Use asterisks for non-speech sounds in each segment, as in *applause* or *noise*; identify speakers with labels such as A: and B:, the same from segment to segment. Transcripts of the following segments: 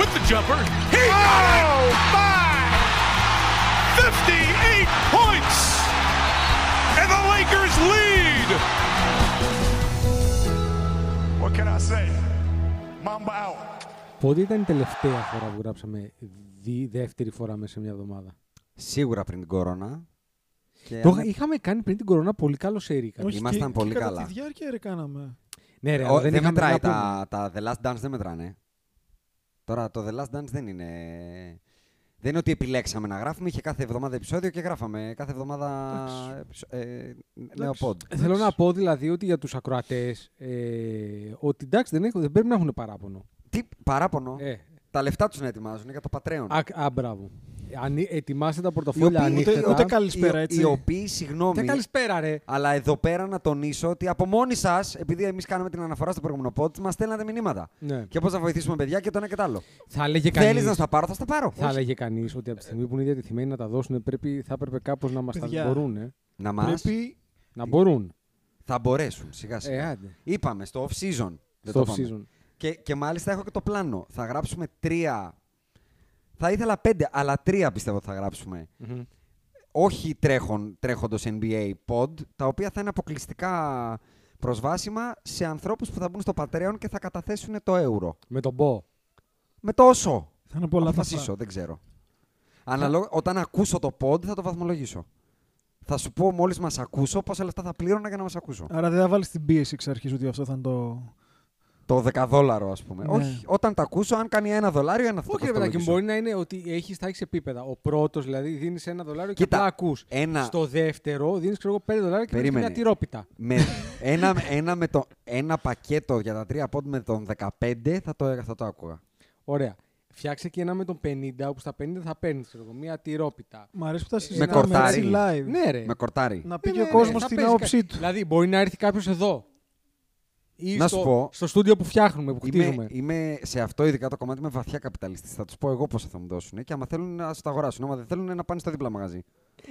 A: with the jumper. He oh, got it! My. 58 points! And the Lakers lead!
B: What can I say? Mamba out.
C: Πότε ήταν η τελευταία φορά που γράψαμε δι- δεύτερη φορά μέσα σε μια εβδομάδα.
D: Σίγουρα πριν την κορώνα. Και
C: Το
D: άμα-
C: είχαμε κάνει πριν την κορώνα πολύ καλό σερί. κάτι.
D: Ήμασταν πολύ
E: κατά
D: καλά. Ε,
E: τη διάρκεια ρε κάναμε.
C: Ναι, ρε,
D: Ο-
C: αλλά
D: δεν
C: είχαμε
D: μετράει
C: να πούμε.
D: τα, τα The Last Dance, δεν μετράνε. Τώρα το The Last Dance δεν είναι... Δεν είναι ότι επιλέξαμε να γράφουμε, είχε κάθε εβδομάδα επεισόδιο και γράφαμε κάθε εβδομάδα επεισο- ε, νέο pod.
C: Θέλω να πω δηλαδή ότι για τους ακροατές ε, ότι εντάξει δεν, έχουν, δεν πρέπει να έχουν παράπονο.
D: Τι παράπονο,
C: Ε,
D: τα λεφτά τους να ετοιμάζουν για το Patreon.
C: α, α, μπράβο. Ανοι, ετοιμάστε τα
D: Οι
C: πορτοφόλια
D: οποίοι-
C: ανοίχτε
E: ούτε- ούτε
C: τα.
E: κα- καλησπέρα,
D: οι,
E: έτσι.
D: Οι οποίοι,
C: Ούτε
D: συγγνώμη,
C: καλησπέρα ρε.
D: αλλά εδώ πέρα να τονίσω ότι από μόνοι σας, επειδή εμείς κάναμε την αναφορά στο προηγούμενο pod, μας στέλνατε μηνύματα.
C: Ναι.
D: Και πώς να βοηθήσουμε παιδιά και το ένα και το άλλο.
C: Θα έλεγε
D: Θέλει
C: κανείς,
D: να στα πάρω, θα στα πάρω.
C: θα έλεγε κανείς ότι από τη στιγμή που είναι διατεθειμένοι να τα δώσουν πρέπει, θα έπρεπε κάπως να μας τα
E: Παιδιά.
C: μπορούν. ε.
D: Να μας
E: Πρέπει
C: Να μπορούν.
D: θα μπορέσουν σιγά σιγά.
C: Ε, άντε.
D: Είπαμε στο off season.
C: Στο off-season.
D: Και, και μάλιστα έχω και το πλάνο. Θα γράψουμε τρία. Θα ήθελα πέντε, αλλά τρία πιστεύω ότι θα γράψουμε.
C: Μμμ.
D: Όχι τρέχον, τρέχοντος NBA pod, τα οποία θα είναι αποκλειστικά προσβάσιμα σε ανθρώπους που θα μπουν στο Patreon και θα καταθέσουν το ευρώ.
C: Με τον Μπό.
D: Με το όσο.
E: θα είναι πολλά θα
D: Αποφασίσω, δεν ξέρω. Αναλόγω, όταν ακούσω το pod θα το βαθμολογήσω. Θα σου πω μόλις μας ακούσω πόσα λεφτά θα πλήρωνα για να μας ακούσω.
E: Άρα δεν θα βάλεις την πίεση εξ αρχής ότι αυτό θα είναι το.
D: Το δεκαδόλαρο, ας πούμε.
E: Ναι.
D: Όχι, όταν τα ακούσω, αν κάνει ένα δολάριο, ένα θα το
C: Όχι, ρε παιδάκι, μου,
D: βαθμολογήσω.
C: μπορεί να είναι ότι έχεις τα έχεις επίπεδα. Ο πρώτος δηλαδή δίνεις ένα δολάριο και
D: Κοίτα,
C: απλά ακούς.
D: ένα-
C: Στο δεύτερο δίνεις, ξέρω εγώ, πέντε δολάρια και παίρνεις
D: Περίμενε.
C: μια τυρόπιτα.
D: Με ένα, ένα, με το, ένα πακέτο για τα τρία πόντ με τον 15 θα το, θα το άκουγα.
C: Ωραία. Φτιάξε και ένα με τον 50, όπου στα 50 θα παίρνεις, ξέρω εγώ, μια τυρόπιτα.
E: Μ' αρέσει που τα συζητάμε
D: κορτάρι.
E: έτσι live.
C: Ε, Ναι, ρε.
D: Με κορτάρι.
E: Να πει
C: Ε,
E: και
C: ναι,
E: ο
C: ρε,
E: κόσμο
C: θα
E: την
C: παίζεις
E: άποψή
C: κάτι.
E: του.
C: Δηλαδή, μπορεί να έρθει κάποιος εδώ. Ή
D: Να
C: στο,
D: σου πω-
C: στο στούντιο που φτιάχνουμε, που χτίζουμε.
D: Είμαι, είμαι σε αυτό ειδικά το κομμάτι είμαι βαθιά καπιταλιστής. Θα τους πω εγώ πόσα θα μου δώσουν και άμα θέλουν να το αγοράσουν. Άμα δεν θέλουν να πάνε στο δίπλα μαγαζί.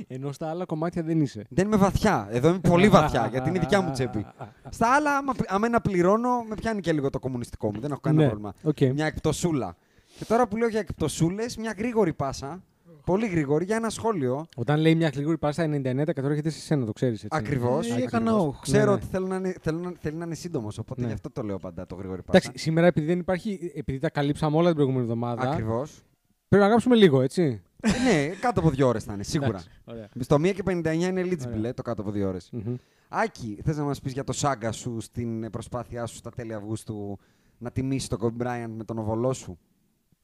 C: Ενώ στα άλλα κομμάτια δεν είσαι.
D: Δεν είμαι βαθιά. Εδώ είμαι πολύ
C: *laughs*
D: βαθιά γιατί είναι η δικιά μου τσέπη. Στα άλλα, άμα, πλη- άμα ένα πληρώνω, με πιάνει και λίγο το κομμουνιστικό μου. Δεν έχω κανένα
C: Ναι,
D: πρόβλημα.
C: οκ.
D: Μια εκπτωσούλα. Και τώρα που λέω για εκπτωσούλες, μια γρήγορη πάσα. Πολύ γρήγορη για ένα σχόλιο.
C: Όταν λέει μια γλυκούρη πάσα 99% έρχεται σε σένα, το ξέρεις.
D: Ακριβώς.
E: Ε, έκανα όχ,
D: Ξέρω
C: ναι.
D: ότι θέλω να είναι, θέλω να, θέλει να είναι σύντομος, οπότε
C: Ναι.
D: γι' αυτό το λέω παντά το γρήγορη πάσα.
C: Εντάξει, σήμερα επειδή δεν υπάρχει, επειδή τα καλύψαμε όλα την προηγούμενη εβδομάδα,
D: Ακριβώς.
C: πρέπει να γράψουμε λίγο, έτσι.
D: ναι, κάτω από δύο ώρες θα είναι, σίγουρα.
C: Εντάξει, ωραία.
D: Στο 1 και 59 είναι eligible,
C: Ωραία.
D: ε, το κάτω από δύο ώρες.
C: Μμμ.
D: Άκη, θες να μας πεις για το σάγκα σου στην προσπάθειά σου στα τέλη Αυγούστου να τιμήσεις τον Kobe Bryant με τον οβολό σου.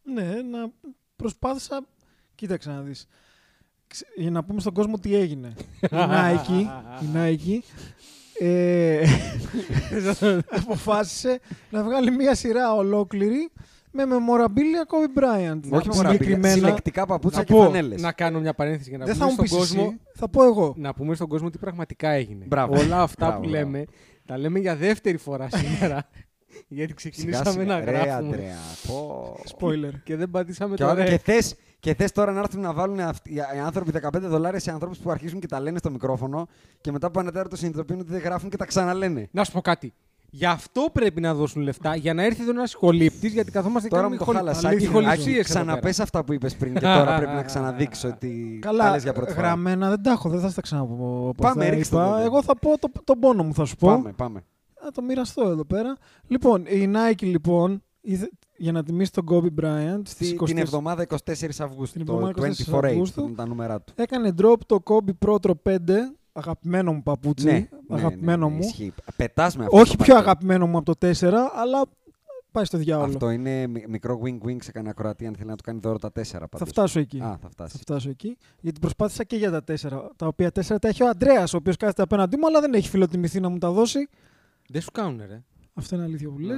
E: Ναι, να προσπάθησα. Κοίταξε να δεις. Για να πούμε στον κόσμο τι έγινε. η Nike, η Nike
C: *laughs*
E: ε, αποφάσισε να βγάλει μια σειρά ολόκληρη με memorabilia Kobe Bryant.
D: Όχι μόνο
E: Συγκεκριμένα-
D: συγκεκριμένα. Συλλεκτικά παπούτσια
C: Να
D: και
C: πω,
D: φανέλες.
C: Να κάνω μια παρένθεση για να
E: Δεν
C: πούμε
E: θα μου
C: στον
E: πεις
C: κόσμο.
E: θα πω εγώ.
C: Να πούμε στον κόσμο τι πραγματικά έγινε.
D: Μπράβο.
C: Όλα αυτά
D: Μπράβο,
C: που
D: μπράβο.
C: λέμε τα λέμε για δεύτερη
D: *laughs*
C: φορά σήμερα. γιατί ξεκινήσαμε να
D: ρε,
C: γράφουμε.
D: Αντρέα. Πω.
E: Spoiler.
C: Και δεν πατήσαμε
D: Και,
C: το
D: και
C: ρε.
D: θες, Και θες τώρα να έρθουν να βάλουν αυτοί, οι άνθρωποι 15 δολάρια σε ανθρώπους που αρχίζουν και τα λένε στο μικρόφωνο και μετά από ένα τέταρτο συνειδητοποιούν ότι δεν γράφουν και τα ξαναλένε.
C: Να σου πω κάτι. Γι' αυτό πρέπει να δώσουν λεφτά για να έρθει εδώ ένας χολύπτης, γιατί καθόμαστε και
D: Τώρα μου
C: Ε, κάνουμε
D: το
C: χολ-
D: χάλασες.
C: αλήθεια,
D: Άκη, Άκη,
C: χοληψίες εδώ πέρα.
D: ξαναπες αυτά που είπες πριν και τώρα πρέπει
C: *laughs*
D: να ξαναδείξω ότι τα
E: Καλά,
D: λες για πρώτη φορά.
E: γραμμένα δεν τα έχω, δεν θα τα ξαναπώ. όπως
D: Πάμε,
E: τα
D: ρίξτε
E: είπα.
D: το, ναι.
E: Εγώ θα πω το- τον πόνο μου, θα σου πω.
D: Πάμε, πάμε.
E: Να το μοιραστώ εδώ πέρα. Λοιπόν, η Nike λοιπόν, ήθε- για να τιμήσει τον Kobe Bryant στις
D: Στη-
E: 20...
D: Την εβδομάδα 24 Αυγούστου.
E: Την
D: Το
E: εβδομάδα 24
D: 24
E: Αυγούστου.
D: Αυγούστου. Τα νούμερα του.
E: έκανε drop το Kobe Protro 5, αγαπημένο μου
D: Ναι,
E: παπούτσι, αγαπημένο μου.
D: ισχύει. Πετάς με αυτό.
E: Όχι
D: το
E: πιο
D: πακέτο.
E: αγαπημένο μου από το 4, αλλά πάει στο διάολο.
D: Αυτό είναι μι- μικρό wing-wing σε κανένα Κροατία αν θέλει να του κάνει δώρο τα τέσσερα
E: θα
D: πάντως.
E: φτάσω εκεί.
D: Α, θα φτάσεις.
E: Θα φτάσω εκεί. Γιατί προσπάθησα και για τα 4, τα οποία 4 τα έχει ο Αντρέας, ο οποίος κάθεται απέναντί μου, αλλά δεν έχει φιλοτιμηθεί να μου τα δώσει.
C: Δεν σου κάνουν, ρε.
E: Αυτό είναι αλήθεια που
D: Ναι.
E: λες.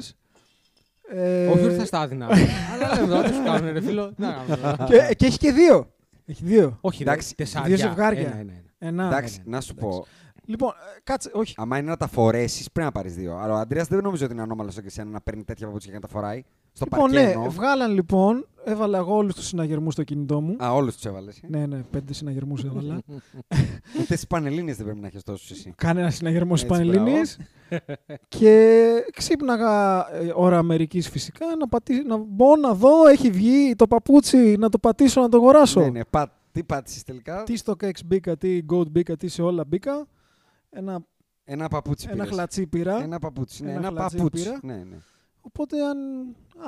E: Ε,
C: Όχι ότι θα στα άδινα. Αλλά λέμε, δεν σου κάνουν, ρε φίλο. Να κάνουμε, ρε.
E: και, ε, και έχει και δύο. Έχει δύο.
C: Όχι,
D: Εντάξει,
C: εντάξει, τεσσάρια.
E: δύο ζευγάρια.
C: Ένα, ένα, ένα.
E: Ένα.
D: Εντάξει, να σου πω.
E: Λοιπόν, ε, κάτσε, όχι.
D: Άμα είναι να τα φορέσεις, πρέπει να πάρεις δύο. Αλλά ο Αντρέας δεν νομίζω ότι είναι ανώμαλος σαν και εσένα να παίρνει τέτοια παπούτσια και να τα φοράει. Στο
E: Λοιπόν,
D: παρκέ
E: ναι,
D: εννοώ.
E: βγάλαν λοιπόν. Έβαλα εγώ όλους τους συναγερμούς στο κινητό μου.
D: Α, όλους τους έβαλες.
E: Ναι, ναι, πέντε συναγερμούς
D: *laughs*
E: έβαλα.
D: ε. Ούτε στις πανελίνε δεν πρέπει να έχεις τόσο εσύ.
E: Κανένα συναγερμό τη
D: Έτσι,
E: Πανελληνή. *laughs* και ξύπναγα ε, ώρα Αμερικής φυσικά να, πατήσω, να μπω να δω, έχει βγει το παπούτσι, να το πατήσω, να το αγοράσω.
D: Ναι, ναι, πα- τι πάτησες τελικά.
E: Τι στο κέξ μπήκα, τι goat μπήκα, τι σε όλα μπήκα. Ένα,
D: Ένα παπούτσι.
E: ένα
D: πήρες.
E: χλατσί πήρα.
D: Ένα παπούτσι. Ναι,
E: Ένα
D: ένα
E: χλατσί
D: παπούτσι.
E: πήρα.
D: Ναι, ναι.
E: Οπότε αν,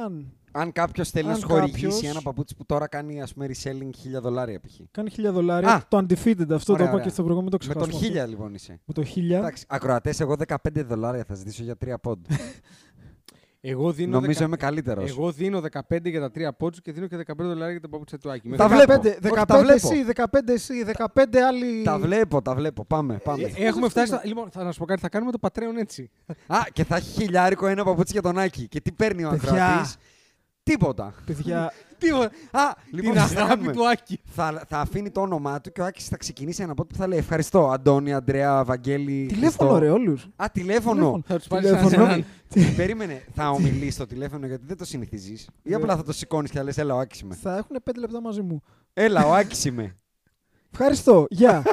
E: αν
D: Αν κάποιος θέλει να
E: Αν
D: σου χορηγήσει
E: κάποιος-
D: ένα παπούτσι που τώρα κάνει ας πούμε reselling 1000 δολάρια π.χ.
E: κάνει χίλια δολάρια,
D: Α!
E: το undefeated αυτό
D: Ωραία,
E: το είπα
D: ωραία.
E: και στο προηγούμενο το
D: Με
E: ξεχάσαμε.
D: τον 1000 λοιπόν είσαι.
E: Με το χίλια.
D: Εντάξει, ακροατές, εγώ 15 δολάρια θα ζητήσω για 3 πόντ.
C: Εγώ δίνω,
D: Νομίζω
C: δεκα-
D: είμαι καλύτερος.
C: εγώ δίνω 15 για τα τρία πόντους και δίνω και 15 δολάρια για τα παπούτσια του Άκη. Με
D: Τα
E: 15,
C: δεκα-
D: βλέπω. *laughs*
E: 15
D: Όχι, τα βλέπω.
E: Ε, εσύ, 15 εσύ, 15 άλλοι.
D: Τα βλέπω, τα βλέπω. Πάμε, πάμε.
C: Έχουμε φτάσει. στα- Λοιπόν, θα να σου πω κάτι, θα κάνουμε το Patreon έτσι.
D: Α, και θα έχει χιλιάρικο ένα παπούτσι για τον Άκη. Και τι παίρνει ο
E: Παιδιά.
D: ακροατής. Τίποτα.
E: Παιδιά,
C: Τι ω-
D: Α, λοιπόν,
C: Την
D: τι θα κάνουμε.
C: αγάπη του Άκη.
D: θα, θα αφήνει το όνομά του και ο Άκης θα ξεκινήσει ένα πόντ που θα λέει Ευχαριστώ, Αντώνη, Αντρέα, Βαγγέλη.
E: τηλέφωνο
D: Χριστό».
E: ρε όλους.
D: Α, τηλέφωνο.
C: Θα τους πάρεις
E: Τηλέφωνο.
C: έναν.
D: Περίμενε, θα ομιλήσει στο τηλέφωνο γιατί δεν το συνηθίζεις. Ή απλά θα το σηκώνεις και θα λες: Έλα, ο Άκης είμαι.
E: Θα έχουν 5 λεπτά μαζί μου.
D: Έλα, ο Άκης είμαι.
E: Ευχαριστώ.
D: *laughs*
E: Γεια.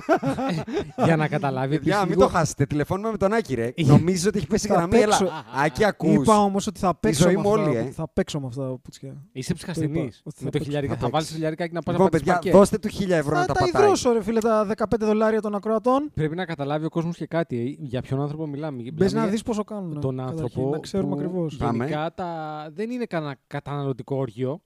C: Για να καταλάβει.
D: Για
C: επίσης
D: μην
C: λίγο-
D: το χάσετε, τηλεφώνουμε με τον Άκη, ρε. Νομίζω ότι έχει πέσει
E: Θα
D: γραμμή.
E: παίξω.
D: Έλα, Άκη, ακούς.
E: Είπα όμως ότι θα παίξω
D: ζωή
E: με
D: μου
E: αυτά.
D: όλη, ε.
E: Θα παίξω με αυτά τα πουτσιά.
C: Είσαι ψυχασθενή.
E: είπα, ότι θα
C: Με το
E: παίξω.
C: χιλιάρικα.
D: Λοιπόν,
C: Θα
D: Θα
C: βάλεις
D: παίξω.
C: το χιλιάρικα και να πάρει
D: Λοιπόν, παιδιά, δώστε του 1000 ευρώ
E: Θα
D: να τα
E: τα
D: πατάει.
E: υδρώσω, ρε φίλε, τα 15 δολάρια των ακροατών.
C: Πρέπει να καταλάβει ο κόσμος και κάτι. ε, Για ποιον άνθρωπο μιλάμε.
E: Μπε
C: Μιλάμε
E: να
C: για
E: δεις πόσο κάνουν.
C: Τον
E: καταρχήν,
C: άνθρωπο.
E: Να ξέρουμε
C: που
E: ακριβώς.
D: Πάμε.
C: Γενικά τα... δεν είναι κανένα καταναλωτικό όργιο.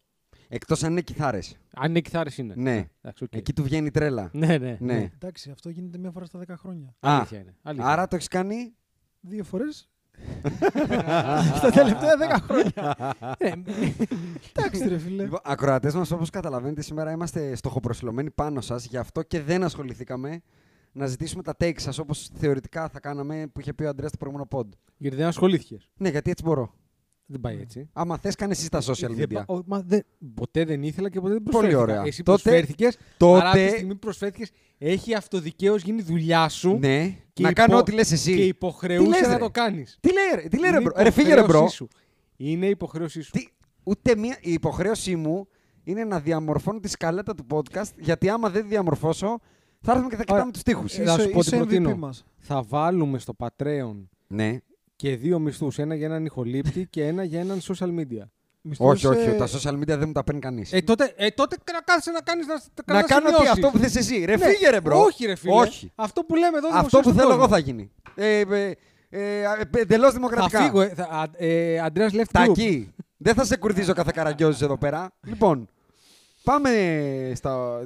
D: Εκτός αν είναι κιθάρες.
C: Αν είναι κιθάρες είναι.
D: Ναι.
C: Εντάξει, οκ.
D: Εκεί του βγαίνει τρέλα.
C: Ναι, Ε. ναι.
D: Ναι.
E: Εντάξει, αυτό γίνεται μία φορά στα 10 χρόνια.
D: Α,
C: Αλήθεια είναι. Αλήθεια.
D: άρα το έχεις κάνει.
E: Δύο φορές. Στα τελευταία 10 χρόνια.
D: Ε,
E: Εντάξει, ρε φίλε.
D: Λοιπόν, ακροατές μας, όπως καταλαβαίνετε, σήμερα είμαστε στοχοπροσιλωμένοι πάνω σας. Γι' αυτό και δεν ασχοληθήκαμε να ζητήσουμε τα take σας όπως θεωρητικά θα κάναμε που είχε πει ο Αντρέας στο προηγούμενο pod.
C: Γιατί δεν ασχολήθηκες.
D: Ναι, γιατί έτσι μπορώ.
C: Δεν
D: Ναι.
C: πάει έτσι.
D: Άμα θες, κάνε εσύ τα social
C: Δεν
D: media.
C: πα- ο- μα δεν- ποτέ δεν ήθελα και ποτέ δεν
D: Πολύ
C: προσφέρθηκα.
D: ωραία.
C: Εσύ
D: Τότε-
C: προσφέρθηκες, άρα από τη
D: Τότε.
C: στιγμή που προσφέρθηκες, έχει αυτοδικαίως γίνει δουλειά σου
D: Ναι,
C: και
D: να
C: υπο-
D: κάνω ό,τι λες εσύ.
C: και
D: Τι λες,
C: υποχρεούσε να
D: ρε?
C: το κάνεις.
D: Τι λέει, ρε, τι λέει, ρε, μπρο. Ρε, φύγε, ρε, μπρο.
C: Είναι υποχρέωσή σου.
D: Τι, ούτε μία, η υποχρέωσή μου είναι να διαμορφώνω τη σκαλέτα του podcast, γιατί άμα δεν τη διαμορφώσω, θα έρθουμε και θα κοιτάμε του τοίχου.
C: Ε, να σου πω τι
E: Είσαι MVP
C: προτείνω.
E: μας.
C: Θα βάλουμε στο Patreon
D: Ναι.
C: και δύο μισθούς. Ένα για έναν ηχολήπτη και ένα για έναν social media.
D: Όχι,
E: Μισθούσε-
D: όχι, τα social media δεν μου τα παίρνει κανείς.
C: Ε, τότε, ε, τότε να κάθεσαι να κάνεις. Να,
D: να κάνω τι,
C: σημειώσεις.
D: αυτό που θες εσύ. Ρε,
C: Ναι.
D: φύγε, ρε, μπρο.
C: Όχι, ρε φίλε.
D: Όχι.
C: Αυτό που λέμε εδώ
D: Αυτό
C: δημοσίως
D: που
C: στον
D: θέλω
C: κόσμο.
D: εγώ θα γίνει. Ε, ε, ε, Εντελώς
C: Θα
D: δημοκρατικά.
C: φύγω. Ε, θα, α, ε, Αντρέας Left Group.
D: Τακί. Δεν θα σε κουρδίζω κάθε καραγκιόζης εδώ πέρα. Λοιπόν, πάμε στα...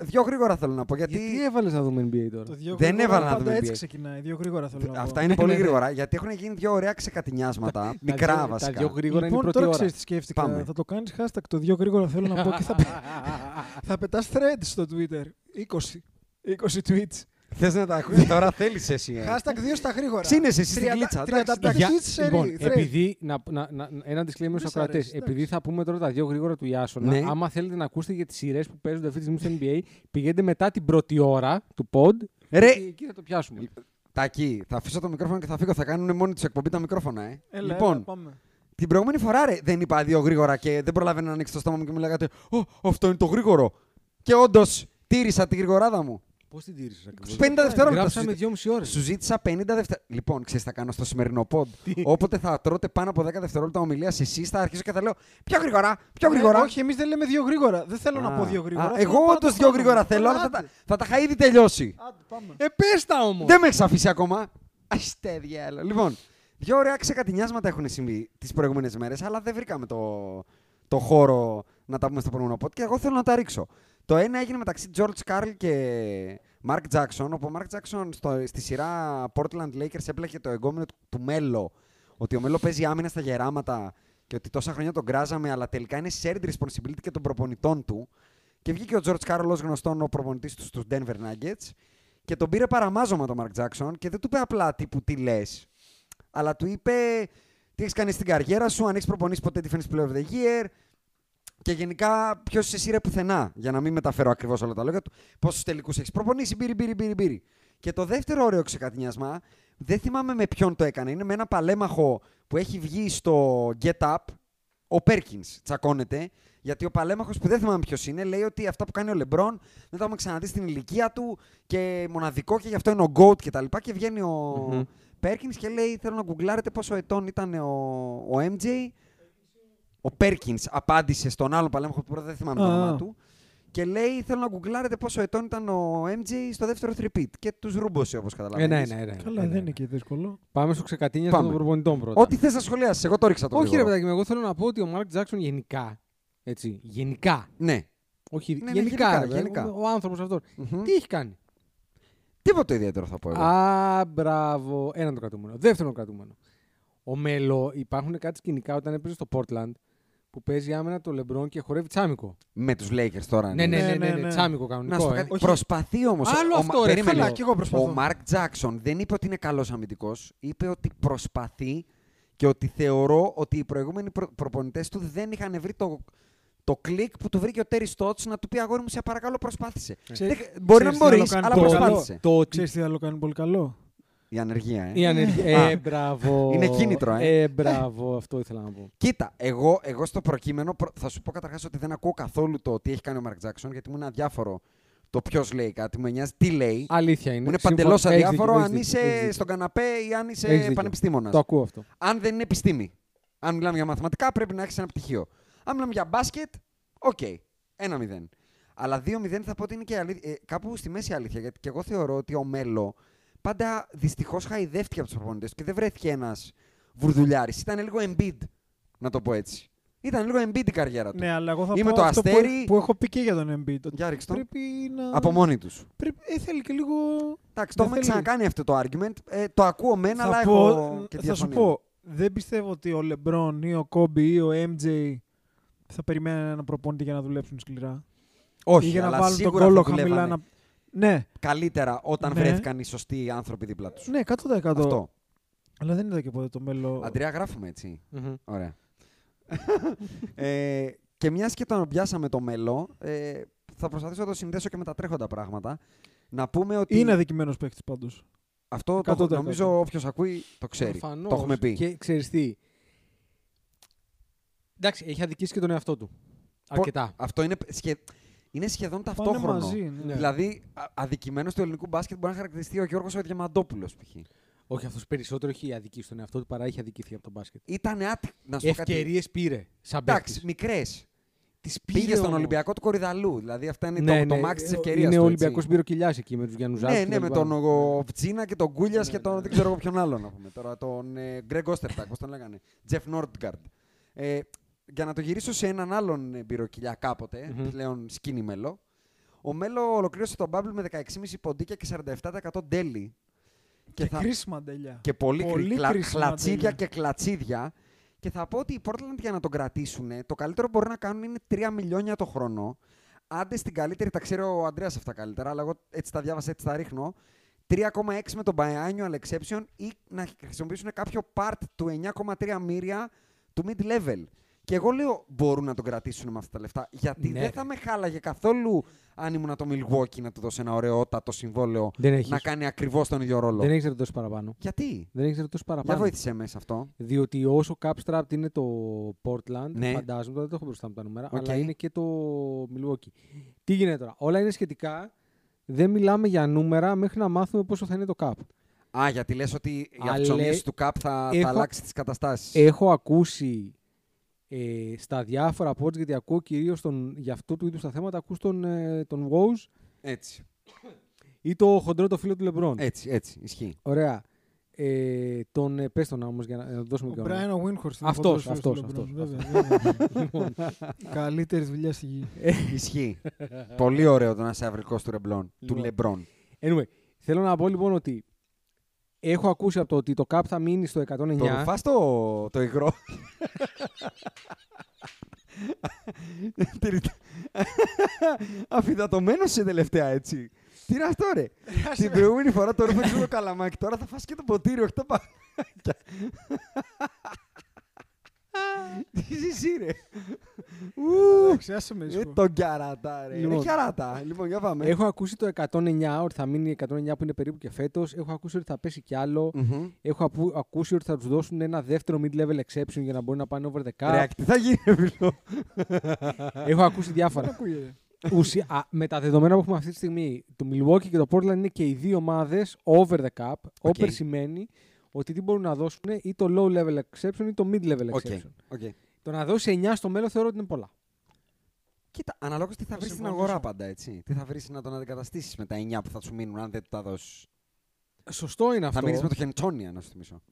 D: Δύο γρήγορα θέλω να πω, γιατί...
C: Γιατί έβαλες να δούμε NBA
E: Το
C: τώρα.
E: δύο
D: Δεν
E: γρήγορα
D: έβαλα να
E: πάντα
D: δούμε
E: Έτσι
D: NBA.
E: ξεκινάει. Δύο γρήγορα θέλω να πω.
D: Αυτά είναι
C: Ναι,
D: πολύ
C: ναι, ναι.
D: γρήγορα, γιατί έχουν γίνει δύο ωραία ξεκατηνιάσματα,
C: Τα
D: μικρά
C: δύο- Τα
D: βασικά.
C: δύο γρήγορα είναι η
E: λοιπόν,
C: πρώτη
E: τώρα
C: ώρα. Ε,
E: ξέρεις τι σκέφτηκα.
D: Πάμε.
E: Θα το κάνεις hashtag το δύο γρήγορα θέλω να πω και θα,
D: *laughs*
E: πε- θα πετάς threads στο Twitter. 20. 20 tweets.
D: Θες να τα ακούσεις τώρα, θέλεις εσύ. ε.
E: Hashtag δύο στα γρήγορα.
D: Ξύνεσαι εσύ στην
E: Τριάντα-
D: κλίτσα.
E: τριάντα
D: εντάξει,
E: πέντε.
D: εντάξει.
E: Tweets σε
C: λοιπόν,
E: read, thread.
C: επειδή. Να, να, να, ένα disclaimer στου
E: αρέσει,
C: ακροατές.
E: εντάξει.
C: Επειδή θα πούμε τώρα τα δύο γρήγορα του Ιάσονα,
D: Ναι.
C: άμα θέλετε να ακούσετε για τις σειρές που παίζονται αυτή τη στιγμή στο NBA, πηγαίνετε μετά την πρώτη ώρα του pod.
D: Ρε.
C: Και εκεί θα το πιάσουμε.
D: Τακί, θα αφήσω το μικρόφωνο και θα φύγω. Θα κάνουν μόνοι τους εκπομπή τα μικρόφωνα, ε.
E: Έλα,
D: λοιπόν,
E: έλα, πάμε.
D: Την προηγούμενη φορά ρε, δεν είπα δύο γρήγορα και δεν προλάβαινα να ανοίξω το στόμα μου και μου λέγατε Ω, αυτό είναι το γρήγορο. Και όντως τήρησα τη γρηγοράδα μου.
C: Πώς την τήρησες ακριβώς.
D: 50 δευτερόλεπτα.
C: Γράψαμε
D: Σου-
C: 2,5 ώρες.
D: Σου ζήτησα 50 δευτερόλεπτα. Λοιπόν, ξέρεις τι θα κάνω στο σημερινό pod. Όποτε θα τρώτε πάνω από 10 δευτερόλεπτα ομιλίας εσείς, θα αρχίσω και θα λέω Πιο γρήγορα, πιο γρήγορα.
E: Ε, όχι, εμείς δεν λέμε δύο γρήγορα. Δεν θέλω να
D: Α,
E: πω δύο γρήγορα.
D: α,
E: Θέλω
D: εγώ
E: να πάω
D: όντω
E: το
D: δύο
E: χρόνο.
D: γρήγορα θέλω, αλλά θα, τα- θα τα είχα ήδη τελειώσει.
E: Άντε, πάμε.
C: Ε, πες τα όμως.
D: Δεν με έχεις αφήσει ακόμα. Αστε διάλο. Λοιπόν, δύο ωραία ξεκατηνιάσματα έχουν συμβεί τις προηγούμενες μέρες, αλλά δεν βρήκαμε το, το χώρο να τα πούμε στο προηγούμενο podcast. Και εγώ θέλω να τα ρίξω. Το ένα έγινε μεταξύ George Carl και Mark Jackson, όπου ο Mark Jackson στο, στη σειρά Portland Lakers έπλεκε το εγκόμενο του, του Μέλο. Ότι ο Μέλο παίζει άμυνα στα γεράματα και ότι τόσα χρόνια τον κράζαμε, αλλά τελικά είναι shared responsibility και των προπονητών του. Και βγήκε ο George Carl ως γνωστόν ο προπονητής του στους Denver Nuggets και τον πήρε παραμάζωμα τον Mark Jackson και δεν του είπε απλά τύπου τι λες. Αλλά του είπε τι έχεις κάνει στην καριέρα σου, αν έχεις προπονήσει ποτέ Defense Player of the Year και γενικά ποιος σε σύρε πουθενά, για να μην μεταφέρω ακριβώς όλα τα λόγια του, πόσους τελικούς έχεις προπονήσει, μπύρι, μπύρι, μπύρι, μπύρι. Και το δεύτερο ωραίο ξεκατηνιασμά, δεν θυμάμαι με ποιον το έκανε, είναι με ένα παλέμαχο που έχει βγει στο Get Up, ο Πέρκιν τσακώνεται, γιατί ο παλέμαχος που δεν θυμάμαι ποιος είναι, λέει ότι αυτά που κάνει ο Λεμπρόν δεν τα έχουμε ξαναδεί στην ηλικία του και μοναδικό και γι' αυτό είναι ο Goat και τα λοιπά. Και βγαίνει ο
C: Μμμ.
D: Πέρκιν και λέει: Θέλω να γκουγκλάρετε πόσο ετών ήταν ο, ο MJ. Ο Πέρκιν απάντησε στον άλλον παλέμαχο που πρώτα δεν θυμάμαι το
E: Α.
D: όνομά του. Και λέει: Θέλω να γκουγκλάρετε πόσο ετών ήταν ο MJ στο δεύτερο θρυπίτ. Και τους ρούμποσε όπω
C: Ε, ναι,
D: καταλαβαίνετε.
C: ναι, ναι, ναι.
E: Καλά,
C: ναι,
E: δεν
C: ναι.
E: είναι και δύσκολο.
C: Πάμε στο ξεκατίνιασμα
D: Πάμε.
C: των προπονητών πρώτα.
D: Ό,τι θες να σχολιάσεις, εγώ το ρίξα το
C: Όχι, ρε
D: γρήγορο.
C: παιδάκι μου, εγώ θέλω να πω ότι ο Μάρκ Τζάξον γενικά. Έτσι, γενικά.
D: Ναι.
C: Όχι,
D: Ναι, ναι,
C: γενικά,
D: γενικά,
C: ρε παιδί μου,
D: γενικά.
C: Ο, άνθρωπος αυτός.
D: Μμμ.
C: Τι έχει κάνει.
D: Τίποτα ιδιαίτερο θα πω εγώ.
C: Α, μπράβο. Έναν το κρατούμενο. Δεύτερον κρατούμενο. Ο Μέλο, υπάρχουν κάτι σκηνικά όταν έπαιζε στο Portland που παίζει άμενα το Λεμπρόν και χορεύει τσάμικο.
D: Με τους Lakers τώρα.
C: Ναι, ναι,
E: Ναι,
C: ναι, ναι,
E: ναι,
C: ναι,
E: ναι.
C: τσάμικο
D: Να σου
C: κανονικό.
D: πω
C: ε.
D: κάτι. Προσπαθεί όμως.
C: Άλλο αυτό, ρε, καλά,
E: κι εγώ προσπαθώ.
D: Ο Μαρκ Τζάξον δεν είπε ότι είναι καλός αμυντικός. Είπε ότι προσπαθεί και ότι θεωρώ ότι οι προηγούμενοι προ... προπονητές του δεν είχαν βρει το, το κλικ που του βρήκε ο Τέρι Στότ να του πει Αγόρι μου, σε παρακαλώ, προσπάθησε.
E: Ξέρεις-
D: Δεν- μπορεί να
E: ξέρεις τι
D: μπορείς,
E: άλλο κάνει
D: αλλά
E: το καλό.
D: προσπάθησε.
C: Το ότι
E: Ξέρεις τι άλλο κάνει πολύ καλό.
D: Η ανεργία, ε.
C: Η ανεργία. Ε, μπράβο.
D: Είναι κίνητρο, ε.
C: Ε, μπράβο, αυτό ήθελα να πω.
D: Κοίτα, εγώ, εγώ στο προκείμενο προ- θα σου πω καταρχάς ότι δεν ακούω καθόλου το τι έχει κάνει ο Μαρκ Τζάξον γιατί μου είναι αδιάφορο το ποιος λέει κάτι. Με νοιάζει τι λέει.
C: Αλήθεια είναι.
D: Μου είναι
C: Συμφωνώ.
D: παντελώ
C: Έχεις δίκιο,
D: αδιάφορο
C: έχεις
D: αν
C: δίκιο, έχεις
D: είσαι
C: δίκιο.
D: στον καναπέ ή αν
C: Έχεις
D: είσαι
C: δίκιο.
D: πανεπιστήμονας.
C: Το ακούω αυτό.
D: Αν δεν είναι επιστήμη. Αν μιλάμε για μαθηματικά, πρέπει να έχεις ένα πτυχίο. Αν μιλάμε για μπάσκετ, οκ. Ένα μηδέν. Αλλά 2-0 θα πω ότι είναι και αλή- ε, κάπου στη μέση η αλήθεια. Γιατί και εγώ θεωρώ ότι ο Μέλο πάντα δυστυχώς χαϊδεύτηκε από τους προπονητές και δεν βρέθηκε ένας βουρδουλιάρης. Ήταν λίγο Embiid, να το πω έτσι. Ήταν λίγο Embiid η καριέρα του.
E: Ναι, αλλά εγώ θα
D: Είμαι
E: πω
D: το
E: αυτό που-
D: αστέρι.
E: που, έχω πει και για τον Embiid. ότι
D: Για ρίξτε τον.
E: Πρέπει να.
D: Από μόνοι τους.
E: Πρέπει... Ε, θέλει και λίγο.
D: Εντάξει, το
E: Δεν
D: έχουμε
E: θέλει.
D: ξανακάνει αυτό το argument. Ε, το ακούω μεν, αλλά
E: θα,
D: έχω
E: πω,
D: και
E: θα σου
D: διαφωνία.
E: πω, δεν πιστεύω ότι ο Λεμπρόν ή ο Κόμπι ή ο MJ θα περιμένουν ένα προπονητή για να δουλέψουν σκληρά.
D: Όχι,
E: ή για
D: αλλά
E: να βάλουν τον
D: σίγουρα
E: κόλλο
D: θα
E: χαμηλά.
D: δουλεύανε
E: Να... Ναι,
D: Καλύτερα όταν
E: Ναι.
D: βρέθηκαν οι σωστοί άνθρωποι δίπλα τους.
E: ναι, 100%.
D: Αυτό.
E: Αλλά δεν είδα και ποτέ το μέλλον.
D: Αντρέα, γράφουμε έτσι.
C: Μμμ.
D: Ωραία. *laughs* ε, και μιας και τον πιάσαμε το μέλο, ε, θα προσπαθήσω να το συνδέσω και με τα τρέχοντα πράγματα. Να πούμε ότι
E: Είναι αδικημένος παίκτης πάντως.
D: αυτό το,
E: 100%.
D: νομίζω όποιος ακούει το ξέρει.
C: Προφανώς.
D: Το έχουμε πει.
C: Και ξέρεις τι. Εντάξει, έχει αδικήσει και τον εαυτό του. Αρκετά.
D: Αυτό είναι, σχε- είναι σχεδόν
E: Πάνε
D: ταυτόχρονο.
E: μαζί. ναι.
C: Ναι.
D: Δηλαδή, α- αδικημένος του ελληνικού μπάσκετ μπορεί να χαρακτηριστεί ο Γιώργος ο Διαμαντόπουλος π.χ.
C: Όχι, αυτός περισσότερο έχει αδικήσει τον εαυτό του παρά έχει αδικηθεί από τον μπάσκετ.
D: Ήταν άτυπο. Να σου πω κάτι.
C: Ευκαιρίες πήρε. Σαν
D: Εντάξει,
C: παίκτης.
D: μικρές.
C: Τις
D: Πήγε στον Ολυμπιακό του Κορυδαλού. Δηλαδή, αυτά είναι το, το μάξι της ευκαιρίας.
C: Είναι Ναι, ε, ο Ολυμπιακός Μπυροκυλιάς εκεί με τους Γιάννους
D: Ναι, ναι, με τον ο, Βτσίνα και τον Κούλιας
C: Ναι,
D: και τον. δεν ξέρω εγώ ποιον άλλον να πούμε τώρα. Τον ε, Γκρέγκ Όστερτακ, πώς τον λέγανε. Τζεφ Νόρτγκαρντ. Ε, για να το γυρίσω σε έναν άλλον ε, μπυροκυλιά κάποτε,
C: Μμμ.
D: πλέον σκίνη μέλο. Ο Μέλο ολοκλήρωσε τον Bubble με 16,5 ποντίκια και 47% τέλη.
E: Και,
D: θα-
E: κρίσιμα τελειά.
D: και πολύ,
E: Πολύ
D: κρι- κλα-
E: κρίσιμα
D: κλατσίδια
E: τέλεια.
D: και κλατσίδια. Και θα πω ότι οι Portland για να τον κρατήσουν, το καλύτερο που μπορούν να κάνουν είναι 3 μιλιόνια το χρόνο. Άντε στην καλύτερη, τα ξέρει ο Αντρέα αυτά καλύτερα, αλλά εγώ έτσι τα διάβασα, έτσι τα ρίχνω. 3,6 με τον biannual exception ή να χρησιμοποιήσουν κάποιο part του 9,3 μύρια του mid-level. Και εγώ λέω μπορούν να τον κρατήσουν με αυτά τα λεφτά. Γιατί
C: Ναι,
D: δεν
C: ρε.
D: θα με χάλαγε καθόλου αν ήμουν το Milwaukee να του δώσει ένα ωραιότατο συμβόλαιο
C: Δεν έχεις.
D: να κάνει ακριβώς τον ίδιο ρόλο.
C: Δεν έχεις να το δώσει παραπάνω.
D: Γιατί.
C: Δεν έχεις να το δώσει
D: Για
C: παραπάνω.
D: βοήθησε με σε αυτό.
C: Διότι όσο capstrapped είναι το Portland,
D: Ναι.
C: φαντάζομαι, τώρα δεν το έχω μπροστά μου τα νούμερα,
D: Οκ.
C: αλλά είναι και το Milwaukee. Τι γίνεται τώρα, όλα είναι σχετικά. Δεν μιλάμε για νούμερα μέχρι να μάθουμε πόσο θα είναι το cap.
D: Α, γιατί λες ότι οι
C: Αλλά
D: αυξομοίωση του ΚΑΠ θα,
C: έχω- Ε-
D: θα αλλάξει τις καταστάσεις.
C: Έχω ακούσει ε, στα διάφορα pods, γιατί ακούω κυρίως τον, για αυτού του είδους τα θέματα, ακούς τον, ε, τον Wows
D: Έτσι,
C: ή το χοντρό το φίλο του Λεμπρόν.
D: έτσι, έτσι, ισχύει.
C: Ωραία. Ε, τον, ε, πες τον όμως για να, να του δώσουμε
E: Ο
C: και
E: Brian
C: όνομα.
E: ο Winhorst.
C: Αυτός, αυτός, αυτός,
D: *laughs*
E: Καλύτερη δουλειά στη
D: Ε,
E: γη.
D: ισχύει. Πολύ ωραίο το να είσαι αυρικός του, Ρεμπλόν, του
C: Λοιπόν.
D: Λεμπρόν.
C: Anyway, θέλω να πω λοιπόν ότι έχω ακούσει από το ότι το cap θα μείνει στο 109.
D: Το ρουφάς το, το υγρό. *laughs* Αφιδατωμένος σε τελευταία, έτσι. Τι είναι αυτό, ρε. Την προηγούμενη φορά το ρούφες λίγο καλαμάκι. Τώρα θα φας και το ποτήρι, όχι τα παγάκια. Τι ζησί, ρε. Ου.
E: Εντάξει, άσε με
D: Ε,
E: ήσυχο.
D: τον κιαράτα, ρε.
C: Λοιπόν.
D: Ε, κιαράτα. Λοιπόν, για πάμε.
C: Έχω ακούσει το 109, ότι θα μείνει 109 που είναι περίπου και φέτος. Έχω ακούσει ότι θα πέσει κι άλλο.
D: Μμμ.
C: Έχω απου- ακούσει ότι θα τους δώσουν ένα δεύτερο mid-level exception για να μπορεί να πάνε over the cap.
D: Ρε, ακ, τι θα γίνει, φίλο.
C: Έχω ακούσει
D: *laughs*
C: διάφορα.
E: Ακούγεται.
C: Ουσια... α, με τα δεδομένα που έχουμε αυτή τη στιγμή, το Milwaukee και το Portland είναι και οι δύο ομάδες over the cap. Over σημαίνει ότι τι μπορούν να δώσουν ή το low level exception ή το mid level
D: Οκ,
C: exception.
D: οκ.
C: Το να δώσει 9 στο μέλλον θεωρώ ότι είναι πολλά.
D: Κοίτα, αναλόγως τι θα βρει στην
E: συμφωνήσω.
D: αγορά πάντα, έτσι. Τι θα βρεις να τον αντικαταστήσεις με τα 9 που θα σου μείνουν, αν δεν του τα δώσεις.
C: Σωστό είναι αυτό.
D: Θα μείνεις με το Χεντόνια, να σου θυμίσω.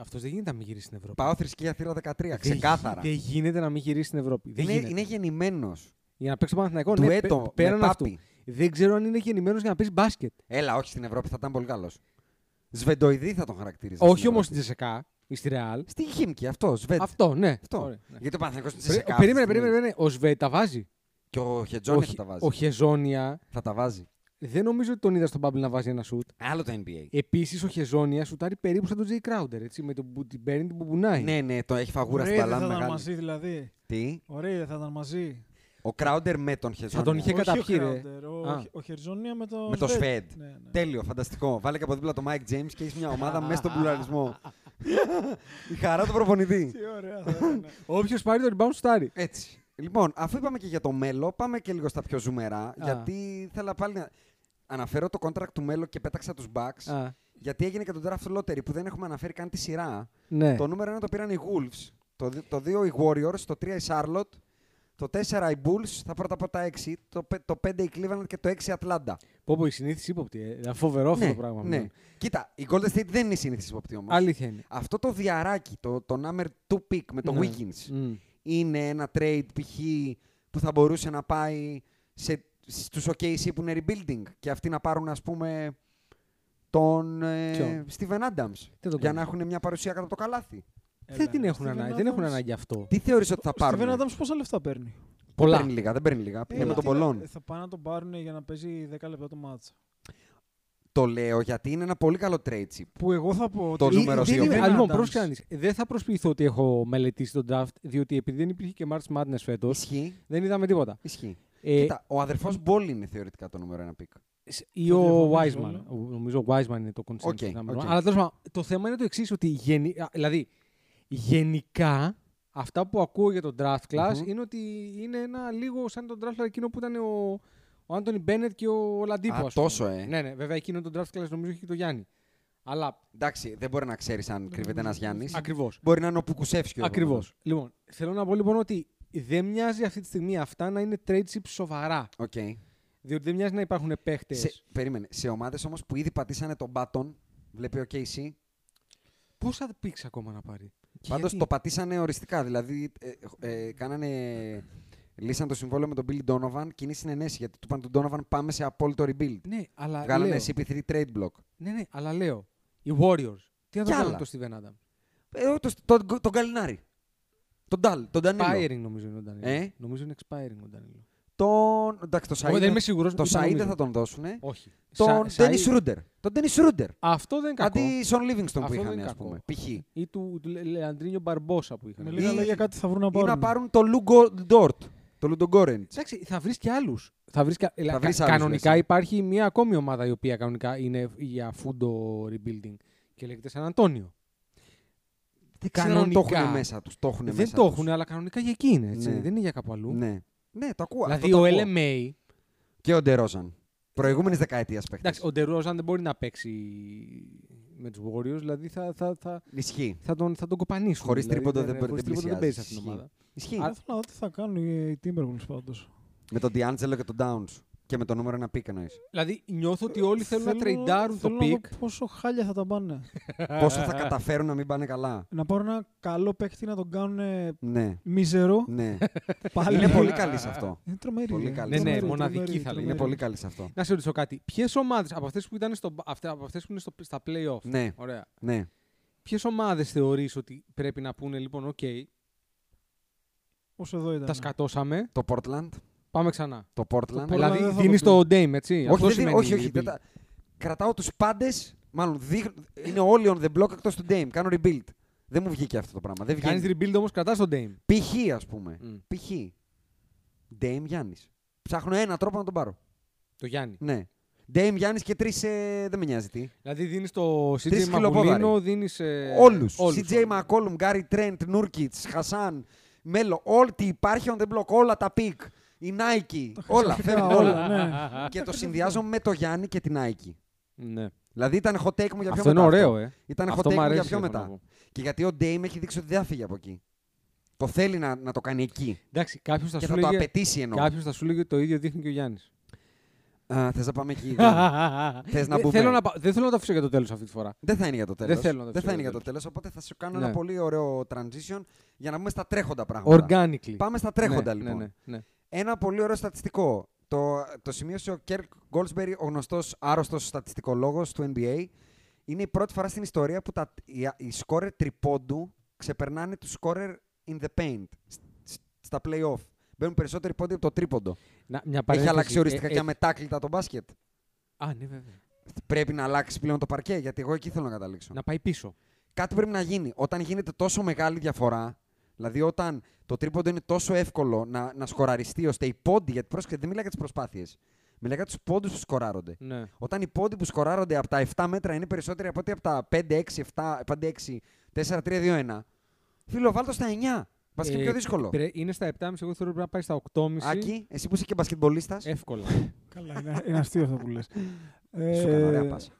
C: Αυτό δεν γίνεται να μην γυρίσει στην Ευρώπη.
D: Πάω θρησκεία θύρα 13,
C: Δεν
D: ξεκάθαρα.
C: γι- Δεν γίνεται να μην γυρίσει στην Ευρώπη. Δεν
D: Είναι,
C: γίνεται.
D: είναι γεννημένος.
C: Για να παίξει Παναθηναϊκό,
D: Του
C: ναι,
D: έτο,
C: πέ-
D: με
C: πέραν αυτού.
D: πάπη.
C: Δεν ξέρω αν είναι γεννημένος για να παίζει μπάσκετ.
D: Έλα, όχι στην Ευρώπη, θα ήταν πολύ καλός. Σβεντοειδή θα τον χαρακτηρίζεις.
C: Όχι όμω στην Τζεσεκά ή στη Ρεάλ.
D: Στη Χίμκι, αυτό. Σβεντ.
C: Αυτό, ναι.
D: Αυτό.
C: Ωραία, ναι.
D: Γιατί ο Παναθηναϊκός είναι
C: Περί-
D: σε
C: Περίμενε, περίμενε, περίμενε. Ο Σβέ τα βάζει.
D: Και ο Χετζόνια
C: Ο
D: θα
C: Χε-
D: τα
C: Ο
D: βάζει.
C: Χεζόνια
D: Θα τα βάζει.
C: δεν νομίζω ότι τον είδα στον Bubble να βάζει ένα σουτ.
D: Άλλο το NBA.
C: Επίσης ο Χεζόνια σουτάρει περίπου σαν τον Τζέι Κράουντερ. Έτσι, με τον που την παίρνει την μπουμπουνάει.
D: Ναι, ναι, το έχει φαγούρα
E: Ωραίοι
D: στην
E: δεν θα
D: παλάμη
E: ήταν
D: μεγάλη.
E: μαζί δηλαδή.
D: Τι,
E: Ωραίοι δεν θα ήταν μαζί.
D: ο Κράουντερ με τον Χεζόνια.
C: Θα τον είχε
E: Όχι ο
C: καταπιεί, ρε.
E: Crowder, ο-
C: Α.
E: Ο Χερζόνια με το
D: Με το Σφέντ.
E: Ναι, ναι.
D: Τέλειο, φανταστικό. Βάλε και από δίπλα το Mike James και έχεις μια ομάδα μέσα στον
C: *laughs*
D: πλουραλισμό. Η χαρά του προπονητή.
E: Τι ωραία
D: *laughs*
E: θα ήταν.
C: Όποιος πάρει το rebound στάρει.
D: Έτσι. Λοιπόν, αφού είπαμε και για το Μέλο, πάμε και λίγο στα πιο ζουμερά. Γιατί θέλω πάλι να. Αναφέρω το contract του Μέλο και πέταξα τους Bucks.
C: Α,
D: Γιατί έγινε και το draft lottery που δεν έχουμε αναφέρει καν τη σειρά.
C: ναι.
D: Το νούμερο 1 το πήραν οι Wolves. Το, δι- το 2 οι Warriors. Το 3 η Charlotte. Το 4 οι Bulls. Τα πρώτα πρώτα 6. Το, πε- το 5 η Cleveland και το 6 η Atlanta.
C: Πω πω, η συνήθιση ύποπτη. Ε. Ήταν Φοβερό αυτό το πράγμα.
D: Ναι.
C: μάλλον.
D: Κοίτα, η Golden State δεν είναι συνήθι υποπτή όμως.
C: Αλήθεια είναι.
D: Αυτό το διαράκι, το, το number 2 pick με το
C: Ναι.
D: Wiggins,
C: Μμ.
D: είναι ένα trade π.χ. που θα μπορούσε να πάει σε, στους OKC που είναι rebuilding και αυτοί να πάρουν ας πούμε τον ε,
C: Ποιον?
D: Steven Adams
C: τον
D: για
C: κάνει.
D: να έχουν μια παρουσία κάτω από το καλάθι.
E: Έλα,
C: Δεν, την έχουν
E: Steven
C: ανάγκη,
E: Adams.
C: δεν έχουν ανάγκη αυτό.
D: Τι θεωρείς ότι θα
E: Ο Steven
D: πάρουν.
E: Adams πόσα λεφτά παίρνει.
C: Πολλά.
D: Παίρνει λίγα, δεν παίρνει λίγα.
E: Ε,
D: είναι με
E: γιατί
D: τον πολλών.
E: να- Θα πάνε να τον πάρουν για να παίζει 10 λεπτά το μάτσα.
D: Το λέω γιατί είναι ένα πολύ καλό trade chip.
E: Που εγώ θα πω.
D: Το
E: ότι- Ε,
D: νούμερο
E: δεν
D: δύο.
E: είναι
C: Α, Λοιπόν,
E: Adams.
C: πρόσεχε να δεις. Δεν θα προσποιηθώ ότι έχω μελετήσει τον draft, διότι επειδή δεν υπήρχε και March Madness φέτος,
D: Ισχύει.
C: δεν είδαμε τίποτα.
D: Ισχύει.
C: Ε,
D: Κοίτα, ο αδερφός Μπόλ είναι θεωρητικά το νούμερο ένα pick.
C: σ- Ή ο
E: διαφωνήσω
C: Wiseman.
E: όλο.
C: Ο- Νομίζω ο Wiseman είναι το consensus.
D: Οκ,
C: νούμερο.
D: οκ.
C: Αλλά τέλος πάντων, το θέμα είναι το εξής, ότι γενι... α, δηλαδή, γενικά αυτά που ακούω για τον draft class
D: Μμμ.
C: είναι ότι είναι ένα λίγο σαν τον draft class εκείνο που ήταν ο, ο Άντωνι Μπένετ και ο Λαντίπο.
D: Α, τόσο, ε.
C: Ναι, ναι, βέβαια εκείνο τον draft class νομίζω είχε και το Γιάννη. Αλλά
D: Εντάξει, δεν μπορεί να ξέρεις αν κρύβεται ένας Γιάννης.
C: ακριβώς.
D: Μπορεί να είναι ο Πουκουσεύσκι. ο
C: Ακριβώς.
D: επόμενος.
C: Λοιπόν, θέλω να πω λοιπόν ότι δεν μοιάζει αυτή τη στιγμή αυτά να είναι trade chips σοβαρά.
D: Οκ.
C: Διότι δεν μοιάζει να υπάρχουν παίχτες.
D: Σε, περίμενε. Σε ομάδες όμως που ήδη πατήσανε τον μπάτον, βλέπει ο KC.
C: Πόσα πήξε ακόμα να πάρει. Και
D: Πάντως
C: γιατί?
D: το πατήσανε οριστικά. Δηλαδή, ε, ε, κάνανε. Λύσαν το συμβόλαιο με τον Billy Donovan και είναι η συνενέση γιατί του είπαν τον Donovan πάμε σε απόλυτο rebuild.
C: Ναι, αλλά
D: Βγάλανε
C: λέω.
D: CP3 trade block.
C: Ναι, ναι, αλλά λέω. Οι Warriors. Τι θα το
D: Κι
C: κάνουν
D: άλλα.
C: το Steven Adams.
D: Ε, ο- το- το- τον Καλινάρη. Τον Νταλ, τον Ντανίλο.
C: Expiring νομίζω είναι ο Ντανίλο.
D: Ε?
C: Νομίζω είναι expiring ο Ντανίλο.
D: Τον. Εντάξει, το
C: Εγώ
D: Σαΐ
C: δεν είμαι σίγουρος,
D: Το
C: ούτε
D: Σαΐ
C: νομίζω.
D: δεν θα τον δώσουν.
C: Όχι.
D: Τον
C: Σα-
D: Ντένι
C: Σαΐ-
D: Ρούντερ. Τον Ντένι Ρούντερ.
C: Αυτό δεν είναι κακό.
D: Αντί Σον Λίβινγκστον που
C: Αυτό δεν
D: είχαν,
C: είναι
D: ας
C: κακό.
D: πούμε. Π.χ. Ή
C: Ή του του Λε- Λεαντρίνιο Μπαρμπόσα που
E: Με
C: είχαν.
E: λίγα
D: Ε, Ή-
E: λόγια κάτι θα βρουν να πάρουν.
D: να πάρουν το Λούγκο Ντόρτ. Το Λούντο Γκόρεντ.
C: Εντάξει, θα βρεις και άλλους. Θα βρεις και... ε, Κα...
D: βρεις άλλους,
C: κανονικά
D: λες.
C: υπάρχει μια ακόμη ομάδα η οποία κανονικά είναι για φούντο rebuilding και λέγεται Σαν Αντώνιο.
D: Δεν ξέρω αν το
C: Κανονικά.
D: έχουν μέσα τους. Το έχουν
C: δεν
D: μέσα
C: το
D: τους.
C: έχουν, αλλά κανονικά για εκεί είναι. Έτσι.
D: Ναι.
C: Δεν είναι για κάπου αλλού.
D: Ναι. Ναι, το ακούω.
C: Δηλαδή
D: αυτό το
C: ο
D: ακούω.
C: LMA.
D: Και ο Ντερόζαν. Προηγούμενης δεκαετίας παίχτης.
C: Εντάξει, ο Ντερόζαν δεν μπορεί να παίξει με τους Warriors, δηλαδή θα, θα, θα,
D: Ισχύει.
C: θα τον, θα τον κοπανίσουν.
D: Χωρίς
C: δηλαδή,
D: τρίποντο δεν-
C: χωρίς
D: δεν
C: τρίποντο δεν παίζει
D: πλησιάζει.
C: αυτήν την ομάδα.
D: Ισχύει.
E: Θα ήθελα να δω τι θα κάνουν οι οι Timberwolves πάντως.
D: Με τον Διάντζελο και τον Downs. Και με το νούμερο ένα
C: *laughs*
D: πικ εννοείς.
C: Δηλαδή νιώθω ότι όλοι θέλουν να τρεϊντάρουν το
E: θέλω να δω
C: πικ.
E: Πόσο χάλια θα τα πάνε. *laughs*
D: Πόσο θα καταφέρουν να μην πάνε καλά.
E: να πάρουν ένα καλό παίκτη να τον κάνουν ε,
D: Ναι.
E: μίζερο.
C: *laughs*
D: Ναι.
E: Πάλι.
D: Είναι πολύ καλή σε αυτό.
E: Είναι τρομερή.
D: Πολύ
E: ε.
D: καλή.
C: Ναι, ναι,
E: Τρομερή,
C: μοναδική
E: τρομερή,
C: θα λέγαμε.
D: Είναι
E: τρομερή.
D: πολύ καλή σε αυτό.
C: Να σε ρωτήσω κάτι. Ποιες ομάδες από αυτές που ήταν στο, αυτα- από αυτές που είναι στο, στα playoff.
D: Ναι.
C: Ωραία.
D: Ναι.
C: Ποιες ομάδες θεωρείς ότι πρέπει να πούνε λοιπόν, οκ,
E: Όσο εδώ ήταν.
C: τα σκατώσαμε,
D: Το Portland.
C: πάμε ξανά.
D: Το Portland.
E: Portland. δεν
C: δηλαδή
E: θα το
C: δίνεις
E: πει.
C: το Dame, έτσι.
D: ναι, Όχι,
C: Αυτό
D: δεν,
C: σημαίνει
D: δίνω- όχι,
C: η
D: όχι.
C: rebuild.
D: δεν τα- Κρατάω τους πάντες. Μάλλον δείχν- είναι όλοι on the block εκτός του Dame. Κάνω rebuild. Δεν μου βγήκε αυτό το πράγμα. Δεν
C: Κάνεις
D: βγαίνει.
C: rebuild όμως, κρατάς το Dame.
D: Π.χ. ας πούμε.
C: Μμ.
D: Π.χ. Dame Γιάννη. Ψάχνω έναν τρόπο να τον πάρω.
C: Το Γιάννη.
D: Ναι. Dame Γιάννη και τρεις. Ε, δεν με νοιάζει τι.
C: Δηλαδή δίνεις το CJ
D: Τρεις
C: Μαγκουλίνο,
D: χιλοπόδαροι.
C: δίνεις. Ε,
D: Όλους.
C: όλους,
D: CJ
C: όλους.
D: McCollum, Gary Trent, Nurkic, Χασάν, Μέλο. Ό,τι υπάρχει on the block. Όλα τα πικ. Η Nike. Όλα.
E: Φυσικά,
D: φέρνω όλα.
E: όλα. ναι.
D: και το συνδυάζω με το Γιάννη και την Nike.
C: Ναι.
D: Δηλαδή ήταν hot take μου για πιο
C: Αυτό είναι
D: μετά.
C: ωραίο, ε.
D: Ήταν hot
C: Αυτό μ'
D: take μου για
C: αρέσει,
D: πιο
C: έχω να
D: μετά.
C: πω.
D: Και γιατί ο Dame έχει δείξει ότι δεν θα φύγει από εκεί. Το θέλει να, να το κάνει εκεί.
C: Εντάξει, κάποιος θα,
D: και
C: σου
D: θα το
C: λέγε-
D: απαιτήσει εννοώ.
C: κάποιος θα σου λέγει ότι το ίδιο δείχνει και ο Γιάννης.
D: Α, θες να πάμε
C: *laughs*
D: εκεί. δεν- Θες να μπούμε.
C: Ε, θέλω να, πα- δεν θέλω να το αφήσω για το τέλος αυτή τη φορά.
D: δεν θα είναι για το τέλο.
C: Δεν θέλω να το
D: θα
C: ξέρω
D: είναι για
C: το
D: το τέλος. Οπότε θα σου κάνω
C: Ναι.
D: ένα πολύ ωραίο transition για να μπούμε στα τρέχοντα πράγματα.
C: Organically.
D: Πάμε στα τρέχοντα
C: Ναι,
D: λοιπόν.
C: Ναι, ναι, ναι.
D: Ένα πολύ ωραίο στατιστικό. Το, το σημείωσε ο Κέρκ Γκόλσμπερι, ο γνωστός άρρωστος στατιστικολόγος του NBA. Είναι η πρώτη φορά στην ιστορία που τα, οι, οι σκόρερ τριπώντου ξεπερνάνε τους σκόρερ in the paint σ- σ- στα playoff. Μπαίνουν περισσότεροι πόντοι από το τρίποντο.
C: Να, μια
D: Έχει
C: παρένθεση.
D: αλλάξει οριστικά
C: Ε,
D: και
C: ε,
D: αμετάκλητα το μπάσκετ.
C: Α, ναι, βέβαια.
D: Πρέπει να αλλάξει πλέον το παρκέ, γιατί εγώ εκεί θέλω να καταλήξω.
C: Να πάει πίσω.
D: Κάτι πρέπει να γίνει. Όταν γίνεται τόσο μεγάλη διαφορά, δηλαδή όταν το τρίποντο είναι τόσο εύκολο να, να σκοραριστεί, ώστε οι πόντοι, γιατί πρόσεχε, δεν μιλάει για τις προσπάθειες. Μιλάει για τους πόντους που σκοράρονται.
C: Ναι.
D: Όταν οι πόντοι που σκοράρονται από τα 7 μέτρα είναι περισσότεροι από ότι από τα 5, 6, 7, 5, 6, 4, 3, 2, 1. Φίλο, βάλτο στα 9. Πα και
C: Ε,
D: πιο δύσκολο.
C: πρέ- Είναι στα 7,5. Εγώ θεωρώ πρέπει να πάει στα 8,5.
D: Άκη, εσύ που είσαι και μπασκετμπολίστας.
C: Εύκολα.
E: Καλά, είναι, είναι αστείο αυτό που λες.
D: *laughs*
E: Ε,
D: Σου έκανα ωραία πάσα.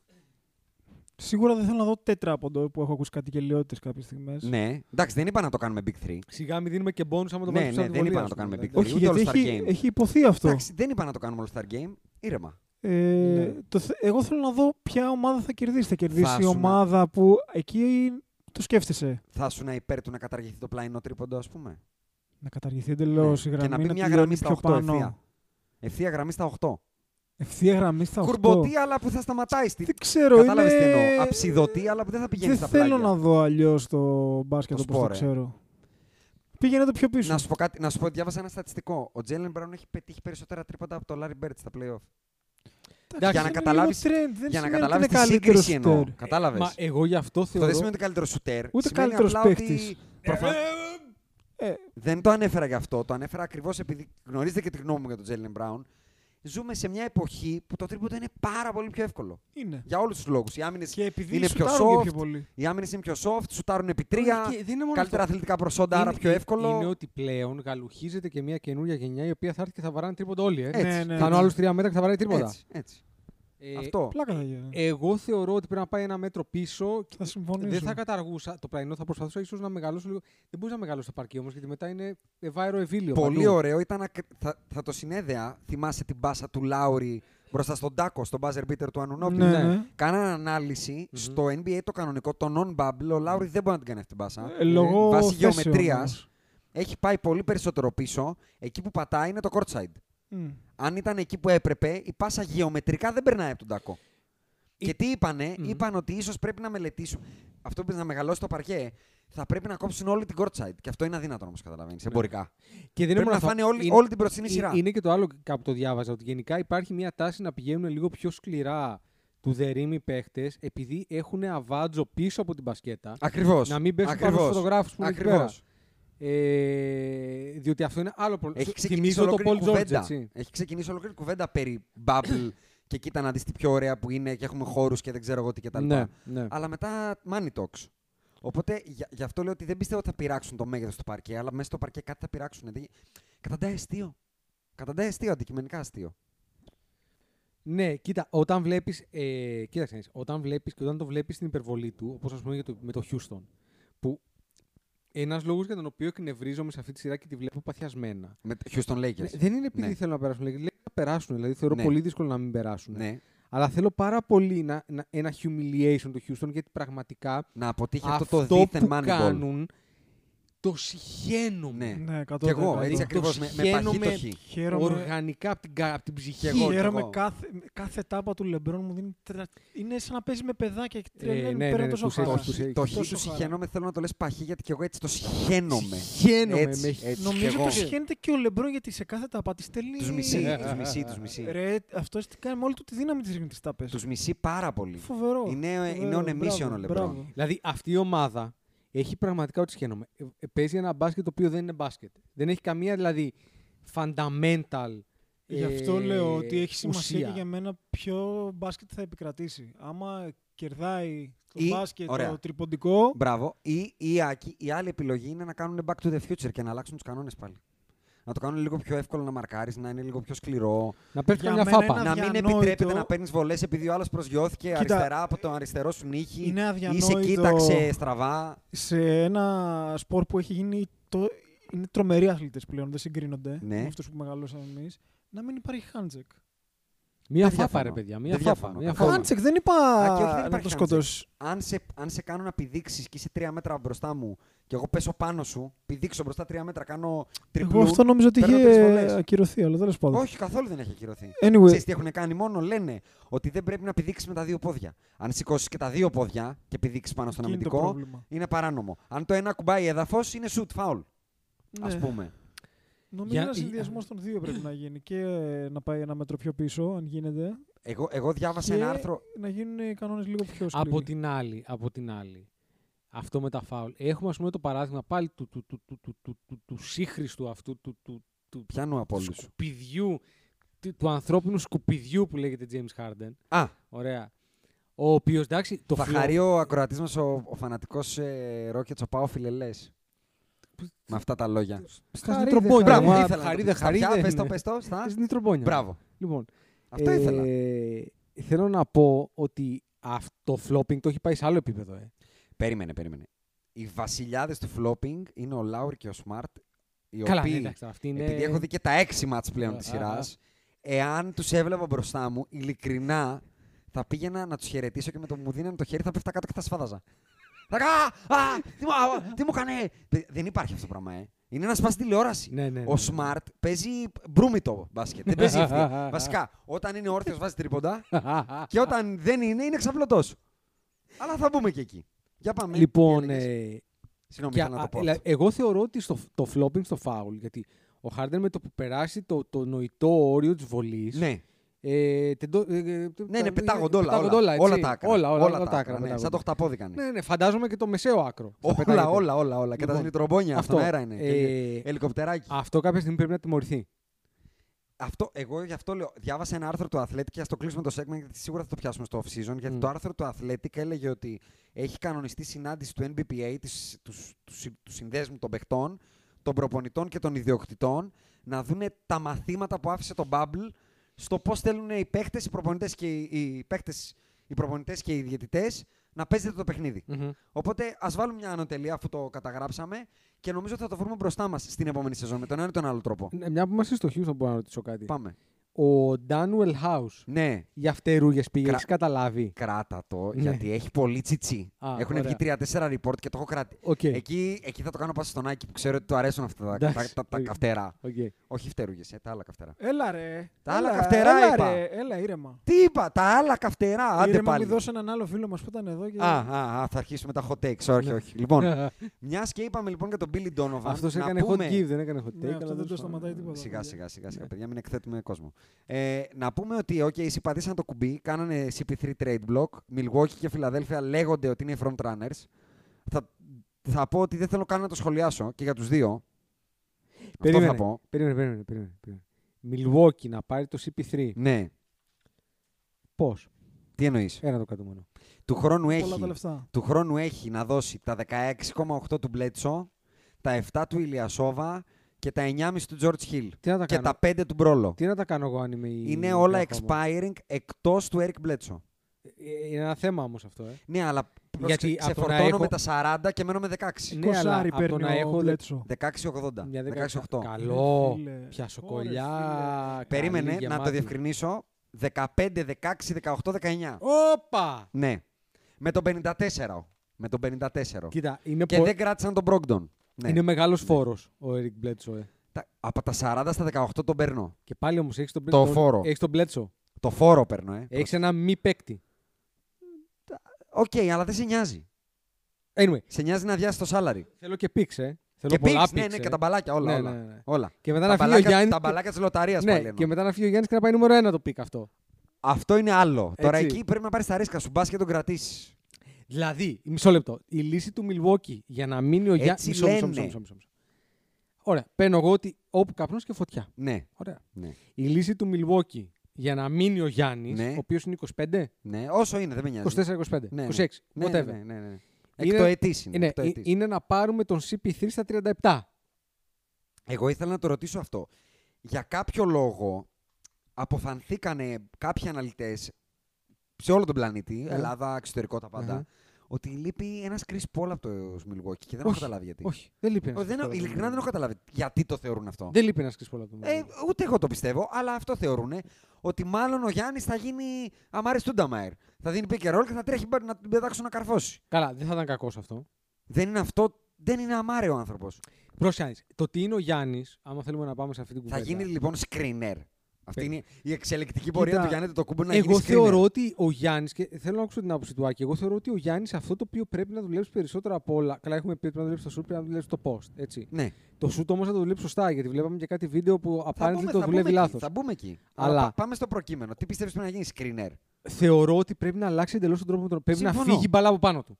E: σίγουρα δεν θέλω να δω τέτρα από το που έχω ακούσει κάτι γελιότητες κάποιες στιγμές.
D: Ναι, εντάξει, δεν είπα να το κάνουμε Big 3.
C: Σιγά μην δίνουμε και bonus άμα το βάλουμε
D: Ναι, ναι,
C: στα
D: δεν
C: εμβολία,
D: είπα να
C: ας
D: το
C: πούμε,
D: κάνουμε
C: δηλαδή.
D: big
E: Όχι, γιατί
D: All-Star
E: έχει,
D: Game.
E: έχει υποθεί αυτό.
D: Εντάξει, Ναι. δεν είπα να το κάνουμε All Star Game. Ήρεμα.
E: Ε, το, θε- εγώ θέλω να δω ποια ομάδα θα κερδίσει. Θα κερδίσει η
D: Φάσουνα.
E: ομάδα που εκεί το σκέφτεσαι.
D: Θα σου να υπέρ του να καταργηθεί το πλαϊνό τρίποντο, ας πούμε.
E: Να καταργηθεί εντελώς
D: Ναι.
E: η γραμμή.
D: Και να πει μια
E: τελειώνει
D: γραμμή στα
E: πιο
D: 8
E: πάνω.
D: ευθεία. Ευθεία γραμμή στα 8.
E: Ευθεία γραμμή στα 8.
D: Κουρμποτή, αλλά που θα σταματάει. Στη...
E: Δεν ξέρω,
D: Κατάλαβες τι
E: είναι...
D: εννοώ. Αψιδωτή, αλλά που δεν θα πηγαίνει
E: Δεν
D: στα
E: θέλω
D: πλάγια.
E: να δω αλλιώς το μπάσκετ
D: Το
E: όπως το
D: σπορ, ε.
E: ξέρω. Πήγαινε το πιο πίσω.
D: Να σου πω κάτι, να σου πω, διάβασα ένα στατιστικό. Ο Τζέλεν Μπράουν έχει πετύχει περισσότερα τρίποντα από το Λάρι Μπέρτ στα playoff.
E: Εντάξει,
D: για να
E: είναι
D: καταλάβεις-
E: λίγο trend, δεν
D: Για να
E: σημαίνει ότι
D: καταλάβεις τη
E: είναι καλύτερο Ε,
D: σύγκριση εννοώ.
E: shooter.
D: Κατάλαβε.
C: Μα εγώ γι' αυτό
D: Αυτό δεν
C: θεωρώ.
D: σημαίνει ότι καλύτερο σουτέρ.
E: Ούτε
D: σημαίνει
E: καλύτερος
D: απλά
E: παίκτης.
D: Ότι... προφανώς-
E: Ε,
D: Δεν το ανέφερα γι' αυτό. Το ανέφερα ακριβώ επειδή γνωρίζετε και τη γνώμη μου για τον Τζέλεν Μπράουν. Ζούμε σε μια εποχή που το τρίποντο είναι πάρα πολύ πιο εύκολο.
E: είναι.
D: Για όλους τους λόγους. Οι άμυνες
E: Και επειδή
D: είναι πιο
E: σουτάρουν και
D: soft,
E: πιο πολύ.
D: οι άμυνες είναι πιο soft, σουτάρουν επί
C: Όχι,
D: τρία.
C: και δεν είναι μόνο
D: Καλύτερα
C: αυτό.
D: αθλητικά προσόντα, άρα
C: Είναι-
D: πιο εύκολο.
C: Είναι ότι πλέον γαλουχίζεται και μια καινούργια γενιά η οποία θα έρθει και θα βαράνε τίποτα όλοι. Ε.
D: Έτσι.
E: Ναι, ναι,
C: θα είναι
E: ναι.
C: ο άλλο τρία μέτρα και θα βαράει τίποτα.
D: Έτσι, έτσι.
C: Ε,
D: Αυτό.
E: Πλάκα θα γίνει.
C: Εγώ θεωρώ ότι πρέπει να πάει ένα μέτρο πίσω.
E: Θα συμφωνήσω.
C: Δεν θα καταργούσα το πλαϊνό, θα προσπαθούσα ίσως να μεγαλώσω λίγο. Δεν μπορεί να μεγαλώσει το παρκή όμως, γιατί μετά είναι ευάερο ευήλιο.
D: Πολύ
C: παντού.
D: ωραίο ήταν. ακρι- Θα, θα το συνέδεα. Θυμάσαι την μπάσα του Λάουρη μπροστά στον Τάκο, στον buzzer beater του Ανουνόπουλου.
E: Ναι,
C: ναι.
E: ναι.
D: Κάναν ανάλυση στο NBA το κανονικό, το non-bubble. Ο Λάουρη δεν μπορεί να την κάνει αυτή την μπάσα.
E: Ε, Λόγω
D: Βάσει
E: θέσεων
D: γεωμετρίας
E: όμως.
D: έχει πάει πολύ περισσότερο πίσω. Εκεί που πατάει είναι το courtside.
E: Μμ.
D: Αν ήταν εκεί που έπρεπε, η πάσα γεωμετρικά δεν περνάει από τον τάκο. Και τι ηπανε είπαν ότι ίσως πρέπει να μελετήσουν. Αυτό που είπες, να μεγαλώσει το παρκέ. θα πρέπει να κόψουν όλη την court side. Και αυτό είναι αδύνατο όμως, καταλαβαίνεις. Εμπορικά.
C: Και Ναι. δεν
D: Πρέπει να
C: αυτό.
D: φάνε όλη- όλη την προστινή σειρά.
C: Είναι και το άλλο κάπου το διάβαζα. Ότι γενικά υπάρχει μια τάση να πηγαίνουν λίγο πιο σκληρά του δερήμι παίχτες επειδή έχουν αβάτζο πίσω από την μπασκέτα.
D: Ακριβώς.
C: Να μην πέσουν πάνω στους φωτογράφους που είναι εκεί πέρα. Ε, διότι αυτό είναι άλλο πρόβλημα.
D: Έχει ξεκινήσει
C: Θυμίζω το
D: ολόκληρη
C: Paul George,
D: κουβέντα.
C: έτσι.
D: Έχει ξεκινήσει ολόκληρη κουβέντα περί bubble και κοίτα να δεις τι πιο ωραία που είναι και έχουμε χώρους και δεν ξέρω εγώ τι κτλ.
C: Ναι, ναι.
D: Αλλά μετά money talks. Οπότε για- γι' αυτό λέω ότι δεν πιστεύω ότι θα πειράξουν το μέγεθος του παρκέ, αλλά μέσα στο παρκέ κάτι θα πειράξουν. Δηλαδή, Καταντάει αστείο. Καταντάει αστείο, αντικειμενικά αστείο.
C: Ναι, κοίτα, όταν βλέπεις. Ε, κοίταξε, να δεις, όταν βλέπεις και όταν το βλέπεις στην υπερβολή του, όπως ας πούμε για το, με το Houston. Που ένας λόγος για τον οποίο εκνευρίζομαι σε αυτή τη σειρά και τη βλέπω παθιασμένα.
D: Με το Houston Lakers.
C: Ναι, δεν είναι επειδή
D: Ναι.
C: θέλω να περάσουν, λέει, λέει, θα περάσουν. Δηλαδή θεωρώ
D: Ναι.
C: πολύ δύσκολο να μην περάσουν.
D: Ναι.
C: Αλλά θέλω πάρα πολύ να, να- ένα humiliation του Houston γιατί πραγματικά
D: Να αποτύχει αυτό,
C: αυτό,
D: το δίθεν
C: που
D: Moneyball.
C: κάνουν το συχαίνομαι.
D: Ναι.
E: Ναι,
D: Κι
E: κατώτερα.
D: εγώ, έτσι
C: Το
D: ακριβώς. Με, με
C: συχαίνομαι.
D: παχύ το χ.
E: Χαίρομαι,
C: Οργανικά από την, κα- απ' την ψυχή.
D: εγώ, κι
E: χαίρομαι
D: εγώ.
E: κάθε, κάθε τάπα του Λεμπρόν μου δίνει τρα... Είναι σαν να παίζει με παιδάκια και
C: Ε, ναι,
E: τρελαίνει
C: ναι,
E: πέρα
C: ναι,
E: τόσο
C: τους έχεις,
E: χαρά.
C: τους έχεις.
D: Το χ
E: Τόσο
D: του
E: χαρά.
D: συχαίνομαι, θέλω να το λες παχύ, γιατί και εγώ έτσι το συχαίνομαι.
C: Συχαίνομαι,
D: Έτσι,
C: με
D: έτσι, κι
E: Νομίζω
D: εγώ.
E: το συχαίνεται και ο Λεμπρόν γιατί σε κάθε ταπά της στέλνει.
D: Τους Ε, μισεί, τους μισεί, τους μισεί.
E: Ρε, αυτό τι κάνει με όλη του τη δύναμη της ρίχνει τι τάπες.
D: Τους μισεί πάρα πολύ.
E: Φοβερό.
D: Είναι- ε, είναι
E: Φοβερό.
D: on a mission
E: Μπράβο,
D: ο Λεμπρόν.
E: μπράβο.
C: Δηλαδή αυτή η ομάδα έχει πραγματικά ό,τι σχένομαι. Ε, ε, Παίζει ένα μπάσκετ το οποίο δεν είναι μπάσκετ. Δεν έχει καμία δηλαδή fundamental.
E: Γι' αυτό
C: ε,
E: λέω ότι έχει σημασία
C: ουσία.
E: και για μένα ποιο μπάσκετ θα επικρατήσει. Άμα κερδάει το
D: Ή-
E: μπάσκετ
D: ωραία.
E: το τριποντικό,
D: Μπράβο. Ή, ή Άκη, η άλλη επιλογή είναι να κάνουν back to the future και να αλλάξουν τους κανόνες πάλι. Να το κάνουν λίγο πιο εύκολο να μαρκάρεις, να είναι λίγο πιο σκληρό.
C: Να πέφτει
E: Για
C: καμιά
E: μένα
C: φάπα.
E: είναι
D: να μην
E: αδιανόητο.
D: επιτρέπεται να παίρνεις βολές επειδή ο άλλος προσγειώθηκε
E: Κοίτα,
D: αριστερά από τον αριστερό σου νύχι.
E: είναι
D: ή σε
E: αδιανόητο.
D: κοίταξε στραβά.
E: σε ένα σπορ που έχει γίνει. Το... Είναι τρομεροί αθλητές πλέον, δεν συγκρίνονται
D: Ναι.
E: με αυτούς που μεγαλώσαμε εμείς. Να μην υπάρχει χάντζεκ.
C: Μία
D: Δεν
C: φάπα,
D: διαφωνώ.
C: ρε παιδιά. Μία
D: Δεν
C: φάπα.
D: διαφωνώ.
C: Μία
D: Καλά.
C: φάπα.
E: Χάντζεκ, δεν είπα
D: Α, και όχι, δεν
E: να
D: υπάρχει
E: το
D: handshake.
E: σκοτώσει.
D: Αν σε, αν σε κάνω να πηδήξεις και είσαι τρία μέτρα μπροστά μου και εγώ πέσω πάνω σου, πηδήξω μπροστά τρία μέτρα, κάνω τριπλού.
E: Εγώ αυτό νόμιζα ότι
D: παίρνω
E: είχε
D: τρεις βολές.
E: ακυρωθεί, αλλά τέλος πάντων.
D: Όχι, καθόλου δεν έχει ακυρωθεί.
E: Anyway,
D: Ξέρεις τι έχουν κάνει μόνο, λένε ότι δεν πρέπει να πηδήξεις με τα δύο πόδια. Αν σηκώσεις και τα δύο πόδια και πηδήξεις πάνω στον
E: εκεί είναι το
D: αμυντικό,
E: πρόβλημα.
D: είναι παράνομο. Αν το ένα κουμπάει έδαφος, είναι shoot foul, α
E: Ναι.
D: πούμε.
E: Νομίζω
C: Για-
E: ένα
C: η-
E: συνδυασμό των δύο πρέπει να γίνει. Και ε, να πάει ένα μέτρο πιο πίσω, αν γίνεται.
D: Εγώ, εγώ διάβασα
E: Και
D: ένα άρθρο.
E: να γίνουν οι κανόνες λίγο πιο σκληροί.
C: Από την άλλη, από την άλλη. Αυτό με τα φάουλ. Έχουμε ας πούμε το παράδειγμα πάλι του, του, του, του, του, του, του, του σύγχρηστου αυτού του, του, του,
D: Πιάνω από όλους.
C: σκουπιδιού, του, του ανθρώπινου σκουπιδιού που λέγεται James Harden.
D: Α,
C: Ωραία. Ο οποίος εντάξει. Το
D: θα
C: φλο-
D: χαρεί ο ακροατής μας, ο, ο φανατικός ε, Ρόκετ, ο Πάο Φιλελές. Με αυτά τα λόγια.
C: Στα
E: Χαρεί,
C: νητρομπόνια.
E: δεν χαρεί.
C: Μα-
D: Μπράβο, ήθελα
C: χαρεί,
D: να
C: δεν
D: το
C: χαρεί,
D: πεις. Στα
C: δεν
D: πια, Πες το,
C: είναι.
D: πες το, στα.
C: Στα νητρομπόνια.
D: Μπράβο.
C: Λοιπόν,
D: Αυτό
C: ε,
D: ήθελα.
C: Θέλω να πω ότι αυτό το flopping το έχει πάει σε άλλο επίπεδο. Ε.
D: Περίμενε, περίμενε. Οι βασιλιάδες του flopping είναι ο Λάουρ και ο Σμαρτ. Οι
C: Καλά, ναι,
D: οποίοι
C: εντάξει, αυτή είναι. Ε,
D: Επειδή έχω δει και τα έξι μάτς πλέον
C: Α,
D: τη
C: α,
D: σειρά,
C: α.
D: εάν τους έβλεπα μπροστά μου, ειλικρινά θα πήγαινα να τους χαιρετήσω και με το που μου δίνανε το χέρι θα πέφτα κάτω και θα σφάδαζα. Θα κα- α, α, τι, μου, α, τι μου έκανε. Δε- Δεν υπάρχει αυτό το πράγμα, ε. Είναι να σπάσει τηλεόραση.
C: Ναι, ναι, ναι, *laughs* ναι.
D: Ο Smart παίζει μπρούμητο μπάσκετ. δεν
C: *laughs*
D: παίζει αυτή. Βασικά, όταν είναι όρθιος βάζει τρίποντα και όταν δεν είναι, είναι ξαπλωτός. Αλλά θα μπούμε και εκεί. Για πάμε.
C: Λοιπόν,
D: Τι έλεγες?
C: ε,
D: Συγγνώμη,
C: και
D: ήθελα να
C: α-
D: το πω.
C: ε,
D: αυτό.
C: εγώ θεωρώ ότι στο, το flopping στο foul, γιατί ο Harden με το που περάσει το, το νοητό όριο της βολής.
D: Ναι.
C: Ε, τεντώ- ε, ε,
D: Ναι, ναι,
C: τα-
D: πετάγονται όλα. Όλα,
C: πετάγονται
D: όλα,
C: έτσι.
D: τα άκρα.
C: Όλα, όλα, όλα τα άκρα.
D: ναι, σαν
C: πετάγονται.
D: το χταπόδικανε.
C: Ναι, ναι, φαντάζομαι και το μεσαίο άκρο. θα
D: Όλα,
C: πετάγεται.
D: όλα, όλα, όλα. Και τα
C: Λοιπόν,
D: λιτρομπόνια
C: αυτό,
D: στον αέρα είναι.
C: ε,
D: Και Ελικοπτεράκι.
C: Αυτό κάποια στιγμή πρέπει να τιμωρηθεί.
D: Αυτό, εγώ γι' αυτό λέω. Διάβασα ένα άρθρο του Athletic και ας το κλείσουμε το segment γιατί σίγουρα θα το πιάσουμε στο off-season. Γιατί
C: Μμ.
D: το άρθρο του Athletic έλεγε ότι έχει κανονιστεί συνάντηση του NBPA, της, τους, σ- του συ- τους συνδέσμου των παιχτών, των προπονητών και των ιδιοκτητών, να δουν τα μαθήματα που άφησε το Bubble στο πώς θέλουν οι παίχτες, οι προπονητές και οι, οι, παίκτες, οι, προπονητές και οι διαιτητές να παίζετε το παιχνίδι. Οπότε ας βάλουμε μια ανωτελεία αφού το καταγράψαμε και νομίζω ότι θα το βρούμε μπροστά μας στην επόμενη σεζόν με τον ένα ή τον άλλο τρόπο.
C: Ναι, Μια που είμαστε στο Houston, μπορώ να ρωτήσω κάτι.
D: Πάμε.
C: Ο Daniel House
D: Ναι,
C: για φτερούγες πήγε,
D: Κρα-
C: έχεις καταλάβει.
D: κράτα το,
C: Ναι.
D: γιατί έχει πολύ τσιτσί.
C: Α,
D: Έχουν
C: ωραία.
D: βγει τρία-τέσσερα report και το έχω κρατήσει.
C: Οκ.
D: Εκεί, εκεί θα το κάνω πάσα στον Άκη που ξέρω ότι του αρέσουν αυτά τα,
C: Εντάξει. Ε.
D: τα, τα, τα καυτερά.
C: Οκ.
D: Όχι φταίρουγε, τα άλλα καυτερά.
E: Έλα ρε.
D: Τα άλλα
E: Έλα,
D: καυτερά
E: έλα,
D: είπα.
E: Ρε, έλα ήρεμα.
D: Τι είπα, τα άλλα καυτερά,
C: Ε,
D: άντε
E: ήρεμα
D: πάλι.
E: μη δώσω έναν άλλο φίλο μας που ήταν εδώ και...
D: Α, α, α, θα αρχίσουμε τα hot takes.
C: Ναι.
D: Όχι, όχι.
C: *laughs*
D: λοιπόν, μιας και είπαμε λοιπόν για τον Billy Donovan.
C: Αυτός
D: να
C: έκανε
D: πούμε...
C: hot give, δεν έκανε hot
E: Ναι,
C: take.
E: αυτό
C: αλλά
E: δεν το
C: τέλος πάντων.
E: σταματάει τίποτα.
D: Ε, Σιγά, σιγά, σιγά, σιγά,
C: Ναι.
D: παιδιά, μην εκθέτουμε κόσμο. Ε, να πούμε ότι okay, οι συμπατήσαν το κουμπί, κάνανε CP3 trade block. Milwaukee και Φιλαδέλφια λέγονται ότι είναι οι front runners. Θα, θα πω ότι δεν θέλω καν να το σχολιάσω και για τους δύο.
C: Περίμενε,
D: Αυτό θα πω.
C: περίμενε, περίμενε, περίμενε, περίμενε. Milwaukee να πάρει το CP3.
D: Ναι,
C: Πώς.
D: τι εννοείς.
C: Ένα το κάτω μόνο.
D: Του χρόνου
E: Πολλά τα
D: έχει
E: λεφτά.
D: του χρόνου έχει να δώσει τα 16,8 του Μπλέτσο, τα 7 του Ηλιασόβα και τα 9,5 του George Hill.
C: Τι να τα
D: Και
C: κάνω.
D: τα 5 του Μπρόλο.
C: Τι να τα κάνω εγώ αν είμαι η- η
D: Είναι όλα
C: Oklahoma.
D: expiring εκτός του Eric Μπλέτσο.
C: Ε, Είναι ένα θέμα όμως αυτό. Ε.
D: Ναι, αλλά
C: Γιατί
D: Γιατί
C: από το να
D: ξεφορτώνω
C: έχω-
D: με τα 40 και μένω με 16.
C: Ναι, αλλά
E: Κοσάρι
C: από το
E: παίρνει
C: να
E: ο
C: έχω δε-
E: Μπλέτσο.
D: 16,80.
C: Μια
D: 16,8.
C: Καλό.
E: Ρε φίλε.
C: Πιασοκολιά.
E: Ωρε,
C: καλή,
D: Περίμενε να το
C: γεμάτη.
D: διευκρινίσω. 15, 16, 18, 19.
C: Όπα!
D: Ναι. Με τον 54. Με τον 54.
C: Κοίτα, είναι,
D: Και
C: πο-
D: δεν κράτησαν τον Brogdon. Ναι.
C: είναι μεγάλος φόρος ο Eric Bledsoe. ε.
D: Τα- Από τα 40 στα 18 τον παίρνω.
C: Και πάλι όμως έχεις τον,
D: Το
C: τον-
D: φόρο.
C: Έχεις τον Bledsoe.
D: Το φόρο παίρνω, ε.
C: Έχεις ένα μη παίκτη.
D: Οκ, αλλά δεν σε νοιάζει.
C: Anyway,
D: Σε νοιάζει να διάσει το salary.
C: θέλω και πίξ, ε. Θέλω
D: και
C: πολλά
D: picks, ναι, ναι,
C: picks, ε.
D: και τα μπαλάκια, όλα.
C: Ναι,
D: όλα.
C: ναι, ναι.
D: όλα.
C: Και μετά
D: τα,
C: να φύγει ο
D: μπαλάκια,
C: Γιάννης.
D: τα μπαλάκια της λοταρίας πάλι.
C: Ναι,
D: εννοώ.
C: και μετά να φύγει ο Γιάννης και να πάει νούμερο ένα το πικ αυτό.
D: Αυτό είναι άλλο. Τώρα
C: Έτσι.
D: εκεί πρέπει να πάρεις τα ρίσκα σου. Μπας και τον κρατήσεις.
C: Δηλαδή, μισό λεπτό. Η λύση του Milwaukee για να μείνει ο Γιάννη.
D: Έτσι λένε.
C: Ωραία. Παίρνω εγώ ότι όπου καπνός και φωτιά.
D: Ναι,
C: Ωραία.
D: ναι.
C: Η λύση του Milwaukee για να μείνει ο Γιάννης,
D: Ναι.
C: ο οποίος είναι 25,
D: ναι. Όσο είναι, δεν με νοιάζει.
C: 24-25, 26,
D: ναι, ναι,
C: whatever.
D: ναι, ναι, ναι.
C: Είναι-
D: Εκτοετή είναι.
C: Είναι, ε,
D: εκτοετής.
C: είναι να πάρουμε τον CP3 στα 37.
D: Εγώ ήθελα να το ρωτήσω αυτό. Για κάποιο λόγο αποφανθήκανε κάποιοι αναλυτές σε όλο τον πλανήτη,
C: Ε.
D: Ελλάδα, εξωτερικό τα πάντα,
C: Αχα.
D: ότι λείπει ένας Chris Paul από το Μιλγόκι και δεν έχω
C: Όχι,
D: καταλάβει γιατί.
C: Όχι, δεν λείπει
D: Ο,
C: ένα.
D: δεν, ειλικρινά δεν έχω καταλάβει γιατί το θεωρούν αυτό.
C: Δεν λείπει ένας κρυσπόλα του.
D: Ε, ούτε εγώ το πιστεύω, αλλά αυτό θεωρούν. Ότι μάλλον ο Γιάννης θα γίνει αμάρις Τούνταμαερ. Θα δίνει pick and roll και θα τρέχει μπα- να την πετάξουν να καρφώσει.
C: Καλά, δεν θα ήταν κακός αυτό.
D: Δεν είναι αυτό, δεν είναι αμάρε ο άνθρωπο.
C: Προσιάννη, το τι είναι ο Γιάννης, άμα θέλουμε να πάμε σε αυτή την
D: Θα
C: κουβέντα.
D: γίνει λοιπόν screener. Αυτή
C: Πέρα.
D: είναι η εξελικτική πορεία
E: Κοίτα,
D: του Γιάννη το κούμπου να
C: Εγώ
D: γίνει screener.
C: θεωρώ ότι ο Γιάννης, και θέλω να ακούσω την άποψη του Άκη, εγώ θεωρώ ότι ο Γιάννης αυτό το οποίο πρέπει να δουλέψει περισσότερο από όλα. Καλά, έχουμε πει ότι πρέπει να δουλέψει το σουτ, πρέπει να δουλέψει το post. Έτσι.
D: Ναι.
C: Το σουτ όμως να το δουλέψει σωστά, γιατί βλέπαμε και κάτι βίντεο που
D: Θα
C: απάντησε
D: μπούμε-
C: το
D: θα μπούμε
C: δουλεύει
D: εκεί,
C: λάθος.
D: Θα μπούμε εκεί.
C: Αλλά-
D: Αλλά... πα- Πάμε στο προκείμενο. Τι πιστεύεις πρέπει να γίνει screener.
C: Θεωρώ ότι πρέπει να αλλάξει εντελώς τον τρόπο με τον. Πρέπει να
D: Συμφωνώ.
C: φύγει η μπαλά από πάνω του.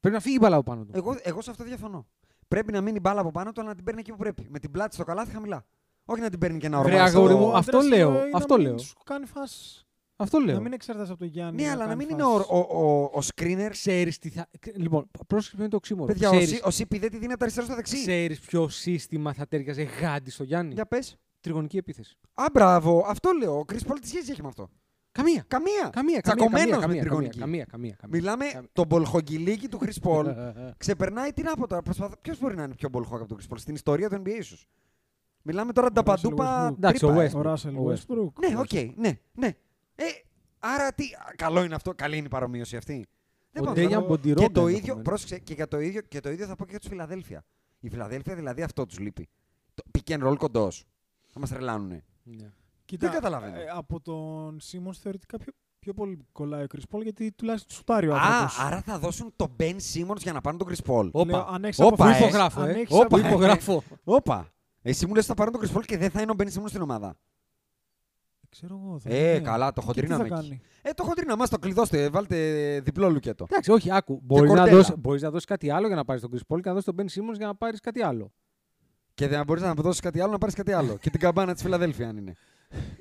C: Πρέπει να φύγει η μπαλά από πάνω του.
D: Εγώ, εγώ σε αυτό διαφωνώ. Πρέπει να μείνει μπάλα από πάνω του, αλλά να την παίρνει εκεί που πρέπει. Με την πλάτη στο καλάθι χαμηλά. Όχι να την παίρνει και ένα
C: Βρε,
D: ορμάτι στο-
C: αγόρι μου,
E: Ο
C: αυτό
E: Ανδρέας
C: λέω,
E: είναι να
C: αυτό
E: μην
C: λέω.
E: Σου κάνει φάση.
C: Αυτό λέω.
E: Να μην εξαρτάται από τον Γιάννη.
D: Ναι, αλλά να
E: κάνει
D: μην είναι ο,
E: φάσεις.
D: ο, ο, ο screener.
C: Ξέρεις τι θα. Λοιπόν, πρόσεξε ποιο είναι το οξύμορο.
D: Παιδιά,
C: Ξέρεις-
D: ο, Σι- ο Σίπι δεν τη δίνει από το αριστερό στο δεξί.
C: Ξέρεις ποιο σύστημα θα τέριαζε γάντι στο Γιάννη.
D: Για πες.
C: Τριγωνική επίθεση.
D: Α, μπράβο, αυτό λέω. Ο Κρι Πόλ τι σχέση έχει με αυτό.
C: Καμία.
D: Καμία.
C: Καμία, καμία,
D: Τσακωμένος
C: καμία,
D: με
C: καμία,
D: την τριγωνική.
C: καμία, καμία, καμία.
D: Μιλάμε
C: Καμία.
D: τον πολχογγυλίκι του Κρι Πόλ.
C: Ε, ε, ε.
D: *laughs* Ξεπερνάει την άποτα. Προσπαθώ... Ποιος μπορεί να είναι πιο πολχό από τον Κρι Πόλ στην ιστορία του NBA, ίσως. Μιλάμε τώρα τα παντούπα.
E: Westbrook.
C: ναι. Εντάξει, ο
D: τρύπα, ε.
C: Westbrook.
E: Ο Ράσελ
C: Ο
E: Westbrook. Ε,
D: Ναι, οκ, ναι, ναι. Ε, άρα τι. α, Καλό είναι αυτό. Καλή είναι η παρομοίωση αυτή.
C: Ο
D: μπορώ να
C: Ντέιαν
D: πω.
C: Μποντιρόμπα
D: Και το ίδιο,
C: ενδεχομένως.
D: πρόσεξε, και, για το ίδιο, και το ίδιο θα πω και για τους Φιλαδέλφια. Η Φιλαδέλφια δηλαδή αυτό τους λείπει. Το pick and roll κοντός. Θα μας τρελάνουνε.
C: Ναι.
E: Κοίτα,
D: Δεν καταλαβαίνω.
E: ε, από τον Σίμον θεωρητικά πιο, πιο πολύ κολλάει ο Κρι Πόλ γιατί τουλάχιστον σουτάρει ο
D: Α,
E: άνθρωπος.
D: άρα θα δώσουν τον Ben Simmons για να πάρουν τον Chris Paul.
C: Όπα.
E: Λέω, αν έχεις
D: Όπα,
C: Πού
D: ε.
E: αποφάσεις-
C: υπογράφω,
E: αν
C: ε.
E: έχεις
C: Όπα,
E: απο-
C: υπογράφω.
D: Όπα. Εσύ μου λες ότι θα πάρουν τον Chris Paul και δεν θα είναι ο Ben Simmons στην ομάδα.
E: Ξέρω εγώ. θα
D: Ε,
E: είναι.
D: καλά, το
E: Και τι
D: χοντρίναμε
E: θα
D: εκεί.
E: κάνει.
D: Ε, το χοντρίναμε, ας το κλειδώστε, ε, βάλτε διπλό λουκέτο.
C: Εντάξει, όχι, άκου. Μπορείς να,
D: κορτέλα.
C: δώσεις, μπορείς να δώσεις κάτι άλλο για να πάρεις τον Chris Paul και να δώσεις τον Ben Simmons για να πάρεις κάτι άλλο.
D: Και δεν μπορείς να δώσεις κάτι άλλο, να πάρεις κάτι άλλο. και την καμπάνα της Φιλαδέλφια, αν είναι.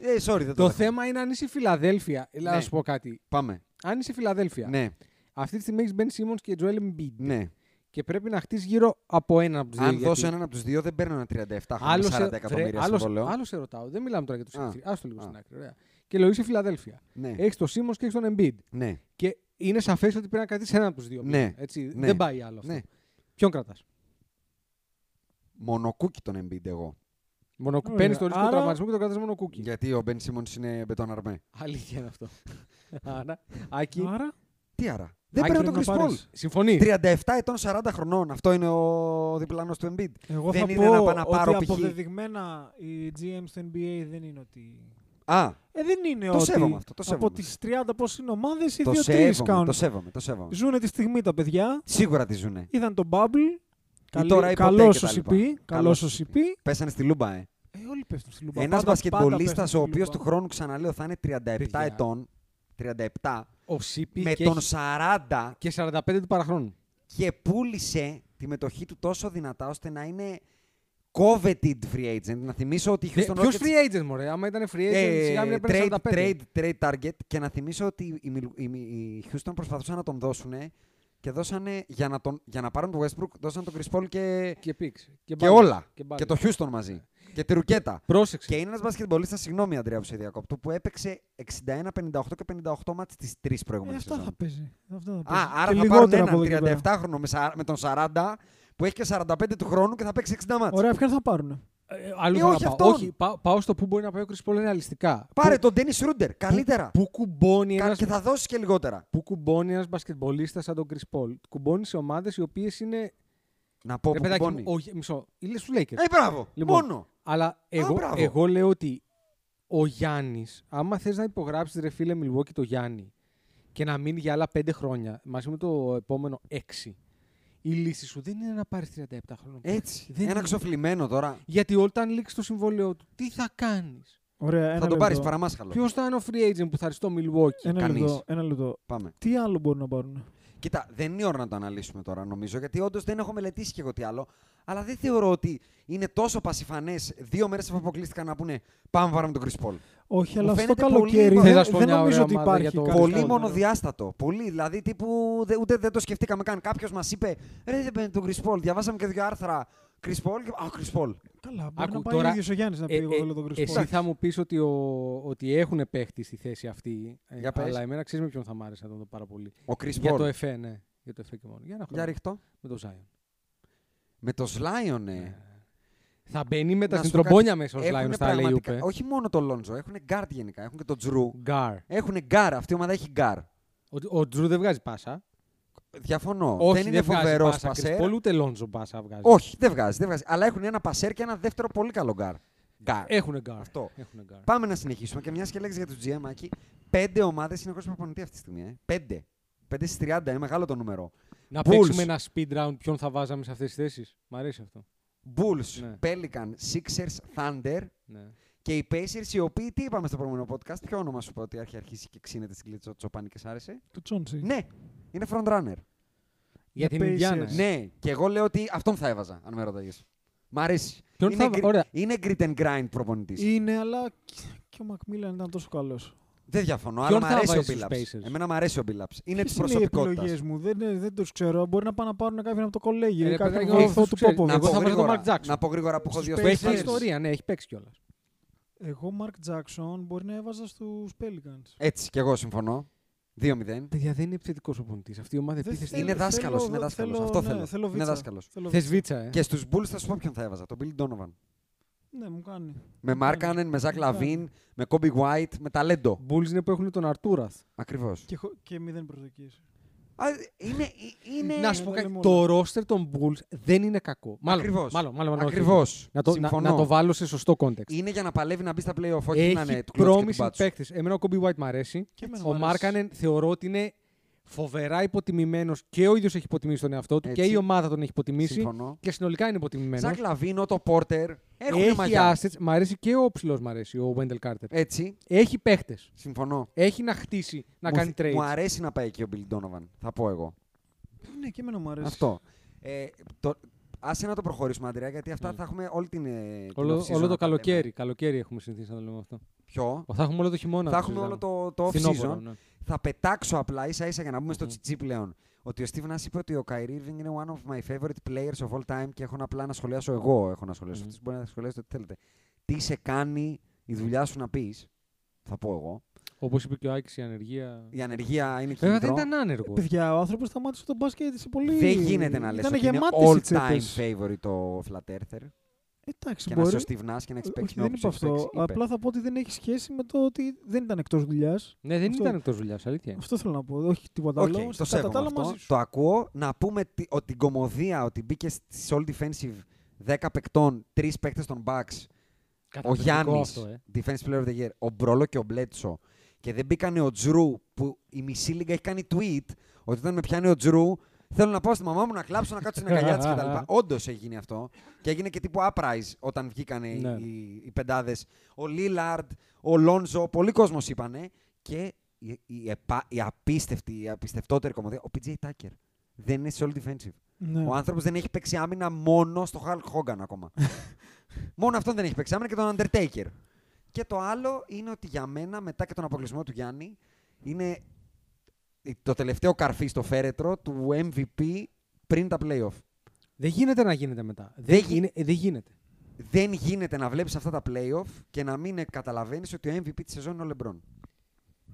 D: Ε, sorry, δεν
C: Το
D: το. δέχομαι.
C: θέμα είναι αν είσαι η Φιλαδέλφια. Δηλαδή, να
D: Ναι.
C: σου πω κάτι.
D: Πάμε.
C: Αν είσαι η Φιλαδέλφια,
D: Ναι,
C: αυτή τη στιγμή έχεις Ben Simmons και Joel Embiid.
D: ναι.
C: Και πρέπει να χτίσει γύρω από έναν από τους δύο.
D: Αν
C: γιατί-
D: δώσω έναν από τους δύο, δεν παίρνω ένα 37
C: Άλλο
D: χρόνια
C: σε,
D: 40
C: βρε,
D: εκατομμύρια
C: άλλος,
D: συμβόλαιο.
C: άλλος σε ρωτάω. Δεν μιλάμε τώρα για το
D: Α,
C: Σιμφρι. Άστο λίγο
D: α.
C: στην άκρη. ωραία. Και λέω είσαι Φιλαδέλφια.
D: Ναι,
C: Έχεις τον Simmons και έχεις τον Embiid.
D: ναι.
C: Και είναι σαφές ότι πρέπει να κρατήσεις έναν από τους δύο.
D: Ναι.
C: μήνυμα, Έτσι.
D: Ναι.
C: Δεν πάει άλλο αυτό.
D: Ναι.
C: Ποιον κρατάς.
D: Μονοκούκι τον Embiid εγώ. Ε,
E: Ωραία.
C: Παίρνεις το ρίσκο του
E: Άρα-
C: τραυματισμού και τον κρατάς μόνο κούκι.
D: Γιατί ο Ben Simmons είναι μπετόν αρμέ.
C: *laughs* Αλήθεια είναι αυτό. Άρα, Άκη,
E: Άρα,
D: Τι άρα. Δεν
C: Άκη,
D: παίρνει τον
C: πρέπει
D: Chris
C: να
D: Paul.
C: πάρεις. Συμφωνεί.
D: 37 ετών, 40 χρονών. Αυτό είναι ο διπλανός του Embiid.
E: Εγώ
D: δεν
E: θα
D: είναι
E: πω
D: να πάω να πάρω
E: ότι
D: π.χ.
E: αποδεδειγμένα οι GM στο NBA δεν είναι ότι...
D: Α,
E: Ε, δεν είναι
D: Το
E: ότι
D: σέβομαι αυτό, το σέβομαι.
E: από τις 30 πώς είναι ομάδες, οι
D: το
E: 2-3
D: σέβομαι, το
E: κάνουν.
D: σέβομαι, το σέβομαι.
E: Ζούνε τη στιγμή τα παιδιά,
D: Σίγουρα τη ζουνε.
E: είδαν τον bubble, καλή,
D: τώρα η ποτέ
E: καλός
D: και
E: ο
D: τα λοιπά.
E: CP, καλός
D: Καλός
E: ο
D: ο
E: CP.
D: Πέσανε στη λούμπα, ε.
E: Ε, όλοι πέφτουν στη λουμπά.
D: Ένας
E: Πάντα- πάντα
D: μπασκετμπολίστας ο
E: πέφτουν στη
D: οποίος
E: λουμπά.
D: του χρόνου, ξαναλέω, θα είναι 37
C: Παιδιά.
D: ετών. 37.
C: Ο Σίπη
D: Με
C: και,
D: τον
C: έχει-
D: 40
C: και 45 του παραχρόνου.
D: και πούλησε τη μετοχή του τόσο δυνατά ώστε να είναι coveted free agent. Να θυμίσω ότι η Houston
C: Ποιο
D: Rockets-
C: Ε, free agent, μωρέ. Άμα ήταν free agent,
D: Ε,
C: σιγά μην έπαιρνε
D: trade,
C: 45.
D: trade, trade target και να θυμίσω ότι οι, Μιλου- οι, οι Houston προσπαθούσαν να τον δώσουν και δώσανε για να, τον, για να πάρουν τον Westbrook, δώσαν τον Chris Paul και,
C: Και πίξ. Και,
D: και
C: μπάλες.
D: όλα. Και,
C: μπάλες.
D: το Houston μαζί. Και τη ρουκέτα.
C: Πρόσεξε.
D: Και είναι ένας μπασκετμπολίστας, συγγνώμη Αντρέα που σε διακόπτω, που έπαιξε 61, 58 και 58 μάτς τις τρεις
E: Ε,
D: προηγούμενες
E: αυτά θα
D: σεζόν.
E: παίζει. Αυτά θα παίζει.
D: Α, άρα
E: Και
D: θα πάρουν
E: λιγότερα από εδώ και
D: έναν
E: πέρα.
D: 37χρονο με, σα- με τον 40 που έχει και 45 του χρόνου και θα παίξει 60 μάτς.
E: Ωραία, ποιον θα πάρουν.
C: Ε, αλλού
D: Ε,
C: θέλω να
D: όχι
C: πάω.
D: αυτόν.
C: Όχι, πάω, πάω στο που μπορεί να πάει ο Chris Paul ρεαλιστικά.
D: Πάρε
C: Πού-
D: τον Ντένι Ρούντερ, καλύτερα.
C: Πού κουμπώνει
D: Κα-
C: ένας.
D: Και θα δώσει και λιγότερα.
C: Πού κουμπώνει ένας μπασκετμπολίστας σαν τον Chris Paul. Κουμπώνει σε ομάδες οι οποίες είναι.
D: Να πω
C: Ρε
D: που
C: Ε, παιδάκι, μου,
D: πονεί.
C: όχι, μισό. Ήλε του Lakers.
D: Ε, μπράβο.
C: Λοιπόν,
D: Μόνο.
C: Αλλά εγώ,
D: μπράβο.
C: εγώ λέω ότι ο Γιάννης, άμα θες να υπογράψεις ρε φίλε Milwaukee το Γιάννη και να μείνει για άλλα 5 χρόνια μαζί με το επόμενο 6, η λύση σου δεν είναι να πάρεις 37 χρόνια.
D: Έτσι.
C: Δεν
D: ένα
C: είναι.
D: ξοφλημένο τώρα.
C: Γιατί όταν λήξει το συμβόλαιό του, τι θα κάνεις.
E: Ωραία, ένα
D: θα τον
E: λεπτό.
D: πάρεις παραμάσχαλο.
C: Ποιος θα είναι ο free agent που θα έρθει στο Milwaukee.
E: Ένα
D: κανείς.
E: λεπτό, ένα λεπτό.
D: Πάμε.
E: Τι άλλο μπορούν να πάρουν.
D: Κοίτα, δεν είναι η ώρα να το αναλύσουμε τώρα νομίζω, γιατί όντως δεν έχω μελετήσει και εγώ τι άλλο. Αλλά δεν θεωρώ ότι είναι τόσο πασιφανές δύο μέρες που αποκλείστηκαν να πούνε Πάμε να πάρουμε τον Chris Paul.
E: Όχι,
D: Μου
E: αλλά αυτό
D: φαίνεται
E: το
D: πολύ-
E: καλοκαίρι
D: Θες
C: να
E: δεν,
C: σου πω
E: δεν
C: μια
E: νομίζω
C: ωραία
E: ότι
C: ομάδα
E: υπάρχει
C: για το-
E: κάτι
D: Πολύ
E: καλύτερο.
D: μονοδιάστατο. Πολύ. Δηλαδή τύπου δε- ούτε δεν το σκεφτήκαμε καν. Κάποιος μας είπε Ρε δεν παίρνει τον Chris Paul. Διαβάσαμε και δύο άρθρα. Chris Paul και. Α, Chris Paul.
E: Καλά, μπορεί
C: Άκου,
E: να πάει
C: τώρα-
E: ο ίδιος ο Γιάννης να πει
C: Ε,
E: εγώ
C: ε,
E: θέλω τον Chris
C: εσύ
E: Paul.
C: θα μου πεις ότι, ο, ότι έχουν παίχτη στη θέση αυτή. ε,
D: Για πες.
C: αλλά εμένα ξέρεις με ποιον θα μ' άρεσε να τον δω πάρα πολύ.
D: Ο Chris
C: Για
D: Paul.
C: το ΕΦΕ, ναι. Για το ΕΦΕ και μόνο. Για ένα χρόνο.
D: Για ρίχτω.
C: με το Zion.
D: Με το Σλάιον, ε.
C: Θα μπαίνει μετά
D: Να
C: στην
D: σου πω
C: τρομπόνια
D: κάτι.
C: μέσα Ε, ο
D: Έχουνε
C: Σλάιμ στα λέει
D: πραγματικά-
C: ούπε.
D: Όχι μόνο το Λόντζο, έχουν γκάρ γενικά. Έχουν και τον Τζρου.
C: Γκάρ.
D: Έχουν γκάρ. Αυτή η ομάδα έχει γκάρ.
C: Ο, ο Τζρου δεν βγάζει πάσα.
D: Διαφωνώ.
C: όχι,
D: δεν είναι
C: βγάζει
D: φοβερός
C: πάσα.
D: πασέρ.
C: Πολύ ούτε Λόντζο πάσα βγάζει.
D: Όχι, δεν βγάζει, δεν βγάζει. Αλλά έχουν ένα πασέρ και ένα δεύτερο πολύ καλό γκάρ. Γκάρ.
C: Έχουν γκάρ.
D: Αυτό.
C: Έχουνε γκάρ.
D: Πάμε να συνεχίσουμε και μιας και λέξεις για τους GM, Άκη. Πέντε ομάδες είναι ο προπονητή αυτή τη στιγμή. Ε. Πέντε. Πέντε στις 30, είναι μεγάλο το νούμερο.
C: Να
D: Bulls.
C: παίξουμε ένα speed round ποιον θα βάζαμε σε αυτές τις θέσεις. Μ' αρέσει αυτό.
D: Bulls,
C: Ναι.
D: Pelicans, Sixers, Thunder
C: Ναι.
D: και οι Pacers, οι οποίοι τι είπαμε στο προηγούμενο podcast, ποιο όνομα σου είπα ότι έχει αρχίσει και ξύνεται στην κλίτσα του Τσοπάνη και σ' άρεσε.
E: Του Τσόντσι.
D: Ναι, είναι frontrunner.
C: Για
E: The
C: την Ινδιάνα.
E: Pacers.
D: Ναι, και εγώ λέω ότι αυτόν θα έβαζα, αν με ρωτάγες. Μ' αρέσει.
C: Ποιον
D: είναι,
C: θα- ωραία.
D: είναι grit and grind προπονητής.
E: Είναι, αλλά και- και ο Μακμίλαν ήταν τόσο καλός.
D: Δεν διαφωνώ, αλλά
C: Ποιον
D: μ'
C: θα
D: αρέσει ο
C: βάζεις στους
D: Μπίλαψ.
C: Pacers?
D: Εμένα μ' αρέσει ο Μπίλαψ. Είναι της
E: Ποιες είναι οι
D: προσωπικότητας.
E: επιλογές μου, δεν, ε, δεν τους ξέρω. Μπορεί να πάνε να πάρουν κάποιον από το κολέγιο
C: Ε,
E: ή
C: ρε,
E: κάποιον
C: παιδάκι,
E: από το βοηθό
C: αυτούς
E: του
C: ξέρεις.
E: Πόποβιτ.
D: Να
C: Εγώ
D: πω,
C: θα βάζω τον
D: γρήγορα,
C: Mark Jackson.
D: να πω γρήγορα που έχω δύο
C: Που
D: στο
C: έχει κάνει
D: Pacers.
C: ιστορία, ναι, έχει παίξει κιόλας.
E: Εγώ, Μαρκ Τζάξον, μπορεί να έβαζα στους
D: Ε,
E: Pelicans.
D: Έτσι, κι εγώ συμφωνώ. 2-0.
C: Παιδιά δεν είναι επιθετικός ο πονητή. Αυτή η ομάδα
E: Δεν
C: επίθεση
E: θέλω-
D: Είναι δάσκαλο,
E: θέλω-
D: είναι δάσκαλος.
E: θέλω-
D: Αυτό
E: ναι,
D: θέλω.
E: θέλω
D: Είναι
E: βίτσα.
D: δάσκαλος.
E: Θέλω-
C: Θες βίτσα, ε.
D: Και στους Bulls θα σου πω ποιον θα έβαζα. Τον Bill Donovan.
E: Ναι, μου κάνει.
D: Με
E: Μου κάνει.
D: Μάρκανεν, με Ζακ
E: Μου κάνει.
D: Λαβίν, με Kobe White, με ταλέντο.
C: Bulls είναι που έχουν τον Αρτούραθ.
D: Ακριβώς.
E: Και, χω- και μηδέν προσδοκίες.
D: Είναι. ε, είναι...
C: Να σου πω
E: ναι,
C: κάτι.
E: ναι, μόνο.
C: Το ρόστερ των Bulls δεν είναι κακό. Μάλλον.
D: Ακριβώς.
C: Μάλλον, μάλλον, μάλλον, *laughs* όχι.
D: Ακριβώ.
C: Να το, να, να το βάλω σε σωστό context.
D: Είναι για να παλεύει να μπει στα playoff, όχι να είναι
C: Έχει
D: του κλωτσιού και του
C: πρόμηση
D: μπάτσου.
C: παίκτη. Εμένα ο Κόμπι White μ' αρέσει.
E: Και εμένα μ'
C: Ο
E: αρέσει.
C: Μάρκανεν θεωρώ ότι είναι φοβερά υποτιμημένος και ο ίδιος έχει υποτιμήσει τον εαυτό του
D: Έτσι.
C: και η ομάδα τον έχει υποτιμήσει.
D: Συμφωνώ.
C: Και συνολικά είναι υποτιμημένος.
D: Ζακ Λαβίν, το Πόρτερ. Έχουν
C: Έχει
D: μαγιά.
C: assets. Μ' αρέσει και ο ψηλός μ' αρέσει, ο Wendell Carter.
D: Έτσι,
C: Έχει παίκτε.
D: συμφωνώ.
C: Έχει να χτίσει, να
D: μου,
C: κάνει
D: θυ-
C: trade.
D: Μου αρέσει να πάει εκεί ο Bill Donovan, θα πω εγώ.
E: Ναι, και εμένα μου αρέσει.
D: Αυτό. Ε, το, άσε να το προχωρήσουμε, Αντρέα, γιατί αυτά
C: Mm.
D: θα έχουμε όλη την. ε, την
C: Όλο, όλο το
D: off-season να τα λέμε.
C: καλοκαίρι. Καλοκαίρι έχουμε συνηθίσει να το λέμε αυτό.
D: Ποιο.
C: Θα έχουμε όλο το χειμώνα.
D: θα
C: να
D: έχουμε όλο
C: συζητάμε.
D: το, το
C: Φθινόπωρο,
D: off-season.
C: ναι.
D: Θα πετάξω απλά ίσα ίσα για να μπούμε στο
C: Μμμ.
D: τσιτσί πλέον. Ότι ο Steve Nash είπε ότι ο Kyrie Irving είναι one of my favorite players of all time και έχω να απλά να σχολιάσω εγώ. Έχω να σχολιάσω.
C: Μμμ.
D: Αυτός μπορεί να σχολιάσετε ό,τι θέλετε. Τι σε κάνει η δουλειά σου να πεις, θα πω εγώ.
C: Όπως είπε και ο Άκης, η ανεργία.
D: Η ανεργία είναι
C: Βέβαια δεν
D: κίνητρο.
C: ήταν άνεργος.
E: Παιδιά, ο άνθρωπος σταμάτησε τον μπάσκετ σε πολύ.
D: Δεν γίνεται να λες
E: Ήταν
D: ότι είναι
E: γεμάτη
D: all time favorite ο Flat Earther.
E: Εντάξει,
D: και να
E: μπορεί.
D: σωστιβνά και να έχεις
E: Ε,
D: παίξει
E: Όχι,
D: με
E: δεν
D: όποιον
E: είπα
D: έχεις
E: αυτό.
D: παίξει. Είπε.
E: Απλά θα πω ότι δεν έχει σχέση με το ότι δεν ήταν εκτός δουλειάς.
C: Ναι, δεν
E: Αυτό-
C: ήταν εκτός δουλειάς, αλήθεια. είναι.
E: Αυτό θέλω να πω. Όχι τίποτα
D: Ε. Οκ,
E: άλλο.
D: το
E: Κατά τα
D: σέβομαι
E: άλλα,
D: αυτό.
E: μαζί σου.
D: Το ακούω. Να πούμε τι- ότι την κομμωδία ότι μπήκε στις all defensive 10 παικτών, 3 παίκτες των Bucks, ο
C: Καταπληκτικό
D: Γιάννης,
C: αυτό, ε.
D: defensive player of the year, ο Μπρόλο και ο Μπλέτσο. Και δεν μπήκανε ο Τζρου που η μισή λίγα έχει κάνει tweet ότι όταν με πιάνει ο Τζρου θέλω να πάω στη μαμά μου να κλάψω, να κάτσω στην αγκαλιά της
C: *laughs*
D: κτλ. Όντως έχει γίνει αυτό. Και έγινε και τύπου uprise όταν βγήκανε οι-
C: Ναι.
D: οι, οι πεντάδες. Ο Λίλαρντ, ο Λόνζο, πολλοί κόσμος είπανε. Και η, η, επα- η απίστευτη, η απιστευτότερη κομμωδία, ο PJ Tucker. Δεν είναι σε all defensive.
E: Ναι.
D: Ο άνθρωπος δεν έχει παίξει άμυνα μόνο στο Hulk Hogan
C: *laughs*
D: ακόμα. μόνο αυτόν δεν έχει παίξει άμυνα και τον Undertaker. Και το άλλο είναι ότι για μένα, μετά και τον αποκλεισμό του Γιάννη, είναι το τελευταίο καρφί στο φέρετρο του MVP πριν τα playoff.
C: Δεν γίνεται να γίνεται μετά. Δεν,
D: Δεν γι-
C: γίνε- ε, δεν γίνεται.
D: Δεν γίνεται να βλέπεις αυτά τα playoff και να μην καταλαβαίνεις ότι ο MVP της σεζόν είναι ο Λεμπρόν.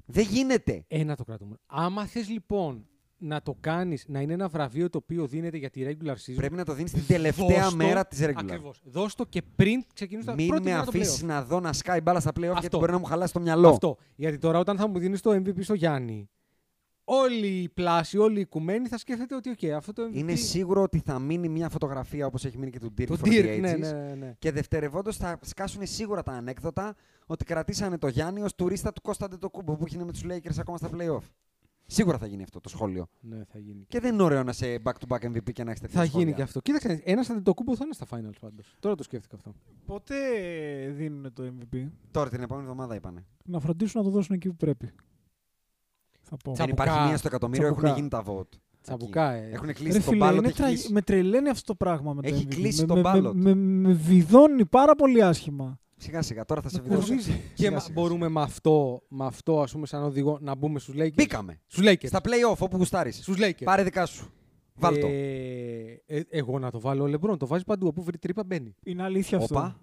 D: Δεν γίνεται.
C: Ένα Ε, το κρατούμε. Άμα θες λοιπόν να το κάνεις, να είναι ένα βραβείο το οποίο δίνεται για τη regular season.
D: Πρέπει να το δίνεις την τελευταία
C: δώσ' το-
D: μέρα της regular.
C: Ε, Ακριβώς. Δώσ' το και πριν ξεκινήσει τα
D: Μην
C: πρώτη
D: με
C: μέρα το
D: αφήσεις
C: playoff.
D: να δω να σκάει μπάλα στα playoff γιατί
C: Αυτό.
D: μπορεί να μου χαλάσει το μυαλό.
C: Αυτό. Γιατί τώρα όταν θα μου δίνεις το MVP στο Γιάννη, όλοι οι πλάσοι, όλοι οι οικουμένοι θα σκέφτεται ότι οκ, αυτό το MVP.
D: Είναι σίγουρο ότι θα μείνει μια φωτογραφία όπως έχει μείνει και του Dirk
C: Το
D: for the
C: Dirk,
D: Ages.
C: ναι, ναι, ναι.
D: Και δευτερευόντως θα σκάσουν σίγουρα τα ανέκδοτα ότι κρατήσανε το Γιάννη ως τουρίστα του Κώσταντε το κούμπο που είχε με τους Lakers ακόμα στα playoff. Σίγουρα θα γίνει αυτό το σχόλιο.
C: ναι, θα γίνει.
D: Και δεν είναι ωραίο να είσαι back-to-back MVP και να έχεις τέτοια
C: Θα
D: σχόλια.
C: γίνει και αυτό. Κοίταξε, ένα αντιτοκούμπο θα είναι στα finals πάντως. Τώρα το σκέφτηκα αυτό.
E: Πότε δίνουν το MVP.
D: Τώρα την επόμενη εβδομάδα είπανε.
E: Να φροντίσουν να το δώσουν εκεί που πρέπει. Θα πω.
C: Τσαμπουκά.
D: Δεν υπάρχει μία στο εκατομμύριο, έχουν
E: Τσαμπουκά.
D: γίνει τα vote.
C: Τσαμπουκά, ε.
D: Έχουν
E: Ρε
D: κλείσει τον
E: φίλε,
D: μπάλο. ότι
E: είναι
D: έχει
E: τραγ-
D: κλείσει.
E: Με τρελαίνει αυτό το πράγμα με το
D: Έχει
E: MVP.
D: κλείσει
E: με,
D: το
E: με-
D: ballot.
E: Με, με, με βιδώνει πάρα πολύ άσχημα.
D: Σιγά σιγά, τώρα θα
C: Ε,
D: σε
E: Με
D: βιδώσω.
E: κουρδίζει.
C: Και μα-
D: σιγά.
C: μπορούμε με αυτό, με αυτό, ας πούμε, σαν οδηγό, να μπούμε στους Lakers.
D: Μπήκαμε.
C: Στους Lakers.
D: Στα playoff όπου γουστάρεις.
C: Στους Lakers.
D: Πάρε δικά σου. Βάλ' το.
C: Ε, ε, εγώ να το βάλω ο Λεμπρόν. Το βάζει παντού. Όπου βρει τρύπα μπαίνει.
E: Είναι αλήθεια αυτό.
D: Όπα.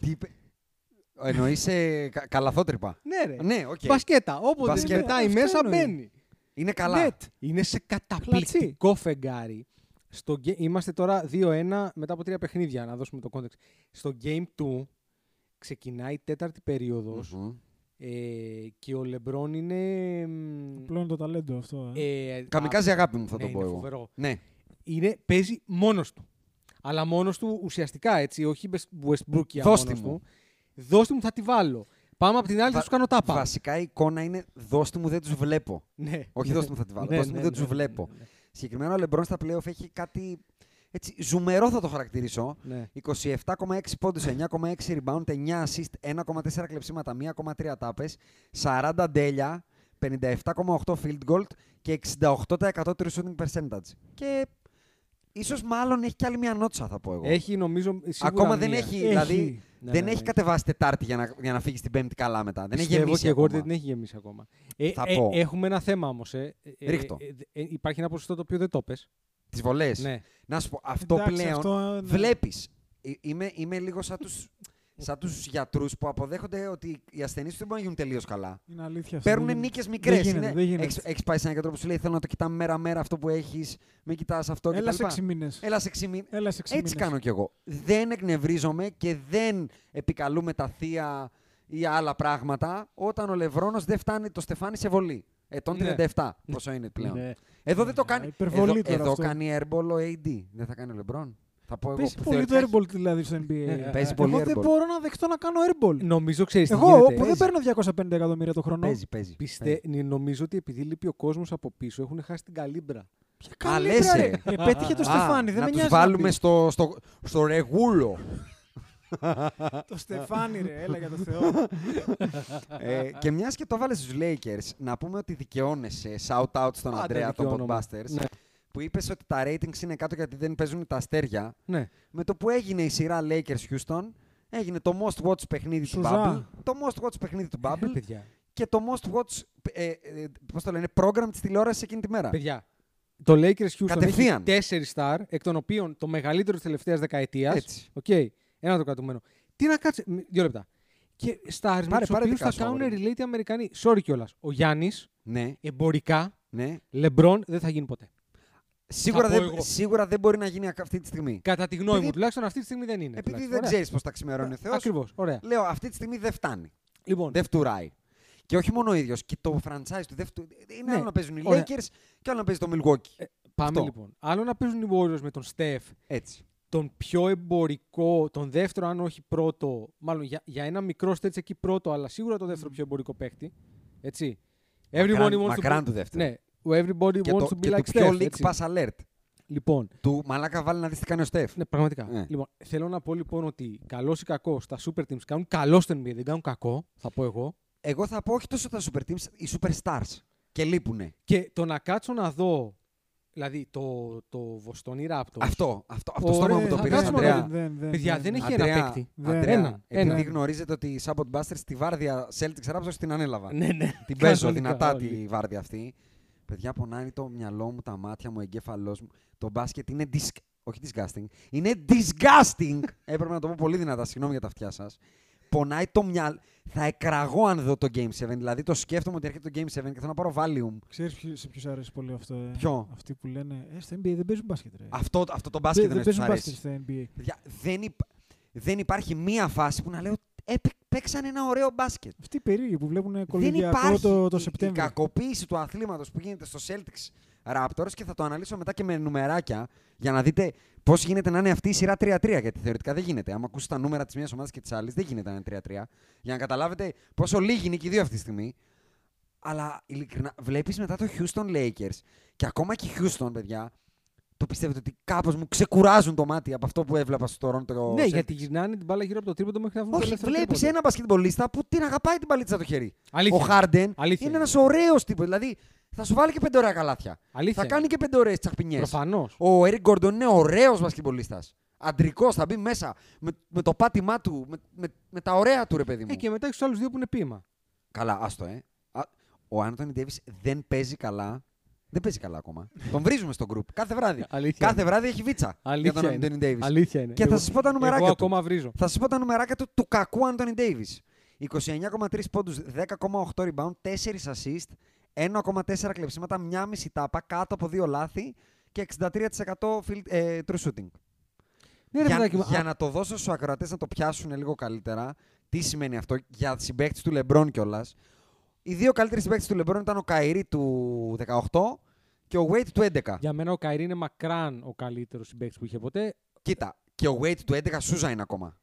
D: Τι είπε. Εννοείς ε, κα- καλαθότρυπα.
C: Ναι, ρε.
D: Ναι, οκ.
C: Μπασκέτα. Όποτε
D: Μπασκέτα.
C: μετάει
E: Αυτό
C: μέσα
E: εννοείς.
C: μπαίνει.
D: Είναι καλά.
C: Net. Είναι σε καταπληκτικό φεγγάρι. Στο, γκε- είμαστε τώρα 2-1 μετά από τρία παιχνίδια, να δώσουμε το context. Στο Game 2 ξεκινάει η τέταρτη περίοδος,
D: Μμμ.
C: ε, και ο Λεμπρόν είναι... μ,
E: Πλέον το ταλέντο αυτό. Ε.
C: Ε,
D: Καμικάζει
C: α-
D: αγάπη μου, θα
C: ναι,
D: το πω
C: είναι
D: εγώ.
C: φοβερό.
D: Ναι.
C: Είναι, παίζει μόνος του. Αλλά μόνος του ουσιαστικά έτσι, όχι West- Westbrookια
D: Δώστη
C: μόνος
D: μου.
C: του. Δώστη μου θα τη βάλω. Πάμε από την άλλη θα
D: Βα-
C: σου κάνω τάπα.
D: Βασικά η εικόνα είναι δώστε μου, δεν τους βλέπω.
C: Ναι.
D: Όχι, δώστε μου, θα τη βάλω.
C: Ναι,
D: Δώστε μου,
C: ναι,
D: δεν
C: ναι,
D: τους
C: ναι,
D: βλέπω.
C: ναι, ναι.
D: Συγκεκριμένα ο Λεμπρόν στα playoff έχει κάτι έτσι, ζουμερό θα το χαρακτηρίσω.
C: Ναι.
D: 27,6 πόντους, 9,6 rebound, 9 assist, 1,4 κλεψίματα, 1,3 τάπες, 40 τέλεια, 57,8 field goal και 68% true shooting percentage. Και ίσως μάλλον έχει κι άλλη μια νότσα θα πω εγώ.
C: Έχει νομίζω σίγουρα
D: Ναι. Ακόμα δεν
C: μία.
D: έχει, δηλαδή
E: Έχει.
C: Ναι,
D: δεν
C: ναι,
D: έχει
C: ναι.
D: κατεβάσει Τετάρτη για να, για να φύγει την Πέμπτη καλά μετά. Δεν έχει
C: Πιστεύω
D: γεμίσει
C: και εγώ
D: ακόμα.
C: ότι δεν έχει γεμίσει ακόμα. Ε,
D: Θα
C: ε,
D: πω.
C: Έχουμε ένα θέμα όμως. Ε. Ε, ε,
D: Ρίχτω.
C: ε, ε, υπάρχει ένα ποσοστό το οποίο δεν το πες.
D: Τις βολές.
C: Ναι.
D: Να σου πω, αυτό
E: Εντάξει,
D: πλέον
E: αυτό, ναι.
D: βλέπεις. Ε, Είμαι, είμαι λίγο σαν τους, σαν τους γιατρούς που αποδέχονται ότι οι ασθενείς τους δεν μπορούν να γίνουν τελείως καλά.
E: Είναι αλήθεια αυτό.
D: Παίρνουν
E: Δεν-
D: νίκες μικρέ.
E: Δεν γίνεται. Δεν γίνεται.
D: Έχεις πάει σε έναν γιατρό που σου λέει: Θέλω να το κοιτάμε μέρα-μέρα αυτό που έχεις, μην κοιτάς αυτό
E: Έλα σε
D: κτλ.
E: 6 μήνες.
D: Έλας σε ξυμι...
E: Έλα σε 6
D: Έτσι κάνω κι εγώ. Δεν εκνευρίζομαι και δεν επικαλούμε τα θεία ή άλλα πράγματα όταν ο Λευρόνος δεν φτάνει το στεφάνι σε βολή. Ε, Ετών
C: Ναι.
D: 37, πόσο είναι πλέον. Εδώ δεν το κάνει.
E: Ναι. υπερβολή
D: εδώ,
E: τώρα
D: εδώ
E: αυτό.
D: κάνει airball ο AD. Δεν θα κάνει ο Λεμπρόν. Θα πω εγώ
E: Παίζει
D: που
E: πολύ το
D: θεωρητικά
E: airball δηλαδή στο NBA.
D: ναι, Παίζει πολύ
E: Εγώ δεν
D: airball. Ναι,
E: μπορώ να δεχτώ να κάνω airball.
C: Νομίζω, ξέρεις.
E: Εγώ όπου δεν
D: παίζει.
E: παίρνω 250 εκατομμύρια το χρόνο.
D: Παίζει, παίζει.
C: Πιστε...
D: Ναι.
C: ναι, Νομίζω ότι επειδή λείπει ο κόσμος από πίσω έχουν χάσει την καλύμπρα.
E: Ποια καλή
D: λες,
E: μπρα,
D: ε.
E: ρε. Ε, Πέτυχε το
D: Α,
E: Στεφάνι, δεν
D: να
E: με
D: τους
E: νοιάζει. να
D: βάλουμε
E: πεις.
D: στο, στο, στο ρεγούλο.
E: Το Στεφάνι, ρε, έλα για το Θεό.
D: ε, και μιας και το βάλες στους Lakers, να πούμε ότι δικαιώνεσαι. Shout out στον
C: Άντε,
D: Αντρέα, των
C: δικαιώνομαι.
D: Podbusters.
C: Ναι.
D: Που είπες ότι τα ratings είναι κάτω γιατί δεν παίζουν τα αστέρια.
C: Ναι.
D: Με το που έγινε η σειρά Lakers Houston, έγινε το most watch παιχνίδι
E: Σουζά.
D: του Bubble. Το most watch παιχνίδι του
C: Ε,
D: Bubble
C: παιδιά.
D: και το most watch. Ε, ε, πώς το λένε, program της τηλεόρασης εκείνη τη μέρα.
C: παιδιά. Το Lakers Houston
D: Κατευθείαν.
C: έχει 4 star, εκ των οποίων το μεγαλύτερο της τελευταίας δεκαετίας.
D: Έτσι.
C: Οκ. Ένα το κρατούμενο. Τι να κάτσε. μ, Δύο λεπτά. Και stars με
D: Πάρε-
C: του
D: πάρε
C: οποίους
D: δικά
C: θα
D: σου,
C: κάνουν
D: αγόρι
C: relate οι Αμερικανοί. Sorry κιόλας. Ο Γιάννης,
D: Ναι,
C: εμπορικά,
D: ναι.
C: Λεμπρόν δεν θα γίνει ποτέ.
D: Σίγουρα
C: πω
D: δεν,
C: εγώ.
D: σίγουρα δεν μπορεί να γίνει ακ- αυτή τη στιγμή.
C: Κατά τη γνώμη
D: Επειδή-
C: μου, τουλάχιστον αυτή τη στιγμή δεν είναι.
D: Επειδή δεν ξέρεις πώς τα
C: Ε,
D: ξημερώνει ο Θεός.
C: Ακριβώς. Ωραία.
D: Λέω αυτή τη στιγμή δεν φτάνει.
C: Λοιπόν,
D: Δεν φτουράει. Και όχι μόνο ο ίδιος, και το franchise του. Δεν φτου... Είναι
C: Ναι.
D: άλλο να παίζουν οι
C: Ωραία.
D: Lakers και άλλο να παίζει το Milwaukee.
C: ε, πάμε
D: αυτό.
C: λοιπόν. Άλλο να παίζουν οι Warriors με τον Steph,
D: Έτσι.
C: τον πιο εμπορικό, τον δεύτερο αν όχι πρώτο, μάλλον για, για ένα μικρό stage εκεί πρώτο, αλλά σίγουρα το δεύτερο πιο εμπορικό παίκτη. Έτσι.
D: Μακράν-
C: wants to
D: μακράν
C: be-
D: του δεύτερου.
C: Ναι. Everybody
D: Και
C: wants
D: το,
C: to
D: και
C: be
D: το
C: like
D: πιο
C: Steph.
D: leak
C: έτσι.
D: pass alert.
C: Λοιπόν,
D: Του μαλάκα βάλει να δεις τι κάνει ο Στεφ.
C: Ναι, πραγματικά.
D: Ναι.
C: Λοιπόν, θέλω να πω λοιπόν ότι καλός ή κακός, τα super teams κάνουν καλός στο NBA, δεν κάνουν κακό, θα πω εγώ.
D: Εγώ θα πω όχι τόσο τα super teams, οι superstars. Και λείπουνε.
C: Και το να κάτσω να δω, δηλαδή το, το Βοστόνι Raptors.
D: Αυτό, αυτό, από το
C: Ωραία,
D: στόμα μου το
C: θα
D: πήρες,
C: κάτσουμε
D: Ανδρέα.
C: να δούμε. Παιδιά, δεν έχει ένα
D: Ανδρέα,
C: παίκτη.
D: Ανδρέα,
C: Έναν,
D: Επειδή
C: έναν.
D: γνωρίζετε ότι η Sabot Busters τη βάρδια Celtics Raptors την ανέλαβα.
C: Ναι, ναι.
D: την παίζω
C: Κανονικά
D: δυνατά
C: όλοι.
D: τη βάρδια αυτή. Παιδιά, πονάει το μυαλό μου, τα μάτια μου, ο εγκέφαλός μου. Το μπάσκετ είναι disc... όχι disgusting. Είναι disgusting! Έπρεπε να το πω πολύ δυνατά, συγγνώμη για τα αυτιά σας. Πονάει το μυαλό. Θα εκραγώ αν δω το Game 7. Δηλαδή το σκέφτομαι ότι έρχεται το Game 7 και θέλω να πάρω Valium.
E: Ξέρεις ποιος- σε ποιους αρέσει πολύ αυτό. ε?
D: Ποιο?
E: Αυτοί που λένε «Ε, στο NBA δεν παίζουν μπάσκετ, ρε».
D: Αυτό, αυτό το
E: Δεν-
D: μπάσκετ
E: δεν
D: δεν σου
E: Ε. παίζουν
D: αρέσει.
E: μπάσκετ στο NBA.
D: Παιδιά, δεν, υπ- δεν υπάρχει μία φάση που να λέω «Ε, παί- παίξαν ένα ωραίο μπάσκετ.
E: Αυτοί οι περίεργοι που βλέπουν
D: Δεν
E: κολυμπιακό
D: υπάρχει
E: το, το
D: η- η
E: Σεπτέμβριο.
D: κακοποίηση του αθλήματος που γίνεται στο Celtics Raptors και θα το αναλύσω μετά και με νούμεράκια για να δείτε πώς γίνεται να είναι αυτή η σειρά 3-3. Γιατί θεωρητικά δεν γίνεται. Άμα ακούσεις τα νούμερα της μιας ομάδας και της άλλης δεν γίνεται να είναι 3-3. Για να καταλάβετε πόσο λίγοι είναι και οι δύο αυτή τη στιγμή. Αλλά ειλικρινά, βλέπεις μετά το Houston Lakers και ακόμα και οι Houston, παιδιά, το πιστεύετε ότι κάπως μου ξεκουράζουν το μάτι από αυτό που έβλεπα στο Toronto.
C: Ναι,
D: Celtics.
C: γιατί γυρνάνε την μπάλα γύρω από το τρίποντο μέχρι να βγουν το
D: Όχι,
C: ελεύθερο
D: βλέπει
C: τρίποντο.
D: ένα μπασκετμπολίστα που την αγαπάει την παλίτσα το χέρι.
C: Αλήθεια.
D: Ο Χάρντεν
C: Αλήθεια.
D: είναι ένας ωραίος τύπος. Δηλαδή θα σου βάλει και πέντε ωραία καλάθια.
C: Αλήθεια.
D: Θα κάνει και πέντε ωραίες τσαχπινιές.
C: Προφανώς.
D: Ο Έρικ Γκόρντον είναι ωραίος μπασκετμπολίστας. Αντρικός, θα μπει μέσα με, με το πάτημά του, με, με, με τα ωραία του ρε παιδί μου.
C: Ε, και μετά έχει τους άλλους δύο που είναι πείμα.
D: Καλά, άστο, ε. Α, ο Άντωνι Ντέβι δεν παίζει καλά. Δεν παίζει καλά ακόμα. Τον βρίζουμε στο group κάθε βράδυ.
C: Αλήθεια
D: κάθε
C: είναι.
D: βράδυ έχει βίτσα
C: Αλήθεια
D: για τον
C: είναι.
D: Άντωνι Ντέβι.
C: Αλήθεια είναι.
D: Και θα
C: Εγώ-
D: σας πω τα
C: Εγώ
D: νούμεράκια του.
C: ακόμα βρίζω.
D: Θα σας πω τα νούμεράκια του του κακού Άντωνι Ντέιβι. 29,3 πόντου, 10,8 rebound, 4 assist, 1,4 κλεψίματα, 1,5 τάπα, κάτω από 2 λάθη και 63% field, ε, true shooting.
C: Ναι, ρε
D: για,
C: παιδάκι μου,
D: για
C: α-
D: να το δώσω στους ακροατές να το πιάσουν λίγο καλύτερα, τι σημαίνει αυτό για συμπαίκτη του Λεμπρόν κιόλας. Οι δύο καλύτεροι συμπαίκτες του Λεμπρόν ήταν ο Καηρή του 18 και ο Wade του 11.
C: Για μένα ο Καϊρή είναι μακράν ο καλύτερος συμπαίκτης που είχε ποτέ.
D: Κοίτα, και ο Wade του 11 Σούζα είναι ακόμα.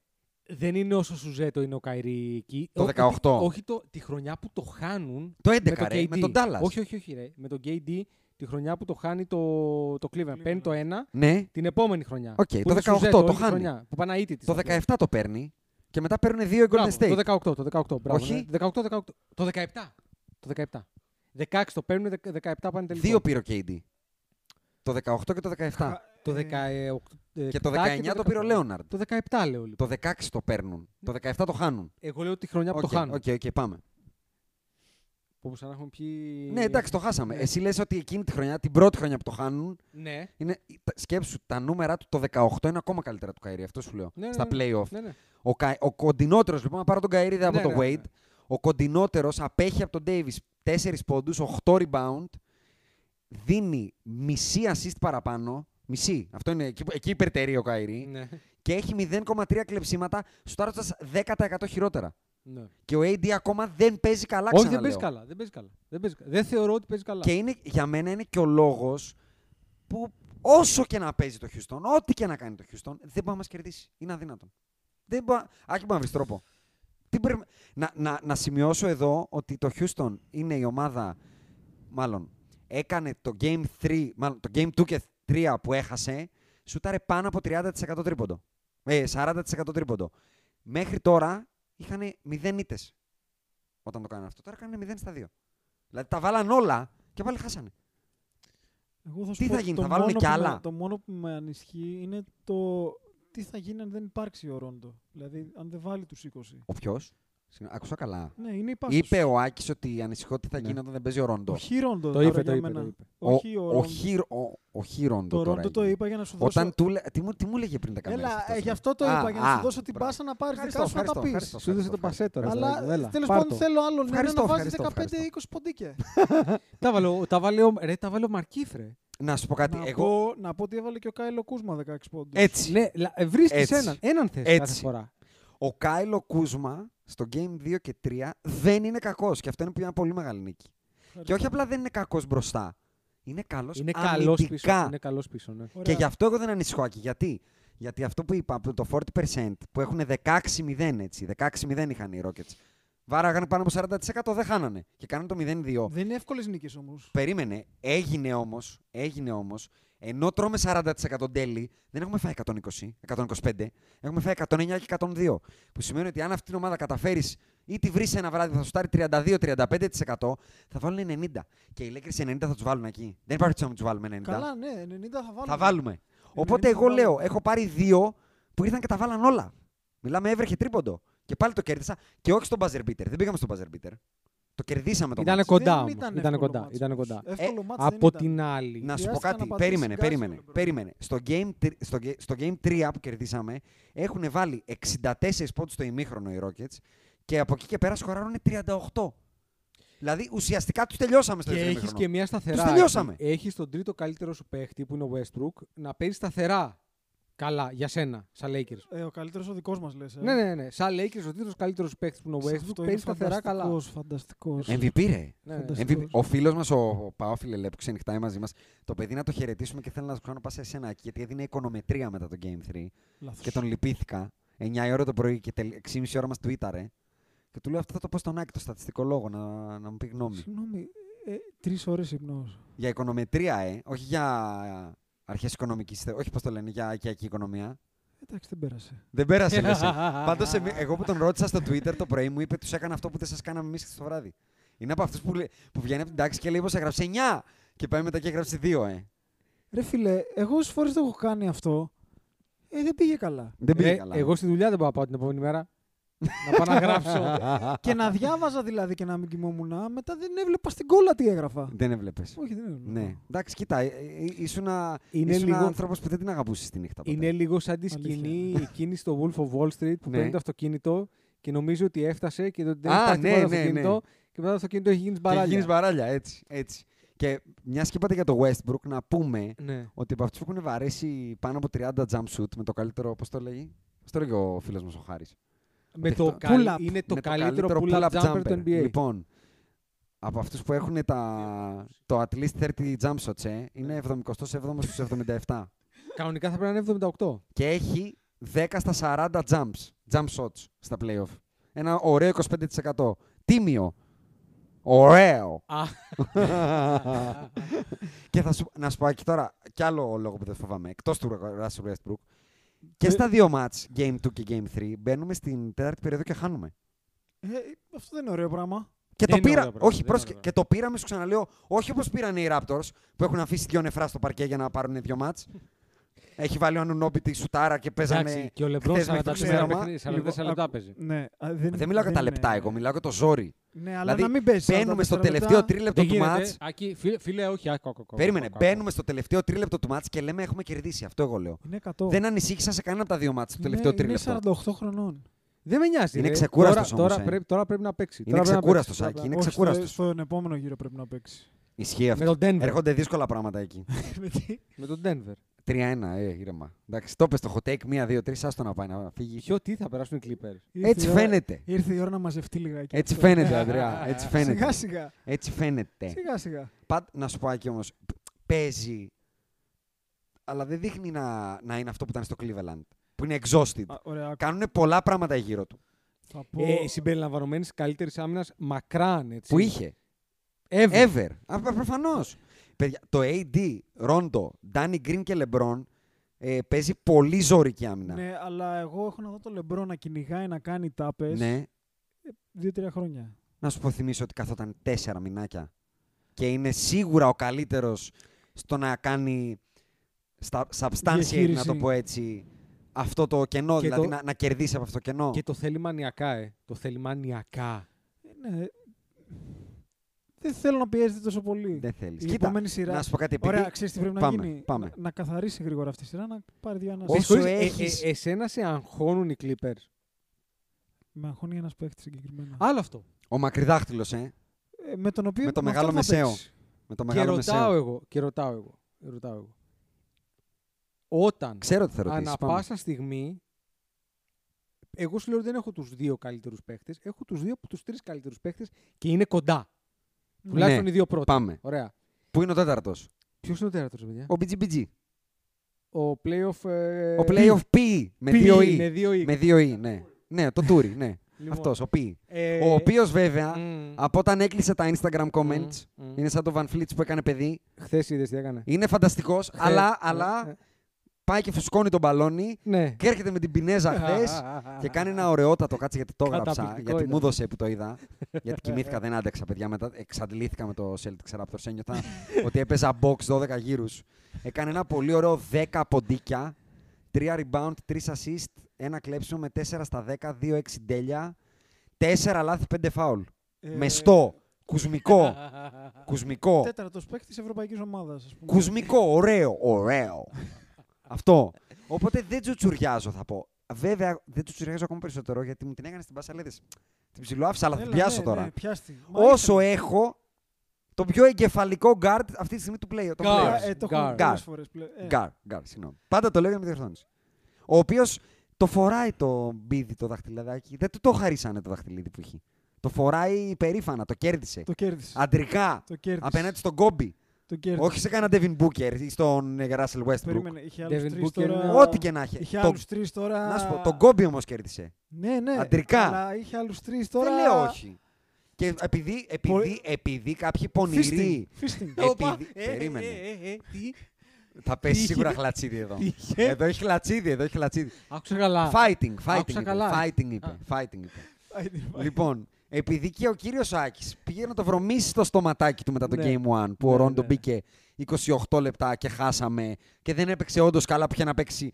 C: Δεν είναι όσο Σουζέτο είναι ο Καϊρή εκεί.
D: Το
C: Όχι-
D: 18.
C: Όχι το, τη χρονιά που το χάνουν.
D: Το 11
C: με το
D: ρε,
C: KD.
D: με τον Dallas.
C: Όχι, όχι, όχι, ρε. Με τον KD τη χρονιά που το χάνει το, το Cleveland. Παίρνει το 1
D: Ναι,
C: την επόμενη χρονιά.
D: Οκ,
C: Που
D: το
C: είναι
D: 18
C: Σουζέτο
D: το
C: όλη τη
D: χάνει.
C: Χρονιά, που Παναήτη της
D: Το
C: ήταν.
D: 17 το παίρνει και μετά παίρνουν δύο οι Golden
C: Μπράβο,
D: State.
C: Το 18, το 18. Μπράβο,
D: Όχι.
C: ναι. 18, 18. Το 17. Το 17. 16 το παίρνουν, 17 πάνε τελικό.
D: Δύο πήρε ο KD. Το 18 και το 17.
C: Το ε, 18.
D: Ε, και το 19 το πήρε ο Λέοναρντ.
C: Το 17 λέω λοιπόν.
D: Το 16 το παίρνουν. Το 17 το χάνουν.
C: Εγώ λέω τη χρονιά που το
D: Οκ,
C: χάνουν.
D: οκ, οκ, πάμε.
C: Όπω αν έχουν πει.
D: Ναι, εντάξει, το χάσαμε.
C: Ναι.
D: Εσύ λες ότι εκείνη τη χρονιά, την πρώτη χρονιά που το χάνουν,
C: Ναι.
D: είναι, τα- σκέψου, τα νούμερα του το 18 είναι ακόμα καλύτερα του Καϊρή. Αυτό σου λέω.
C: Ναι, ναι,
D: στα
C: ναι.
D: playoff.
C: ναι, ναι.
D: Ο, Κα... ο κοντινότερος, λοιπόν, να πάρω τον Καϊρή από
C: Ναι,
D: το
C: ναι,
D: Wade.
C: ναι.
D: Ο κοντινότερος απέχει από τον Davis 4 πόντου, 8 rebound. Δίνει μισή assist παραπάνω. Μισή. Αυτό είναι εκεί, εκεί υπερτερεί ο Καϊρή.
C: ναι.
D: Και έχει 0,3 κλεψίματα, σουτάροντα 10% χειρότερα.
C: ναι.
D: Και ο AD ακόμα δεν παίζει καλά
C: Όχι, δεν
D: ξαναλέω.
C: παίζει καλά. Δεν, παίζει καλά. δεν, παίζει... καλά. δεν θεωρώ ότι παίζει καλά.
D: Και είναι, για μένα είναι και ο λόγος που όσο και να παίζει το Houston, ό,τι και να κάνει το Houston, δεν μπορεί να μας κερδίσει. Είναι αδύνατον. Δεν μπορεί. Άκη, μπορεί να βρεις τρόπο. Τι πρέπει... να, να, να σημειώσω εδώ ότι το Houston είναι η ομάδα. Μάλλον έκανε το Game 3, μάλλον το Game 2 και 3 που έχασε, σουτάρε πάνω από 30% τρίποντο. Ε, 40% τρίποντο. Μέχρι τώρα είχαν 0 νύτε όταν το κάνανε αυτό. Τώρα κάνανε 0 στα 2. Δηλαδή τα βάλαν όλα και πάλι χάσανε.
E: Εγώ σου
D: Τι
E: πω,
D: θα γίνει,
E: το
D: θα βάλουνε
E: μόνο
D: κι
E: που
D: άλλα?
E: με- Το μόνο που με ανισχύει είναι το τι θα γίνει αν δεν υπάρξει ο Ρόντο. Δηλαδή, αν δεν βάλει τους 20.
D: Ο ποιος. Άκουσα καλά.
E: Ναι, είναι υπάρξει.
D: Είπε ο Άκης ότι ανησυχώ τι θα
C: Ναι.
D: γίνει όταν δεν παίζει ο Ρόντο.
E: Όχι Ρόντο.
C: Το
E: άρα
C: είπε,
E: για
C: το είπε,
E: μένα.
C: το είπε.
E: Όχι ο
D: ο,
E: Ρόντο.
D: χι, ο, ο χι Ρόντο
E: Το
D: τώρα.
E: Ρόντο το
D: έγινε.
E: είπα για να σου δώσω.
D: Όταν του λέ... τι, μου, τι μου λέγε πριν 10 μέρες
E: Έλα,
D: αυτός,
E: ε,
D: ρε.
E: γι' αυτό το
D: Α,
E: είπα, για να
D: α,
E: σου δώσω την
D: μπράβο.
E: πάσα να πάρεις
D: Ευχαριστώ,
E: δικά σου να τα
D: ευχαριστώ,
E: πεις.
D: ευχαριστώ,
C: Σου έδωσε το
D: ευχαριστώ,
C: πασέ τώρα.
D: ευχαριστώ.
C: Έλα, έλα,
E: Αλλά τέλος
C: πάρ'
E: πάντων
C: το.
E: θέλω Ναι, άλλον ένα
D: Ευχαριστώ,
E: να βάζει
D: ευχαριστώ,
E: 15-20 ποντίκια.
C: Τα βάλε ο- τα βάλε ο Μαρκίφρε.
D: Να σου πω κάτι.
E: να,
D: εγώ
E: πω, να πω ότι έβαλε και ο Κάιλο Κούσμα 16 πόντους.
D: έτσι.
C: Ναι, λα- ε, βρίσκεις
D: Έτσι.
C: έναν. Έναν θες
D: Έτσι.
C: κάθε φορά.
D: Ο Κάιλο Κούσμα στο game 2 και 3 δεν είναι κακός. Και αυτό είναι που είναι μια πολύ μεγάλη νίκη. Και όχι απλά δεν είναι κακός μπροστά. Είναι καλός
C: Είναι καλός πίσω.
D: αμυντικά.
C: Είναι καλός πίσω, ναι.
D: Και γι' αυτό εγώ δεν ανησυχώ, Άκη. Γιατί? Γιατί αυτό που είπα, από το 40% που έχουν 16-0 έτσι, 16-0 είχαν οι Rockets. Βάραγαν πάνω από 40% δεν χάνανε και κάνανε το 0-2.
E: Δεν είναι εύκολες νίκες όμως.
D: Περίμενε, έγινε όμως, έγινε όμως, ενώ τρώμε 40% τέλει, δεν έχουμε φάει 120, 125, έχουμε φάει 109 και 102. Που σημαίνει ότι αν αυτή την ομάδα καταφέρεις ή τη βρεις ένα βράδυ που θα σου στάρει 32-35% θα βάλουν 90. Και οι Lakers 90 θα τους βάλουν εκεί. Δεν υπάρχει να μην τους βάλουμε 90.
E: Καλά, ναι, 90 θα βάλουμε.
D: Θα βάλουμε. Οπότε
E: θα
D: εγώ
E: βάλουμε.
D: λέω, έχω πάρει δύο που ήρθαν και τα βάλαν όλα. Μιλάμε, έβρεχε τρίποντο. Και πάλι το κέρδισα και όχι στον buzzer beater. Δεν πήγαμε στον buzzer beater. Το κερδίσαμε το
C: Ήτανε
D: μάτς.
C: κοντά
E: Δεν
C: όμως.
E: ήταν
C: Ήτανε
E: εύκολο
C: κοντά.
E: μάτς.
C: Ήτανε κοντά.
D: Ε,
E: Εύκολο μάτς δεν
C: Από
E: ήταν.
C: την άλλη.
D: Να σου πω
E: Χρειάστηκε
D: κάτι.
E: να πατήσει
D: Περίμενε,
E: γκάζι ο
D: περίμενε.
E: LeBron.
D: περίμενε. Στο, game, τρι- στο, γε- στο game 3 που κερδίσαμε έχουν βάλει 64 πόντους στο ημίχρονο οι Rockets και από εκεί και πέρα σκοράρουν 38. Δηλαδή ουσιαστικά τους τελειώσαμε στο
C: Και
D: δεύτερο
C: έχεις
D: ημίχρονο.
C: και μια σταθερά.
D: Τους τελειώσαμε.
C: Έχεις τον τρίτο καλύτερο σου παίχτη που είναι ο Westbrook να παίζει σταθερά. Καλά, για σένα, σαν Lakers.
E: Ε, ο καλύτερος ο δικός μας λες. Ε.
C: Ναι, ναι, ναι. Σαν Lakers, ο τρίτος καλύτερος παίκτης που είναι ο
E: Σε αυτό
C: Westbrook
E: είναι
C: παίζει σταθερά καλά.
E: φανταστικός, Φανταστικός.
D: MVP ρε.
C: Ναι, ναι.
E: Φανταστικός.
D: MVP. Ε, Ο φίλος μας, ο Παό Φιλελέ, που ξενυχτάει μαζί μας, το παιδί να το χαιρετήσουμε και θέλω να σου κάνω πάσα εσένα εκεί, γιατί έδινε οικονομετρία μετά το Game 3
E: Λάθος.
D: και τον λυπήθηκα. 9 η ώρα το πρωί και τελ- 6,5 ώρα μας τουίταρε. Και του λέω αυτό θα το πω στον Άκη, το στατιστικό λόγο, να, να μου πει γνώμη.
E: Συγγνώμη, ε, τρεις ώρες ύπνος.
D: για οικονομετρία, ε, όχι για αρχές οικονομικής, όχι πώς το λένε, για οικιακή οικονομία.
E: Εντάξει, δεν πέρασε.
D: Δεν πέρασε, λες. Πάντω, εγώ που τον ρώτησα στο Twitter το πρωί μου, είπε τους έκανα αυτό που δεν σας κάναμε εμείς το βράδυ. Είναι από αυτούς που, λέ- που βγαίνει από την τάξη και λέει πω έγραψε 9 και πάει μετά και έγραψε 2, ε.
E: Ρε φίλε, εγώ όσες φορές το έχω κάνει αυτό, ε, δεν πήγε καλά.
D: Δεν πήγε
C: Ρε,
D: Ε, καλά.
C: Ε,
D: *laughs*
C: Εγώ στη δουλειά δεν πάω να πάω την επόμενη μέρα. να πάω να γράψω.
E: και να διάβαζα δηλαδή και να μην κοιμόμουν, μετά δεν έβλεπα στην κόλλα τι έγραφα.
D: Δεν έβλεπες.
E: Όχι, δεν έβλεπα.
D: Ναι. Εντάξει, κοίτα, ε, ε, ε, ήσουν ένα
C: Είναι λίγο-
D: άνθρωπος που δεν την αγαπούσες τη νύχτα. ποτέ.
C: Είναι λίγο σαν τη
E: Αλήθεια.
C: σκηνή εκείνη στο Wolf of Wall Street που
D: Ναι.
C: παίρνει το αυτοκίνητο και νομίζει ότι έφτασε και δεν
D: Α,
C: έφτασε
D: ναι,
C: ναι, το
D: ναι,
C: αυτοκίνητο. Και μετά το αυτοκίνητο έχει γίνει
D: Και γίνει
C: μπαράλια.
D: βαράλια, έτσι. έτσι. Και μιας και είπατε για το Westbrook, να πούμε
C: Ναι.
D: ότι από αυτούς που έχουν βαρέσει πάνω από 30 jumpsuit με το καλύτερο, πώς το λέγει. Πώς το λέγει ο φίλος μας ο Χάρης.
C: Με
D: Δείχτα.
C: το καλ-
E: Pull-up.
C: Είναι το καλύτερο pull-up jumper του NBA.
D: Λοιπόν, από αυτούς που έχουν τα, το at least 30 jump shots, ε, είναι 77ο στου 77.
C: Κανονικά θα πρέπει να είναι 78.
D: και έχει 10 στα 40 jumps, jump shots στα playoff. Ένα ωραίο 25%. Τίμιο. Ωραίο.
C: Α.
D: *laughs* και θα σου, να σου πω εκεί τώρα κι άλλο λόγο που δεν φοβάμαι, εκτός του Russell Westbrook. Και στα δύο μάτς, Game 2 και Game 3, μπαίνουμε στην τέταρτη περίοδο και χάνουμε.
E: Ε, αυτό δεν είναι ωραίο πράγμα.
D: Και
C: Δεν
D: το,
C: είναι
D: πήρα...
C: ωραίο πράγμα,
D: όχι,
C: δεν
D: πρόσεχε,
C: είναι ωραίο
D: και το πήραμε, σου ξαναλέω, όχι όπως πήραν οι Raptors που έχουν αφήσει δύο νεφρά στο παρκέ για να πάρουν δύο μάτ. Έχει βάλει ο Ανουνόμπι τη σουτάρα και παίζανε.
C: Εντάξει, και ο Λεμπρόν
D: χθες μέχρι το
C: 44
D: ξημέρωμα.
C: παιχνίδι- 44
E: Λοιπόν,
C: λεπτά
E: Ναι, ακου-
C: παίζει.
E: Ναι, α, δεν,
D: Δεν μιλάω για τα
E: δεν
D: λεπτά,
E: είναι-
D: εγώ μιλάω για το ζόρι.
E: Ναι, αλλά
D: Δηλαδή,
E: να μην παίζει.
D: μπαίνουμε στο τελευταίο τρίλεπτο
C: Δεν
D: του
C: γίνεται.
D: μάτ.
C: Άκη, φίλε, φίλε, όχι, άκου, άκου, άκου,
D: Περίμενε,
C: άκου, άκου.
D: μπαίνουμε στο τελευταίο τρίλεπτο του μάτ και λέμε έχουμε κερδίσει. Αυτό εγώ λέω.
E: Είναι 100.
D: Δεν ανησύχησα σε κανένα από τα δύο μάτ του τελευταίο
E: Ναι, είναι, είναι
D: τρίλεπτο.
E: 48 χρονών.
C: Δεν με νοιάζει.
D: Είναι
C: ρε.
D: ξεκούραστος
C: Τώρα-
D: όμως,
C: Τώρα,
D: ε.
C: πρέπει, τώρα πρέπει να παίξει.
D: Είναι
C: Τώρα πρέπει να
D: ξεκούραστος,
C: παίξει.
D: Άκη. Είναι
E: Όχι, στο,
D: ξεκούραστος.
E: στον επόμενο γύρο πρέπει να
D: *laughs*
E: παίξει.
D: Ισχύει
C: Με
D: αυτό.
C: τον Denver.
D: Έρχονται δύσκολα πράγματα εκεί.
C: Με τον Denver.
D: 3-1, ε, ήρεμα. Εντάξει, το πες το hot take 1-2-3, άστο να πάει να φύγει.
C: Ποιο τι θα περάσουν οι Clippers.
E: Ήρθε
D: Έτσι
E: η ώρα-
D: φαίνεται.
E: Ήρθε η ώρα να μαζευτεί λιγάκι.
D: Έτσι
E: αυτό. *laughs*
D: φαίνεται, Ανδρέα. Έτσι
E: Σιγά
D: φαίνεται.
E: σιγά.
D: Έτσι φαίνεται.
E: Σιγά σιγά.
D: Πα- να σου πω Άκη όμως, π- παίζει, αλλά δεν δείχνει να, να είναι αυτό που ήταν στο Cleveland, που είναι exhausted.
E: Α, Ωραία, άκου,
D: Κάνουν πολλά πράγματα γύρω του,
E: θα πω.
C: Ε, Συμπεριλαμβανομένης καλύτερης άμυνας μακράν. Έτσι.
D: που είχε.
C: Ever.
D: Ever. Α, προ- προφανώς. Παιδιά, το AD, Rondo, Danny Green και LeBron ε, παίζει πολύ ζωρική άμυνα.
E: Ναι, αλλά εγώ έχω να δω τον Λεμπρό να κυνηγάει να κάνει τάπες
D: Ναι.
E: δύο-τρία χρόνια.
D: Να σου πω θυμίσω ότι καθόταν τέσσερα μηνάκια και είναι σίγουρα ο καλύτερος στο να κάνει στα, substantiate, να
E: Διαχείριση.
D: το πω έτσι, αυτό το κενό,
C: Και
D: δηλαδή
C: το-
D: να, να κερδίσει από αυτό το κενό.
C: Και το θέλει μανιακά, ε. Το θέλει μανιακά.
E: Ε, ναι. Δεν θέλω να πιέζεται τόσο πολύ.
D: Δεν θέλεις.
E: Η
D: Κοίτα,
E: επόμενη σειρά.
D: να σου πω κάτι. Ναι, Επειδή...
E: Ωραία, ξέρεις τι πρέπει
D: Πάμε,
E: να γίνει.
D: πάμε.
E: Να, να καθαρίσει γρήγορα αυτή η σειρά, να πάρει δύο ανάσες.
D: Όσο
C: Συγχωρείς,
D: έχεις-
C: Ε, ε, εσένα σε αγχώνουν οι Clippers.
E: Με αγχώνει ένας παίχτη συγκεκριμένα.
C: Άλλο αυτό.
D: Ο μακριδάχτυλο, ε.
E: Ε, με τον οποίο.
D: με το
E: με
D: μεγάλο
E: αυτόν θα
D: μεσαίο.
E: παίξεις.
D: Με το
C: Και
D: μεγάλο
C: ρωτάω,
D: μεσαίο.
C: εγώ, και ρωτάω εγώ. ρωτάω εγώ. Όταν
D: Ξέρω τι θα ρωτήσεις.
C: ανά
D: πάμε.
C: πάσα στιγμή. Εγώ σου λέω ότι δεν έχω τους δύο καλύτερους παίχτε. Έχω τους δύο από τους τρεις καλύτερους παίχτε και είναι κοντά. Τουλάχιστον οι δύο πρώτοι.
D: Ναι. Πάμε.
C: Ωραία.
D: Πού είναι ο τέταρτος.
C: Ποιος είναι ο τέταρτος, παιδιά?
D: Ο BGBG.
C: Ο playoff. ε,
D: Ο playoff P. Με
C: P,
D: δύο E.
C: με δύο E.
D: Με δύο E, ναι. Ναι, το Τούρι, ναι.
C: Λοιπόν.
D: Αυτός, ο P.
C: ε,
D: Ο οποίος βέβαια
C: μμ,
D: από όταν έκλεισε τα Instagram comments.
C: μμ.
D: Είναι σαν το Van Fleets που έκανε παιδί.
C: Χθες είδες τι έκανε.
D: Είναι φανταστικός, αλλά,
C: Χθες, ε,
D: αλλά
C: ε,
D: πάει και φουσκώνει τον μπαλόνι
C: *laughs* Ναι.
D: και έρχεται με την πινέζα χθες και κάνει ένα ωραιότατο. Κάτσε γιατί το έγραψα.
C: ε, Καταπληκτικό
D: Γιατί
C: ήταν.
D: μου έδωσε που το είδα. γιατί κοιμήθηκα, δεν άντεξα, παιδιά. Μετά εξαντλήθηκα με το Celtics Raptors.
C: *laughs*
D: Ένιωθα ότι έπαιζα box 12 γύρους. Έκανε ένα πολύ ωραίο 10 ποντίκια. 3 rebound, 3 assist, ένα κλέψιμο με 4 στα 10, 2 τέλεια. 4 λάθη, 5 φάουλ.
C: Ε.
D: Μεστό,
C: *laughs*
D: κουσμικό, κουσμικό.
E: Τέταρτος παίκτης Ευρωπαϊκής Ομάδας, ας πούμε.
D: Κουσμικό, ωραίο, ωραίο. Αυτό. Οπότε δεν τσουτσουριάζω, θα πω. Βέβαια, δεν τσουτσουριάζω ακόμα περισσότερο γιατί μου την έκανε στην πάσα, λέτε. Την ψηλοάφησα, αλλά θα την
E: Έλα,
D: πιάσω
E: ναι,
D: τώρα.
E: ναι, πιάστη. Μα
D: Όσο
E: ήθελα.
D: έχω τον πιο εγκεφαλικό guard αυτή τη στιγμή του play. των
C: Guard.
D: playoffs.
E: Ε, το
C: Γκάρ.
E: έχουμε
D: Γκάρ.
E: πολλές φορές πλέον. Ε,
D: Guard, guard, συγγνώμη. Πάντα το λέω για να με διορθώνεις. Ο οποίος το φοράει το μπίδι το δαχτυλαδάκι. Δεν του το χαρίσανε το δαχτυλίδι που είχε. Το φοράει υπερήφανα, το κέρδισε.
E: Το κέρδισε.
D: Αντρικά.
E: Το κέρδισε.
D: Απέναντι στον Κόμπι.
E: Το κέρδισε.
D: Όχι σε κανέναν Devin Booker ή στον ε, Russell Westbrook.
E: Περίμενε, είχε άλλους
C: Devin
E: τρεις
C: Booker
E: τώρα.
C: είναι-
D: Ό,τι και να έχει.
E: Είχε
D: Το-
E: άλλους τρεις τώρα.
D: Να σου πω, τον Κόμπι όμως κέρδισε.
E: Ναι, ναι.
D: Αντρικά.
E: Αλλά είχε άλλους τρεις τώρα.
D: Δεν λέω όχι. Και επειδή, επειδή,
E: Πολύ-
D: επειδή κάποιοι
E: Φίστινγκ.
D: πονηροί.
E: Φίστινγκ.
C: Όπα,
D: Επειδή-
C: ε,
D: περίμενε.
C: ε, ε, ε, τι?
D: Θα πέσει
C: Είχε-
D: σίγουρα χλατσίδι εδώ.
C: Είχε-
D: Εδώ έχει χλατσίδι, εδώ έχει χλατσίδι.
C: Άκουσα καλά.
D: Fighting, fighting.
C: Άκουσα
D: Είπε,
C: καλά.
D: Fighting είπε.
C: Α.
D: Fighting είπε.
E: Identify.
D: λοιπόν, επειδή και ο κύριος Άκης πήγε να το βρωμίσει το στοματάκι του μετά το
C: Ναι.
D: Game 1 που ο
C: Ναι,
D: Ρόντο
C: ναι.
D: μπήκε 28 λεπτά και χάσαμε και δεν έπαιξε όντως καλά που είχε να παίξει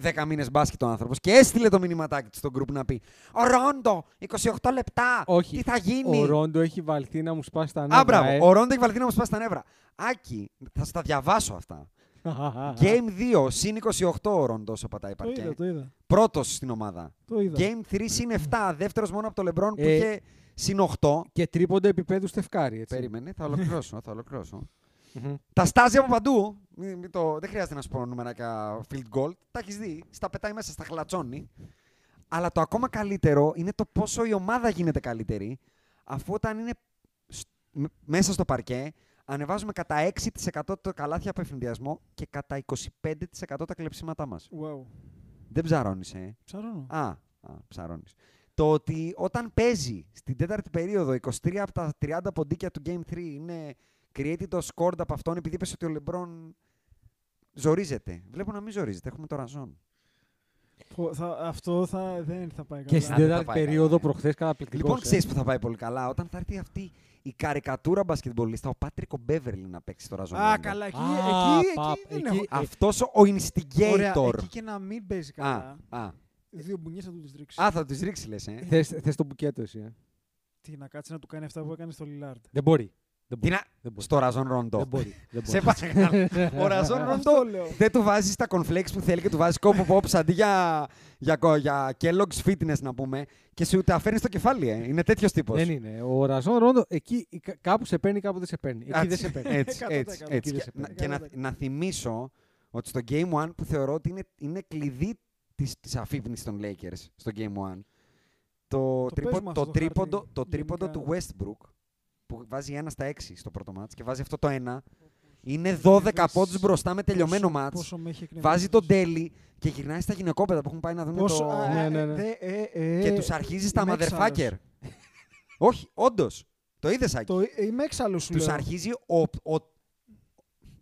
D: 10 μήνες μπάσκετ ο άνθρωπος και έστειλε το μηνυματάκι του στον group να πει Ο Ρόντο, 28 λεπτά!
C: Όχι.
D: Τι θα γίνει!
C: Ο Ρόντο έχει βαλθεί να μου σπάσει τα νεύρα.
D: Α, μπράβο.
C: ε.
D: Ο Ρόντο έχει βαλθεί να μου σπάσει τα νεύρα. Άκη, θα σου τα διαβάσω
C: *laughs*
D: αυτά. Game 2, συν 28 ο Ρόντος όσο πατάει
E: Το είδα,
D: παρκέ.
E: το είδα.
D: Πρώτος στην ομάδα.
E: Το είδα.
D: Game 3 συν 7, δεύτερος μόνο από το Λεμπρόν που
C: Ε.
D: είχε συν 8.
C: Και τρίποντα επίπεδου στεφκάρι, έτσι.
D: Περίμενε, θα ολοκληρώσω. θα ολοκληρώσω.
C: Μμμ.
D: τα στάζει από παντού. Μη- μη το, δεν χρειάζεται να σου πω νούμερακια field goal. Τα έχεις δει. Στα πετάει μέσα, στα χλατσώνει. Αλλά το ακόμα καλύτερο είναι το πόσο η ομάδα γίνεται καλύτερη αφού όταν είναι σ- μ- μέσα στο παρκέ ανεβάζουμε κατά 6% το καλάθι από ευθυνδιασμό και κατά 25% τα κλεψίματά μας.
E: Wow.
D: Δεν ψαρώνεις, ε.
E: Ψαρώνω.
D: Α, α ψαρώνεις. Το ότι όταν παίζει στην τέταρτη περίοδο 23 από τα 30 ποντίκια του Game 3 είναι created το scored από αυτόν επειδή είπες ότι ο Λεμπρόν ζορίζεται. Βλέπω να μην ζορίζεται. Έχουμε το ραζόν.
E: Πω, θα- Αυτό θα, δεν θα πάει καλά.
C: Και στην
D: δεν τα
C: τέταρτη
D: πάει καλά,
C: περίοδο ε.
D: ναι.
C: προχθέ καταπληκτικό.
D: Λοιπόν, ξέρεις που θα πάει πολύ καλά. Όταν θα έρθει αυτή η καρικατούρα μπασκετμπολίστα, ο Πάτρικο Μπέβερλι να παίξει το ραζόν.
E: Α, καλά. Εκεί,
C: Α,
E: εκεί,
C: παπ,
E: εκεί δεν
C: εκεί-
E: έχω.
D: Αυτός ο
E: Ωραία,
D: instigator.
E: εκεί και να μην παίζει
D: Α,
E: καλά.
D: α.
E: Δύο μπουνιές θα του τις ρίξει.
D: Α, θα τους ρίξει, λες. Ε.
C: Θες, θες το μπουκέτο εσύ. Ε.
E: Τι να κάτσει να του κάνει αυτά που έκανε στο Λιλάρντ.
C: Δεν μπορεί. Δεν
D: Τι
C: μπορεί.
D: να-
C: Δεν μπορεί.
D: Στο ραζόν ροντό.
C: Δεν μπορεί. Δεν
D: Σε
C: μπορεί.
D: παρακαλώ. Ο
C: *laughs*
E: *laughs*
D: Ραζόν Ροντό
E: Αυτό λέω.
D: δεν του βάζει τα κονφλέξ που θέλει και του βάζει κόπο pops αντί για, για, κο- για Kellogg's Fitness να πούμε και σου τα φέρνει στο κεφάλι. Ε. Είναι τέτοιος τύπος.
C: Δεν είναι. Ο Ραζόν Ρόντο εκεί ή κα- κάπου σε παίρνει, κάπου δεν σε παίρνει. Εκεί δεν σε παίρνει.
D: Έτσι, έτσι,
E: 100%.
C: Εκεί
D: έτσι.
C: δεν
D: Και,
C: σε
D: να,
E: παίρνει.
D: και να,
E: 100%.
D: να θυμίσω ότι στο Game 1 που θεωρώ ότι είναι, είναι κλειδί της, της αφύπνισης των Lakers στο Game 1 το,
E: Το
D: τρίπο-
E: παίζουμε αυτό
D: το
E: το
D: τρίποντο,
E: χαρτί,
D: το τρίποντο του
E: γενικά.
D: Westbrook που βάζει 1 στα 6 στο πρώτο μάτς και βάζει αυτό το 1 είναι 12
E: Είδες
D: πόντους μπροστά με τελειωμένο
E: Πόσο-
D: μάτς
E: πόσο με έχει εκνευρίσει.
D: Ναι. Βάζει τον τέλει και γυρνάει στα γυναικόπαιδα που έχουν πάει να δουν
E: Πόσο.
D: το.
E: α,
C: Ναι, ναι, ναι.
E: δε- ε, ε,
D: και
E: ε,
D: τους αρχίζει στα
E: είμαι
D: motherfucker.
E: έξαλλος.
D: *laughs* Όχι, όντως. Το είδες, Άκη.
E: Το, ε, είμαι έξαλλο σου
D: Τους
E: λέω.
D: αρχίζει ο, ο,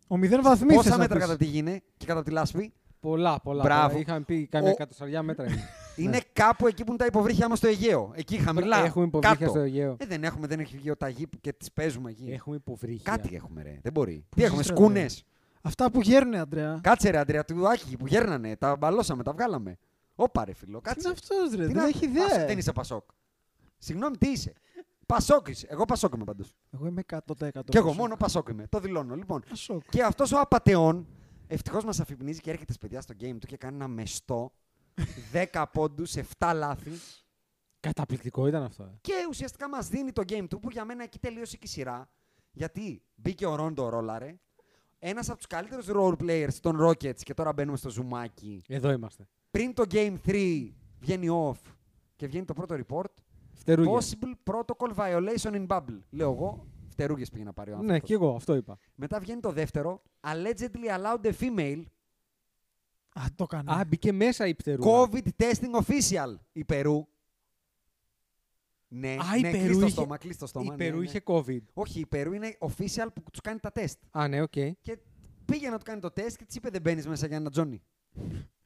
E: Ο μηδέν βαθμοί θες
D: πόσα
E: να
D: μέτρα
E: πεις.
D: κατά τη γη και κατά τη λάσπη.
C: Πολλά, πολλά.
D: Μπράβο.
C: πολλά. Είχαμε πει κάμια
D: Ο-
C: εκατοσταριά μέτρα. είναι.
E: Ναι.
D: Είναι κάπου εκεί που είναι τα υποβρύχια μας στο Αιγαίο. Εκεί χαμηλά.
C: Έχουμε υποβρύχια στο Αιγαίο.
D: Ε, δεν έχουμε, δεν έχει βγει ο Ταγί που και τις παίζουμε εκεί.
C: Έχουμε υποβρύχια.
D: Κάτι έχουμε, ρε. Δεν μπορεί.
E: Πού
D: Τι έχουμε,
E: ζεις, ρε,
D: σκούνε.
E: Αυτά που γέρνε, Αντρέα.
D: Κάτσε, ρε, Αντρέα, του Άκη που γέρνανε. Τα μπαλώσαμε, τα βγάλαμε. Όπα, ρε, φίλο,
E: Τι είναι
D: κάτσε.
E: αυτός, ρε.
D: Τι
E: Δεν
D: να-
E: έχει
D: Άσε, Δεν
E: ιδέα.
D: είσαι Πασόκ. Συγγνώμη, τι είσαι. Πασόκ είσαι. Εγώ Πασόκ είμαι παντού.
E: Εγώ είμαι 100%.
D: Κι εγώ μόνο Πασόκ είμαι. Το δηλώνω. Λοιπόν.
E: Πασόκ.
D: Και αυτός ο απαταιών ευτυχώς μας αφυπνίζει και έρχεται παιδιά στο game του και κάνει ένα
E: *laughs*
D: μεστό. 10 πόντου, 7 λάθη.
C: Καταπληκτικό ήταν αυτό. ε.
D: Και ουσιαστικά μας δίνει το game του που για μένα εκεί τελείωσε και η σειρά. Γιατί μπήκε ο Ρόντο ρόλαρε. Ένας από τους καλύτερους role players των Rockets, και τώρα μπαίνουμε στο ζουμάκι.
C: Εδώ είμαστε.
D: Πριν το Game 3 βγαίνει off και βγαίνει το πρώτο report.
C: Φτερούγες.
D: Possible protocol violation in bubble. Λέω εγώ, φτερούγε πήγε να πάρει ο άνθρωπος.
C: Ναι, και εγώ αυτό είπα.
D: Μετά βγαίνει το δεύτερο. Allegedly allowed a female.
E: Α, το έκανε.
C: Α, μπήκε μέσα η πτερούγα.
D: COVID testing official. Η Περού. Ναι,
C: Α, η
D: ναι,
C: Περού
D: κλείς το
C: είχε-
D: στόμα, κλείς το στόμα.
C: η
D: ναι,
C: Περού
D: ναι.
C: είχε COVID.
D: Όχι, η Περού είναι official που τους κάνει τα τεστ.
C: Α, ναι, οκ.
D: Και πήγε να του κάνει το τεστ και της είπε δεν μπαίνεις μέσα για ένα Τζόνι.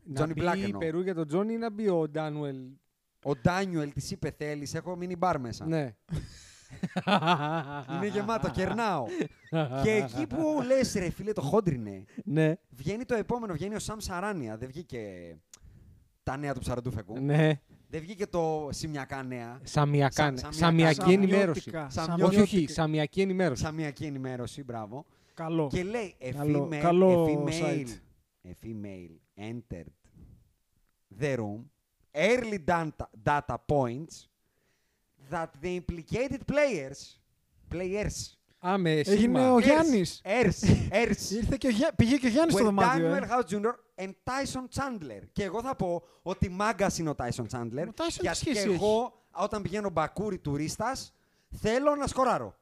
C: Να
D: Τζόνι
C: μπει
D: Black
C: η
D: εννοώ.
C: Περού για τον Τζόνι ή να μπει ο Ντάνουελ.
D: Ο Ντάνιουελ της είπε θέλεις, έχω μείνει μπαρ μέσα.
C: Ναι.
D: Είναι
C: *laughs*
D: γεμάτο, κερνάω. και εκεί που λες, ρε φίλε, το χόντρινε.
C: ναι.
D: Βγαίνει το επόμενο, βγαίνει ο Σαμ Σαράνια. Δεν βγήκε τα νέα του ψαραντούφεκου.
C: Ναι.
D: Δεν βγήκε το σημειακά νέα.
C: Σαμιακά.
D: Σα-
C: ναι.
D: σαμιακά.
C: Σαμιακή ενημέρωση.
E: Σαμιώτικα.
D: Σαμιώτικα.
C: Όχι, όχι.
E: Σαμιώτικα.
C: Σαμιακή ενημέρωση.
D: Σαμιακή ενημέρωση, μπράβο.
E: Καλό.
D: Και λέει a
E: Καλό-
D: female,
E: καλό
D: a female,
E: site.
D: a female entered the room, early data, data points that the implicated players, players,
C: Α, με
E: Έγινε
C: σήμα.
E: ο Γιάννης.
D: Ers,
E: *laughs*
D: Ers,
E: Ήρθε και ο Γιά- Πήγε και ο Γιάννης στο
D: were
E: δωμάτιο.
D: Daniel
E: ε.
D: House Jr. and Tyson Chandler. Και εγώ θα πω ότι μάγκας είναι ο Tyson Chandler.
E: Ο Tyson τι
D: γιατί
E: σχέση
D: και
E: έχει?
D: εγώ όταν πηγαίνω μπακούρι τουρίστας θέλω να σκοράρω.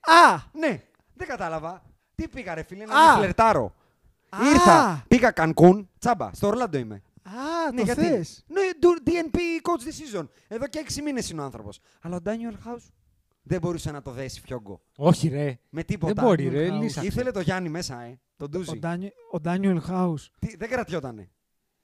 E: Α!
D: Ναι, δεν κατάλαβα. Τι πήγα, ρε φίλε, να
E: Α.
D: μην φλερτάρω. Ήρθα, πήγα Κανκούν, τσάμπα, στο Ορλάντο είμαι.
E: Α, το θες.
D: Ναι, do- DNP coach decision. Εδώ και έξι μήνες είναι ο άνθρωπος. Αλλά ο Daniel House δεν μπορούσε να το δέσει φιόγκο.
C: Όχι, ρε.
D: Με τίποτα.
C: Δεν μπορεί,
E: ρε,
C: λύσαξε.
D: Ήθελε το Γιάννη μέσα, ε. Τον
E: Ο
D: Ντούζι.
E: Ντάνι- Ο Ντάνιουελ Χάους.
D: Τι- Δεν κρατιότανε.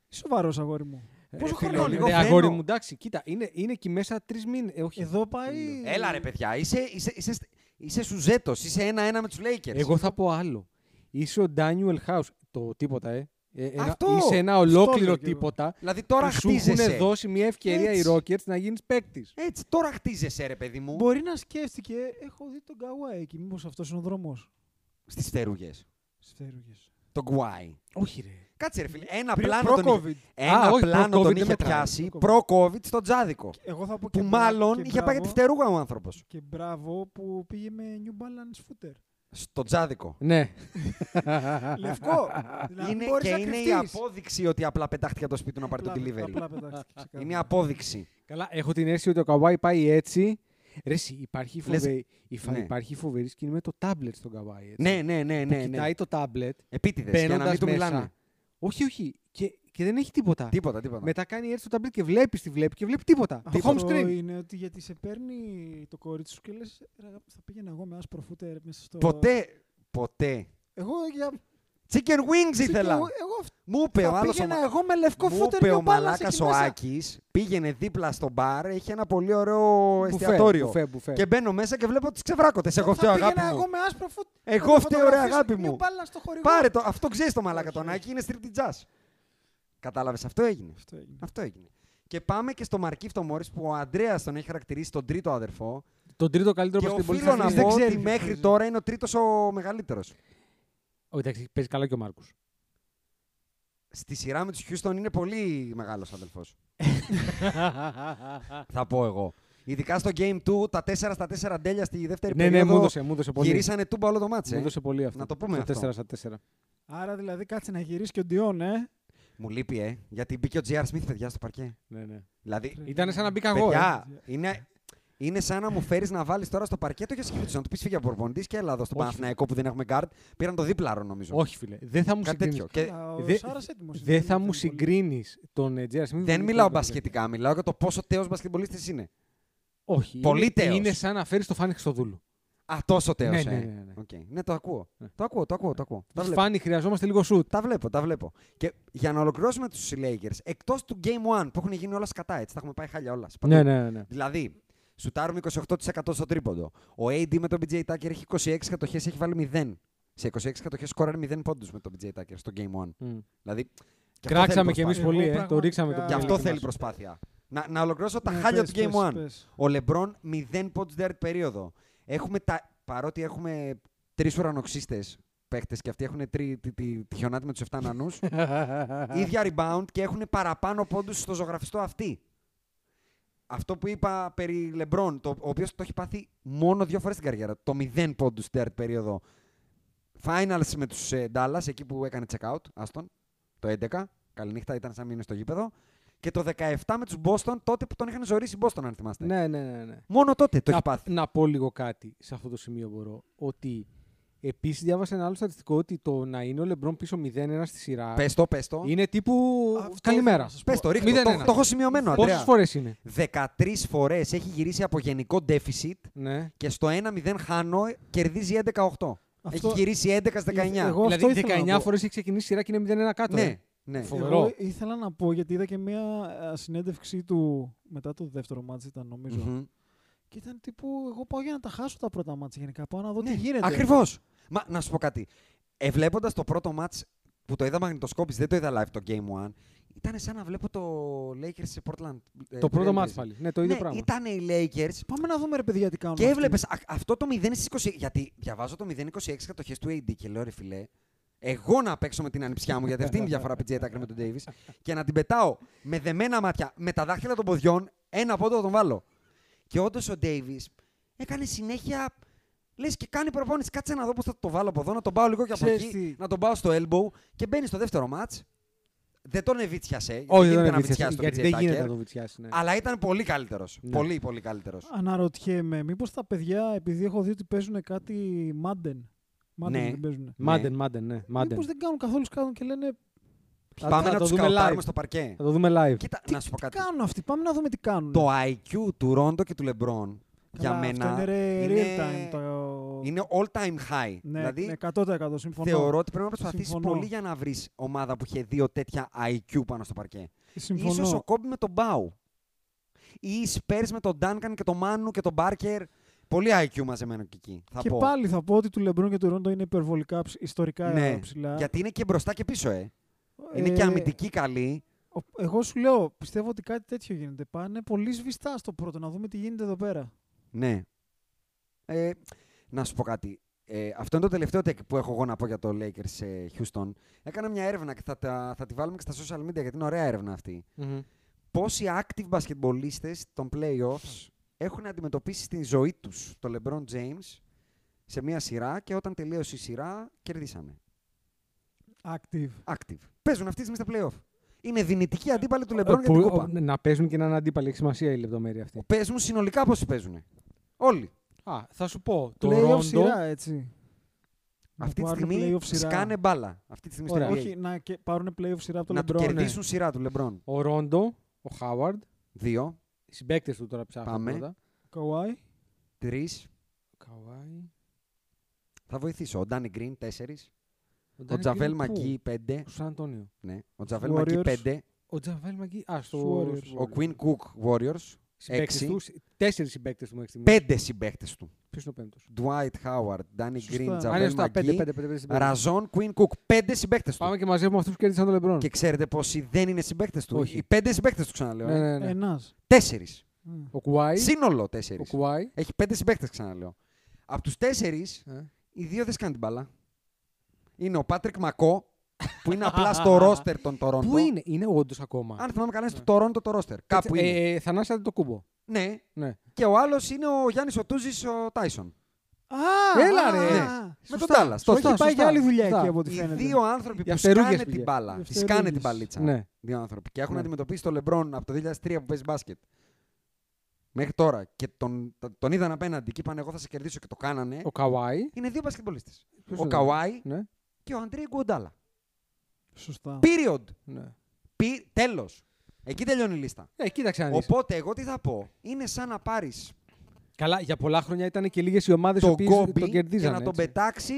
E: Σοβαρός αγόρι μου.
D: Πόσο
C: Ε, Φίλε,
D: χρόνο, λίγο
C: ρε,
D: φρένο.
C: αγόρι μου, εντάξει, κοίτα, είναι, είναι εκεί μέσα τρεις μήνες. Ε, όχι.
E: Εδώ πάει.
D: Έλα ρε παιδιά, είσαι, είσαι, είσαι, είσαι σουζέτος, είσαι ένα-ένα με τους Lakers.
C: Εγώ θα πω άλλο. Είσαι ο Daniel House. Το τίποτα, ε. Ε, ένα-
D: Αυτό!
C: Είσαι ένα
E: Αυτό
C: ολόκληρο
E: λέω κι εγώ.
C: τίποτα.
D: Δηλαδή τώρα
C: που σου
D: χτίζεσαι.
C: έχουν δώσει μια ευκαιρία
D: Έτσι.
C: οι Rockets να γίνεις παίκτης.
D: Έτσι, τώρα χτίζεσαι ρε παιδί μου.
E: Μπορεί να σκέφτηκε, έχω δει τον Καουάι εκεί. Μήπως αυτός είναι ο δρόμος.
D: Στις φτερούγες.
E: Σφαίρουγες.
D: Τον Γκουάι.
C: Όχι, ρε.
D: Κάτσε ρε φίλε, ένα
E: Πριν-
D: πλάνο
E: προ-COVID.
D: τον είχε, ένα
C: Α, όχι,
D: πλάνο
C: προ-COVID
D: τον
C: δεν
D: είχε
C: μετράει.
D: πιάσει
E: Προ-COVID.
D: προ-COVID στον Τζάδικο.
E: Εγώ θα πω και
D: Που
E: μπρα-
D: μάλλον
E: και
D: είχε πάει για τη
E: μπράβο-
D: φτερούγα ο άνθρωπος.
E: Και μπράβο που πήγε με New Balance
D: *laughs*
E: footer.
D: Στον Τζάδικο. *laughs*
C: Ναι.
E: Λευκό. δηλαδή
D: Είναι,
E: μπορείς
D: και
E: να
D: είναι η
E: κρυφτείς.
D: απόδειξη ότι απλά πετάχτηκε από το σπίτι του να πάρει τον
E: Απλά-
D: delivery. *laughs*
E: απλά πετάχτηκε, ξεκάθαρα.
D: Είναι η απόδειξη.
C: Καλά, έχω την αίσθηση ότι ο Καβάη πάει έτσι. Ρε, εσύ, υπάρχει,
D: Λες-
C: φοβε... η φα-
D: ναι.
C: υπάρχει φοβερή σκηνή με το τάμπλετ στον Καβάη. Έτσι.
D: Ναι, ναι, ναι,
C: Που
D: ναι. ναι.
C: κοιτάει το τάμπλετ,
D: Επίτηδες, για να
C: μπαίνοντας
D: μην του
C: μέσα.
D: μιλάνε.
C: Όχι, όχι. Και, και δεν έχει τίποτα.
D: Τίποτα, τίποτα.
C: Μετά κάνει έτσι το τάμπλετ και βλέπει τη βλέπει και βλέπει τίποτα. Το home
E: Αυτό
C: screen.
E: είναι ότι γιατί σε παίρνει το κορίτσι σου και λες, θα πήγαινα εγώ με άσπρο φούτερ μέσα στο.
D: Ε, Ποτέ, ποτέ.
E: Εγώ για.
D: Chicken wings
E: Εγώ,
D: ήθελα.
E: εγώ αυτό.
D: Μου είπε ο
E: θα
D: άλλος ο
E: πήγαινα
D: μα-
E: εγώ με λευκό
D: Μου
E: φούτερ
D: είπε
E: και
D: ο
E: μπάλα
D: μαλάκα
E: εκεί
D: ο
E: μέσα.
D: Άκης, πήγαινε δίπλα στο μπαρ, έχει ένα πολύ ωραίο
C: Μπουφέ,
D: εστιατόριο.
C: μπουφέ, μπουφέ.
D: Και μπαίνω μέσα και βλέπω τι ξεβράκωτε. Εγώ φταίω,
E: θα πήγαινα
D: αγάπη μου.
E: εγώ με άσπρο φούτερ.
D: Εγώ
E: να
D: φταίω, ρε,
E: φωτογραφίσω
D: αγάπη
E: New
D: μου.
E: Balance στο χορηγό.
D: Πάρε το. Αυτό ξέρεις το μαλάκα
E: Όχι,
D: τον
E: όχι.
D: Άκη, είναι strip jazz. Κατάλαβες, αυτό έγινε.
E: Αυτό έγινε.
D: Αυτό έγινε. Και πάμε και στο Μαρκίφτο Μόρις που ο Αντρέα τον έχει χαρακτηρίσει τον τρίτο αδερφό.
C: Τον τρίτο καλύτερο
D: και
C: παίκτη στην
D: οφείλω
C: πόλη.
D: να
C: της
D: πω
C: Ευρώπης. Δεν
D: ότι
C: ξέρει.
D: μέχρι τώρα είναι ο τρίτος ο μεγαλύτερος.
C: Ω, Εντάξει, παίζει καλά και ο Μάρκο.
D: Στη σειρά με τους Χιούστον είναι πολύ μεγάλος αδελφό. Ε, θα πω εγώ. Ειδικά στο Game 2, τα 4 στα 4 ντέλια στη δεύτερη
C: Ναι, ναι,
D: περίοδο
C: μου έδωσε, μου έδωσε πολύ.
D: γυρίσανε τούμπα όλο το ε. μάτσε.
C: Μου έδωσε πολύ αυτό.
D: Να το πούμε αυτό.
C: 4 στα 4.
E: Άρα δηλαδή κάτσε να γυρίσει και ο Ντιόν, ε.
D: Μου λείπει, ε, γιατί μπήκε ο JR Smith, παιδιά, στο παρκέ.
C: Ναι, ναι.
D: Δηλαδή,
C: Ήταν σαν να μπήκα εγώ. ε.
D: παιδιά, είναι, είναι σαν να μου φέρεις να βάλεις τώρα στο παρκέ το Γιασκεβίτσιο. Να του πεις φύγε από Μπορμπονητής και έλα εδώ στον
C: Όχι.
D: Παναθηναϊκό που δεν έχουμε guard. Πήραν το δίπλαρο, νομίζω.
C: Όχι, φίλε. Δεν θα μου
D: Κάτι τέτοιο.
C: συγκρίνει.
D: Και
E: Αλλά ο
C: δε-
E: Σάρας έτοιμος είναι,
C: Δεν θα
E: είναι
C: μου
E: πολύ.
C: συγκρίνεις τον Τζέρα Σμιθ.
D: δεν μιλάω μπασκετικά, μιλάω για το πόσο τέος μπασκετμπολίστης είναι.
C: Όχι.
D: Πολύ
C: είναι-
D: τέος.
C: Είναι σαν να φέρεις το φάνη Χρυστοδούλου.
D: Α, τόσο τέος.
C: Ναι,
D: ε.
C: ναι, ναι, ναι.
D: Οκ. ναι, το ακούω. Το ακούω, το ακούω. Το ακούω. Τα βλέπω.
C: Φάνη, χρειαζόμαστε λίγο σουτ.
D: Τα βλέπω, τα βλέπω. Και για να ολοκληρώσουμε τους Lakers, εκτός του Game 1 που έχουν γίνει όλα σκατά, έτσι τα έχουμε πάει χάλια όλα. σπατούλα.
C: Ναι, ναι, ναι.
D: Δηλαδή, σουτάρουμε 28% στο τρίποντο. Ο AD με τον BJ Tucker έχει 26 κατοχές, έχει βάλει 0. Σε 26 κατοχές σκόραρε 0 πόντους με τον BJ Tucker στο Game 1.
C: Μμ.
D: Δηλαδή, και αυτό
C: Κράξαμε
D: θέλει
C: κι εμεί
D: προσπάθεια.
C: πολύ,
E: Εγώ
C: ε. Το ρίξαμε τον
D: Και
E: πραγματικά-
C: Γιάννη
D: αυτό
C: μας.
D: θέλει προσπάθεια. Να, να ολοκληρώσω τα
E: Ναι,
D: χάλια
E: πες,
D: του Game
E: πες,
D: 1.
E: πες.
D: Ο Λεμπρόν 0 πόντου την περίοδο. Έχουμε τα, παρότι έχουμε τρεις ουρανοξύστες παίχτε και αυτοί έχουν τρι, τη, τη, τη χιονάτη με τους 7 νανούς, ίδια rebound και έχουν παραπάνω πόντους στο ζωγραφιστό αυτή. Αυτό που είπα περί Λεμπρόν, το, ο οποίος το έχει πάθει μόνο δύο φορές στην καριέρα. Το 0 πόντου στην τέταρτη περίοδο. Finals με τους ε, Dallas, εκεί που έκανε check-out, Άστον, το 11. Καληνύχτα, ήταν σαν μείνει στο γήπεδο. Και το 17 με τους Boston, τότε που τον είχαν ζωρίσει οι Boston, αν θυμάστε.
C: Ναι, ναι, ναι. ναι.
D: Μόνο τότε το
C: να,
D: έχει πάθει.
C: να πω λίγο κάτι σε αυτό το σημείο μπορώ. Ότι επίσης διάβασα ένα άλλο στατιστικό ότι το να είναι ο Λεμπρόν πίσω 0-1 στη σειρά
D: Πες το, πες το.
C: είναι τύπου.
E: Αυτό
C: Καλημέρα.
E: θα σας
D: Πες το, ρίχτω. Το,
C: 0-1.
D: το, έχω σημειωμένο,
C: Πόσες
D: Αντρέα.
C: φορές είναι.
D: 13 φορές έχει γυρίσει από γενικό deficit
C: Ναι.
D: και στο 1-0 χάνω, κερδίζει 11-8. Έχει γυρίσει 11 στα 19.
E: Εγώ αυτό
C: δηλαδή
E: ήθελα να
C: 19
E: πω.
C: φορές έχει ξεκινήσει σειρά και είναι 0-1 κάτω.
D: Ναι,
C: ε.
D: ναι.
C: Φο-
E: Εγώ
C: Φοβερό.
E: ήθελα να πω γιατί είδα και μία α, συνέντευξή του μετά το δεύτερο μάτς ήταν νομίζω.
D: Μμμ.
E: Και ήταν τύπου εγώ πάω για να τα χάσω τα πρώτα μάτς γενικά. Πάω να δω
D: Ναι,
E: τι γίνεται.
D: Ακριβώς. Μα να σου πω κάτι. Εβλέποντα το πρώτο match που το είδα μαγνητοσκόπηση, δεν το είδα live το Game 1, ήταν σαν να βλέπω το Lakers σε Portland. ε,
C: Το πρώτο
D: Trail
C: μάτς
D: Blazers.
C: πάλι. Ναι, το ίδιο
D: ναι,
C: πράγμα.
D: Ήταν οι Lakers
E: Πάμε να δούμε ρε παιδιά τι κάνουν.
D: και
E: αυτοί.
D: έβλεπες αυτό το 0 στι 20. Γιατί διαβάζω το 0 26 κατοχές του AD και λέω ρε φιλέ, εγώ να παίξω με την ανιψιά μου, γιατί αυτή είναι η διαφορά PJ Tucker με τον Davis, και να την πετάω με δεμένα μάτια, με τα δάχτυλα των ποδιών, ένα πόντο θα τον βάλω. Και όντως ο Davis έκανε συνέχεια. Λες και κάνει προπόνηση, κάτσε να δω πώς θα το βάλω από εδώ, να τον πάω λίγο και από
E: Ξέρεις
D: εκεί,
E: τι.
D: να τον πάω στο elbow και μπαίνει στο δεύτερο ματ. Δεν τον εβίτσιασε. γιατί
C: Όχι,
D: γίνεται
C: δεν
D: να
C: είναι βιτσιάς,
D: βιτσιάσει τον
C: Γιατί
D: PJ
C: δεν γίνεται
D: Tucker,
C: να το βιτσιάσει. ναι.
D: Αλλά ήταν πολύ καλύτερος.
C: Ναι.
D: Πολύ, πολύ καλύτερος.
E: Αναρωτιέμαι, μήπως τα παιδιά, επειδή έχω δει ότι παίζουν κάτι Madden. Madden
D: Ναι.
E: δεν παίζουν.
C: Μάντεν, μάντεν, ναι. Μάντεν.
E: Μήπως δεν κάνουν καθόλου σκάτουν και λένε
C: Θα-
D: Πάμε
C: θα
D: να
C: το
D: τους
C: δούμε live.
D: καουτάρουμε στο παρκέ.
C: Θα το δούμε live.
D: Κοίτα,
E: Τι,
D: να σου πω
E: τι
D: κάτι.
E: κάνουν αυτοί, πάμε να δούμε τι κάνουν.
D: Το IQ του Ρόντο και του Λεμπρόν για μένα
E: Αυτό είναι ρε,
D: είναι-
E: real time. Το...
D: είναι all time high.
E: ναι,
D: δηλαδή,
E: ναι, 100% συμφωνώ.
D: θεωρώ ότι πρέπει να προσπαθήσεις
E: Συμφωνώ.
D: πολύ για να βρεις ομάδα που είχε δύο τέτοια IQ πάνω στο παρκέ.
E: Συμφωνώ.
D: Ίσως ο Κόμπι με τον Μπάου. Ή οι Spurs με τον Ντάνκαν και τον Μάνου και τον Μπάρκερ. Πολύ IQ μαζεμένο και εκεί. Θα
E: και
D: πω.
E: πάλι θα πω ότι του Λεμπρόν και του Ρόντο είναι υπερβολικά ψ- ιστορικά
D: ναι,
E: ψηλά.
D: γιατί είναι και μπροστά και πίσω, ε.
E: Ε,
D: Είναι και αμυντική καλή.
E: ο- Εγώ σου λέω, πιστεύω ότι κάτι τέτοιο γίνεται. Πάνε πολύ σβηστά στο πρώτο, να δούμε τι γίνεται εδώ πέρα.
D: Ναι. Ε, να σου πω κάτι. Ε, αυτό είναι το τελευταίο take που έχω εγώ να πω για το Lakers ε, Houston. Έκανα μια έρευνα και θα, τα, θα τη βάλουμε και στα social media γιατί είναι ωραία έρευνα αυτή.
C: Μμμ.
D: Πόσοι active μπασκετμπολίστες των playoffs έχουν αντιμετωπίσει στην ζωή τους το LeBron James σε μια σειρά και όταν τελείωσε η σειρά κερδίσανε.
E: Active.
D: Active. Παίζουν αυτή τη στιγμή στα playoff. Είναι δυνητική αντίπαλη του
C: Ε,
D: LeBron για
C: που-
D: την κούπα.
C: ο- Να παίζουν και έναν αντίπαλο. Έχει σημασία η λεπτομέρεια αυτή.
D: Παίζουν συνολικά πόσοι παίζουν. Όλοι.
C: Α, θα σου πω. Το
E: Playoff
C: Ρόντο.
E: σειρά, έτσι. Να
D: Αυτή τη
E: πάρουν
D: στιγμή
E: playoff σειρά.
D: σκάνε μπάλα. Αυτή τη στιγμή στο
C: Ωραία.
D: NBA.
E: Όχι, να και πάρουν playoff σειρά από τον
D: να του
E: Λεμπρόν. ναι.
D: κερδίσουν
C: ναι.
D: σειρά του Λεμπρόν.
C: Ο Ρόντο, ο Χάουαρντ.
D: Δύο,
C: Οι συμπαίκτες του τώρα ψάχνουν.
D: Πάμε.
C: πρώτα.
E: Καουάι.
D: τρεις.
C: Καουάι.
D: Θα βοηθήσω. Ο Ντάνι Γκριν, τέσσερις. Ο
C: Ντάνι
D: Τζαβέλ
C: Γκριν, πού?
D: Μαγκί, πέντε.
C: Στο Σαν Αντώνιο.
D: Ναι. Ο Τζαβέλ
E: Warriors.
D: Μαγκί, πέντε.
C: Ο Τζαβέλ Μαγκί. Α, στο.
E: Warriors.
C: στους
D: Ο
C: Warriors.
D: Queen Cook Warriors.
C: Συμπαίκτες
D: έξι.
C: τους, Τέσσερις συμπαίκτες του μέχρι στιγμής.
D: Πέντε συμπαίχτε του.
C: Ποιος είναι ο πέμπτος.
D: Dwight Howard, Ντάνι
E: Σωστά.
D: Γκριν,
E: Τζαβέλ
C: Άρα
D: Τζαβέλ
C: στα 5-5-5.
D: Μαγκί, Ραζόν, Queen Cook. Πέντε συμπαίχτε του.
C: Πάμε και μαζεύουμε αυτούς που κέρδισαν τον Λεμπρόν.
D: Και ξέρετε πόσοι δεν είναι συμπαίχτε του.
C: Όχι.
D: Οι πέντε συμπαίχτε τους ξαναλέω.
C: Ναι, ναι, ναι.
E: Ένας.
D: Τέσσερις.
C: Ο Κουάι.
D: Σύνολο
C: Ο
D: τέσσερι.
C: Κουάι.
D: Έχει πέντε συμπαίχτε ξαναλέω. Από τους τέσσερις,
C: Ε.
D: οι δύο δεν σκάνε την μπάλα. Είναι ο Πάτρικ Μακό, που είναι απλά
C: *laughs*
D: στο ρόστερ των Τωρόντο.
C: Πού είναι, είναι όντως ακόμα.
D: Αν θυμάμαι καλά, είναι στο Τωρόντο το ρόστερ. Κάπου
C: Έτσι,
D: είναι.
C: Ε, θανάσατε το κούμπο.
D: Ναι.
C: Ναι.
D: Και ο άλλος είναι ο Γιάννης Οτούζης, ο Τάισον.
E: Α,
C: Έλα, ρε.
E: α,
D: Ναι.
E: α.
D: Με
C: Σωστά.
D: τον Τάλλας.
C: Σωστά,
E: Έχει πάει
C: σωστά,
E: για άλλη δουλειά
C: σωστά.
E: εκεί από ό,τι
D: Οι
E: φαίνεται.
D: δύο άνθρωποι
C: Για
D: που
C: φτερούγες
D: σκάνε
C: πήγε.
D: την μπάλα.
E: Για
D: Τη σκάνε την
E: φτερούγες.
D: παλίτσα.
C: Ναι.
D: Δύο άνθρωποι. Και έχουν
C: Ναι.
D: αντιμετωπίσει τον Λεμπρόν από το 2003 που παίζει μπάσκετ. Μέχρι τώρα. Και τον, τον είδαν απέναντι και είπαν: Εγώ θα σε κερδίσω και το κάνανε.
C: Ο Καουάι.
D: Είναι δύο μπασκετμπολίστες.
C: Ποιος
D: Ο
C: είναι?
D: Καουάι
C: Ναι.
D: και ο Αντρέι Γκουοντάλα.
E: Σωστά.
D: Period.
C: ναι.
D: Τέλος. Εκεί τελειώνει η λίστα.
C: Ε, κοίταξε να δεις.
D: Οπότε, εγώ τι θα πω. Είναι σαν να πάρεις
C: Καλά, για πολλά χρόνια ήταν και λίγες οι ομάδες που
D: τον
C: οποίες
D: κόμπι
C: τον
D: και
C: κερδίζανε.
D: να τον
C: έτσι.
D: πετάξεις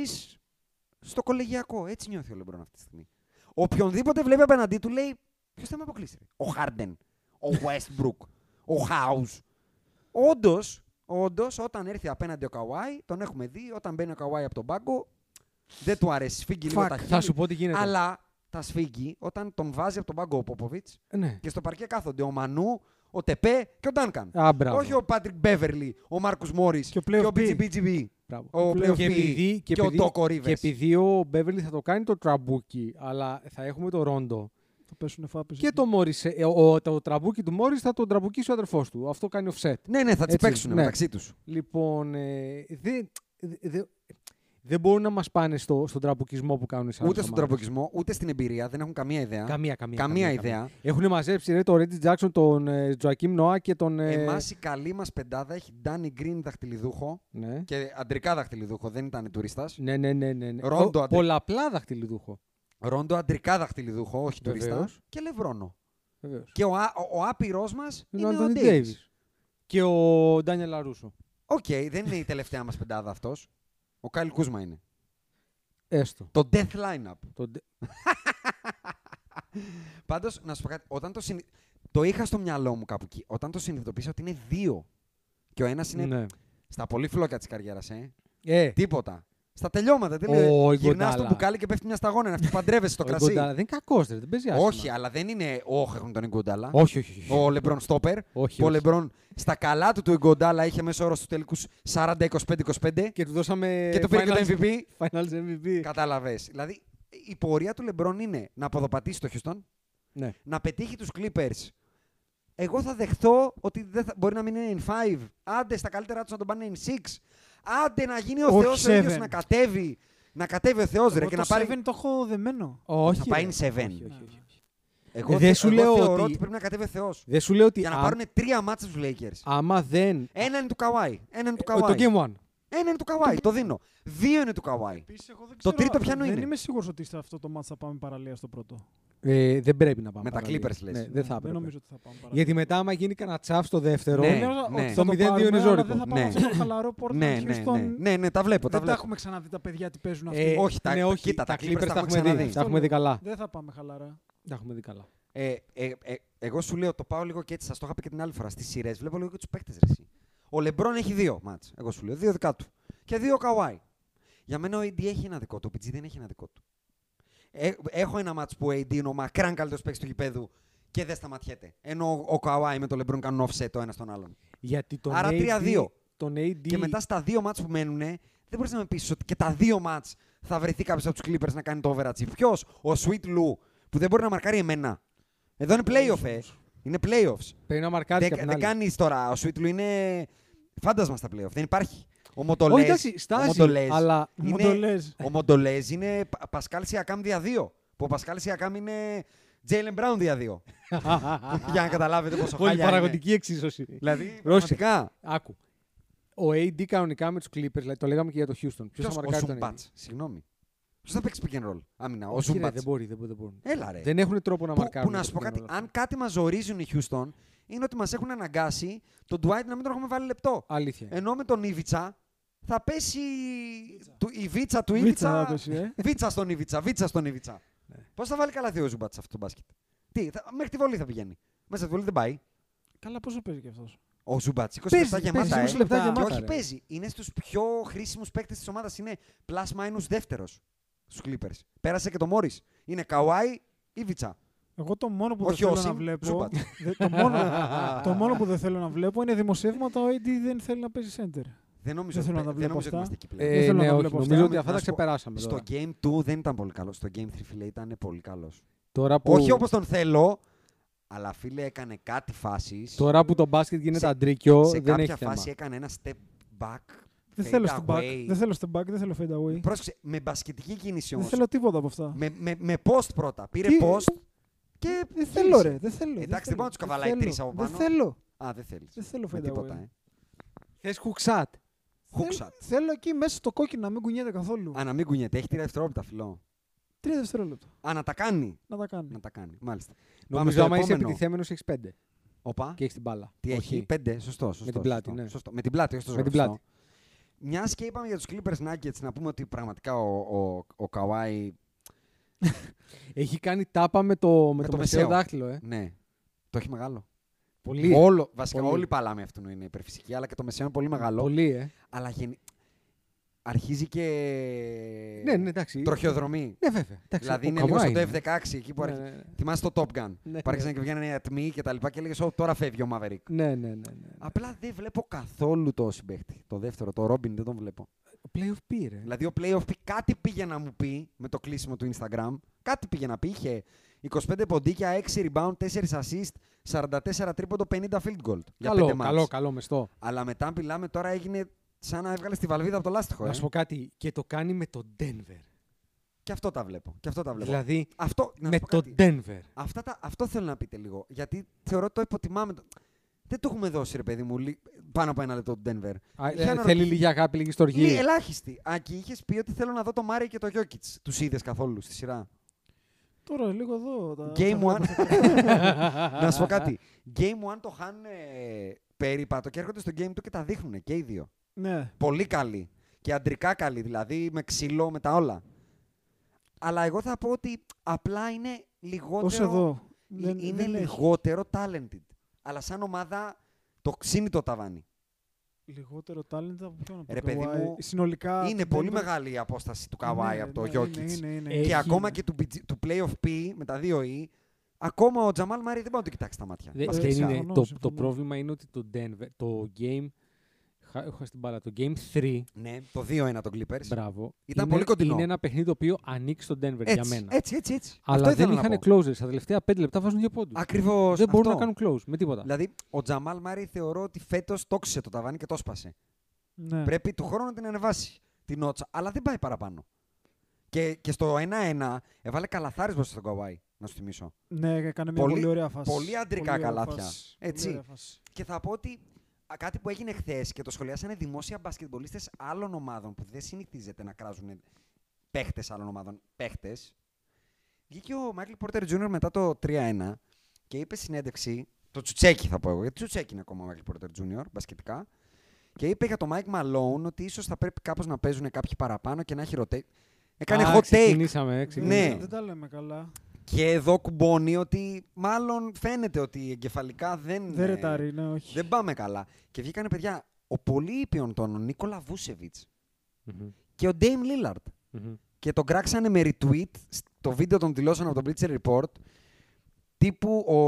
D: στο κολεγιακό. Έτσι νιώθει ο Λεμπρόν αυτή τη στιγμή. Οποιονδήποτε βλέπει απέναντί του λέει: Ποιος θα με αποκλείσει. ρε? Ο Χάρντεν, ο Westbrook, ο Χάους. Όντως, όντως, όταν έρθει απέναντι ο Καουάι, τον έχουμε δει, όταν μπαίνει ο Καουάι από τον πάγκο, δεν του αρέσει, σφίγγει λίγο
E: Fuck.
D: τα χείλη.
C: Θα σου πω τι γίνεται.
D: Αλλά τα σφίγγει όταν τον βάζει από τον πάγκο ο Πόποβιτ
C: Ναι.
D: και στο παρκέ κάθονται ο Μανού, ο Τεπέ και ο Ντάνκαν.
C: Α, μπράβο.
D: Όχι ο Πάτρικ Μπέβερλι, ο Μάρκους Μόρις
E: Και ο playoff B.
D: BGBGB.
C: Μπράβο.
D: Ο playoff
C: και
D: B
C: επειδή, και
D: και ο
C: επειδή,
D: Τόκο
C: και
D: Ρίβερ.
C: επειδή ο Μπέβερλι θα το κάνει το τραμπούκι, αλλά θα έχουμε το ρόντο.
E: Θα πέσουν φάπες.
C: Και το, Μόρις, ε, ο, το τραμπούκι του Μόρις θα το τραμπουκίσει ο αδερφός του. Αυτό κάνει offset.
D: Ναι, ναι, θα τις
C: Έτσι,
D: παίξουν
C: ναι.
D: μεταξύ τους.
C: Λοιπόν, ε, δε- δε- δε- δεν μπορούν να μας πάνε στο, στον τραμπουκισμό που κάνουν οι άλλε
D: Ούτε στον τραμποκισμό, ούτε στην εμπειρία, δεν έχουν καμία ιδέα.
C: Καμία, καμία,
D: καμία ιδέα.
C: Έχουν μαζέψει ρε, τον Ρέντι Τζάξον, τον ε, Τζοακίμ Νοά και τον. ε,
D: Εμάς η καλή μας πεντάδα έχει Ντάνι Γκριν δαχτυλιδούχο
C: ναι.
D: και αντρικά δαχτυλιδούχο, δεν ήταν τουρίστας.
C: ναι, ναι, ναι. ναι, ναι.
D: Ρόντο,
C: Ο-
D: αντρι-
C: Πολλαπλά δαχτυλιδούχο.
D: Ρόντο αντρικά δαχτυλιδούχο, όχι τουρίστα.
C: Ναι. Βεβαίως.
D: Και Λευρόνο.
C: Βεβαίως.
D: Και ο, α- ο, ο άπειρο μας είναι
C: Είναι ο Άντωνι
D: ο Ντέιβι.
C: Ντέιβις. Και ο Ντάνιελ Λαρούσο.
D: Οκ, δεν είναι η τελευταία μας πεντάδα αυτός. Ο Κάιλ Κούσμα είναι.
C: Έστω.
D: Το death lineup.
C: Το ντε-
D: Πάντως, να σου πω κάτι. Όταν το, συνει- το είχα στο μυαλό μου κάπου εκεί. Όταν το συνειδητοποίησα ότι είναι δύο. Και ο ένας είναι
C: Ναι.
D: στα πολύ φλόκια της καριέρας, ε.
C: Ε,
D: Τίποτα. Στα τελειώματα. Τι
C: Ο
D: λέει. Γυρνά
C: Ιγκοντάλα.
D: στο μπουκάλι και πέφτει μια σταγόνα. Είναι αυτή που παντρεύεσαι στο
C: ο
D: κρασί.
C: Γκοντάλα δεν είναι κακός, δεν παίζει άσχημα.
D: Όχι, αλλά δεν είναι. Όχι, έχουν τον Ιγκοντάλα.
C: όχι, όχι. όχι.
D: Ο Λεμπρόν Στόπερ.
C: Όχι,
D: που Ο
C: όχι.
D: Λεμπρόν στα καλά του του Ιγκοντάλα είχε μέσω όρο του τελικού 40-25-25.
C: Και του δώσαμε.
D: Και το πήρε και το MVP.
C: Ε, Finals MVP.
D: Κατάλαβες. Δηλαδή η πορεία του Λεμπρόν είναι να αποδοπατήσει το Χιουστόν,
C: Ναι.
D: να πετύχει τους Clippers. Εγώ θα δεχθώ ότι δεν θα, μπορεί να μην είναι in 5. Άντε στα καλύτερα τους να τον πάνε in 6. Άντε να γίνει ο
E: Όχι
D: Θεός ο ίδιος
E: seven.
D: να κατέβει. Να κατέβει ο Θεός ρε
E: Εγώ
D: και
E: το
D: να πάρει.
E: Seven το έχω δεμένο.
C: Όχι.
D: θα πάει
C: ρε.
D: in 7.
C: Όχι, όχι, όχι.
D: Εγώ,
C: Δεν
D: θε-
C: σου
D: εγώ
C: λέω
D: θεωρώ ότι...
C: ότι- Ε,
D: πρέπει να κατέβει ο Θεός.
C: Δεν σου λέω ότι.
D: Για να
C: αν-
D: πάρουν τρία μάτσα τους Lakers.
C: Άμα δεν.
D: Ένα είναι του Καουάι. Ένα είναι του
C: Ο- Ε, Το
D: Καουάι.
C: Game One.
D: Ένα είναι του Καουάι. Το δίνω. Δύο είναι του Καουάι.
E: Επίσης, εγώ δεν
D: Το
E: ξέρω,
D: τρίτο ποιανού είναι.
E: Δεν είμαι σίγουρος ότι σε αυτό το μάτι θα πάμε παραλία στο πρώτο.
C: Ε, δεν πρέπει να πάμε.
D: Με τα
C: παραλία.
D: Clippers,
C: Ναι,
D: λες.
C: δεν θα
E: Δεν
C: έπρεπε.
E: νομίζω ότι θα πάμε παραλία.
C: Γιατί μετά, άμα γίνει κανένα τσάφ στο δεύτερο. ε,
D: Ναι,
E: Λέω ότι
D: ναι.
E: θα
D: Το
E: το
C: 0-2
E: πάρουμε,
C: είναι
E: αλλά
C: ζώρικο.
E: Δεν θα
D: Ναι.
E: πάμε σε αυτό το χαλαρό πόρτο.
D: Ναι, ναι, ναι. ναι, ναι, τα βλέπω. Τα
E: Δεν τα
D: βλέπω.
E: έχουμε ξαναδεί τα παιδιά τι παίζουν
C: Ε,
E: αυτοί.
D: όχι, τα-
C: ναι, όχι,
D: κοίτα, τα Clippers τα
C: τα
D: έχουμε
C: έχουμε δει.
D: ξαναδεί.
C: Τα έχουμε δει καλά.
E: Δεν θα πάμε χαλαρά.
C: Τα έχουμε δει καλά.
D: Ε, ε, ε, εγώ σου λέω, το πάω λίγο και έτσι, σας το είχα πει και την άλλη φορά. Στις σειρές βλέπω λίγο και τους παίκτες ρε. εσύ. Ο Λεμπρόν έχει δύο μάτς. Εγώ σου λέω, δύο δικά του. Και δύο Καουάι. Για μένα ο AD έχει ένα δικό του. Ο PG δεν έχει ένα δικό του. Ε, έχω ένα μάτς που ο AD είναι ο μακράν καλύτερος παίκτης του γηπέδου και δεν σταματιέται. Ενώ ο- ο Καουάι με τον Λεμπρόν κάνουν offset το ένα στον άλλον.
C: Γιατί τον
D: Άρα
C: AD
D: 3-2.
C: Τον AD.
D: Και μετά στα δύο μάτς που μένουν, δεν μπορείς να με πεις ότι και τα δύο μάτς θα βρεθεί κάποιος από τους Clippers να κάνει το overachieve. Ποιος, ο Sweet Lou, που δεν μπορεί να μαρκάρει εμένα. Εδώ είναι playoff, ε. Είναι playoffs.
C: Πρέπει να μαρκάρει.
D: Δεν,
C: και απ' την
D: δεν
C: άλλη.
D: κάνεις τώρα. Ο Sweet Lou είναι φάντασμα στα playoff. Δεν υπάρχει. Ο Μοντολέζ.
C: Όχι, εντάξει, στάζει,
D: ο Μοντολέζ
C: αλλά-
D: είναι-
E: Μοντολέζ.
D: Ο Μοντολέζ είναι Πα- Πασκάλ Σιακάμ δια 2. Που ο Πασκάλ Σιακάμ είναι Jalen Brown δια
C: *laughs*
D: 2. Για να καταλάβετε πόσο χάλια είναι.
C: Πολυπαραγωγική εξίσωση.
D: Δηλαδή,
C: Πρόσεξε.
D: πραγματικά.
C: Άκου. Ο AD κανονικά με τους Clippers, δηλαδή το λέγαμε και για το Houston. Ποιος
D: Ποιος,
C: θα
D: ο
C: μαρκάρει τον AD.
D: Ζουμπάτς, Συγγνώμη. Ποιος θα παίξει pick and roll. Άμυνα. Ο
C: Όχι, ρε,
D: Ζουμπάτ.
C: Δεν μπορεί, δεν μπορεί. Δεν, μπορεί.
D: Έλα ρε.
C: δεν έχουν τρόπο να
D: που,
C: μαρκάρουν.
D: που να
C: το
D: σου πω
C: pick and
D: κάτι.
C: roll αυτό.
D: Αν κάτι μας ζορίζουν οι Houston είναι ότι μας έχουν αναγκάσει τον Dwight να μην τον έχουμε βάλει λεπτό.
C: Αλήθεια.
D: Ενώ με τον Ήβιτσα θα πέσει του, η βίτσα του
E: Βίτσα
D: Ήβιτσα.
E: θα πέσει, ε.
D: Βίτσα στον Ήβιτσα. Βίτσα στον Ήβιτσα.
C: Ναι.
D: Πώς θα βάλει καλά δύο Ζουμπάτ σε αυτό το μπάσκετ. Τι, θα, μέχρι τη βολή θα πηγαίνει. Μέσα στη βολή δεν πάει.
E: Καλά, πόσο παίζει κι αυτός.
D: Ο Ζουμπάτ 20
C: Παίζει,
D: λεπτά
C: παίζει
D: γεμάτα.
C: 20
D: ε.
C: λεπτά
D: Και
C: γεμάτα,
D: όχι
C: ρε.
D: παίζει. Είναι στους πιο χρήσιμους παίκτες της ομάδας. Είναι plus minus δεύτερος στους Clippers. Πέρασε και το Μόρι. Είναι Καουάι ή Βίτσα.
E: Εγώ το μόνο που
D: Όχι,
E: δεν θέλω
D: όσοι,
E: να βλέπω.
D: Ζούμπατ.
E: δε- το,
D: *laughs*
E: μόνο, το μόνο που δεν θέλω να βλέπω είναι δημοσιεύματα. Ο AD δεν θέλει να παίζει center.
D: Δεν νομίζω,
E: Δεν θέλω
D: ότι-
E: να τα
D: δεν
E: βλέπω
D: νομίζω ότι
E: αυτά.
D: είμαστε εκεί πλέον.
E: δεν
C: Ε,
E: θέλω
C: ναι,
E: να
C: όχι,
E: βλέπω
C: νομίζω
E: αυτά.
C: ότι αυτά
D: Να
C: τα
D: σου πω,
C: ξεπεράσαμε.
D: Στο
C: τώρα.
D: Game 2 δεν ήταν πολύ καλός. Στο Game 3, φίλε, ήταν πολύ καλός.
C: Τώρα που,
D: Όχι όπως τον θέλω, αλλά φίλε έκανε κάτι φάσεις.
C: τώρα που το μπάσκετ γίνεται
D: σε-
C: αντρίκιο,
D: σε
C: δεν έχει
D: κάποια
C: θέμα.
D: φάση έκανε ένα step back.
E: Δεν
D: fade
E: θέλω step
D: away.
E: back. Δεν θέλω step back, δεν θέλω fade away.
D: Πρόσεξε, με μπασκετική κίνηση
E: Δεν
D: όμως.
E: θέλω τίποτα από αυτά.
D: Με, με, με post πρώτα. Πήρε
E: Τι-
D: post και.
E: Δεν
D: φίλησε.
E: θέλω, ρε. Δεν θέλω. δεν
D: Εντάξει, δεν
E: θέλω,
D: μπορεί να τους καβαλάει
E: θέλω,
D: τρεις από πάνω.
E: Δεν θέλω.
D: Α, δεν θέλεις.
E: Δεν θέλω
D: Με
E: fade
D: τίποτα,
E: away.
D: ε.
C: Θες χουξάτ.
D: Χούξατ.
E: Θέλω- Θέλω εκεί μέσα στο κόκκινο να μην κουνιέται καθόλου.
D: Α, να μην κουνιέται. Έχει τρία δευτερόλεπτα, φιλό.
E: Τρία δευτερόλεπτα.
D: Α, να τα κάνει.
E: Να τα κάνει.
D: Να τα κάνει. Μάλιστα.
C: Νομίζω
D: στο
C: άμα είσαι
D: επόμενο.
C: επιτιθέμενος έχεις πέντε
D: Οπα.
C: και έχεις την μπάλα.
D: Τι
C: Όχι.
D: έχει, πέντε, σωστό. σωστό
C: την πλάτη,
D: σωστό,
C: ναι.
D: σωστό. Με την πλάτη, όχι στο
C: Με την
D: ζώρο,
C: πλάτη.
D: σωστό. Μιας και είπαμε για τους Clippers Nuggets, να πούμε ότι πραγματικά ο, ο, ο Καουάι,
C: Έχει κάνει τάπα με το, με
D: το
C: το,
D: μεσαίο.
C: μεσαίο δάχτυλο. Ε.
D: ναι, το έχει μεγάλο.
C: Πολύ.
D: Όλο, βασικά
C: Πολύ.
D: όλοι οι παλάμοι αυτού είναι υπερφυσικοί, αλλά και το μεσαίο είναι πολύ μεγάλο.
C: Πολύ, ε.
D: Αλλά γεν- αρχίζει και
C: Ναι, ναι, εντάξει.
D: τροχιοδρομή.
C: Ναι, βέβαια. Εντάξει,
D: δηλαδή
C: ο
D: είναι λίγο
C: Kawhi
D: στο το
C: είναι.
D: F16 εκεί που
C: Ναι,
D: αρχι-
C: ναι, ναι.
D: Θυμάσαι το Top Gun.
C: Ναι,
D: που άρχισαν
C: ναι.
D: και βγαίνανε ατμοί και τα λοιπά και έλεγες: Τώρα φεύγει ο Maverick.
C: Ναι, ναι, ναι. ναι.
D: Απλά δεν βλέπω καθόλου το συμπέχτη. Το δεύτερο, το Robin, δεν τον βλέπω.
C: Playoff πήρε.
D: Δηλαδή, ο playoff πει- κάτι πήγε να μου πει με το κλείσιμο του Instagram. Κάτι πήγε να πει. Είχε 25 ποντίκια, 6 rebound, 4 assist, 44 τρίποντο, 50 field goal. Για
C: καλό,
D: 5
C: καλό, καλό μεστό.
D: Αλλά μετά μιλάμε τώρα έγινε Σαν να έβγαλε τη βαλβίδα από το λάστιχο.
C: Να
D: Ε.
C: σου πω κάτι. Και το κάνει με το Denver.
D: Και αυτό τα βλέπω. Και αυτό τα βλέπω.
C: Δηλαδή,
D: αυτό, να σου
C: με
D: πω
C: το
D: κάτι.
C: Denver.
D: Αυτά τα, αυτό θέλω να πείτε λίγο. Γιατί θεωρώ ότι το υποτιμάμε. Το... Δεν το έχουμε δώσει, ρε παιδί μου, λι- πάνω από ένα λεπτό του Denver.
C: Α,
D: Είχα
C: ε,
D: να
C: Θέλει
D: ρωτήσω-
C: λίγη αγάπη, λίγη
D: Λι-
C: στοργή.
D: Ελάχιστη. Α, και είχες πει ότι θέλω να δω το Μάρι και το Γιώκητ. Τους είδες καθόλου στη σειρά.
E: Τώρα λίγο εδώ. Τα...
D: Game
E: τα-
D: one. *laughs* να σου πω κάτι. Game one το χάνουν ε, περίπατο και έρχονται στο Game 2 και τα δείχνουν και οι δύο.
E: Ναι.
D: Πολύ καλή. Και αντρικά καλή, δηλαδή με ξύλο, με τα όλα. Αλλά εγώ θα πω ότι απλά είναι λιγότερο.
E: Ω εδώ.
D: λι-
E: Δεν-
D: Ε, είναι
E: δεν έχει.
D: λιγότερο talented. Αλλά σαν ομάδα το ξύνει το ταβάνι.
E: Λιγότερο talent από ποιον από
D: Ρε
E: τον
D: παιδί
E: Kawhi.
D: μου,
E: Συνολικά.
D: είναι
E: δεν
D: πολύ
E: το-
D: μεγάλη η απόσταση του
E: Ναι,
D: Καβάη από το
E: ναι,
D: Γιώκητ.
E: είναι, είναι, είναι.
C: Ε,
D: Και
C: Έχει-
D: ακόμα και του, BG του Play of P με τα δύο E, ακόμα ο Τζαμάλ Μάρι δεν μπορεί να το κοιτάξει τα μάτια.
C: Δε- ε,
D: βασικά.
C: δεν είναι-
E: συμφωνώ,
C: το, το
E: συμφωνώ.
C: πρόβλημα είναι ότι το Denver, το game. χα- Έχω στην μπάλα. Το game 3.
D: Ναι, το 2-1 τον Clippers.
C: Μπράβο.
D: Ήταν
C: είναι,
D: πολύ κοντινό.
C: Είναι ένα παιχνίδι το οποίο ανοίξει τον Denver για
D: Έτσι,
C: μένα.
D: έτσι, έτσι, έτσι.
C: Αλλά
D: Αυτό
C: δεν
D: ήθελα
C: είχαν
D: να πω.
C: closers. Στα τελευταία 5 λεπτά βάζουν δύο πόντους.
D: Ακριβώς
C: Δεν μπορούν να
D: αυτό.
C: κάνουν close με τίποτα.
D: Δηλαδή, ο Τζαμάλ Μάρι θεωρώ ότι φέτος τόξισε το ταβάνι και το σπάσε.
E: Ναι.
D: Πρέπει του χρόνου να την ανεβάσει την νότσα. Αλλά δεν πάει παραπάνω. Και, και στο 1-1 έβαλε καλαθάρι μπροστά στον Καβάη, να σου θυμίσω.
E: ναι, έκανε μια
D: Πολύ-
E: πολύ, ωραία φάση.
D: πολύ αντρικά
E: Πολύ ωραία
D: καλάθια.
E: φάση.
D: Έτσι.
E: Πολύ ωραία φάση.
D: Και θα πω ότι α, κάτι που έγινε χθες και το σχολιάσανε δημόσια μπασκετμπολίστες άλλων ομάδων που δεν συνηθίζεται να κράζουν παίχτες άλλων ομάδων. Παίχτες. Βγήκε ο Μάικλ Πόρτερ Τζούνιορ μετά το 3-1 και είπε συνέντευξη. Το τσουτσέκι θα πω εγώ, γιατί τσουτσέκι είναι ακόμα ο Μάικλ Πόρτερ Τζούνιορ μπασκετικά. Και είπε για τον Μάικ Μαλόουν ότι ίσως θα πρέπει κάπως να παίζουν κάποιοι παραπάνω και να έχει ρωτέ. Έκανε
C: Α,
D: hot take.
C: Ξεκινήσαμε, ξεκινήσαμε.
D: Ναι.
E: Δεν τα λέμε καλά.
D: Και εδώ κουμπώνει ότι μάλλον φαίνεται ότι εγκεφαλικά δεν.
E: Δεν
D: ε,
E: ρετάρει, ναι, όχι.
D: δεν πάμε καλά. Και βγήκανε παιδιά ο πολύ ήπιον τον Νίκολα Βούσεβιτ
C: Μμμ,
D: και ο Ντέιμ Λίλαρντ.
C: μμμ.
D: Και τον κράξανε με retweet. Το βίντεο τον δηλώσανε από τον Bleacher Report. Τύπου ο,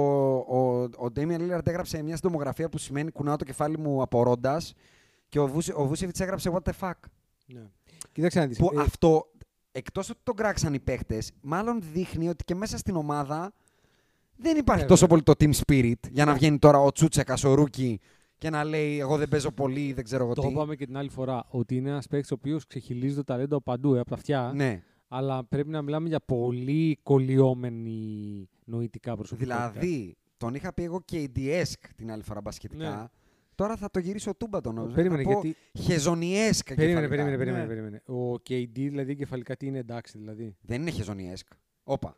D: ο, ο Ντέιμιαν Λίλαρντ έγραψε μια συντομογραφία που σημαίνει κουνάω το κεφάλι μου απορώντας. Και ο, Βούσε, ο Βούσεβιτ έγραψε What the fuck.
C: Κοίταξε να δεις.
D: Που
C: Ε,
D: αυτό, εκτός ότι τον κράξαν οι παίχτες, μάλλον δείχνει ότι και μέσα στην ομάδα δεν υπάρχει
C: Ε, Βέβαια. Ναι.
D: τόσο πολύ το team spirit για να βγαίνει τώρα ο Τσούτσεκας, ο Ρούκι και να λέει Εγώ δεν παίζω πολύ, δεν ξέρω εγώ
C: Το
D: τι.
C: είπαμε και την άλλη φορά ότι είναι ένας παίκτης ο οποίος ξεχυλίζει το ταλέντο παντού ε, από τα αυτιά.
D: Ναι.
C: Αλλά πρέπει να μιλάμε για πολύ κολλιόμενη νοητικά προσωπικότητα.
D: Δηλαδή, τον είχα πει εγώ και η Ντιέσκ την άλλη φορά μπασκετικά.
C: Ναι.
D: Τώρα θα το γυρίσω τούμπα τον νόμο.
C: Περίμενε,
D: θα πω
C: γιατί.
D: Χεζονιέσκ.
C: Περίμενε,
D: κεφαλικά.
C: περίμενε,
D: Ναι.
C: περίμενε,
E: Ναι.
C: περίμενε. Ο KD δηλαδή εγκεφαλικά τι είναι εντάξει δηλαδή.
D: Ναι. Δεν είναι Χεζονιέσκ. Όπα.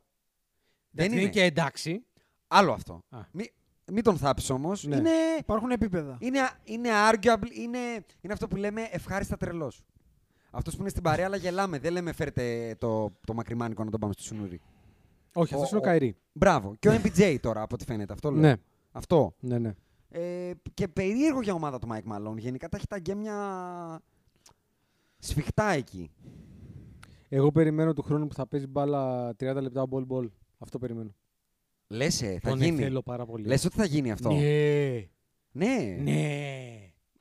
D: Δεν
C: Δηλαδή,
D: είναι.
C: και εντάξει.
D: Άλλο αυτό.
C: Α.
D: Μη, μην τον θάψεις όμως.
C: Ναι.
D: Είναι,
E: Υπάρχουν επίπεδα.
D: είναι, είναι arguable, είναι, είναι αυτό που λέμε ευχάριστα τρελός. Αυτός που είναι στην παρέα, αλλά γελάμε. Δεν λέμε φέρτε το, το μακριμάνικο να τον πάμε στη σουνούρι.
C: Όχι,
D: Ο-
C: αυτό είναι ο
D: ο-
C: Καϊρή.
D: Μπράβο. Και ο MPJ τώρα, από ό,τι φαίνεται. Αυτό λέω.
C: Ναι,
D: Αυτό.
C: ναι, ναι.
D: Ε, και περίεργο για ομάδα του Μάικ Μαλόν. Γενικά τα έχει τα γκέμια σφιχτά εκεί.
C: Εγώ περιμένω του χρόνου που θα παίζει μπάλα 30 λεπτά ball ball. Αυτό περιμένω.
D: Λες, ε, θα
C: Τον
D: γίνει.
C: Λοιπόν, θέλω πάρα πολύ.
D: Λες ότι θα γίνει αυτό.
C: Ναι.
D: Ναι.
C: Ναι.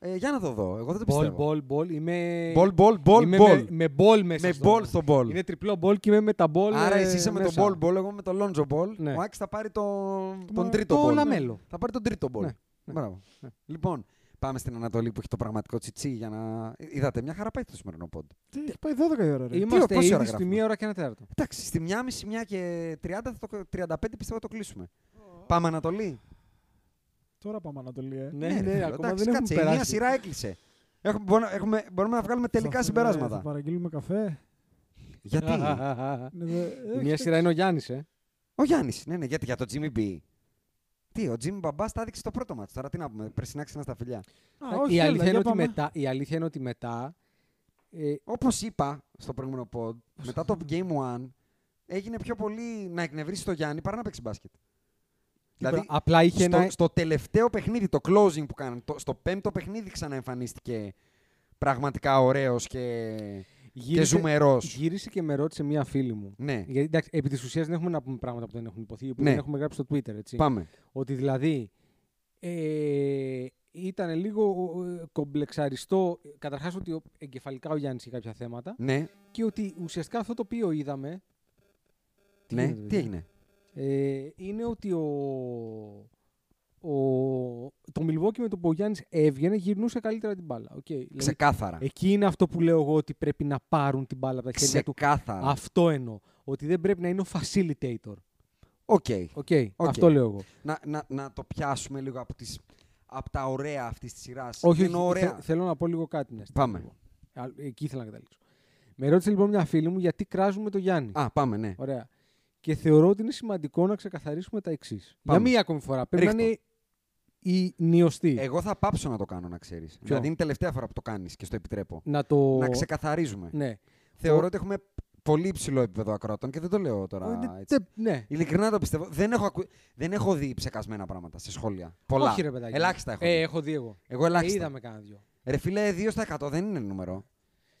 D: Ε, για να το δω. Εγώ δεν το
C: Μπολ,
D: πιστεύω.
C: μπολ, μπολ. Είμαι.
D: Μπολ, μπολ, μπολ,
C: είμαι
D: μπολ.
C: Με, με μπολ μέσα.
D: Με
C: στο-
D: μπολ στο μπολ.
C: Είναι τριπλό μπολ και είμαι με τα μπολ.
D: Άρα
C: ε,
D: εσύ είσαι με τον
C: μέσα.
D: μπολ μπολ, εγώ με τον Λόντζο μπολ.
C: Ναι.
D: Ο Άκης θα πάρει τον, τον
E: μα-
D: τρίτο
C: Το
D: μπολ.
C: λαμέλο.
D: Θα πάρει τον τρίτο μπολ.
C: Ναι, ναι.
D: Μπράβο.
C: Ναι.
D: Λοιπόν, πάμε στην Ανατολή που έχει το πραγματικό τσιτσί για να. Είδατε, μια χαρά πάει το σημερινό πόντ.
E: Τι, έχει πάει 12 η ώρα,
D: Ε,
E: ρε.
C: Είμαστε
D: πόση
C: ήδη στη
D: ώρα γράφουμε?
C: μία ώρα και ένα τέταρτο.
D: Εντάξει, στη 1.30, 1 και 30, θα το, 35 πιστεύω θα το κλείσουμε. Πάμε Ανατολή.
E: Τώρα πάμε Ανατολή. Ε.
C: Ναι, ναι,
D: φίλε,
C: ακόμα
D: εντάξει,
C: δεν έχουμε
D: κάτσε, η μία
C: περάσει.
D: σειρά έκλεισε. Έχουμε, μπορούμε, έχουμε, μπορούμε να βγάλουμε τελικά
E: Θα-
D: συμπεράσματα.
E: Θα
C: ναι.
E: παραγγείλουμε καφέ.
C: *laughs*
D: Γιατί. Ε,
E: Ναι, δε-
C: Η μία
E: έχει-
C: σειρά είναι ο Γιάννης, ε.
D: ο Γιάννης, ναι, ναι, γιατί για το Jimmy B. Τι, ο Jimmy Μπαμπά τα έδειξε στο πρώτο μάτι. Τώρα τι να πούμε, περσινά ξένα στα φιλιά.
E: Α, όχι,
C: η,
E: έλα,
C: αλήθεια
E: για
C: είναι ότι
E: πάμε.
C: μετά, η αλήθεια είναι ότι μετά. Ε,
D: Όπως είπα στο προηγούμενο pod, μετά το Game One, έγινε πιο πολύ να εκνευρίσει το Γιάννη παρά να παίξει μπάσκετ. Δηλαδή,
C: απλά είχε
D: στο,
C: ένα.
D: στο τελευταίο παιχνίδι, το closing που κάνανε, το, στο πέμπτο παιχνίδι ξαναεμφανίστηκε πραγματικά ωραίος και, και
C: γύρισε-
D: ζουμερός.
C: Γύρισε και με ρώτησε μία φίλη μου.
D: Ναι,
C: Γιατί εντάξει, επί της ουσίας δεν έχουμε να πούμε πράγματα που δεν έχουν υποθεί, που
D: Ναι.
C: δεν έχουμε γράψει στο Twitter. Έτσι.
D: πάμε.
C: Ότι δηλαδή ε, ήταν λίγο ε, κομπλεξαριστό. Καταρχάς ότι ο- εγκεφαλικά ο Γιάννης είχε κάποια θέματα
D: Ναι,
C: και ότι ουσιαστικά αυτό το οποίο είδαμε.
D: ναι.
C: γίνεται, δηλαδή.
D: τι
C: παιδιά?
D: έγινε.
C: Ε, είναι ότι ο, ο, το Milwaukee με τον Μπογιάννη έβγαινε, γυρνούσε καλύτερα την μπάλα. Okay. Δηλαδή,
D: Ξεκάθαρα.
C: εκεί είναι αυτό που λέω εγώ ότι πρέπει να πάρουν την μπάλα από τα χέρια του.
D: Ξεκάθαρα.
C: Αυτό εννοώ. Ότι δεν πρέπει να είναι ο facilitator.
D: Οκ.
C: Okay.
D: Οκ.
C: Αυτό λέω εγώ.
D: Να, να, να το πιάσουμε λίγο από, τις, από τα ωραία αυτής της σειράς.
C: Όχι,
D: είναι
C: όχι
D: ωραία.
C: θε- θέλω να πω λίγο κάτι. μια στιγμή,
D: Πάμε.
C: λοιπόν. Α, Εκεί ήθελα να καταλήξω. Με ρώτησε λοιπόν μια φίλη μου γιατί κράζουμε το Γιάννη.
D: Α, πάμε, ναι.
C: Ωραία. Και θεωρώ ότι είναι σημαντικό να ξεκαθαρίσουμε τα εξής. Για
D: Πάμε.
C: μία ακόμη φορά. Πρέπει να
D: Ρίχτω.
C: είναι η νιωστή.
D: Εγώ θα πάψω να το κάνω, να ξέρεις. Δηλαδή είναι η τελευταία φορά που το κάνεις και στο επιτρέπω.
C: Να το.
D: Να ξεκαθαρίζουμε.
C: Ναι.
D: Θεωρώ
C: Ο-
D: ότι έχουμε πολύ υψηλό επίπεδο ακροατών και δεν το λέω τώρα.
C: Ε,
D: έτσι.
C: τε- Ναι.
D: Ειλικρινά το πιστεύω. Δεν έχω, ακου... δεν έχω δει ψεκασμένα πράγματα σε σχόλια. Πολλά.
C: Όχι, ρε παιδάκι.
D: Ελάχιστα έχω. δει.
C: Ε, έχω δει εγώ.
D: Εγώ ελάχιστα.
C: Ε, είδαμε κανένα δυο.
D: Ρε φίλε, 2 στα 100 δεν είναι νούμερο.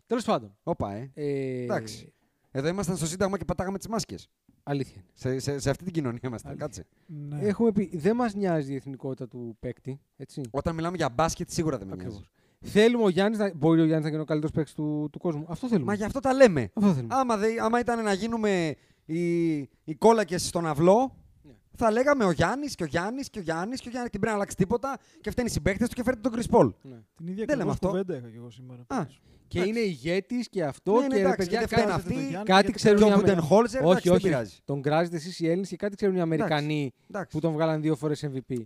C: Τέλος πάντων.
D: Όπα, ε.
C: Ε,
D: Εντάξει. Εδώ ήμασταν στο Σύνταγμα και πατάγαμε τις μάσκες.
C: Αλήθεια. είναι.
D: Σε, σε, σε αυτή την κοινωνία είμαστε.
C: Αλήθεια.
D: Κάτσε.
E: Ναι.
D: Ε.
C: Έχουμε πει, δεν μας νοιάζει η εθνικότητα του παίκτη. Έτσι.
D: Όταν μιλάμε για μπάσκετ, σίγουρα δεν με νοιάζει.
C: Ακριβώς. Θέλουμε ο Γιάννης να. Μπορεί ο Γιάννης να γίνει ο καλύτερος παίκτης του, του κόσμου. Αυτό θέλουμε.
D: Μα γι' αυτό τα λέμε.
C: Αυτό θέλουμε.
D: Άμα, δε, άμα ήταν να γίνουμε οι, οι κόλακες στον αυλό,
C: Ναι.
D: θα λέγαμε ο Γιάννης και ο Γιάννης και ο Γιάννης και ο Γιάννης την πρέπει να αλλάξει τίποτα και φταίνει οι συμπαίκτε του και φέρνει τον Κρυσπόλ.
C: Ναι.
E: Την ίδια
D: Δεν λέμε
E: ακριβώς
D: αυτό.
E: κουβέντα είχα και εγώ σήμερα.
D: Α,
C: και είναι ηγέτης και αυτό.
D: Ναι, ναι,
C: και ρε
D: εντάξει,
C: παιδιά,
D: και δεν
C: κάντε
D: φταίνε
C: το
D: αυτοί.
C: Γιάννη,
E: Κάτι
C: γιατί
E: ξέρουν
C: ξέρουν οι
D: και ο
C: Αμερικανοί.
D: Βουντενχόλζερ,
C: Όχι,
D: εντάξει, δεν
C: όχι.
D: πειράζει.
C: Τον κράζετε εσεί οι Έλληνες και κάτι ξέρουν οι Αμερικανοί
D: Εντάξει.
C: που τον βγάλαν δύο φορές MVP.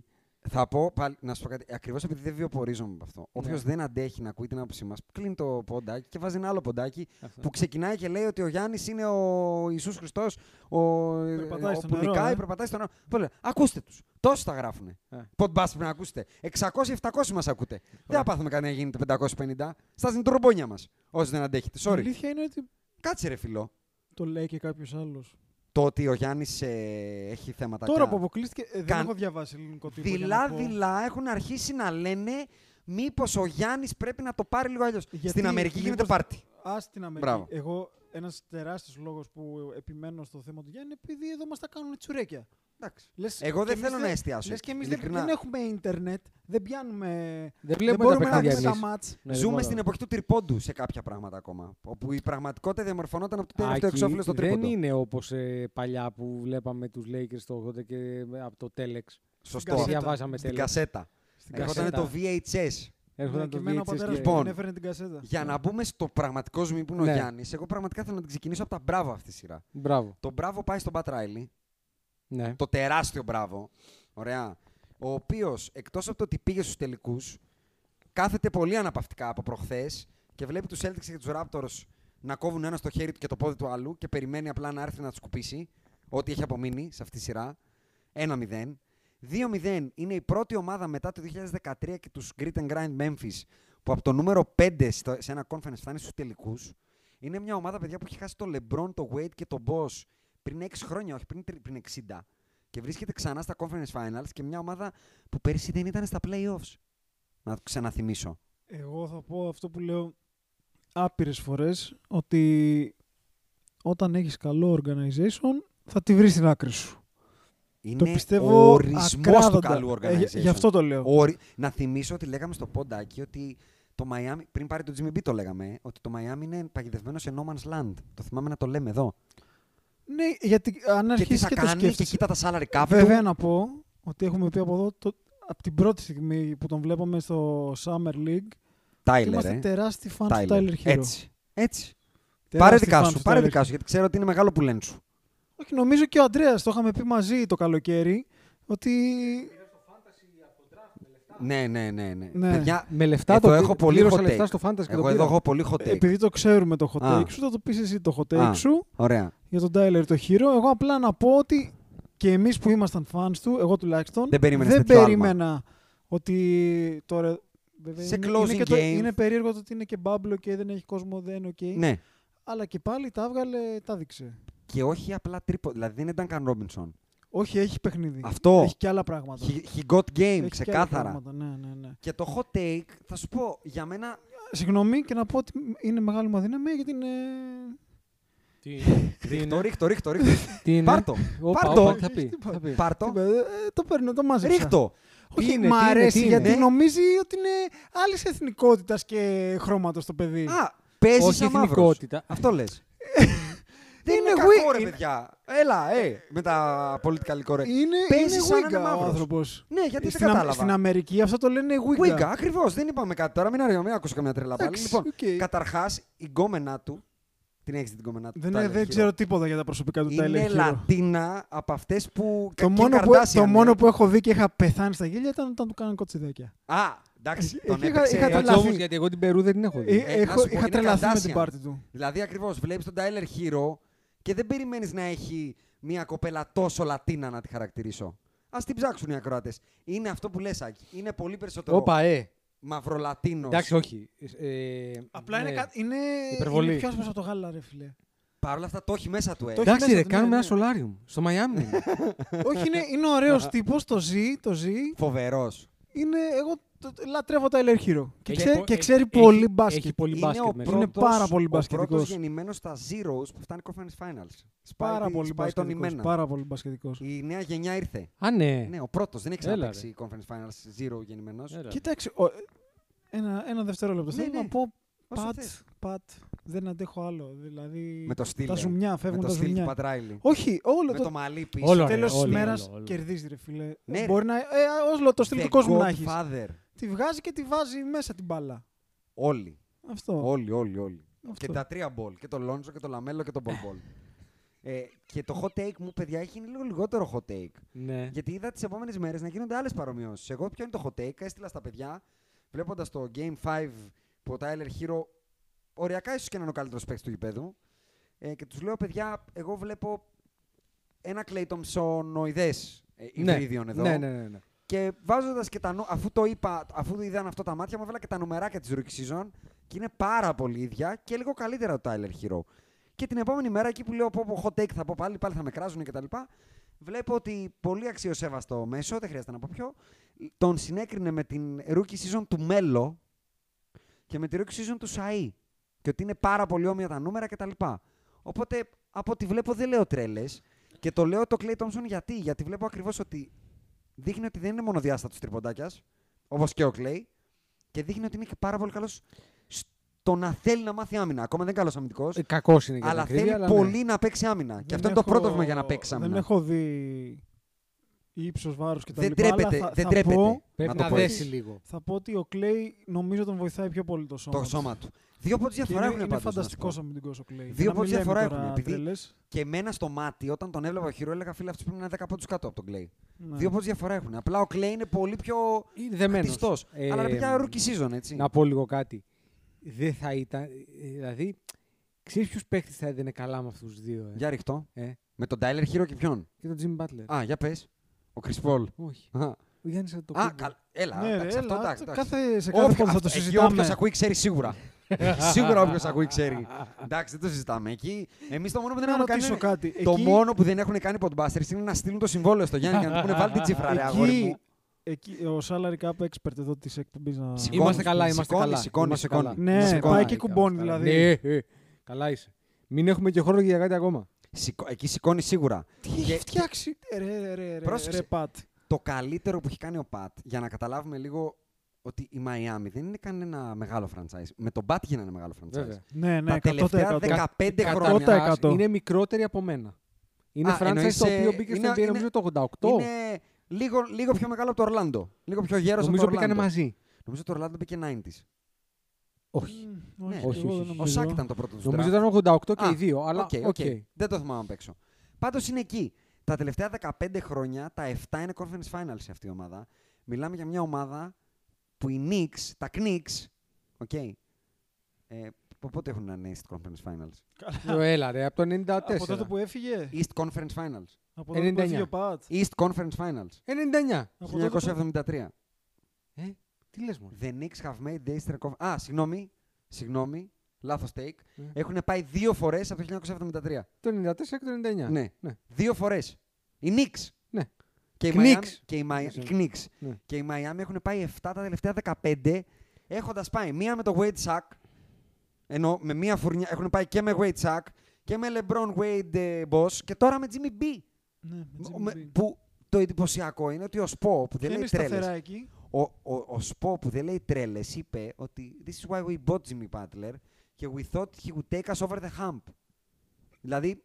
D: Θα πω πάλι, να σου πω κάτι. Ακριβώς επειδή δεν βιοπορίζομαι από αυτό. Όποιο
C: Ναι.
D: δεν αντέχει να ακούει την άποψή μας, κλείνει το ποντάκι και βάζει ένα άλλο ποντάκι
C: Αυτό.
D: που ξεκινάει και λέει ότι ο Γιάννης είναι ο Ιησούς Χριστός, ο... ο...
E: Περπατάει στο
D: που
E: νερό,
D: νικάει,
E: ε.
D: περπατάει στο νερό. Του λέω, ακούστε τους. Τόσοι τα γράφουν.
C: Ε.
D: Ποντμπάς πρέπει να ακούσετε. 600-700 μας ακούτε. Δεν θα πάθουμε κανένα να γίνεται 550. Στάζουν την τρομπόνια μας. Όσοι δεν αντέχετε.
E: Η
D: Sorry.
E: αλήθεια είναι ότι
D: Κάτσε ρε φιλό.
E: το λέει και κάποιος άλλος.
D: Το ότι ο Γιάννης έχει θέματα.
E: Τώρα
D: και-
E: που αποκλείστηκε, ε, δεν
D: Καν-
E: έχω διαβάσει ελληνικό τύπο. για να
D: Δειλά,
E: πω.
D: δειλά έχουν αρχίσει να λένε μήπως ο Γιάννης πρέπει να το πάρει λίγο αλλιώς.
E: Γιατί
D: Στην Αμερική
E: μήπως-
D: γίνεται πάρτι.
E: Α στην Αμερική.
D: Μπράβο.
E: Εγώ ένας τεράστιος λόγος που επιμένω στο θέμα του Γιάννη είναι επειδή εδώ μας τα κάνουν τσουρέκια. Λες,
D: Εγώ δεν
E: και εμείς
D: θέλω να εστιάσω
E: Λες
D: εκεί,
E: και εμείς δεν,
D: ειλικρινά.
E: δεν έχουμε ίντερνετ, δεν πιάνουμε.
C: Δεν
E: Δεν
C: βλέπουμε τα
E: μπορούμε να
C: παιχνίδια Ναι,
E: δούμε τα
C: εμεί.
E: μάτς.
D: Ζούμε στην εποχή του τριπόντου σε κάποια πράγματα ακόμα. Όπου η πραγματικότητα διαμορφωνόταν από το τελευταίο εξώφυλλο στο τρίποντο.
C: δεν είναι όπως παλιά που βλέπαμε τους Lakers το 80 και ε, από το Telex.
D: Σωστό.
C: Το
E: Κασέτα.
C: διαβάζαμε
D: Στην
C: Telex.
D: κασέτα.
E: Στην
D: Ερχόταν
C: κασέτα.
D: το VHS.
C: Έρχονταν
E: Ναι, και
C: το
E: εμένα ο
C: VHS
E: πατέρας
C: και...
D: Λοιπόν.
E: μου την έφερε την κασέτα.
D: Για να μπούμε στο πραγματικός ζουμί που είναι
C: Ναι.
D: ο Γιάννης, εγώ πραγματικά θέλω να την ξεκινήσω από τα μπράβο αυτή τη σειρά.
C: Μπράβο.
D: Το μπράβο πάει στον Πατ Ράιλι,
C: Ναι.
D: το τεράστιο μπράβο. Ωραία. Ο οποίος εκτός από το ότι πήγε στους τελικούς, κάθεται πολύ αναπαυτικά από προχθές και βλέπει τους Celtics και τους Raptors να κόβουν ένα στο χέρι του και το πόδι του άλλου και περιμένει απλά να έρθει να τους σκουπίσει ό,τι έχει απομείνει σε αυτή τη σειρά. 1-0. 2-0 είναι η πρώτη ομάδα μετά το 2013 και τους Grit and Grind Memphis που από το νούμερο 5 στο- σε ένα conference φτάνει στους τελικούς. Είναι μια ομάδα, παιδιά, που έχει χάσει το LeBron, το Wade και τον Boss πριν 6 χρόνια, όχι πριν, τρι- πριν 60. Και βρίσκεται ξανά στα conference finals και μια ομάδα που πέρσι δεν ήταν στα playoffs. Να το ξαναθυμίσω.
E: Ε, Εγώ θα πω αυτό που λέω άπειρες φορές, ότι όταν έχεις καλό organization θα τη βρεις στην άκρη σου.
D: Είναι
E: το πιστεύω
D: Ναι, ο ορισμός του
E: ακράδαντα.
D: καλού organization.
E: Ε, γι- γι' αυτό το λέω.
D: Ο ορι- Να θυμίσω ότι λέγαμε στο ποντάκι ότι το Miami, πριν πάρει το Jimmy B το λέγαμε, ότι το Miami είναι παγιδευμένο σε no man's land. Το θυμάμαι να το λέμε εδώ.
E: Ναι, γιατί αν
D: και τι
E: αρχίσεις
D: θα
E: και, το
D: κάνει και
E: σκέφτεσαι...
D: κοίτα τα salary cap
E: Βέβαια
D: του.
E: να πω ότι έχουμε πει από εδώ, το, από την πρώτη στιγμή που τον βλέπαμε στο Summer League,
D: Τάιλερ,
E: είμαστε
D: ε.
E: τεράστιοι φαν του
D: Tyler.
E: Tyler Hero.
D: Έτσι. Έτσι.
E: Τεράστιοι
D: Πάρε
E: φαν
D: δικά
E: του
D: σου,
E: Tyler
D: πάρε
E: Hero.
D: δικά σου, γιατί ξέρω ότι είναι μεγάλο που λένε σου.
E: Όχι, νομίζω και ο Αντρέας, το είχαμε πει μαζί το καλοκαίρι, ότι...
D: Ναι, ναι, ναι. ναι.
E: Ναι.
D: Παιδιά,
C: Με λεφτά
D: Ε,
C: το,
D: το έχω πολύ
C: πλήρωσα
D: hot
C: λεφτά
D: take.
C: στο Fantasy και το
D: εγώ εδώ
C: πήρα. Ε,
D: έχω πολύ hot take.
E: Επειδή το ξέρουμε το hot
D: Α.
E: take σου, θα το πεις εσύ το hot
D: Α.
E: take σου.
D: Ωραία.
E: για τον Τάιλερ το χείρο. Εγώ απλά να πω ότι και εμείς που ήμασταν fans του, εγώ τουλάχιστον,
D: Δεν περίμενες τέτοιο
E: περίμενα ότι τώρα. Βέβαια,
D: Σε
E: είναι,
D: closing
E: είναι, και το,
D: game.
E: είναι περίεργο το ότι είναι και μπάμπλο και δεν έχει κόσμο, δεν οκ.
D: Ναι.
E: Αλλά και πάλι τα έβγαλε, τα δείξε.
D: Και όχι απλά τρίπο. Δηλαδή δεν ήταν καν Ρόμπινσον.
E: Όχι, έχει παιχνίδι.
D: Αυτό.
E: Έχει και άλλα πράγματα.
D: He, he got game,
E: Έχει και άλλα
D: ξεκάθαρα.
E: πράγματα, Ναι, ναι, ναι.
D: Και το hot take, θα σου πω, για μένα
E: Συγγνώμη και να πω ότι είναι μεγάλη μου αδυναμία γιατί είναι.
C: Τι,
D: Το ρίχτω,
C: *laughs*
D: ρίχτω, ρίχτω. Πάρτο.
C: Όπα,
D: Πάρτο.
C: όπα, θα πει, θα πει.
D: Πάρτο. *laughs*
E: Τι είπα, ε, το παίρνω, το μάζεψα.
D: Ρίχτω.
E: Όχι,
C: είναι,
E: μ'
C: τι είναι,
E: αρέσει
C: τι είναι.
E: γιατί
D: Ναι.
E: νομίζει ότι είναι άλλης εθνικότητας και χρώματος το παιδί.
D: Α, παίζεις
C: Όχι
D: σαν μαύρος.
C: εθνικότητα.
D: Αυτό λες. Δεν είναι,
E: Είναι
D: κακό,
E: γουί-
D: ρε
E: είναι-
D: παιδιά. Έλα, ε, με τα πολιτικά correct.
E: Είναι,
D: Παίζει
E: είναι
D: σαν να
E: Wigga
D: είναι
E: ο
D: μαύρος.
E: άνθρωπος.
D: Ναι, γιατί
E: ε, στην,
D: δεν
E: Α-
D: κατάλαβα.
E: Στην Αμερική αυτό το λένε Wigga.
D: Wigga, ακριβώς. Δεν είπαμε κάτι τώρα. Μην, αρ- μην ακούσω καμιά τρελά πάλι.
E: Εντάξει,
D: Λοιπόν,
E: οκ.
D: καταρχάς, η γκόμενά του. Την έχεις την γκόμενά του.
E: Δεν, ε,
D: το
E: δεν
D: Tyler Hero.
E: ξέρω τίποτα για τα προσωπικά του Tyler
D: Είναι
E: Hero.
D: Λατίνα από αυτές που.
E: Το,
D: και
E: μόνο που,
D: Καρδάσιαν
E: το
D: είναι.
E: μόνο που έχω δει και είχα πεθάνει στα γέλια ήταν όταν του κάνανε κοτσιδέκια.
D: Α, εντάξει.
E: Εκεί
D: Τον
E: είχα-
D: έπαιξε.
E: είχα
D: ε,
E: τρελαθεί.
C: Κάτσε όμως, γιατί εγώ την Περού δεν την έχω
E: Ε,
C: δει.
D: να σου
E: έχω,
D: πω,
E: είχα
D: είναι
E: τρελαθεί με την
D: Καρδάσιαν.
E: πάρτη του.
D: Δηλαδή, ακριβώς βλέπεις τον Tyler Hero και δεν περιμένεις να έχει μια κοπέλα τόσο Λατίνα να τη χαρακτηρίσω. Ας την ψάξουν οι ακροάτες. Είναι αυτό που λες, Άκη. Είναι πολύ περισσότερο
C: Όπα, ε.
D: μαυρολατίνος.
C: Εντάξει, όχι. Ε,
E: Απλά
C: ναι.
E: είναι, κα- είναι,
C: Υπερβολή.
E: είναι πιο άσπρος από το γάλα, ρε φίλε.
D: Παρ' όλα αυτά το έχει μέσα του, ε.
E: Το έχει
C: Εντάξει,
E: μέσα
C: ρε,
E: του, ναι,
C: κάνουμε ένα
E: ναι.
C: σολάριουμ. Στο Μαϊάμι. είναι.
E: Όχι, είναι, είναι ωραίος τύπος, το ζει, το ζει.
D: Φοβερός.
E: Είναι, εγώ το- το- λατρεύω Tyler Hero. Και,
C: Έχει
E: ξέρει,
C: πο-
E: και
C: έχει-
E: ξέρει
C: έχει-
E: πολύ
C: Έχει
E: μπάσκετ.
C: πολύ μπάσκετ μέσα.
E: Είναι πάρα πολύ
D: Ο πρώτος
E: μπασκετικός.
D: γεννημένος στα Zeros που φτάνει Conference Finals. Σπάει
E: Πάρα
D: τη-
E: πολύ
D: σπάει τον Ναι.
E: μπασκετικός.
D: ημένα.
E: Πάρα Ε. πολύ μπασκετικός.
D: Η νέα γενιά ήρθε.
C: Α, ναι.
D: Ναι, ο πρώτος. Δεν έχει
C: Έλα,
D: ξαναπέξει Conference Finals Zero γεννημένο.
E: Ε,
C: Έλα.
E: Κοίταξε, ο- ένα, ένα δευτερόλεπτο.
D: Ναι,
E: Θέλω
D: ναι.
E: να πω,
D: Όσο
E: πατ,
D: θες.
E: πατ, δεν αντέχω άλλο. Δηλαδή,
D: Με το στυλ.
E: τα
D: ε.
E: ζουμιά,
D: Με
E: φεύγουν
D: το
E: τα
D: στυλ του
E: ζουμιά.
D: Pat Riley.
E: Όχι, όλο
D: Με το ναι,
E: το
D: μαλλί
C: Όλο,
D: πίσω.
C: ρε,
E: τέλος της
C: όλο,
E: μέρας
C: όλο, όλο.
E: κερδίζεις ρε φίλε.
D: Ναι, ρε.
E: Μπορεί να, ε, όλο το στυλ
D: The
E: του κόσμου να έχεις.
D: Godfather.
E: Τη βγάζει και τη βάζει μέσα την μπάλα.
D: Όλοι.
E: Αυτό.
D: Όλοι, όλοι, όλοι.
E: Αυτό.
D: Και τα τρία μπολ. Και το Λόντζο και το Λαμέλο και το Μπολ
E: *laughs*
D: Μπολ. Ε, και το hot take μου, παιδιά, έχει γίνει λίγο λιγότερο hot take.
C: Ναι.
D: Γιατί είδα τις επόμενες μέρες να γίνονται άλλες παρομοιώσεις. Εγώ, ποιο είναι το hot take, έστειλα στα παιδιά, βλέποντας το Game 5 που ο Tyler Hero, οριακά ίσως και να είναι ο καλύτερος παίκτης του γηπέδου. Ε, και τους λέω, παιδιά, εγώ βλέπω ένα κλεϊτομψονοειδέ ε,
C: Ναι.
D: υβρίδιον εδώ.
C: Ναι, ναι, ναι, ναι.
D: Και βάζοντας και τα νου, αφού το είπα, αφού είδαν αυτό τα μάτια μου, έβαλα και τα νομεράκια της Rookie Season και είναι πάρα πολύ ίδια και λίγο καλύτερα το Tyler Hero. Και την επόμενη μέρα, εκεί που λέω πω, πω hot take θα πω πάλι, πάλι θα με κράζουν κτλ. Βλέπω ότι πολύ αξιοσέβαστο μέσο, δεν χρειάζεται να πω ποιο, τον συνέκρινε με την Rookie Season του Μέλο και με τη Rookie Season του Σαΐ. Και ότι είναι πάρα πολύ όμοια τα νούμερα κτλ. Οπότε, από ό,τι βλέπω, δεν λέω τρέλες. Και το λέω το Clay Thompson γιατί. Γιατί βλέπω ακριβώς ότι δείχνει ότι δεν είναι μόνο διάστατο τριποντάκια, όπως και ο Κλέη, και δείχνει ότι είναι και πάρα πολύ καλός στο να θέλει να μάθει άμυνα. Ακόμα δεν είναι καλός αμυντικός,
C: Ε, κακός είναι για την
D: αλλά
C: ακρίβεια,
D: θέλει
C: αλλά ναι.
D: πολύ να παίξει άμυνα. και
E: Δεν
D: αυτό είναι το
E: έχω-
D: πρότυπο για να παίξει άμυνα.
E: Δεν έχω δει ύψος, βάρος κτλ.
D: Δεν τρέπεται.
E: αλλά θα,
D: δεν
E: θα
D: τρέπεται.
E: Πω,
C: Πρέπει
D: να το
C: να
D: πω έτσι.
C: δέσει λίγο.
E: θα πω ότι ο Κλέη νομίζω τον βοηθάει πιο πολύ το σώμα.
D: Το
E: του.
D: σώμα του. Δύο πόντους
E: Και
D: διαφορά
E: είναι,
D: έχουν
E: είναι
D: πάντως, να σου
E: φανταστικό
D: πω.
E: αμυντικό ο Κλέη.
D: Δύο πόντους διαφορά έχουν, επειδή-
E: Τρελές,
D: Και εμένα στο μάτι, όταν τον έβλεπα χειρό, έλεγα φίλε αυτός πρέπει να είναι 10 πόντους κάτω από τον Κλέη.
E: Ναι.
D: Δύο πόντους διαφορά έχουν. Απλά ο Κλέη είναι πολύ πιο
C: Είναι δεμένος.
D: χτιστός.
C: Ε,
D: αλλά είναι πια rookie season, έτσι.
C: Να πω λίγο κάτι. Δεν θα ήταν. ε, Δηλαδή, ξέρεις ποιους παίχτες θα έδινε καλά με αυτούς τους δύο. Ε?
D: Για ρηχτό.
C: Ε,
D: Με τον Tyler Hero και ποιον.
C: και τον Jimmy Butler.
D: Α, για πες. Ο Chris Paul.
C: Όχι.
D: Α,
C: Ο Γιάννης το
D: Α, καλά. Έλα,
E: Ναι, ρε,
D: εντάξει, αυτό
E: έλα,
D: εντάξει, εντάξει.
E: κάθε, σε κάθε πόντο θα το
D: Όποιο
E: συζητάμε.
D: ακούει ξέρει
E: *laughs*
D: σίγουρα. σίγουρα όποιος ακούει ξέρει. Εντάξει, δεν το συζητάμε εκεί. Εμείς το μόνο που δεν
E: Να
D: έχουμε κάνει.
E: ρωτήσω
D: είναι-
E: κάτι.
D: Το
E: Εκεί-
D: μόνο που δεν έχουν κάνει οι podbusters είναι να στείλουν το συμβόλαιο στο Γιάννη για να του πούνε βάλει την τσιφρά, ρε αγόρι μου.
E: Εκεί, εκεί, ο salary cap expert εδώ της εκπομπής να.
D: Σηκώ-
C: Είμαστε καλά,
D: σηκώνει,
C: είμαστε
D: σηκώνει,
C: καλά.
D: σηκώνει,
C: είμαστε
D: σηκώνει.
C: καλά.
E: Ναι,
C: Είμαστε καλά.
E: πάει και κουμπώνει,
C: Είμαστε καλά.
E: δηλαδή.
C: Ναι, ε, ε, καλά είσαι. Μην έχουμε και χρόνο για κάτι ακόμα.
D: Σηκώ- Εκεί σηκώνει σίγουρα.
E: Τι έχει φτιάξει. Ρε, ρε, ρε,
D: Πρόσεξε.
E: ρε, Πατ.
D: Το καλύτερο που έχει κάνει ο Πατ, για να καταλάβουμε λίγο ότι η Μαϊάμι δεν είναι κανένα μεγάλο franchise. Με τον Πατ γίνανε μεγάλο franchise.
C: Βέβαια.
E: Ναι, ναι,
D: Τα
E: 100%.
D: τελευταία 15 χρόνια.
C: Καταρχάς,
E: 100%.
C: είναι μικρότερη από μένα. Είναι
D: Α,
C: franchise
D: εννοείς,
C: το
D: ε,
C: οποίο μπήκε
D: είναι-
C: στο NBA
D: είναι-
C: νομίζω το 88.
D: Είναι λίγο, λίγο πιο μεγάλο από το Ορλάντο. Λίγο πιο γέρος από το
C: νομίζω μπήκανε
D: Ορλάντο.
C: μαζί.
D: Νομίζω το Ορλάντο μπήκε 90s.
C: Όχι.
E: Όχι,
D: Ναι.
E: εγώ
C: Όχι,
E: δεν
C: όχι.
D: Ο
E: νομίζω.
D: Σάκ ήταν το πρώτο του
C: Νομίζω
D: draft.
C: ήταν 88 και
D: Α,
C: οι δύο. Αλλά
D: Οκ, οκ. Δεν το θυμάμαι απ' έξω. Πάντως είναι εκεί. Τα τελευταία 15 χρόνια, τα 7 είναι conference finals σε αυτή η ομάδα. Μιλάμε για μια ομάδα που οι Knicks, τα Knicks, οκ. Ε, πο- πότε έχουν να είναι East Conference Finals.
C: Ω, Έλα ρε, από το 94.
E: Από τότε που έφυγε.
D: East Conference Finals.
E: Από τότε που
C: 99.
E: έφυγε ο Πατ.
D: East Conference Finals.
C: 99.
E: Από τότε που-
D: 1973.
C: Ε, τι λες μόνο.
D: The Knicks have made the Eastern Conference. Α, συγγνώμη. Συγγνώμη. Λάθος take.
C: Ε.
D: Έχουν πάει δύο φορές από το 1973.
C: Το 94 και το 99.
D: Ναι.
C: ναι.
D: Δύο φορές. Οι Knicks.
C: Ναι.
D: Και οι
C: Knicks.
D: Miami, και οι Μαϊ-
C: Ναι.
D: Knicks.
C: Ναι.
D: Και οι Miami έχουν πάει 7 τα τελευταία 15 έχοντας πάει μία με το Wade Sack. Ενώ με μία φουρνιά έχουν πάει και με Wade Sack και με LeBron Wade ε, Boss και τώρα με Jimmy B.
E: Ναι, με Jimmy
D: Με-
E: Green.
D: Που το εντυπωσιακό είναι ότι ο Σπο που δεν
E: Και
D: λέει
E: είναι
D: τρέλε.
E: σταθερά εκεί.
D: Ο, ο, ο Σπο που δεν λέει τρέλες είπε ότι This is why we bought Jimmy Butler και we thought he would take us over the hump. Δηλαδή,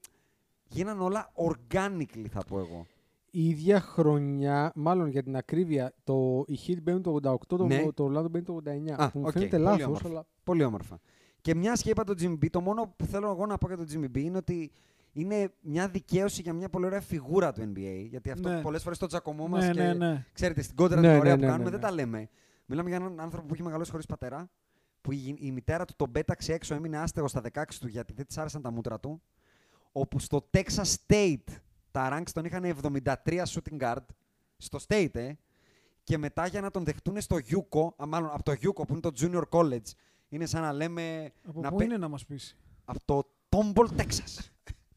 D: γίναν όλα organically, θα πω εγώ.
C: Η ίδια χρονιά, μάλλον για την ακρίβεια, το, η Heat μπαίνει το 88, το,
D: Ναι.
C: το Orlando μπαίνει το 89.
D: Α,
C: που μου
D: οκ,
C: φαίνεται
D: πολύ
C: λάθος,
D: όμορφα.
C: αλλά
D: Πολύ όμορφα. Και μια και είπα το Jimmy B, το μόνο που θέλω εγώ να πω για το Jimmy B είναι ότι είναι μια δικαίωση για μια πολύ ωραία φιγούρα του NBA. Γιατί αυτό
E: Ναι.
D: πολλές φορές το τσακωμό μας.
E: Ναι,
D: και...
E: ναι, ναι.
D: Ξέρετε, στην κόντρα
C: Ναι,
D: την ωραία
C: ναι, ναι,
D: που
C: ναι,
D: κάνουμε
C: ναι.
D: δεν τα λέμε. Μιλάμε για έναν άνθρωπο που είχε μεγαλώσει χωρίς πατέρα. Που η, γι- η μητέρα του τον πέταξε έξω, έμεινε άστεγος στα 16 του γιατί δεν της άρεσαν τα μούτρα του. Όπου στο Texas State τα ranks τον είχαν 73 shooting guard. Στο State, ε. Και μετά για να τον δεχτούν στο Yuko, α, μάλλον από το Yuko που είναι το Junior College, είναι σαν να λέμε.
E: Από
D: να
E: πού
D: πε-
E: είναι να μας πεις.
D: από το Tomball, Texas.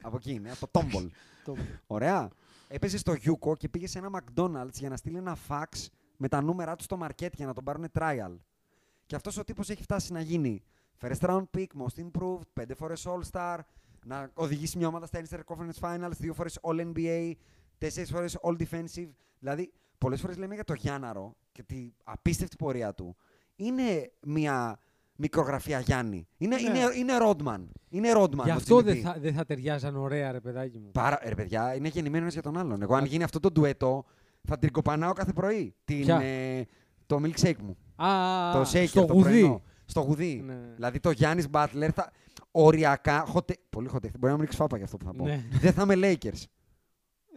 D: από εκεί είναι, από το
C: *laughs*
D: Tomball. Ωραία. Έπαιζε στο Γιούκο και πήγε σε ένα McDonald's για να στείλει ένα fax με τα νούμερά του στο μαρκέτ για να τον πάρουν trial. Και αυτός ο τύπος έχει φτάσει να γίνει first round pick, most improved, πέντε φορές All Star, να οδηγήσει μια ομάδα στα Eastern Conference Finals, δύο φορές All NBA, τέσσερις φορές All Defensive. Δηλαδή, πολλές φορές λέμε για το Γιάνναρο και την απίστευτη πορεία του. Είναι μια μικρογραφία Γιάννη. Είναι,
E: Ναι.
D: είναι, είναι Rodman. Είναι Rodman.
C: γι'
D: ο
C: αυτό
D: GDP.
C: δεν θα, δεν θα ταιριάζαν ωραία, ρε παιδάκι μου.
D: Πάρα, ρε παιδιά, είναι γεννημένος ένας για τον άλλον.
C: Ε.
D: Εγώ, αν γίνει αυτό το ντουέτο, θα την κοπανάω κάθε πρωί. Την,
C: Ποια?
D: ε, το milkshake μου.
C: Α,
D: το shaker
C: στο
D: το
C: γουδί.
D: πρωινό. Στο γουδί.
C: Ναι, ναι.
D: Δηλαδή το Γιάννης Μπάτλερ θα. Οριακά. Χωτε... Πολύ χωτέ. Μπορεί να μην ρίξεις φάπα για αυτό που θα πω.
C: Ναι.
D: Δεν θα είμαι Lakers.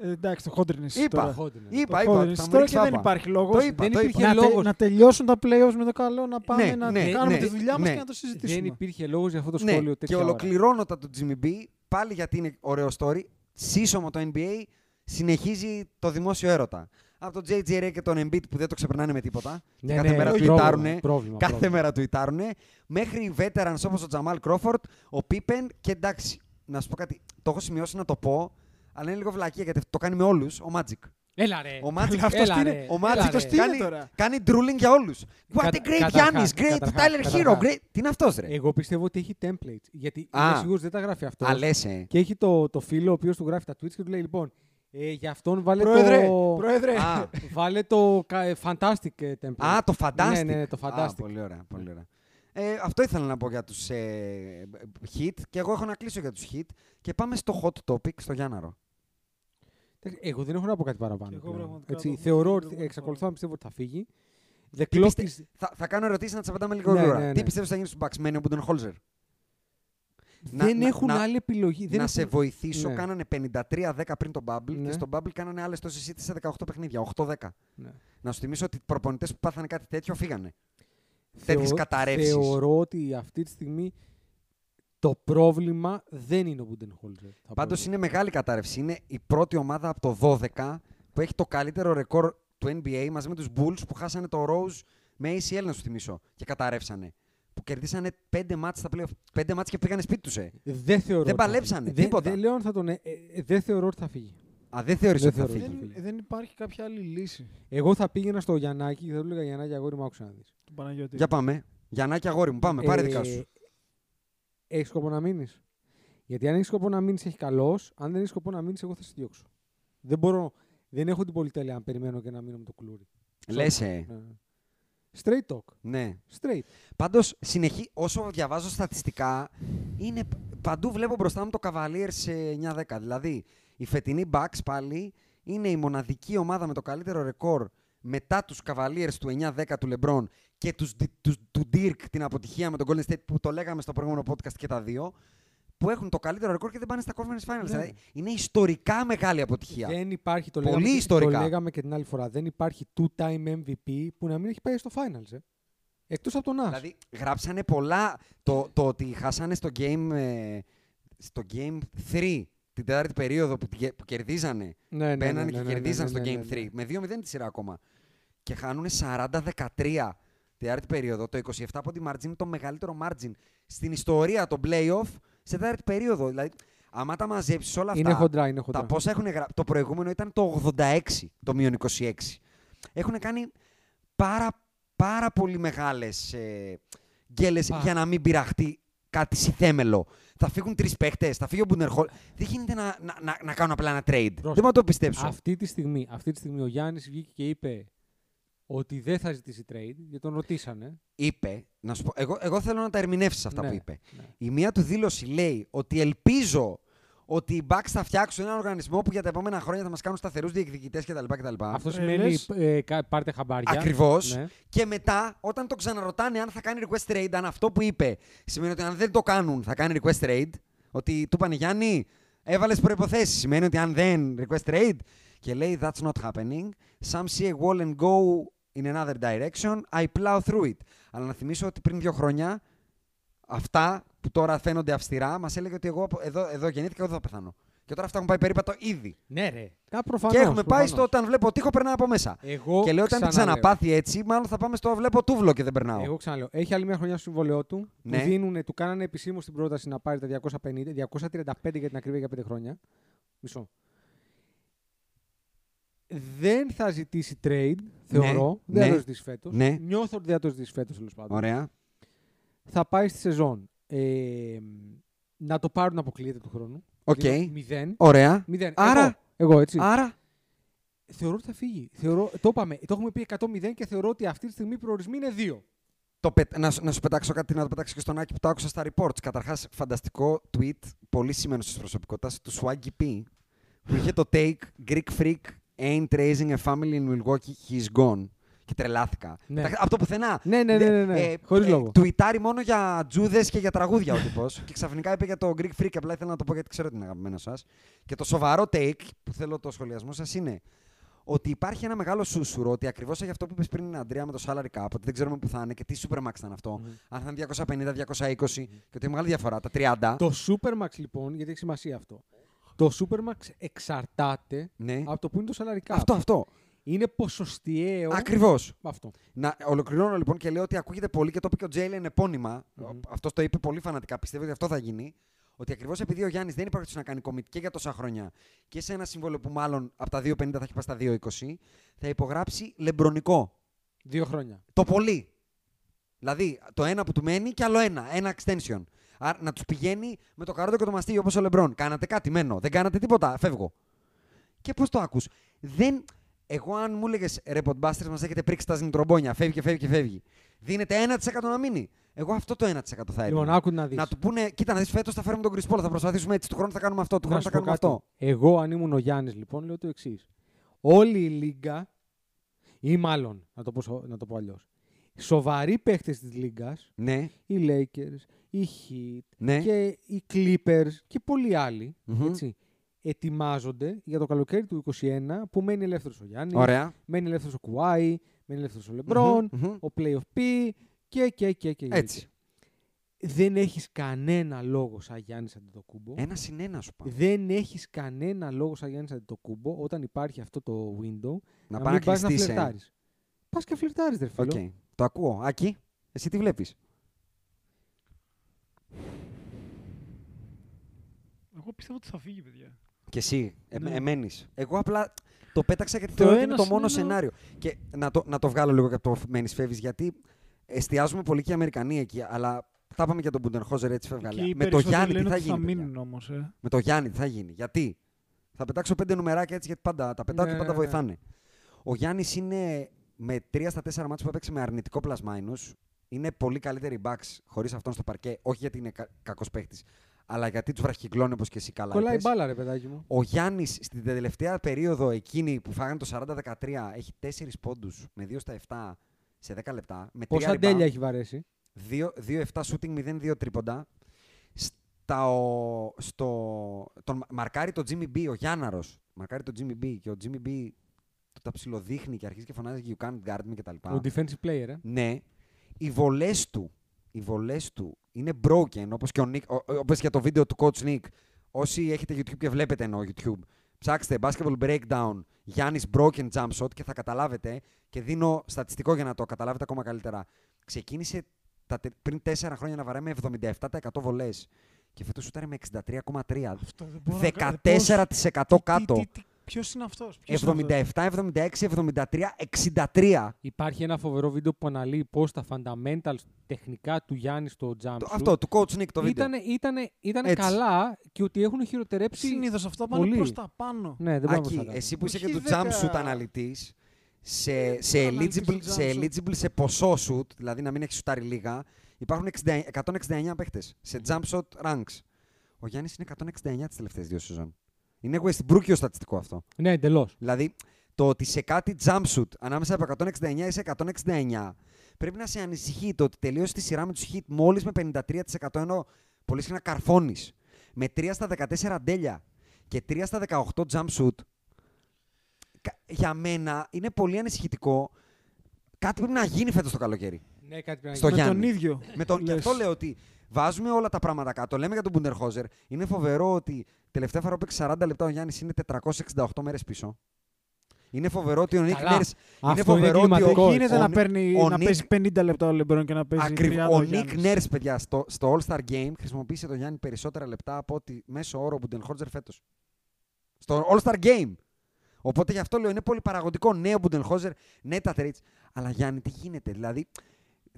E: Ε, εντάξει, το χόντρινες
D: Είπα.
E: τώρα.
C: Χόντινα.
D: Είπα,
E: Το
D: είπα. ότι
E: χόντρινες
D: Θα μου
E: τώρα
D: ρίξεις
E: και δεν
D: φάπα.
E: υπάρχει λόγος.
D: Το είπα.
C: Δεν
D: το
C: υπήρχε
D: είπα.
E: να, τε-
C: λόγος.
E: να τελειώσουν τα playoffs με το καλό, να πάμε
D: Ναι,
E: να
D: ναι,
E: κάνουμε
C: ναι,
E: τη δουλειά μας
D: ναι.
E: και να το συζητήσουμε.
C: Δεν υπήρχε λόγος για αυτό το σχόλιο
D: Ναι. Και
C: τέτοια ώρα.
D: ολοκληρώνοντα το Jimmy B, πάλι γιατί είναι ωραίο story, σύσσωμο το NBA συνεχίζει το δημόσιο έρωτα. Από τον JJ Ray και τον Embiid που δεν το ξεπερνάνε με τίποτα.
C: Ναι,
D: και κάθε
C: ναι,
D: μέρα
C: όχι,
D: τουιτάρουνε.
C: πρόβλημα, πρόβλημα,
D: Κάθε
C: πρόβλημα.
D: μέρα τουιτάρουνε. Μέχρι οι veterans όπως ο Τζαμάλ Κρόφορτ, ο Πίπεν και εντάξει, να σου πω κάτι. Το έχω σημειώσει να το πω, αλλά είναι λίγο βλακία γιατί το κάνει με όλους ο Magic.
C: Έλα ρε.
D: Ο Magic
C: Έλα,
D: αυτός
C: ρε.
D: τι είναι. Ο
C: Έλα,
D: Magic
C: ρε.
D: αυτός τι
E: είναι
D: κάνει,
E: τώρα?
D: κάνει drooling για όλους. What a
C: Κατα-
D: great Giannis,
C: καταρχάς,
D: great
C: καταρχάς,
D: Tyler Hero,
C: καταρχάς.
D: great. Τι είναι αυτός, ρε.
C: Εγώ πιστεύω ότι έχει templates. Γιατί
D: Α.
C: είμαι σίγουρος δεν τα γράφει αυτός.
D: Αλέσαι.
C: Και έχει το, το φίλο ο οποίος του γράφει τα tweets και του λέει: Λοιπόν, ε, για αυτόν βάλε
E: Πρόεδρε,
C: το. *laughs*
E: πρόεδρε.
D: Α,
C: Βάλε το κα- ε, fantastic ε, template.
D: Α, το Fantastic.
C: Ναι, ναι, ναι, το
D: Α,
C: fantastic.
D: πολύ ωραία, πολύ ωραία. Ε, αυτό ήθελα να πω για τους ε, hit και εγώ έχω να κλείσω για τους hit και πάμε στο hot topic στο Γιάνναρο.
C: Εντάξει, Εγώ δεν έχω να πω κάτι παραπάνω.
E: Και εγώ
C: πλέον.
E: πραγματικά
C: Έτσι,
E: το-
C: θεωρώ,
E: το-
C: ότι-
E: το-
C: εξακολουθώ να πιστεύω ότι θα φύγει. The
D: Τι
C: clock
D: πιστε-
C: is-
D: Θα, θα κάνω ερωτήσεις να τις απαντάμε λίγο
C: Ναι,
D: γρήγορα.
C: ναι, ναι.
D: Τι πιστεύεις θα γίνει στους Bucks, μένει ο Budenholzer. Να-
C: δεν
D: να-
C: έχουν
D: να-
C: άλλη επιλογή. Δεν
D: να
C: έχουν-
D: σε βοηθήσω,
C: Ναι.
D: κάνανε 53-10 πριν τον Bubble και
C: Ναι.
D: στον Bubble κάνανε άλλες τόσες hits σε 18 παιχνίδια, 8-10.
C: Ναι.
D: Να σου θυμίσω ότι οι προπονητές που πάθανε κάτι τέτοιο φύγανε.
C: Θεω-
D: τέτοιες καταρρεύσεις.
C: Θεωρώ ότι αυτή τη στιγμή το πρόβλημα δεν είναι ο Budenholzer. θα πω
D: Πάντως
C: εγώ.
D: είναι μεγάλη κατάρρευση. Είναι η πρώτη ομάδα από το 12 που έχει το καλύτερο ρεκόρ του NBA μαζί με τους Bulls που χάσανε το Rose με ACL, να σου θυμίσω, και καταρρεύσανε. Που κερδίσανε πέντε μάτς στα playoff. Πέντε μάτς και πήγανε σπίτι τους, ε.
C: Δεν θεωρώ.
D: Δεν
C: ότι θα
D: παλέψανε,
C: φύγει. Δεν-
D: τίποτα.
C: Δεν λέω αν θα τον. ε, ε, δεν θεωρώ ότι θα φύγει.
D: Α, δεν θεώρησε
C: Δεν
D: ότι θα
C: θεωρώ.
D: φύγει.
E: Δεν, δεν υπάρχει κάποια άλλη λύση
C: Εγώ θα πήγαινα στο Γιαννάκη και θα του έλεγα Γιαννάκη, αγόρι μου, άκουσα να δεις.
E: του Παναγιώτη.
D: Για πάμε. Γιαννάκη, αγόρι μου,
C: Ε,
D: πάμε. Πάρε δικά σου.
C: Έχεις σκοπό να μείνεις. Γιατί αν έχεις σκοπό να μείνεις, έχει καλός. Αν δεν έχεις σκοπό να μείνεις, εγώ θα σε διώξω. Δεν μπορώ. Δεν έχω την πολυτέλεια αν περιμένω και να μείνω με το κουλούρι.
D: Λες, ε.
C: Ναι. Straight talk.
D: Ναι.
C: Straight.
D: Πάντως, συνεχί... όσο διαβάζω στατιστικά, είναι... παντού βλέπω μπροστά μου το Cavaliers σε 9-10. Δηλαδή, η φετινή Bucks πάλι είναι η μοναδική ομάδα με το καλύτερο ρεκόρ μετά τους Cavaliers του 9-10 του LeBron και τους, Di- τους, του Dirk την αποτυχία με τον Golden State που το λέγαμε στο προηγούμενο podcast και τα δύο, που έχουν το καλύτερο ρεκόρ και δεν πάνε στα Conference Finals. Δηλαδή, είναι ιστορικά μεγάλη αποτυχία.
C: Δεν υπάρχει, το
D: Πολύ
C: λέγαμε, και-
D: ιστορικά.
C: το λέγαμε και την άλλη φορά, δεν υπάρχει two-time MVP που να μην έχει πάει στο finals. Ε. Εκτός από τον Ας.
D: Δηλαδή, γράψανε πολλά. Το, το ότι χάσανε στο game, ε, στο game 3, την τέταρτη περίοδο που, την κε- που κερδίζανε.
C: ναι, ναι,
D: Μπαίνανε
C: ναι,
D: και
C: ναι, ναι,
D: κερδίζαν
C: ναι, ναι, ναι,
D: στο
C: ναι.
D: Game 3. Με 2-0 τη σειρά ακόμα. Και χάνουν 40-13 τέταρτη περίοδο. Το 27 από τη margin είναι το μεγαλύτερο margin στην ιστορία των playoff σε τέταρτη περίοδο. Δηλαδή, άμα τα μαζέψεις όλα αυτά.
C: Είναι χοντρά, είναι χοντρά.
D: Τα πόσα έχουν γράψει. Το προηγούμενο ήταν το 86, το μείον 26. Έχουν κάνει πάρα, πάρα πολύ μεγάλες ε, γκέλες
C: Πάρα.
D: για να μην πειραχτεί κάτι συθέμελο. Θα φύγουν τρεις παίχτες, θα φύγει ο Μπουνερχόλ. Δεν γίνεται να, να, να, να κάνουν απλά ένα trade. Δεν μπορώ να το πιστέψω.
C: Αυτή τη στιγμή, αυτή τη στιγμή ο Γιάννης βγήκε και είπε ότι δεν θα ζητήσει trade, γιατί τον ρωτήσανε.
D: Είπε, να σου πω, εγώ, εγώ θέλω να τα ερμηνεύσεις αυτά
C: Ναι,
D: που είπε.
C: ναι.
D: Η μία του δήλωση λέει ότι ελπίζω ότι οι Bucks θα φτιάξουν έναν οργανισμό που για τα επόμενα χρόνια θα μας κάνουν σταθερούς διεκδικητές κτλ. κτλ.
C: Αυτό
E: Ε,
C: σημαίνει
E: λες.
C: ε, κα- πάρτε χαμπάρια.
D: Ακριβώς.
C: Ναι.
D: Και μετά, όταν το ξαναρωτάνε αν θα κάνει request trade, αν αυτό που είπε σημαίνει ότι αν δεν το κάνουν θα κάνει request trade, ότι του είπανε Γιάννη, έβαλες προποθέσει. Σημαίνει ότι αν δεν request trade. Και λέει, That's not happening. Some see a wall and go in another direction. I plow through it. Αλλά να θυμίσω ότι πριν δύο χρόνια αυτά που τώρα φαίνονται αυστηρά μας έλεγε ότι εγώ από- εδώ, εδώ γεννήθηκα, εδώ θα πεθάνω. Και τώρα αυτά έχουν πάει περίπατο ήδη.
C: Ναι, ρε.
D: Και
C: προφανώς,
D: έχουμε πάει
C: προφανώς.
D: στο όταν βλέπω τείχο περνάω από μέσα.
C: Εγώ
D: και λέω όταν την
C: ξαναλέω.
D: ξαναπάθει έτσι, μάλλον θα πάμε στο βλέπω τούβλο και δεν περνάω.
C: Εγώ ξαναλέω. Έχει άλλη μια χρονιά στο συμβολαιό του.
D: Ναι.
C: Του, δίνουνε, του κάνανε επισήμως την πρόταση να πάρει τα 250, 235 για την ακρίβεια για 5 χρόνια. Μισό. Δεν θα ζητήσει trade, θεωρώ.
D: Ναι.
C: Δεν θα
D: Ναι.
C: το ζητήσει φέτος.
D: Ναι.
C: Νιώθω ότι δεν θα το ζητήσει φέτος, τέλος πάντων.
D: Ωραία.
C: Θα πάει στη σεζόν. Ε, να το πάρουν αποκλείεται του χρόνου.
D: Οκ.
C: Δηλαδή, Μηδέν.
D: Ωραία.
C: Μηδέν. Ε,
D: Άρα-
C: Εγώ, εγώ έτσι.
D: Άρα.
C: Θεωρώ ότι θα φύγει. Θεωρώ, το είπαμε. Το έχουμε πει 100-0 και θεωρώ ότι αυτή τη στιγμή οι προορισμοί είναι δύο.
D: Το πε- να, σου- να σου πετάξω κάτι, να το πετάξω και στον Άκη που το άκουσα στα reports. Καταρχάς, φανταστικό tweet, πολύ σημαίνο τη προσωπικότητα, του Swaggy P, που είχε το take Greek freak ain't raising a family in Milwaukee, he's gone. Και τρελάθηκα.
C: Ναι.
D: Πετάχ- Από το πουθενά. ε,
C: Ναι, ναι, ναι, ναι, ναι. Χωρίς λόγο.
D: Τουιτάρει μόνο για τζούδες και για τραγούδια ο τύπος. και ξαφνικά είπε για το Greek freak. Απλά ήθελα να το πω γιατί ξέρω ότι είναι αγαπημένο σας. Και το σοβαρό take που θέλω το σχολιασμό σας είναι ότι υπάρχει ένα μεγάλο σούσουρο ότι ακριβώς για αυτό που είπες πριν, Αντρέα, με το salary cap, ότι δεν ξέρουμε που θα είναι και τι supermax ήταν αυτό. Αν θα είναι 250, 220 και ότι είναι μεγάλη διαφορά, τα 30.
C: Το Supermax λοιπόν, γιατί έχει σημασία αυτό. Το Supermax εξαρτάται
D: Ναι.
C: από το που είναι το salary cap.
D: Αυτό, αυτό.
C: Είναι ποσοστιαίο.
D: Ακριβώς.
C: Αυτό.
D: Να ολοκληρώνω λοιπόν και λέω ότι ακούγεται πολύ και το είπε και ο Τζέιλεν επώνυμα. Αυτός το είπε πολύ φανατικά. Πιστεύω ότι αυτό θα γίνει. Ότι ακριβώς επειδή ο Γιάννης δεν υπάρχει να κάνει κομιτ και για τόσα χρόνια και σε ένα σύμβολο που μάλλον από τα 2,50 θα έχει πάει στα 2,20, θα υπογράψει λεμπρονικό.
C: Δύο χρόνια.
D: Το πολύ. Δηλαδή το ένα που του μένει και άλλο ένα. Ένα extension. Άρα να τους πηγαίνει με το καρότο και το μαστίγιο όπως ο Λεμπρόν. Κάνατε κάτι, μένω. Δεν κάνατε τίποτα, φεύγω. Και πώς το άκους. Δεν... Εγώ, αν μου έλεγες ρε Podbusters, μας έχετε πρίξει τα ζνητρομπόνια. Φεύγει και φεύγει και φεύγει. Δίνετε 1% να μείνει. Εγώ αυτό το 1% θα έπαιρνα.
C: Λοιπόν, άκου να δεις.
D: Ε, ναι. να του πούνε, κοίτα να δεις φέτος θα φέρουμε τον Κρυσπόλ, θα προσπαθήσουμε έτσι. Του χρόνου θα κάνουμε αυτό, του χρόνου θα κάνουμε αυτό.
C: Εγώ, αν ήμουν ο Γιάννης, λοιπόν, λέω το εξής. Όλη η Λίγκα, ή μάλλον, να το πω, σο- να το πω αλλιώς, σοβαροί παίχτες της Λίγκας,
D: Ναι,
C: οι Lakers, οι Heat
D: ναι.
C: και οι Clippers και πολλοί άλλοι,
D: Μμμ.
C: έτσι, ετοιμάζονται για το καλοκαίρι του 2021 που μένει ελεύθερος ο Γιάννης.
D: Ωραία.
C: Μένει ελεύθερος ο Κουάι, μένει ελεύθερος ο Λεμπρόν,
D: Μμμ, μμμ.
C: ο Playoff P και, και, και, και.
D: Έτσι.
C: Δεν έχεις κανένα λόγο σαν Γιάννης Αντιτοκούμπο.
D: Ένα συν ένα σου πάω.
C: Δεν έχεις κανένα λόγο σαν Γιάννης Αντιτοκούμπο όταν υπάρχει αυτό το window να,
D: Να πάω να
C: μην πας να
D: κλειστείς, ε.
C: φλερτάρεις. Πας και φλερτάρεις, ρε φίλο.
D: Οκ. Το ακούω. Άκη, εσύ τι βλέπεις.
F: Εγώ πιστεύω ότι θα φύγει, παιδιά.
D: Και εσύ, ε,
F: Ναι.
D: εμένεις. Εγώ απλά το πέταξα γιατί
F: Το
D: θεωρώ ότι
F: ένα
D: είναι το
F: συν
D: μόνο
F: ένα-
D: σενάριο. Και να το, να το βγάλω λίγο και από το μένεις φεύγεις, γιατί εστιάζουμε πολύ και οι Αμερικανοί εκεί, αλλά τα είπαμε για τον Μπουντενχόζερ έτσι φευγαλιά.
E: οι
D: Με το
E: περισσότεροι
D: Γιάννη τι
E: λένε
D: θα
E: ότι
D: γίνει.
E: Θα
D: παιδιά.
E: μείνουν όμως. Ε.
D: Με το Γιάννη τι θα γίνει. Γιατί θα πετάξω πέντε νούμεράκια έτσι, γιατί πάντα τα πετάω
C: Ναι,
D: και πάντα
C: ναι, ναι.
D: βοηθάνε. Ο Γιάννης είναι με τρία στα τέσσερα μάτια που έπαιξε με αρνητικό plus minus. Είναι πολύ καλύτερη μπαξ χωρίς αυτόν στο παρκέ. Όχι γιατί είναι κα- κακός παίχτης, αλλά γιατί τους βραχυκλώνει όπως και εσύ καλά.
C: Κολλάει
D: είπες.
C: μπάλα, ρε παιδάκι μου.
D: Ο Γιάννης στην τελευταία περίοδο, εκείνη που φάγανε το 40-13, έχει 4 πόντους με 2 στα 7 σε 10 λεπτά. Με
C: Πόσα
D: 3
C: τέλεια έχει βαρέσει.
D: 2-7 shooting, 0-2 τρίποντα. Στα, ο- στο, τον μα- μαρκάρει το Jimmy B, ο Γιάνναρος. Μαρκάρει το Jimmy B και ο Jimmy B του τα ψιλοδείχνει και αρχίζει και φωνάζει You can't guard me κτλ.
C: Ο defensive player, ε.
D: Ναι. Οι βολές του, οι βολές του είναι broken, όπως και, ο Nick, ο- ο- όπως και το βίντεο του Coach Nick. Όσοι έχετε YouTube και βλέπετε εννοώ YouTube, ψάξτε Basketball Breakdown, Giannis Broken Jump Shot και θα καταλάβετε και δίνω στατιστικό για να το καταλάβετε ακόμα καλύτερα. Ξεκίνησε τα, τε- πριν 4 χρόνια να βαράει με 77% βολές και φέτος σούταρε με 63,3%.
E: Αυτό δεν μπορώ να κάνω. Ε,
D: 14% κάτω.
E: Ποιος είναι αυτός.
D: 77, 76, 73, 63.
C: Υπάρχει ένα φοβερό βίντεο που αναλύει πώς τα fundamentals τεχνικά του Γιάννη στο jump
D: Το-
C: shoot
D: Αυτό, του Coach Nick το βίντεο.
C: ήτανε, ήτανε, ήτανε
D: Έτσι.
C: καλά και ότι έχουν χειροτερέψει.
E: Συνήθως αυτά πάνε
C: Πολύ.
E: προς τα πάνω.
C: Ναι, δεν πάμε προς τα
D: Ακή,
C: κάτω.
D: εσύ που είσαι και
E: Όχι
D: του jump
E: δέκα.
D: shoot αναλυτής, σε, σε,
E: αναλυτής
D: eligible,
E: του jump
D: σε
E: shoot.
D: eligible σε ποσό shoot, δηλαδή να μην έχεις σουτάρει λίγα, υπάρχουν 60 169 παίχτες σε jump shot ranks. Ο Ο Γιάννης είναι 169 τις τελευταίες δύο σεζόν. Είναι Westbrookιο στατιστικό αυτό.
C: Ναι, εντελώς.
D: Δηλαδή, το ότι σε κάτι jump shoot ανάμεσα από 169 ή σε 169 πρέπει να σε ανησυχεί το ότι τελείωσε τη σειρά με τους hit μόλις με 53% ενώ πολύ συχνά καρφώνεις. Με 3 στα 14 τέλεια και 3 στα 18 jump shoot. κα- Για μένα είναι πολύ ανησυχητικό. Κάτι πρέπει να γίνει φέτος το καλοκαίρι.
C: Ναι, κάτι πρέπει να
D: στο
C: γίνει.
E: Με
D: Γιάννη.
E: τον ίδιο,
D: Με τον... Και
E: λες.
D: αυτό λέω ότι βάζουμε όλα τα πράγματα κάτω. Λέμε για τον Μπουντερχόζερ. Είναι φοβερό ότι τελευταία φορά που παίξει 40 λεπτά ο Γιάννης είναι 468 μέρες πίσω. Είναι φοβερό ότι ο Νίκ
C: Καλά.
D: Νέρς
C: Αυτό
D: είναι
C: είναι
D: φοβερό ότι
C: κλιματικό.
D: ο-
E: γίνεται
D: ο-
E: να, παίρνει,
D: ο
E: να
D: Νίκ-
E: παίζει 50 λεπτά ο Λεμπρόν και να παίζει
D: Ακριβώς.
E: 30
D: Ο
E: Γιάννης.
D: Νίκ Νέρς, παιδιά, στο, στο All-Star Game χρησιμοποίησε τον Γιάννη περισσότερα λεπτά από ότι μέσω όρο ο Μπουντενχόλτζερ φέτος. Στο All-Star Game. Οπότε γι' αυτό λέω είναι πολύ παραγωγικό. Ναι, ο Μπουντενχόλτζερ, ναι, τα τρίτς. Αλλά Γιάννη, τι γίνεται. Δηλαδή,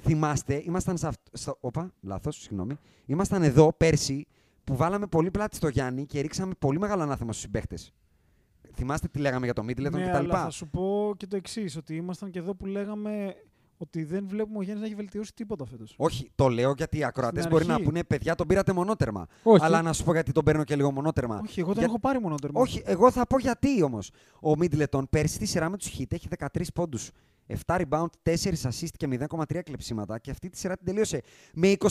D: θυμάστε, ήμασταν σε αυτό. στο- Όπα, λάθος, συγγνώμη. Ήμασταν εδώ πέρσι που βάλαμε πολύ πλάτη στο Γιάννη και ρίξαμε πολύ μεγάλο ανάθεμα στους συμπαίχτε. Θυμάστε τι λέγαμε για το Μίτλετον
E: ναι,
D: κτλ.
E: αλλά θα σου πω και το εξής, ότι ήμασταν και εδώ που λέγαμε ότι δεν βλέπουμε ο Γιάννης να έχει βελτιώσει τίποτα φέτος.
D: Όχι, το λέω γιατί οι ακροατέ
E: Στην
D: μπορεί να
E: αρχή.
D: πούνε παιδιά, τον πήρατε μονότερμα.
C: Όχι.
D: Αλλά να σου πω γιατί τον παίρνω και λίγο μονότερμα.
E: Όχι, εγώ τον
D: Για-
E: έχω πάρει μόνο τέρμα.
D: Όχι, εγώ θα πω γιατί όμως. Ο Μίτλετον πέρσι τη σειρά με τους Χιτ έχει 13 πόντου. 7 rebound, 4 assist και 0,3 κλεψίματα. Και αυτή τη σειρά την τελείωσε με 26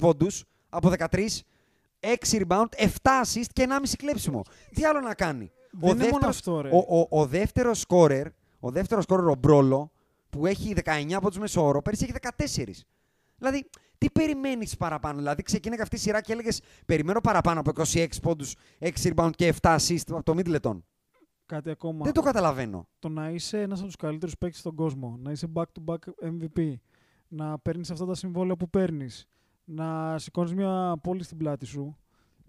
D: πόντους από 13, 6 rebound, 7 assist και 1,5 κλέψιμο. Τι άλλο να κάνει.
E: Δεν είναι μόνο αυτό, ρε.
D: ο, ο, ο δεύτερος σκόρερ, ο δεύτερος σκόρερ, ο Μπρόλο, που έχει 19 πόντου μέσο όρο, πέρσι έχει 14. Δηλαδή, τι περιμένεις παραπάνω. Δηλαδή, ξεκίνησε αυτή η σειρά και έλεγες: Περιμένω παραπάνω από 26 πόντου, 6 rebound και 7 assist από το Middleton.
E: Κάτι ακόμα.
D: Δεν το καταλαβαίνω.
E: το να είσαι ένας από τους καλύτερους παίκτες στον κόσμο, να είσαι back-to-back MVP, να παίρνεις αυτά τα συμβόλαια που παίρνεις, να σηκώνεις μια πόλη στην πλάτη σου,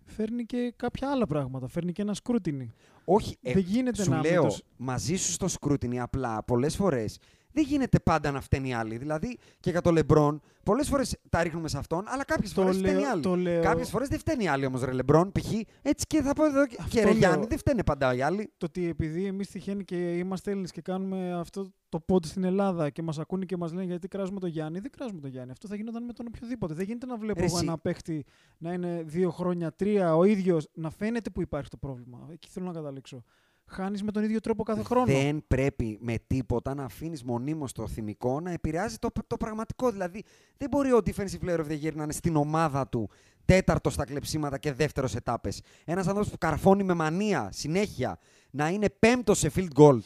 E: φέρνει και κάποια άλλα πράγματα. Φέρνει και ένα σκρούτινι.
D: Όχι, ε,
E: Δεν γίνεται
D: σου
E: να μην
D: λέω
E: το σ-
D: μαζί σου στο σκρούτινι απλά πολλές φορές. Δεν γίνεται πάντα να φταίνει οι άλλοι. Δηλαδή και για το Λεμπρόν, πολλές φορές τα ρίχνουμε σε αυτόν, αλλά κάποιες
E: Το
D: φορές φταίνει οι
E: λέω-
D: άλλοι.
E: το λέω.
D: Κάποιες φορές δεν φταίνει οι άλλοι όμως, ρε Λεμπρόν. Π.χ. έτσι και θα πω εδώ και-
E: Αυτό
D: και ρε
E: λέω.
D: Γιάννη, δεν φταίνε πάντα οι άλλοι.
E: Το ότι επειδή εμείς τυχαίνει και είμαστε Έλληνες και κάνουμε αυτό το πόντ στην Ελλάδα και μας ακούνε και μας λένε γιατί κράζουμε τον Γιάννη, δεν κράζουμε τον Γιάννη. Αυτό θα γινόταν με τον οποιοδήποτε. Δεν γίνεται να βλέπω
D: Ρε
E: εγώ
D: εσύ.
E: ένα παίχτη να είναι δύο χρόνια, τρία, ο ίδιος, να φαίνεται που υπάρχει το πρόβλημα. Εκεί θέλω να καταλήξω. Χάνεις με τον ίδιο τρόπο κάθε χρόνο.
D: Δεν πρέπει με τίποτα να αφήνεις μονίμως το θυμικό να επηρεάζει το, το πραγματικό. Δηλαδή, δεν μπορεί ο defensive player of the year να είναι στην ομάδα του τέταρτος στα κλεψίματα και δεύτερος σε τάπες. Ένας άνθρωπος που καρφώνει με μανία συνέχεια να είναι πέμπτος σε field goal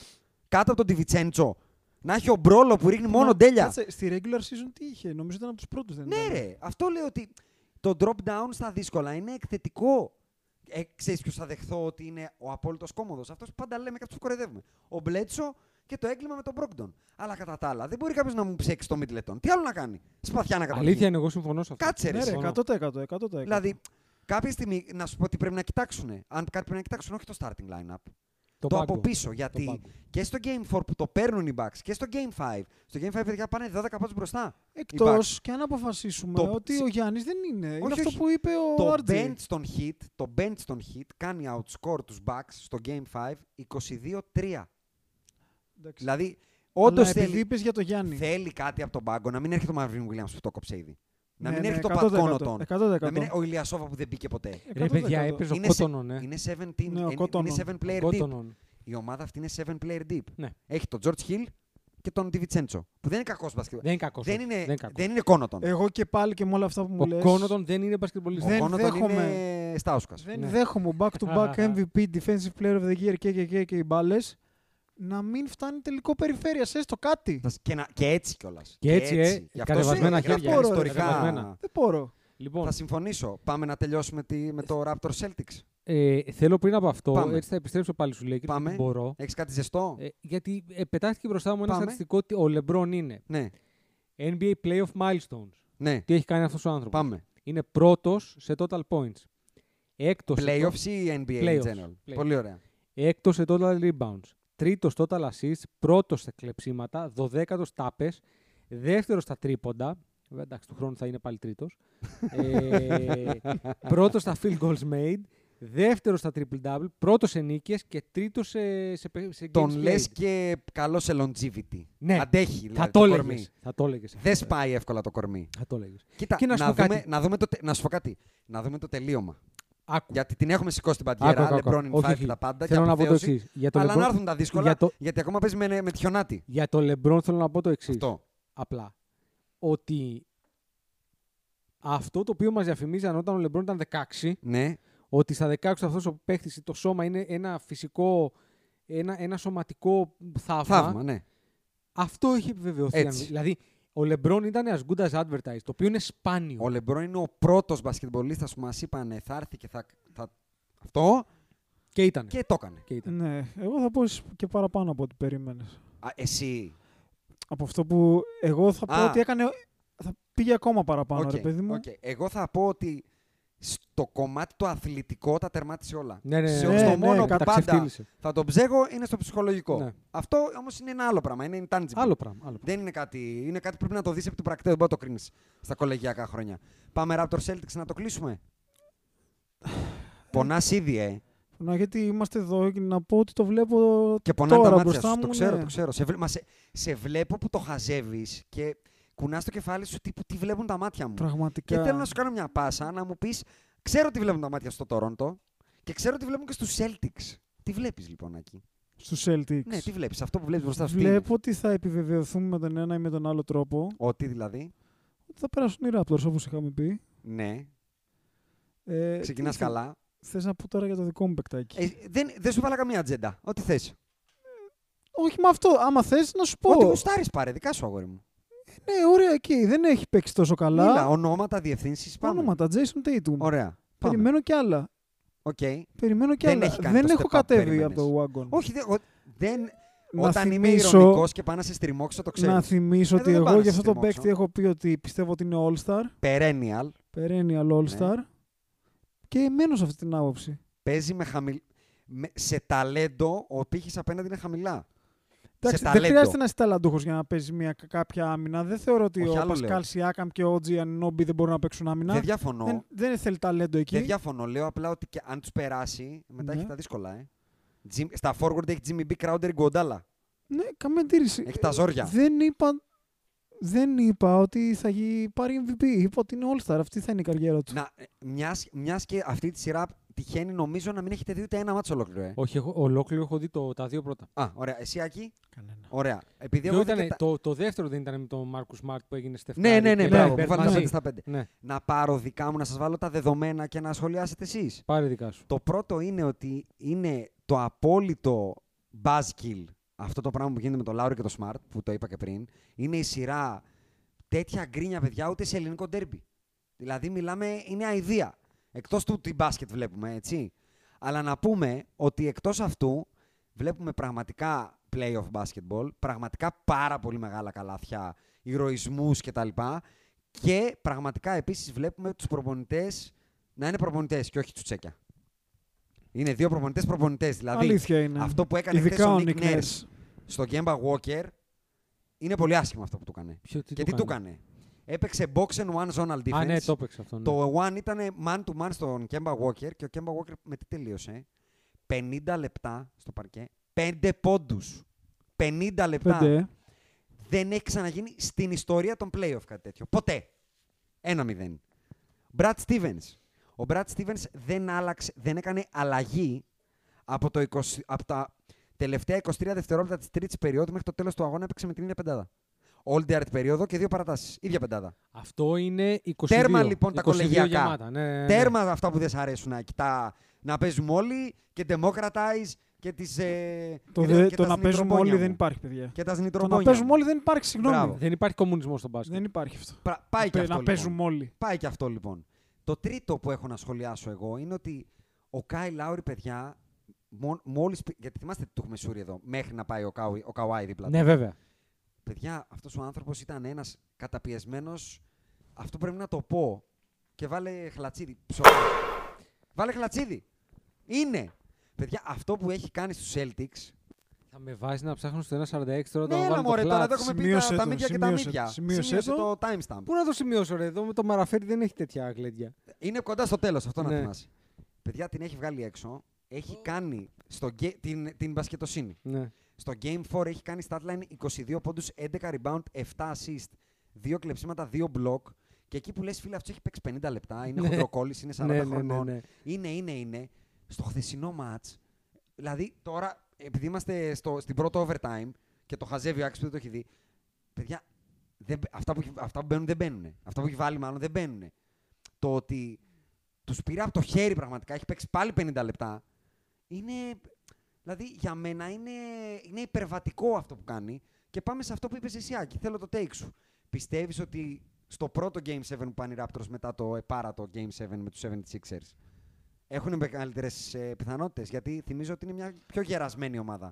D: κάτω από τον Τιβιτσέντσο. Να έχει ο Μπρόλο που ρίχνει μόνο
E: Μα,
D: τέλεια.
E: Κάτσε, στη regular season τι είχε, νομίζω ήταν από τους πρώτους. Δεν
D: Ναι,
E: ήταν.
D: ρε. Αυτό λέω ότι το drop down στα δύσκολα είναι εκθετικό. Ε, ξέρεις ποιος θα δεχθώ ότι είναι ο απόλυτος κόμοδο. Αυτός που πάντα λέμε και αυτούς που κοροϊδεύουμε. Ο Μπλέτσο και το έγκλημα με τον Μπρόγκτον. Αλλά κατά τα άλλα, δεν μπορεί κάποιος να μου ψέξει το Μίτλετον. Τι άλλο να κάνει. Σπαθιά να καταπιεί.
C: Αλήθεια είναι, εγώ συμφωνώ σε αυτό.
D: Κάτσε, ρε,
E: Ναι, ρε,
D: συμφωνώ.
E: 100%. 100%.
D: Δηλαδή, κάποια στιγμή να σου πω ότι πρέπει να κοιτάξουν. Αν κάτι πρέπει να κοιτάξουν, όχι το starting lineup. Το,
C: πάγκο.
D: από πίσω. Γιατί
C: πάγκο.
D: και στο Game 4 που το παίρνουν οι Bucks και στο Game 5. Στο Game 5 παιδιά πάνε 12 πόντους μπροστά. οι
E: Εκτός
D: Bucks.
E: και αν αποφασίσουμε
D: Το-
E: ότι ο Γιάννης δεν είναι. είναι
D: Όχι,
E: αυτό
D: όχι.
E: που είπε ο
D: το
E: RJ.
D: bench των hit, το bench των hit κάνει outscore τους Bucks στο Game 5 22-3.
E: Εντάξει.
D: Δηλαδή,
E: Αλλά
D: όντως
E: επειδή
D: θέλει,
E: είπες για τον Γιάννη.
D: θέλει κάτι από τον πάγκο, να μην έρχεται ο Μαρβίν Williams που το κόψε ήδη. Να
E: Ναι,
D: μην
E: ναι,
D: έρχεται ο
E: 100%.
D: Πατκόνο τον. Να
E: 100%.
D: μην είναι ο Ηλιασόβα που δεν μπήκε ποτέ.
C: Ρε, παιδιά,
E: 100%.
C: έπαιζε ο
D: Είναι σε-
C: Κότονον, ε.
D: Είναι 17,
E: Ναι, ο
D: είναι- είναι
E: Κότονον.
D: 7
C: Ο
D: player deep.
C: Κότονον.
D: Η ομάδα αυτή είναι 7 player deep.
C: Ναι.
D: Έχει τον George Hill και τον Divincenzo, που δεν είναι κακός μπασκετ.
C: Δεν είναι κακός.
D: Δεν είναι,
C: δεν είναι κακός.
D: δεν είναι Κόνοτον.
E: Εγώ και πάλι και με όλα αυτά που μου
C: Ο
E: λες,
C: Κόνοτον δεν είναι μπασκετμπολίστας.
E: δεν
D: ο Κόνοτον είναι
E: δέχομαι.
D: Στάουσκας.
E: Δεν
C: Ναι.
E: δέχομαι back to back MVP, defensive player of the year και, και, και, και οι μπάλες να μην φτάνει τελικό περιφέρεια. Έστω κάτι.
C: Ναι.
D: Θα σ- Και, να- και έτσι κιόλας.
C: Και έτσι, ε, κατεβασμένα
E: χέρια,
D: ιστορικά.
C: κατεβασμένα.
E: Δεν μπορώ.
C: Λοιπόν,
D: Θα συμφωνήσω. Πάμε να τελειώσουμε τη, με το Raptor Celtics.
C: ε, θέλω πριν από αυτό,
D: Πάμε.
C: έτσι θα επιστρέψω πάλι σου λέει, και
D: Πάμε.
C: μπορώ.
D: Έχεις κάτι ζεστό.
C: Ε, γιατί ε, πετάχτηκε μπροστά μου ένα
D: Πάμε.
C: στατιστικό ότι ο Λεμπρόν είναι
D: ναι,
C: NBA Playoff Milestones.
D: ναι.
C: Τι έχει κάνει αυτός ο άνθρωπος.
D: Πάμε.
C: Είναι πρώτος σε total points. Έκτος σε,
D: Playoffs ή NBA
C: Playoffs.
D: in general.
C: Playoffs.
D: Πολύ ωραία.
C: έκτος σε total rebounds. Τρίτος total assists. Πρώτος σε κλεψίματα. Δωδέκατος τάπες. Δεύτερος στα τρίποντα. Βέβαια, εντάξει, του χρόνου θα είναι πάλι τρίτος.
D: *laughs*
C: ε, πρώτος στα field goals made. Δεύτερος στα triple double. Πρώτος σε νίκες και τρίτος σε, σε, πε- σε games
D: Τον
C: played.
D: λες και καλός σε longevity.
C: Ναι.
D: Αντέχει
C: θα
D: δηλαδή,
C: το
D: κορμί.
C: έλεγε. Θα το έλεγες.
D: Δεν σπάει εύκολα Ε, το κορμί.
C: Θα το έλεγες.
D: Κοίτα,
C: Και να
D: να,
C: σου πω
D: δούμε,
C: κάτι.
D: να, δούμε το, τε- να σου πω κάτι. Να δούμε το τελείωμα.
C: Άκου.
D: Γιατί την έχουμε σηκώσει την πατιέρα,
C: Άκου, άκου, άκου.
D: LeBron in
C: Όχι,
D: five
C: όχι.
D: τα πάντα.
C: Θέλω
D: και
C: να πω το
D: αποθέωση,
C: εξής. Για το
D: αλλά
C: LeBron-
D: να έρθουν τα δύσκολα,
C: για το-
D: γιατί ακόμα παίζει με, με τη χιονάτη.
C: Για το LeBron θέλω να πω το εξής.
D: Αυτό.
C: Απλά. Ότι αυτό το οποίο μας διαφημίζαν όταν ο LeBron ήταν 16,
D: Ναι,
C: ότι στα 16 αυτός ο παίχτης το σώμα είναι ένα φυσικό, ένα, ένα σωματικό θαύμα.
D: θαύμα, ναι.
C: Αυτό έχει επιβεβαιωθεί.
D: Έτσι.
C: Δηλαδή, ο LeBron ήταν as good as advertised, το οποίο είναι σπάνιο.
D: Ο Λεμπρό είναι ο πρώτος μπασκετμπολίστας που μας είπαν θα έρθει και θα. θα... Αυτό
C: Και ήταν.
D: και το έκανε.
C: Και ήταν.
E: Ναι, εγώ θα πω εσ- και παραπάνω από ό,τι περίμενες.
D: Α, εσύ.
E: Από αυτό που εγώ θα πω
D: Α.
E: ότι έκανε. Θα πήγε ακόμα παραπάνω,
D: Οκ,
E: ρε παιδί μου.
D: οκ. Εγώ θα πω ότι στο κομμάτι το αθλητικό τα τερμάτισε όλα.
C: Ναι, ναι,
D: Σε-
C: ναι,
D: στο
C: ναι,
D: μόνο
C: τα
D: που πάντα
C: ξεφτύλισε.
D: θα τον ψέγω είναι στο ψυχολογικό.
C: Ναι.
D: Αυτό όμως είναι ένα άλλο πράγμα. Είναι intangible.
C: Άλλο πράγμα. Άλλο πράγμα.
D: Δεν είναι κάτι. Είναι κάτι που πρέπει να το δεις επί του πρακτέου. Δεν μπορεί να το κρίνεις στα κολεγιακά χρόνια. Πάμε Raptor Celtics να το κλείσουμε.
C: *sighs*
D: Πονάς ήδη, ε.
E: Να, γιατί είμαστε εδώ και να πω ότι το βλέπω.
D: Και πονάνε τα
E: τώρα
D: μάτια
E: μπροστά
D: σου.
E: μου.
D: Το ξέρω,
E: ναι.
D: το ξέρω. Σε, βλέ- μα σε, σε βλέπω που το χαζεύεις και κουνά το κεφάλι σου τύπου τι βλέπουν τα μάτια μου.
E: Πραγματικά.
D: Και θέλω να σου κάνω μια πάσα να μου πεις: Ξέρω τι βλέπουν τα μάτια στο Τωρόντο και ξέρω τι βλέπουν και στους Celtics. Τι βλέπεις λοιπόν εκεί.
E: Στους Celtics.
D: Ναι, τι βλέπεις. Αυτό που βλέπεις μπροστά σου. τι είναι?
E: Βλέπω ότι θα επιβεβαιωθούμε με τον ένα ή με τον άλλο τρόπο.
D: Ότι δηλαδή.
E: Ότι θα περάσουν οι Raptors όπως είχαμε πει.
D: Ναι,
E: Ε,
D: ξεκινάς καλά.
E: Θες να πω τώρα για το δικό μου παικτάκι.
D: Ε, δεν, δεν σου βάλα καμία ατζέντα. Ό,τι θες.
E: Όχι με αυτό. Άμα θες να σου πω.
D: Ό,τι γουστάρεις πάρε, δικά σου αγόρι μου.
E: Ναι, ωραία εκεί. Δεν έχει παίξει τόσο καλά.
D: Μίλα, ονόματα, διευθύνσεις. Πάμε.
E: Όνοματα. Jason Tatum.
D: Ωραία. Πάμε.
E: Περιμένω κι άλλα.
D: Οκ.
E: Περιμένω κι
D: Δεν
E: άλλα.
D: έχει κάνει
E: δεν
D: το
E: έχω
D: step up,
E: κατέβει από
D: περίμενες.
E: το wagon.
D: Όχι, δεν. ο- δεν
E: Να
D: όταν είμαι
E: θυμίσω-
D: ηρωνικός και πάω να σε στριμώξω, το ξέρω.
E: Να θυμίσω
D: Εδώ
E: ότι
D: δεν πάω
E: εγώ
D: να
E: για
D: σε
E: αυτό το
D: στριμώξω.
E: παίκτη έχω πει ότι πιστεύω ότι είναι All-Star.
D: Perennial.
E: Perennial
D: Ναι.
E: All-Star. Και μένω σε αυτή την άποψη.
D: Παίζει με χαμηλ... με... σε ταλέντο, ο πύχη απέναντι είναι χαμηλά. σε
E: Εντάξει, δεν
D: ταλέντο.
E: χρειάζεται να είσαι ταλαντούχος για να παίζεις μια, κάποια άμυνα. Δεν θεωρώ ότι
D: Όχι,
E: ο
D: άλλο λέω.
E: Πασκάλ Σιάκαμ και ο Τζιανινόμπι δεν μπορούν να παίξουν άμυνα.
D: Δεν διαφωνώ.
E: δεν, δεν θέλει ταλέντο εκεί.
D: Δεν διαφωνώ. Λέω απλά ότι και αν τους περάσει, μετά
E: Ναι.
D: έχει τα δύσκολα. Ε. Jim- Στα forward έχει Jimmy B. Crowder Γκοντάλα.
E: Ναι, καμία αντίρρηση.
D: Έχει τα ζόρια.
E: Δεν είπα, δεν είπα ότι θα γι- πάρει MVP. Είπα ότι είναι All-Star. Αυτή θα είναι η καριέρα του.
D: Να, ε, μιας, μιας και αυτή τη σειρά τυχαίνει νομίζω να μην έχετε δει ούτε ένα μάτσο ολόκληρο. Ε.
C: Όχι, εγώ ολόκληρο έχω δει το, τα δύο πρώτα.
D: Α, ωραία. Εσύ, Άκη.
F: Κανένα.
D: Ωραία. Επειδή
C: Ποιο
D: εγώ δει
C: ήταν,
D: και τα-
C: το, το δεύτερο δεν ήταν με τον Μάρκους Σμαρτ που έγινε στεφτάρι.
D: Ναι, ναι, ναι,
C: και
D: μπράβο.
C: Bird
D: Μου βάλει τα
C: μαζί.
D: 5 στα 5.
C: Ναι,
D: Να πάρω δικά μου, να σας βάλω τα δεδομένα και να σχολιάσετε εσείς.
C: πάρε δικά σου.
D: Το πρώτο είναι ότι είναι το απόλυτο buzz kill. Αυτό το πράγμα που γίνεται με το Λάουρο και το Smart, που το είπα και πριν. Είναι η σειρά τέτοια γκρίνια, παιδιά, ούτε σε ελληνικό ντέρμπι. Δηλαδή, μιλάμε, είναι αηδία. Εκτός του τι μπάσκετ βλέπουμε, έτσι. Αλλά να πούμε ότι εκτός αυτού βλέπουμε πραγματικά playoff basketball, πραγματικά πάρα πολύ μεγάλα καλάθια, ηρωισμούς κτλ. Και πραγματικά επίσης βλέπουμε τους προπονητές να είναι προπονητές και όχι τσουτσέκια. Είναι δύο προπονητές προπονητές. Δηλαδή,
E: Αλήθεια είναι.
D: αυτό που έκανε χθες
E: Ειδικά
D: ο
E: ο
D: Nick
E: Nick
D: Nurse
E: Nurse.
D: στο Kemba Walker είναι πολύ άσχημο αυτό που του έκανε.
C: Ποιο, τι
D: και τι του έκανε. Έπαιξε box and one zonal defense.
C: Α, ναι, το έπαιξε αυτό. Ναι.
D: Το one ήταν man to man στον Kemba Walker και ο Kemba Walker με τι τελείωσε. 50 λεπτά στο παρκέ, 5 πόντους. 50 λεπτά.
E: Πέντε. ε.
D: Δεν έχει ξαναγίνει στην ιστορία των playoff κάτι τέτοιο. Ποτέ. 1-0. Brad Stevens. Ο Brad Stevens δεν, άλλαξε, δεν έκανε αλλαγή από, το 20, από τα τελευταία 23 δευτερόλεπτα της τρίτης περίοδου μέχρι το τέλος του αγώνα έπαιξε με την ίδια πεντάδα. All the art περίοδο και δύο παρατάσεις. Ίδια πεντάδα.
C: Αυτό είναι 22.
D: Τέρμα, λοιπόν, τα
C: 22
D: κολεγιακά.
C: γεμάτα, Ναι,
E: Ε,
C: ναι, ναι.
D: Τέρμα αυτά που δεν σ' αρέσουν να κοιτά, να παίζουμε όλοι και democratize και τις... Ε,
E: Το
D: και
E: δε-
D: και
E: το
D: τα
E: να παίζουμε
D: σνιτρομπόνια
E: όλοι
D: μου.
E: δεν υπάρχει, παιδιά.
D: Και τα
E: Το να
D: σνιτρομπόνια
E: παίζουμε
D: μου.
E: όλοι δεν υπάρχει,
D: Μπράβο.
E: συγγνώμη.
C: Δεν υπάρχει κομμουνισμός στον μπάσκετ.
E: Δεν υπάρχει αυτό.
D: Πρα- Πάει και
E: Πε-
D: αυτό,
E: να
D: λοιπόν.
E: παίζουμε όλοι.
D: Πάει και αυτό λοιπόν. Το τρίτο που έχω να σχολιάσω εγώ είναι ότι ο Κάι Λάουρη, παιδιά, μό- μόλις... πη- Γιατί θυμάστε τι του έχουμε σούρει εδώ, μέχρι να πάει ο, Καου, ο Καουάι δίπλα. του.
C: Ναι, βέβαια.
D: Παιδιά, αυτός ο άνθρωπος ήταν ένας καταπιεσμένος, αυτό πρέπει να το πω, και βάλε χλατσίδι. Ψωμί. Βάλε χλατσίδι. Είναι. Παιδιά, αυτό που έχει κάνει στους Celtics...
C: Θα με βάζει να ψάχνω στο 1.46 τώρα
D: Ναι,
C: όταν
D: έλα
C: βάλω το
D: μωρέ, τώρα
C: κλατ.
D: το έχουμε πει
E: Σημείωσε
D: τα, τα
E: το,
D: μύδια και τα
E: σημείωσε
D: μύδια.
E: το, σημείωσε
D: το
E: το.
D: timestamp.
C: Πού να το σημειώσω, ρε. Εδώ με το μαραφέρι δεν έχει τέτοια γλέντια.
D: Είναι κοντά στο τέλος, αυτό να
C: Ναι.
D: θυμάσαι. Παιδιά την έχει βγάλει έξω. Έχει κάνει στο γκε- την, την μπασκετοσύνη.
C: Ναι.
D: Στο Game 4 έχει κάνει statline 22 πόντους, 11 rebound, 7 assist, 2 κλεψίματα, 2 block Και εκεί που λες, φίλε, αυτός έχει παίξει 50 λεπτά,
C: *laughs*
D: είναι χοντροκόλλης, είναι 40
C: Ναι, ναι, ναι,
D: χρονών.
C: ναι.
D: Είναι, είναι, είναι. Στο χθεσινό ματ, δηλαδή τώρα, επειδή είμαστε στο, στην πρώτη overtime και το χαζεύει ο Άκης που δεν το έχει δει, παιδιά, δεν, αυτά, που, έχει- αυτά που μπαίνουν δεν μπαίνουν. Αυτά που έχει βάλει μάλλον δεν μπαίνουν. Το ότι τους πήρε από το χέρι πραγματικά, έχει παίξει πάλι 50 λεπτά. Είναι. Δηλαδή για μένα είναι, είναι υπερβατικό αυτό που κάνει. Και πάμε σε αυτό που είπες εσύ, Άκη. Θέλω το take σου. Πιστεύεις ότι στο πρώτο Game 7 που πάνε οι Raptors μετά το επάρατο Game 7 με τους 76ers έχουν μεγαλύτερε πιθανότητε. ε, Γιατί θυμίζω ότι είναι μια πιο γερασμένη ομάδα.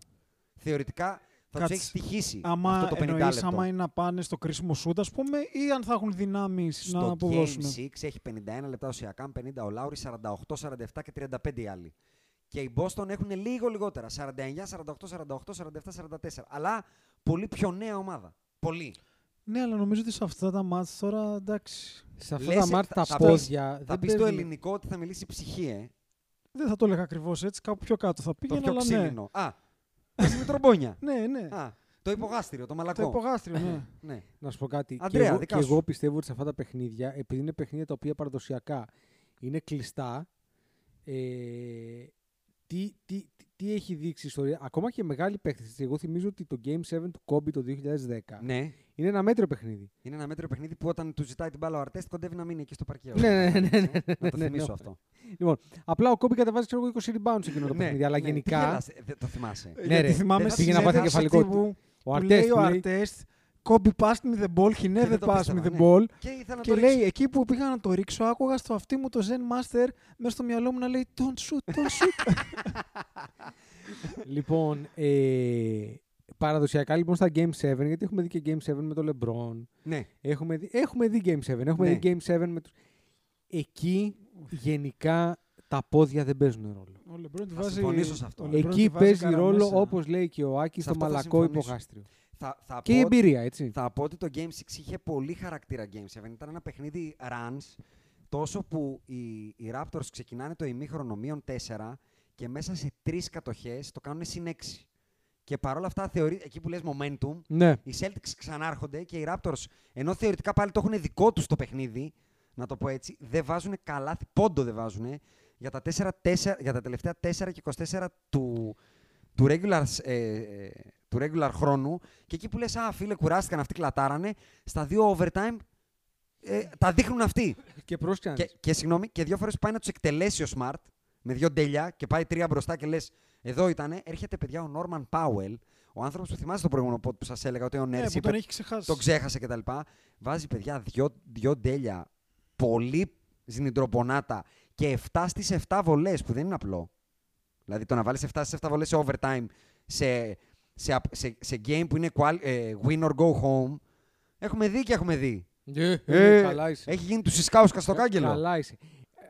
D: Θεωρητικά θα τους
E: Κάτσε.
D: έχεις στοιχήσει
E: Άμα
D: αυτό το 50
E: εννοείς,
D: λεπτό.
E: άμα είναι να πάνε στο κρίσιμο σούτ, ας πούμε, ή αν θα έχουν δυνάμεις να
D: Στο Game 6
E: αποδώσουν.
D: έχει 51 λεπτά ο Σιακάμ, 50 ο Λάουρη, 48, 47 και 35 οι άλλοι. Και οι Boston έχουν λίγο λιγότερα. 49, 48, 48, 47, 44. Αλλά πολύ πιο νέα ομάδα. Πολύ.
E: Ναι, αλλά νομίζω ότι σε αυτά τα μάτς τώρα εντάξει.
C: Σε αυτά
D: Λες,
C: τα
D: ε,
C: μάτια
D: θα-
C: τα
D: θα πεις-
C: πόδια.
D: Θα
C: δεν
D: πεις στο
C: παίζουν.
D: ελληνικό ότι θα μιλήσει ψυχή, ε.
E: Δεν θα το έλεγα ακριβώς έτσι, κάπου πιο κάτω θα
D: Το
E: πήγαινε,
D: πιο
E: αλλά ναι.
D: ξύλινο. Α, πες με τρομπόνια.
C: *laughs*
E: Ναι, ναι.
D: Α, το υπογάστριο, το μαλακό.
E: Το υπογάστριο, ναι.
D: Ναι.
C: Να σου πω κάτι.
D: Ανδρέα,
C: και, εγώ,
D: δικά
C: και
D: σου.
C: εγώ πιστεύω ότι σε αυτά τα παιχνίδια, επειδή είναι παιχνίδια τα οποία παραδοσιακά είναι κλειστά, ε, τι, τι, τι, τι έχει δείξει η ιστορία. Ακόμα και μεγάλη παίχτες. Εγώ θυμίζω ότι το Game 7 του Kobe το 2010
D: ναι.
C: είναι ένα μέτρο παιχνίδι.
D: Είναι ένα μέτρο παιχνίδι που όταν του ζητάει την μπάλα ο Αρτέστ κοντεύει να μείνει εκεί στο παρκείο.
C: Ναι, ναι, ναι, ναι, ναι,
D: Να το
C: ναι,
D: θυμίσω
C: ναι.
D: αυτό.
C: Λοιπόν, απλά ο Kobe κατεβάζει ξέρω, εγώ, 20 rebounds σε εκείνο το
D: Ναι,
C: παιχνίδι, αλλά
D: ναι. Τι
C: γενικά.
D: γελάς, ε, Δεν το θυμάσαι.
C: Ναι,
E: Γιατί
C: ρε,
E: θυμάμαι
D: δεν θα
E: στη
D: πήγε να πάθει
E: συνέντευξη
C: κεφαλικό
E: τύπου
C: του. Ο
E: που
C: Αρτέστ
E: λέει ο
C: του λέει-
E: Αρτέστ, Kobe passed me the ball, he
D: δεν
E: never
D: το
E: passed
D: πίστευα,
E: me the
D: ναι.
E: ball.
D: Και ήθελα να
E: Και
D: το
E: λέει,
D: ρίξω.
E: εκεί που πήγα να το ρίξω, άκουγα στο αυτί μου το Zen Master μέσα στο μυαλό μου να λέει Don't shoot, don't shoot.
C: λοιπόν, ε, παραδοσιακά λοιπόν στα Game 7, γιατί έχουμε δει και Game 7 με τον LeBron,
D: Ναι.
C: Έχουμε δει, έχουμε δει Game 7. Έχουμε
D: Ναι.
C: δει Game 7 με τους... Εκεί γενικά τα πόδια δεν παίζουν ρόλο.
E: ο Λεμπρόν τη
D: Θα συμφωνήσω σε αυτό.
E: ο
D: Ο
E: LeBron τη
C: Εκεί
E: βάζει
C: παίζει
E: καρά
C: ρόλο,
E: μέσα.
C: όπως λέει και ο Άκης,
D: Σε
C: το
D: αυτό θα
C: μαλακό
D: συμφωνήσω.
C: υπογάστριο.
D: Θα, θα,
C: Και η
D: πω, ότι-
C: εμπειρία, έτσι.
D: θα πω ότι το Game 6 είχε πολύ χαρακτήρα Game 7. Ήταν ένα παιχνίδι runs, τόσο που οι, οι Raptors ξεκινάνε το ημίχρονο μείον 4 και μέσα σε τρεις κατοχές το κάνουν συν 6. Και παρόλα αυτά, θεωρεί, εκεί που λες momentum,
C: Ναι.
D: οι Celtics ξανάρχονται και οι Raptors, ενώ θεωρητικά πάλι το έχουν δικό τους το παιχνίδι, να το πω έτσι, δεν βάζουν καλά, πόντο δεν βάζουν για τα, 4-4 για τα τελευταία 4 και 24 του, του, regular, σ- ε, ε, του regular χρόνου. Και εκεί που λες, Α, φίλε, κουράστηκαν αυτοί, κλατάρανε. Στα δύο overtime ε, τα δείχνουν αυτοί.
C: Και πρόσεξε. να
D: και,
C: δεις.
D: και, συγγνώμη, και δύο φορές πάει να τους εκτελέσει ο Smart με δύο ντέλια και πάει τρία μπροστά και λες, εδώ ήτανε. Έρχεται, παιδιά, ο Norman Powell, ο άνθρωπος που θυμάστε το προηγούμενο pod που σας έλεγα ότι ο
E: Ναι,
D: Νέρση
E: που τον έχει ξεχάσει.
D: τον ξέχασε κτλ. Βάζει παιδιά δυο, δυο ντέλια πολύ ζυνητροπονάτα και 7 στι 7 βολές που δεν είναι απλό. Δηλαδή το να βάλεις 7 στι 7 βολές σε overtime σε, σε, απ- σε, σε game που είναι qual, ε, win or go home. Έχουμε δει και έχουμε δει.
C: Ε,
D: Ε,
C: ε, καλά είσαι. Ε,
D: Έχει γίνει του Ισκάουσκα στο κάγκελο.
C: Καλά είσαι.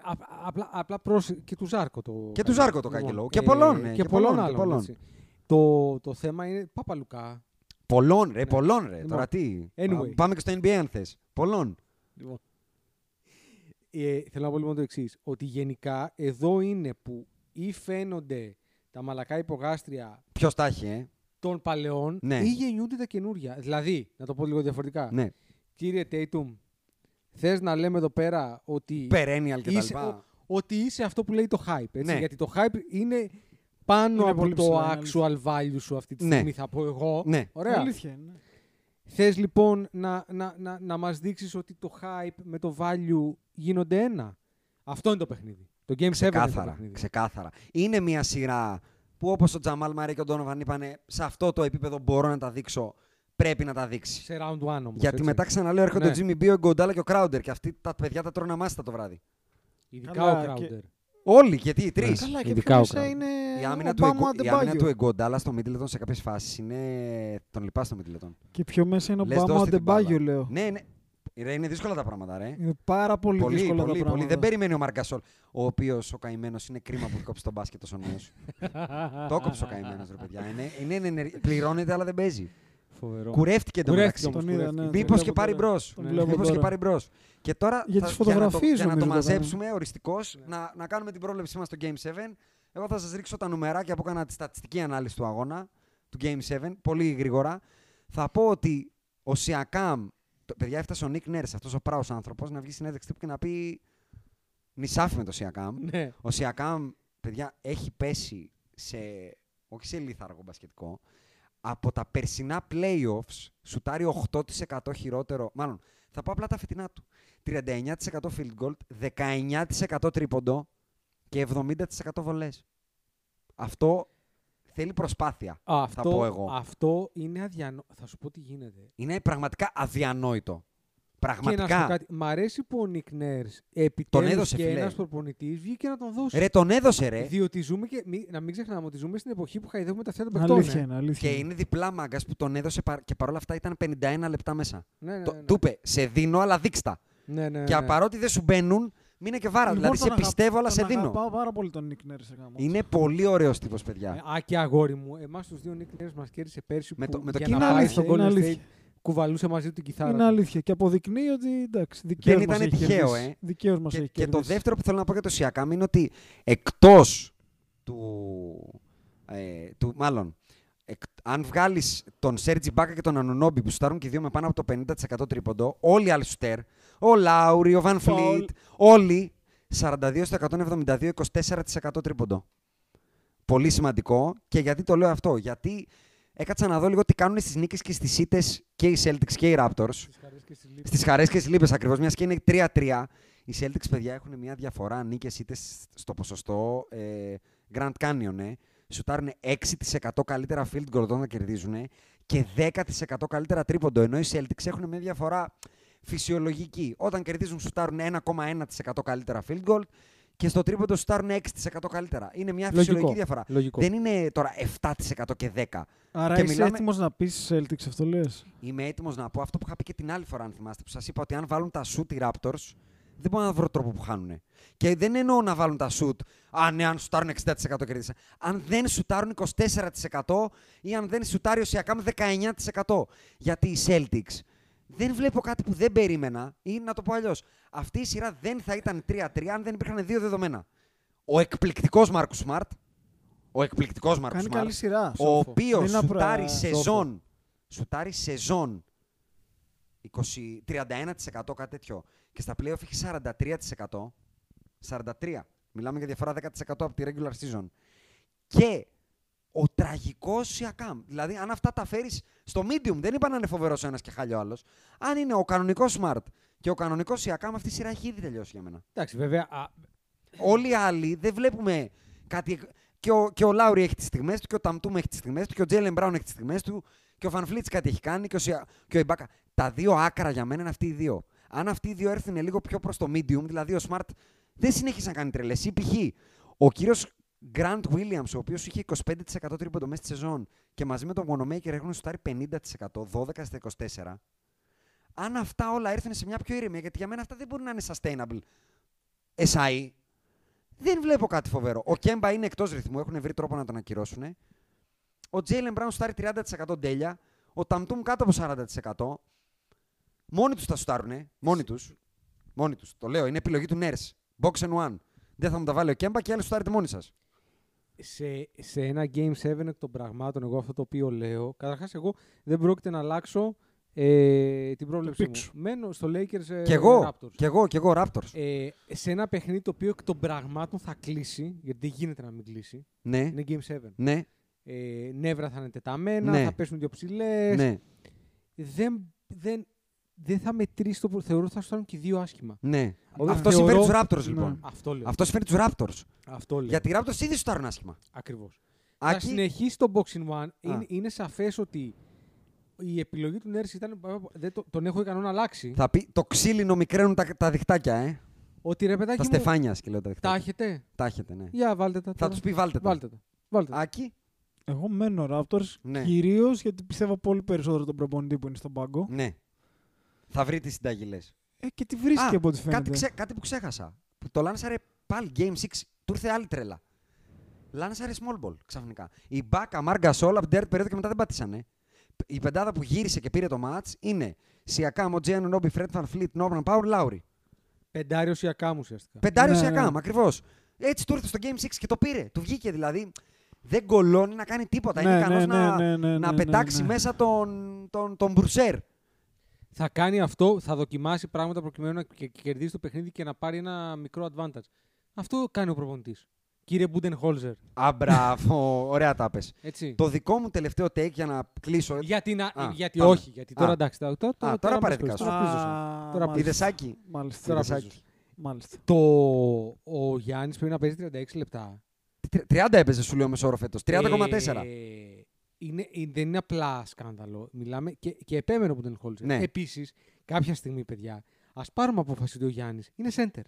C: Α, απλά απλά πρόσε... και του Ζάρκο το.
D: Και
C: κάγκελο.
D: του Ζάρκο το
C: Λοιπόν,
D: κάγκελο.
C: ε,
D: Και πολλών. ε,
C: Και πολλών
D: και
C: άλλων.
D: πολλών.
C: έτσι. Το, το θέμα είναι Παπαλουκά.
D: Πολλών, ρε, πολλών, ρε.
C: Λοιπόν,
D: Τώρα τι.
C: anyway.
D: Πάμε και στο NBA αν θες. Πολλών.
C: Λοιπόν. Ε, θέλω να πω λοιπόν το εξής. Ότι γενικά εδώ είναι που ή φαίνονται τα μαλακά υπογάστρια
D: Ποιος τα έχει, ε.
C: των παλαιών
D: Ναι.
C: ή γεννιούνται τα καινούρια. Δηλαδή, να το πω λίγο διαφορετικά.
D: Ναι.
C: Κύριε Τέιτουμ, θες να λέμε εδώ πέρα ότι,
D: Perennial κτλ.
C: είσαι, ο- ότι είσαι αυτό που λέει το hype. Έτσι,
D: Ναι.
C: Γιατί το hype είναι πάνω
E: Είναι
C: από
E: πολύ
C: το
E: ψηλά, είναι
C: actual value σου αυτή τη
D: Ναι.
C: στιγμή, θα πω εγώ.
D: Ναι.
C: Ωραία.
E: Αλήθεια είναι.
C: Θες λοιπόν να, να, να, να μας δείξεις ότι το hype με το value γίνονται ένα. Αυτό είναι το παιχνίδι. Το Game 7 είναι το
D: Ξεκάθαρα,
C: παιχνίδι.
D: ξεκάθαρα. Είναι μια σειρά που όπως ο Τζαμάλ Μαρέ και ο Ντόνοβαν είπανε, σε αυτό το επίπεδο μπορώ να τα δείξω, πρέπει να τα δείξεις.
C: Σε round one όμως.
D: Γιατί
C: έτσι.
D: μετά ξαναλέω έρχονται
C: Ναι.
D: ο Jimmy B, ο Γκοντάλα και ο Κράουντερ και αυτοί τα παιδιά τα τρώνε αμάστα το βράδυ.
C: Ειδικά
E: Καλά,
C: ο
E: και-
C: Crowder.
D: Όλοι, γιατί οι τρεις.
E: Καλά, και
C: Ειδικά
E: πιο
C: ο
E: μέσα
C: Κράμερ.
E: είναι
D: Η άμυνα,
E: ο
D: του,
E: Μπάμα
D: Εγκο- η άμυνα του
E: Αντεμπάγιο.
D: Εγκοντάλα στο Middleton σε κάποιες φάσεις είναι. Τον λυπά στο Middleton.
E: Και πιο μέσα είναι ο
D: Λες,
E: Μπάμα
D: δώστε την μπάλα.
E: Αντεμπάγιο, λέω.
D: Ναι, ναι. Ρε, είναι δύσκολα τα πράγματα, ρε.
E: Είναι πάρα πολύ,
D: Πολύ,
E: δύσκολα
D: πολύ,
E: τα
D: πολύ.
E: πράγματα.
D: Δεν περιμένει ο Μαρκασόλ, ο οποίος ο καημένος είναι κρίμα που κόψει τον μπάσκετ ο νέος.
E: *laughs*
D: το έκοψε ο καημένος, ρε παιδιά. Είναι, είναι, ενεργ- Πληρώνεται, αλλά δεν παίζει.
C: Φοβερό.
D: Κουρεύτηκε το
C: Κουρεύτηκε
D: μεταξύ.
C: όμως,
E: Τον είδα,
C: κουρεύτηκε.
E: ναι.
D: Μήπως
E: βλέπω
D: και πάρει
E: τώρα.
D: μπρος.
E: Τον βλέπω
D: Μήπως και
E: τώρα.
D: πάρει μπρος. Και τώρα
E: Για
D: θα-
E: τις
D: να το-
E: φωτογραφίες
D: για να το,
E: νομίζω ναι. το κάναμε.
D: μαζέψουμε οριστικώ, να, να κάνουμε την πρόβλεψή μας στο Game 7. Εγώ θα σας ρίξω τα νομεράκια που έκανα τη στατιστική ανάλυση του αγώνα του Game 7, πολύ γρήγορα. Θα πω ότι ο Σιακάμ το- παιδιά, έφτασε ο Νίκ Νέρ, αυτός ο πράος άνθρωπος, να βγει συνέντευξη τύπου και να πει. Νησάφι με το Σιακάμ.
C: Ναι.
D: Ο Σιακάμ, παιδιά, έχει πέσει σε. Όχι σε λίθαργο μπασκετικό. Από τα περσινά playoffs, σουτάρει 8% χειρότερο. Μάλλον, θα πω απλά τα φετινά του. 39% field goal, 19% τρίποντο και 70% βολές. Αυτό θέλει προσπάθεια,
C: Αυτό,
D: θα πω εγώ.
C: αυτό είναι αδιανό. Θα σου πω τι γίνεται.
D: Είναι πραγματικά αδιανόητο.
C: Και να σου πω
D: Πραγματικά.
C: κάτι. Μ' αρέσει που ο Νικ Νέρς επιτέλους
D: έδωσε,
C: και
D: φιλέ.
C: ένας προπονητής βγήκε να τον δώσει.
D: Ρε, τον έδωσε, ρε.
C: Διότι ζούμε και. μη- να μην ξεχνάμε ότι ζούμε στην εποχή που χαϊδεύουμε τα αυτιά των παιχτών.
E: Αλήθεια
C: ε.
E: είναι, αλήθεια.
D: Και είναι διπλά μάγκας που τον έδωσε πα- και παρόλα αυτά ήταν 51 λεπτά μέσα.
C: Ναι, ναι,
D: Το-
C: ναι.
D: Του είπε, σε δίνω, αλλά δείξτα.
C: Ναι, ναι, ναι.
D: Και παρότι δεν σου μπαίνουν, μείνε και βάρα.
E: Λοιπόν,
D: δηλαδή,
E: τον
D: σε
E: αγαπ-
D: πιστεύω, αλλά
E: τον
D: σε δίνω.
E: Αγαπάω πάρα πολύ τον Νίκ Νέρ.
D: Είναι πολύ ωραίος τύπος, παιδιά.
C: Ε, Α, και αγόρι μου, εμάς τους δύο Νίκ Νέρ μας κέρδισε πέρσι
D: Με
C: που
D: το- με το
C: για
D: κοινό
C: να πάει
D: αλήθεια,
C: στον
E: είναι
C: Golden State
E: αλήθεια.
C: κουβαλούσε μαζί του την κιθάρα.
E: Είναι
C: του.
E: αλήθεια. Και αποδεικνύει ότι εντάξει, δικαίως
D: Δεν
E: μας
D: ήταν
E: έχει
D: τυχαίο,
E: κερδίσει.
D: ε.
E: Δικαίως μας
D: και,
E: έχει
D: και το
E: κερδίσει.
D: δεύτερο που θέλω να πω για το Σιακάμ είναι ότι εκτός του, ε, του. Μάλλον, εκ- αν βγάλεις τον Σέρτζι Μπάκα και τον Ανουνόμπι που στάρουν και οι δύο με πάνω από το 50% τρίποντο, όλοι οι άλλοι σουτέρ, ο Λάουρι, ο Βαν
E: Φαουλ.
D: Φλίτ, όλοι 42 στο 172, 24% τρίποντο. Πολύ σημαντικό. Και γιατί το λέω αυτό, Γιατί έκατσα να δω λίγο τι κάνουν στις νίκες και στις ήττες και οι Celtics και οι Raptors. Στις χαρές και στις λύπες ακριβώς, μιας και είναι 3-3. Οι Celtics, παιδιά, έχουν μια διαφορά νίκες είτε στο ποσοστό ε, Grand Canyon. Ε. Σουτάρουν 6% καλύτερα field goal όταν τα κερδίζουν και 10% καλύτερα τρίποντο. Ενώ οι Celtics έχουν μια διαφορά φυσιολογική. Όταν κερδίζουν, σουτάρουν 1,1% καλύτερα field goal και στο τρίποντο σουτάρουν 6% καλύτερα. Είναι μια
C: Λογικό.
D: φυσιολογική διαφορά.
C: Λογικό.
D: Δεν είναι τώρα 7% και 10%.
E: Άρα
D: και
E: είσαι
D: μιλάμε-
E: έτοιμος να πεις Celtics, αυτό λες.
D: Είμαι έτοιμος να πω αυτό που είχα πει και την άλλη φορά, αν θυμάστε, που σας είπα ότι αν βάλουν τα shoot οι Raptors, δεν μπορώ να βρω τρόπο που χάνουν. Και δεν εννοώ να βάλουν τα shoot. Α, ναι, αν σουτάρουν 60% κερδίσαν. Αν δεν σουτάρουν 24% ή αν δεν σουτάρει ο Σιακάμ 19%. Γιατί οι Celtics δεν βλέπω κάτι που δεν περίμενα ή να το πω αλλιώς. Αυτή η σειρά δεν θα ήταν 3-3 αν δεν υπήρχαν δύο δεδομένα. Ο εκπληκτικός Μάρκους Σμαρτ. Ο εκπληκτικός Μάρκους
E: Κάνει
D: Σμαρτ.
E: καλή σειρά.
D: Ο
E: Σόφο.
D: οποίος
E: Δεν είναι απλά-
D: σουτάρει
E: Σόφο.
D: σεζόν. Σουτάρει σεζόν 20, 31% κάτι τέτοιο. Και στα playoff έχει 43%. 43. Μιλάμε για διαφορά 10% από τη regular season. Και ο τραγικός Σιακάμ. Δηλαδή, αν αυτά τα φέρεις στο medium, δεν είπα να είναι φοβερός ένας και χάλιο άλλος. Αν είναι ο κανονικός Smart και ο κανονικός Σιακάμ, αυτή η σειρά έχει ήδη τελειώσει για μένα.
C: Εντάξει, βέβαια. α,
D: Όλοι οι άλλοι δεν βλέπουμε κάτι. εκ- Και ο, και ο Λάουρι έχει τις στιγμές του, και ο Ταμτούμ έχει τις στιγμές του, και ο Τζέλεν Μπράουν έχει τις στιγμές του, και ο Φανφλίτ κάτι έχει κάνει, και ο, Σια- και ο Ιμπάκα. Τα δύο άκρα για μένα είναι αυτοί οι δύο. Αν αυτοί οι δύο έρθουν λίγο πιο προς το medium, δηλαδή ο Smart δεν συνέχισε να κάνει τρελές. Ή π.χ. ο κύριος Grant Williams, ο οποίος είχε 25% τρίποντο μέσα στη σεζόν και μαζί με τον Wanamaker έχουν σουτάρει 50%, 12 στα 24. Αν αυτά όλα έρθουν σε μια πιο ηρεμία, γιατί για μένα αυτά δεν μπορεί να είναι sustainable. SI, δεν βλέπω κάτι φοβερό. Ο Κέμπα είναι εκτός ρυθμού, έχουν βρει τρόπο να τον ακυρώσουν. Ο Τζέιλεν Μπράουν στάρει 30% τέλεια. Ο Ταμτούμ κάτω από 40%. Μόνοι τους τα σουτάρουνε. Μόνοι τους. Μόνοι τους. Το λέω. Είναι επιλογή του Νέρ. Box and one. Δεν θα μου τα βάλει ο Κέμπα και άλλοι σουτάρετε μόνοι σας.
C: σε, σε ένα Game 7 εκ των πραγμάτων, εγώ αυτό το οποίο λέω. Καταρχάς, εγώ δεν πρόκειται να αλλάξω ε, την πρόβλεψή μου.
E: πήξω.
C: Μένω στο Lakers ε,
D: Κι εγώ.
C: Raptors.
D: Κι εγώ. Κι εγώ. Raptors.
C: Ε, σε ένα παιχνίδι το οποίο εκ των πραγμάτων θα κλείσει, γιατί δεν γίνεται να μην κλείσει.
D: Ναι.
C: Είναι Game 7.
D: Ναι.
C: Ε, νεύρα θα είναι τεταμένα,
D: Ναι.
C: θα πέσουν δύο ψηλές.
D: Ναι.
C: Δεν, δεν, δεν θα μετρήσει το. προ- Θεωρώ ότι θα σου και οι δύο άσχημα.
D: Ναι.
C: Όταν
D: Αυτό
C: θεωρώ- Ναι.
D: συμφέρει τους Raptors λοιπόν.
C: Αυτό λέω.
D: Αυτό συμφέρει τους Raptors.
C: Αυτό λέω.
D: Γιατί οι Raptors ήδη σουτάρουν άσχημα.
C: Ακριβώς. Θα
D: Άκη,
C: συνεχίσει το Boxing One. Είναι, είναι σαφές ότι η επιλογή του Νέρσης ήταν. Δεν το, τον έχω ικανό να αλλάξει.
D: θα πει το ξύλινο μικραίνουν τα, τα διχτάκια, ε.
C: Ότι ρε παιδάκι.
D: Τα
C: μου,
D: στεφάνιας και λέω τα
C: Τα
D: διχτάκια.
C: έχετε.
D: Τα έχετε, ναι.
C: Για βάλτε τα.
D: Θα
C: τώρα.
D: τους πει βάλτε τα.
C: Βάλτε τα. Βάλτε τα.
D: Άκη.
E: Εγώ μένω Raptors,
D: Ναι.
E: κυρίως γιατί πιστεύω πολύ περισσότερο τον προπονητή που είναι στον πάγκο.
D: Ναι. Θα βρει τις συνταγή λες.
E: Ε, και τη βρίσκει από ό,τι φαίνεται.
D: Κάτι, ξέ- κάτι που ξέχασα. Που το λάνσαρε πάλι Game 6. Του ήρθε άλλη τρέλα. Λάνσαρε small ball ξαφνικά. Η Μπάκα, Μάργα Σόλ από την τέταρτη περίοδο και μετά δεν πατήσανε. Η πεντάδα που γύρισε και πήρε το match είναι Σιακά, Μοτζέν, Νόμπι, Φρέντ, Φαν Φλίτ, Νόρμαν, Πάουρ, Λάουρι.
C: Πεντάριο Σιακάμ ουσιαστικά.
D: Πεντάριο
E: Ναι,
D: Σιακάμ,
E: ναι.
D: ακριβώς. Έτσι του ήρθε στο Game 6 και το πήρε. Του βγήκε δηλαδή. Δεν κολώνει να κάνει τίποτα.
E: Ναι,
D: είναι
E: ναι,
D: ικανό
E: ναι, ναι,
D: να,
E: ναι, ναι,
D: να
E: ναι,
D: πετάξει
E: ναι.
D: μέσα τον, τον, τον Μπουρσέρ.
C: θα κάνει αυτό, θα δοκιμάσει πράγματα προκειμένου να κε- κερδίσει το παιχνίδι και να πάρει ένα μικρό advantage. Αυτό κάνει ο προπονητής. Κύριε Μπούντενχόλζερ.
D: Α, μπράβο, ωραία τα πες.
C: Έτσι.
D: Το δικό μου τελευταίο take για να κλείσω.
C: Γιατί, να,
D: Α,
C: γιατί
D: πάμε.
C: όχι, γιατί τώρα
D: Α.
C: εντάξει. Τώρα, τώρα,
D: τώρα
C: μας
D: παρέθηκες.
C: χωρίς, τώρα
E: Α,
C: πλήζωσα. Τώρα
E: μάλιστα.
C: πλήζωσα.
D: Είδε σάκι.
E: Μάλιστα.
C: Τώρα
D: Είδες,
C: παίζεις.
D: Άκη.
E: Μάλιστα.
C: Το, ο Γιάννης πρέπει να παίζει 36 λεπτά.
D: Τι- 30 έπαιζε, σου λέω, μεσόωρο φέτος. 30,4.
C: Ε, είναι, ε, δεν είναι απλά σκάνδαλο. Μιλάμε και, και επέμενο που δεν χώρισε.
D: Ναι.
C: Επίσης, κάποια στιγμή, παιδιά, ας πάρουμε απόφαση ότι ο Γιάννης είναι center.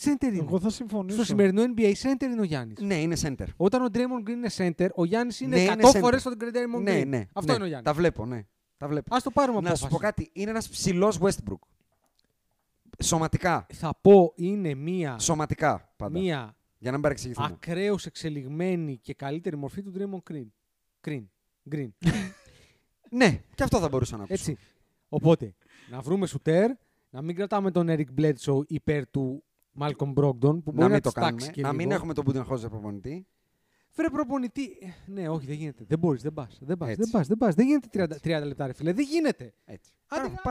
C: Center είναι.
E: Εγώ θα συμφωνήσω.
C: Στο σημερινό NBA, center είναι ο Γιάννης.
D: Ναι, είναι center.
C: Όταν ο Draymond Green είναι center, ο Γιάννης είναι
D: Ναι,
C: 100
D: είναι center.
C: φορέ τον Draymond Green.
D: Ναι, ναι.
C: Ε, Αυτό
D: ναι.
C: είναι ο Γιάννης.
D: Τα βλέπω, ναι. Τα βλέπω.
C: Ας το πάρουμε
D: Να
C: απόφαση.
D: σου πω κάτι. Είναι ένας ψηλός Westbrook. Σωματικά.
C: Θα πω είναι μία,
D: Σωματικά πάντα.
C: μία
D: Για να μην παρεξηγηθούμε.
C: ακραίως εξελιγμένη και καλύτερη μορφή του Draymond Green. Green. Green.
D: Ναι, και αυτό θα μπορούσα να πω.
C: Έτσι. Οπότε, να βρούμε σουτέρ, να μην κρατάμε τον Eric Bledsoe υπέρ του Malcolm Brogdon που μπορεί
D: Να
C: να,
D: μην το
C: τους
D: κάνουμε.
C: τάξει και
D: Να
C: λίγο.
D: μην έχουμε τον Budenholzer προπονητή.
C: Βρε προπονητή. Ε, Ναι, όχι, δεν γίνεται. Δεν μπορείς, δεν πας. Δεν πας.
D: Έτσι.
C: Δεν πας, δεν πας. Δεν γίνεται 30, 30 λεπτά, ρε φίλε. Δεν γίνεται.
D: Έτσι.
C: Άντε,
D: Μπράβο,
C: να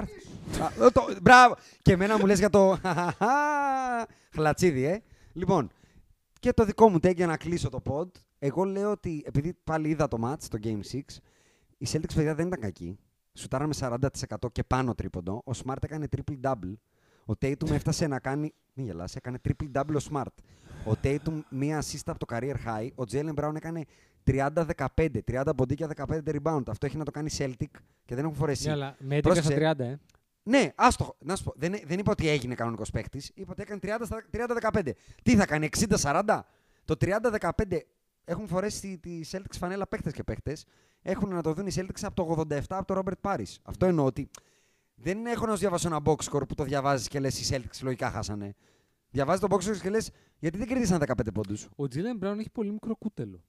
D: πάρτε. Α, ε, το- Μπράβο. Και εμένα μου λες για το. Χλατσίδι, ε. Λοιπόν, και το δικό μου take για να κλείσω το pod. Εγώ λέω ότι επειδή πάλι είδα το match, το Game 6, οι Celtics παιδιά δεν ήταν κακοί. Σουτάραν με 40% και πάνω τρίποντο. Ο Smart έκανε triple-double. Ο Tatum έφτασε να κάνει. Μην γελάς, έκανε triple-double ο Smart. Ο Tatum μία assist από το career high. Ο Jalen Brown έκανε 30-15, 30 ποντίκια, 15 rebound. Αυτό έχει να το κάνει Celtic και δεν έχουν φορέσει.
C: Ναι, αλλά με 11 στα
D: Πρόσεξε.
C: 30, ε.
D: Ναι, άστοχο. Να σου πω. Δεν, δεν είπα ότι έγινε κανονικός παίκτης. Είπα ότι έκανε 30 στα- 30-15. Τι θα κάνει, 60-40. Το 30-15 έχουν φορέσει τη τη Celtics φανέλα παίκτε και παίκτε. Έχουν να το δουν οι Celtics από το 87 από τον Robert Paris. Αυτό εννοώ ότι δεν έχω να σου διαβάσω ένα box score που το διαβάζεις και λες οι Celtics λογικά χάσανε. Διαβάζεις το box score και λες γιατί δεν κερδίσαν 15 πόντους.
C: Ο Jalen Brown έχει πολύ μικρό κούτελο.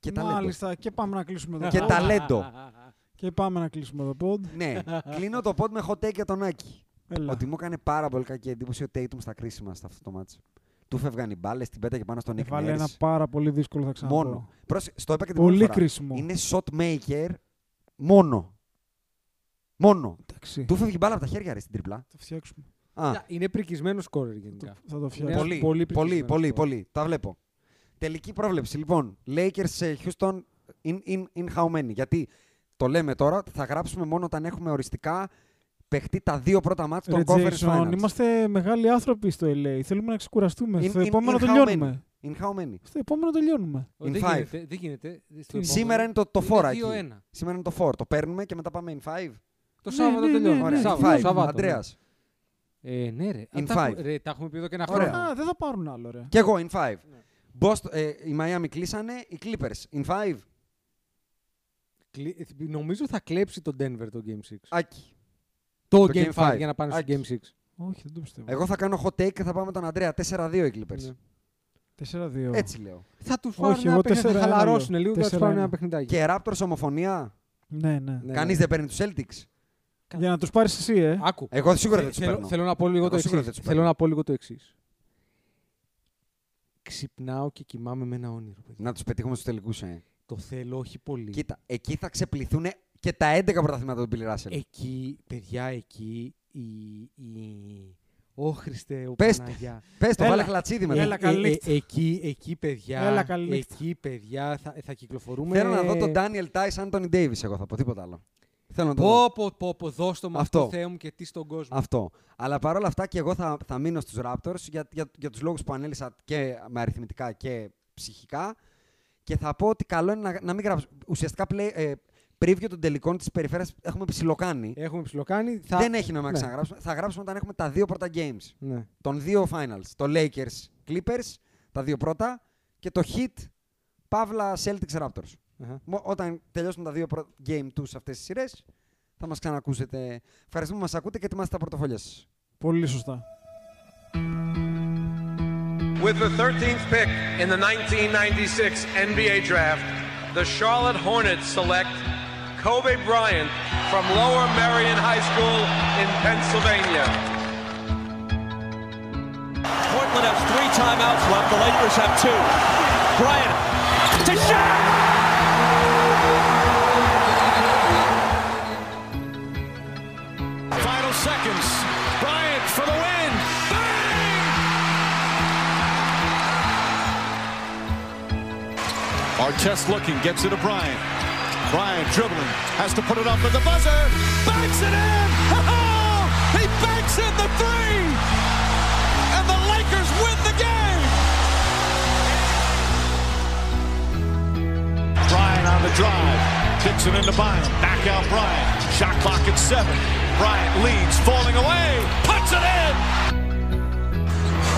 D: Και ταλέντο.
E: Μάλιστα, και πάμε να κλείσουμε εδώ.
D: Και ταλέντο.
E: και πάμε να κλείσουμε εδώ pod.
D: ναι, κλείνω το pod με hot take για τον Άκη.
E: Έλα.
D: Ότι μου έκανε πάρα πολύ κακή εντύπωση ο Tatum στα κρίσιμα σε αυτό το μάτσο. Του φεύγαν οι μπάλες, την πέταγε πάνω στον Nick
E: Έβαλε Ε, ένα
D: Nurse.
E: πάρα πολύ δύσκολο, θα ξαναπώ.
D: Μόνο. Πρόσεχε, στο είπα και την
E: Πολύ
D: πρώτη φορά.
E: κρίσιμο.
D: Είναι shot maker μόνο. Μόνο.
E: Εντάξει.
D: Του φεύγει η μπάλα από τα χέρια ρε στην τριπλά.
E: Θα φτιάξουμε.
D: Α,
C: Είναι πρικισμένος σκόρερ γενικά.
E: Θα το
C: είναι
E: φτιάξουμε.
D: πολύ,
C: πολύ
D: πολύ,
C: επιτυχημένο
D: πολύ, πολύ,
C: αυτό.
D: Τα βλέπω. Τελική πρόβλεψη λοιπόν. Lakers ε, Houston in, in, in how many. Γιατί το λέμε τώρα, θα γράψουμε μόνο όταν έχουμε οριστικά παιχτεί τα δύο πρώτα μάτια των
E: Ρε
D: Conference
E: Jason,
D: Finals.
E: είμαστε μεγάλοι άνθρωποι στο LA. Θέλουμε να ξεκουραστούμε.
D: In-
E: στο
D: in-
E: επόμενο
D: in how
E: τελειώνουμε.
D: In how many.
E: Στο επόμενο τελειώνουμε.
C: Ο, Δεν
D: five.
C: γίνεται. Δεν γίνεται. Στο
D: Σήμερα είναι
C: επόμενο.
D: το, το φόρα εκεί.
C: Είναι 2-1.
D: Σήμερα είναι το φόρ. Το παίρνουμε και μετά πάμε in 5.
C: Το
E: Ναι,
C: Σάββατο
E: ναι, ναι,
C: τελειώνει.
E: ναι,
D: Ωραία,
C: Σάββατο,
D: in 5.
C: Σάββατο, ναι.
D: Αντρέας.
C: Ε, ναι, ρε.
D: In
C: Α, τα, έχουμε,
D: five.
C: ρε, τα έχουμε πει εδώ και ένα
D: Ωραία.
C: χρόνο.
E: Α, δεν θα πάρουν άλλο, ρε.
D: Κι εγώ in 5. Boston- ε, οι Miami κλείσανε, οι Clippers in 5.
C: Κλει- ε, Νομίζω θα κλέψει το Denver το Game 6.
D: Άκη.
C: Το,
D: το
C: Game
D: Game
C: 5
D: five.
C: για να πάνε στο
D: Άκης.
C: Game 6.
E: Όχι, δεν το πιστεύω.
D: Εγώ θα κάνω hot take και θα πάμε με τον Αντρέα. 4-2 οι Clippers.
C: Ναι.
E: 4-2.
D: Έτσι λέω.
C: Θα τους φάρουν
E: Όχι,
C: ένα
E: εγώ
C: παιχνίδι, θα
E: 4-1
C: χαλαρώσουν
E: λέω.
C: λίγο και θα τους φάρουν ένα
E: 4-1.
C: παιχνιδάκι.
D: Και Raptors ομοφωνία.
E: Ναι, ναι.
C: Ναι,
D: Κανείς
C: ναι.
D: δεν παίρνει τους Celtics.
E: Για να τους πάρεις εσύ, ε.
C: Άκου.
D: Εγώ σίγουρα
C: Θε-
D: δεν του
C: θέλω-
D: παίρνω.
C: Θέλω να πω λίγο
D: Εγώ
C: το
D: σίγουρα
C: εξής.
D: δεν τους
C: Θέλω
D: παίρνω.
C: να πω λίγο το εξής. Ξυπνάω και κοιμάμαι με ένα όνειρο. παιδιά.
D: Να τους πετύχουμε στους τελικούς. Ε.
C: Το θέλω όχι πολύ.
D: Κοίτα, εκεί θα ξεπληθούν και τα 11 πρωταθλήματα του Bill
C: Ε,
D: Russell.
C: Εκεί, παιδιά, εκεί η. η... Ω Χριστέ, ο
D: Πες το.
C: Παναγιά. Ε,
D: Πες το,
E: Έλα.
D: βάλε χλατσίδι μετά.
E: Έλα, καλή νύχτα.
C: εκεί, εκεί, παιδιά,
E: Έλα, καλή νύχτα.
C: εκεί, παιδιά θα, θα κυκλοφορούμε...
D: Θέλω να δω τον Daniel Tice, Anthony Davis, εγώ θα πω τίποτα άλλο. Θέλω να το δω.
C: Πω, πω, πω, πω, δώσ' το μου
D: Αυτό.
C: αυτό, Θεέ μου, και τι στον κόσμο.
D: Αυτό. Αλλά παρόλα αυτά και εγώ θα, θα μείνω στους Raptors για, για, για τους λόγους που ανέλησα και με αριθμητικά και ψυχικά και θα πω ότι καλό είναι να, να μην γράψω. Ουσιαστικά play, ε, preview των τελικών της περιφέρειας έχουμε ψιλοκάνει.
C: Έχουμε ψιλοκάνει. Ε, Θα...
D: Δεν έχει νόημα να
C: Ναι.
D: ξαναγράψουμε. Θα γράψουμε όταν έχουμε τα δύο πρώτα games.
C: Ναι.
D: Των δύο finals. Το Lakers Clippers, τα δύο πρώτα και το Heat Παύλα Celtics Raptors.
C: Αχα.
D: Μο- Όταν τελειώσουν τα δύο πρώτα game του σε αυτές τις σειρές θα μας ξανακούσετε. Ευχαριστούμε που μας ακούτε και ετοιμάστε τα πορτοφόλια σας.
E: Πολύ σωστά.
G: With the 13th pick in the 1996 NBA Draft, the Charlotte Hornets select Kobe Bryant from Lower Merion High School in Pennsylvania.
H: Portland has three timeouts left. The Lakers have two. Bryant to Shaq.
I: Chest looking, gets it to Bryant. Bryant dribbling, has to put it up at the buzzer. Banks it in! Oh, he banks in *laughs* the three! And the Lakers win the game! Bryant on the drive. Kicks it into Bynum. Back out Bryant. Shot clock at seven. Bryant leads, falling away. Puts it in!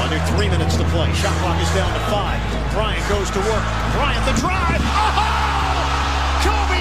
J: Under three minutes to play. Shot clock is down to five. Bryant goes to work. Bryant the drive. Oh! Kobe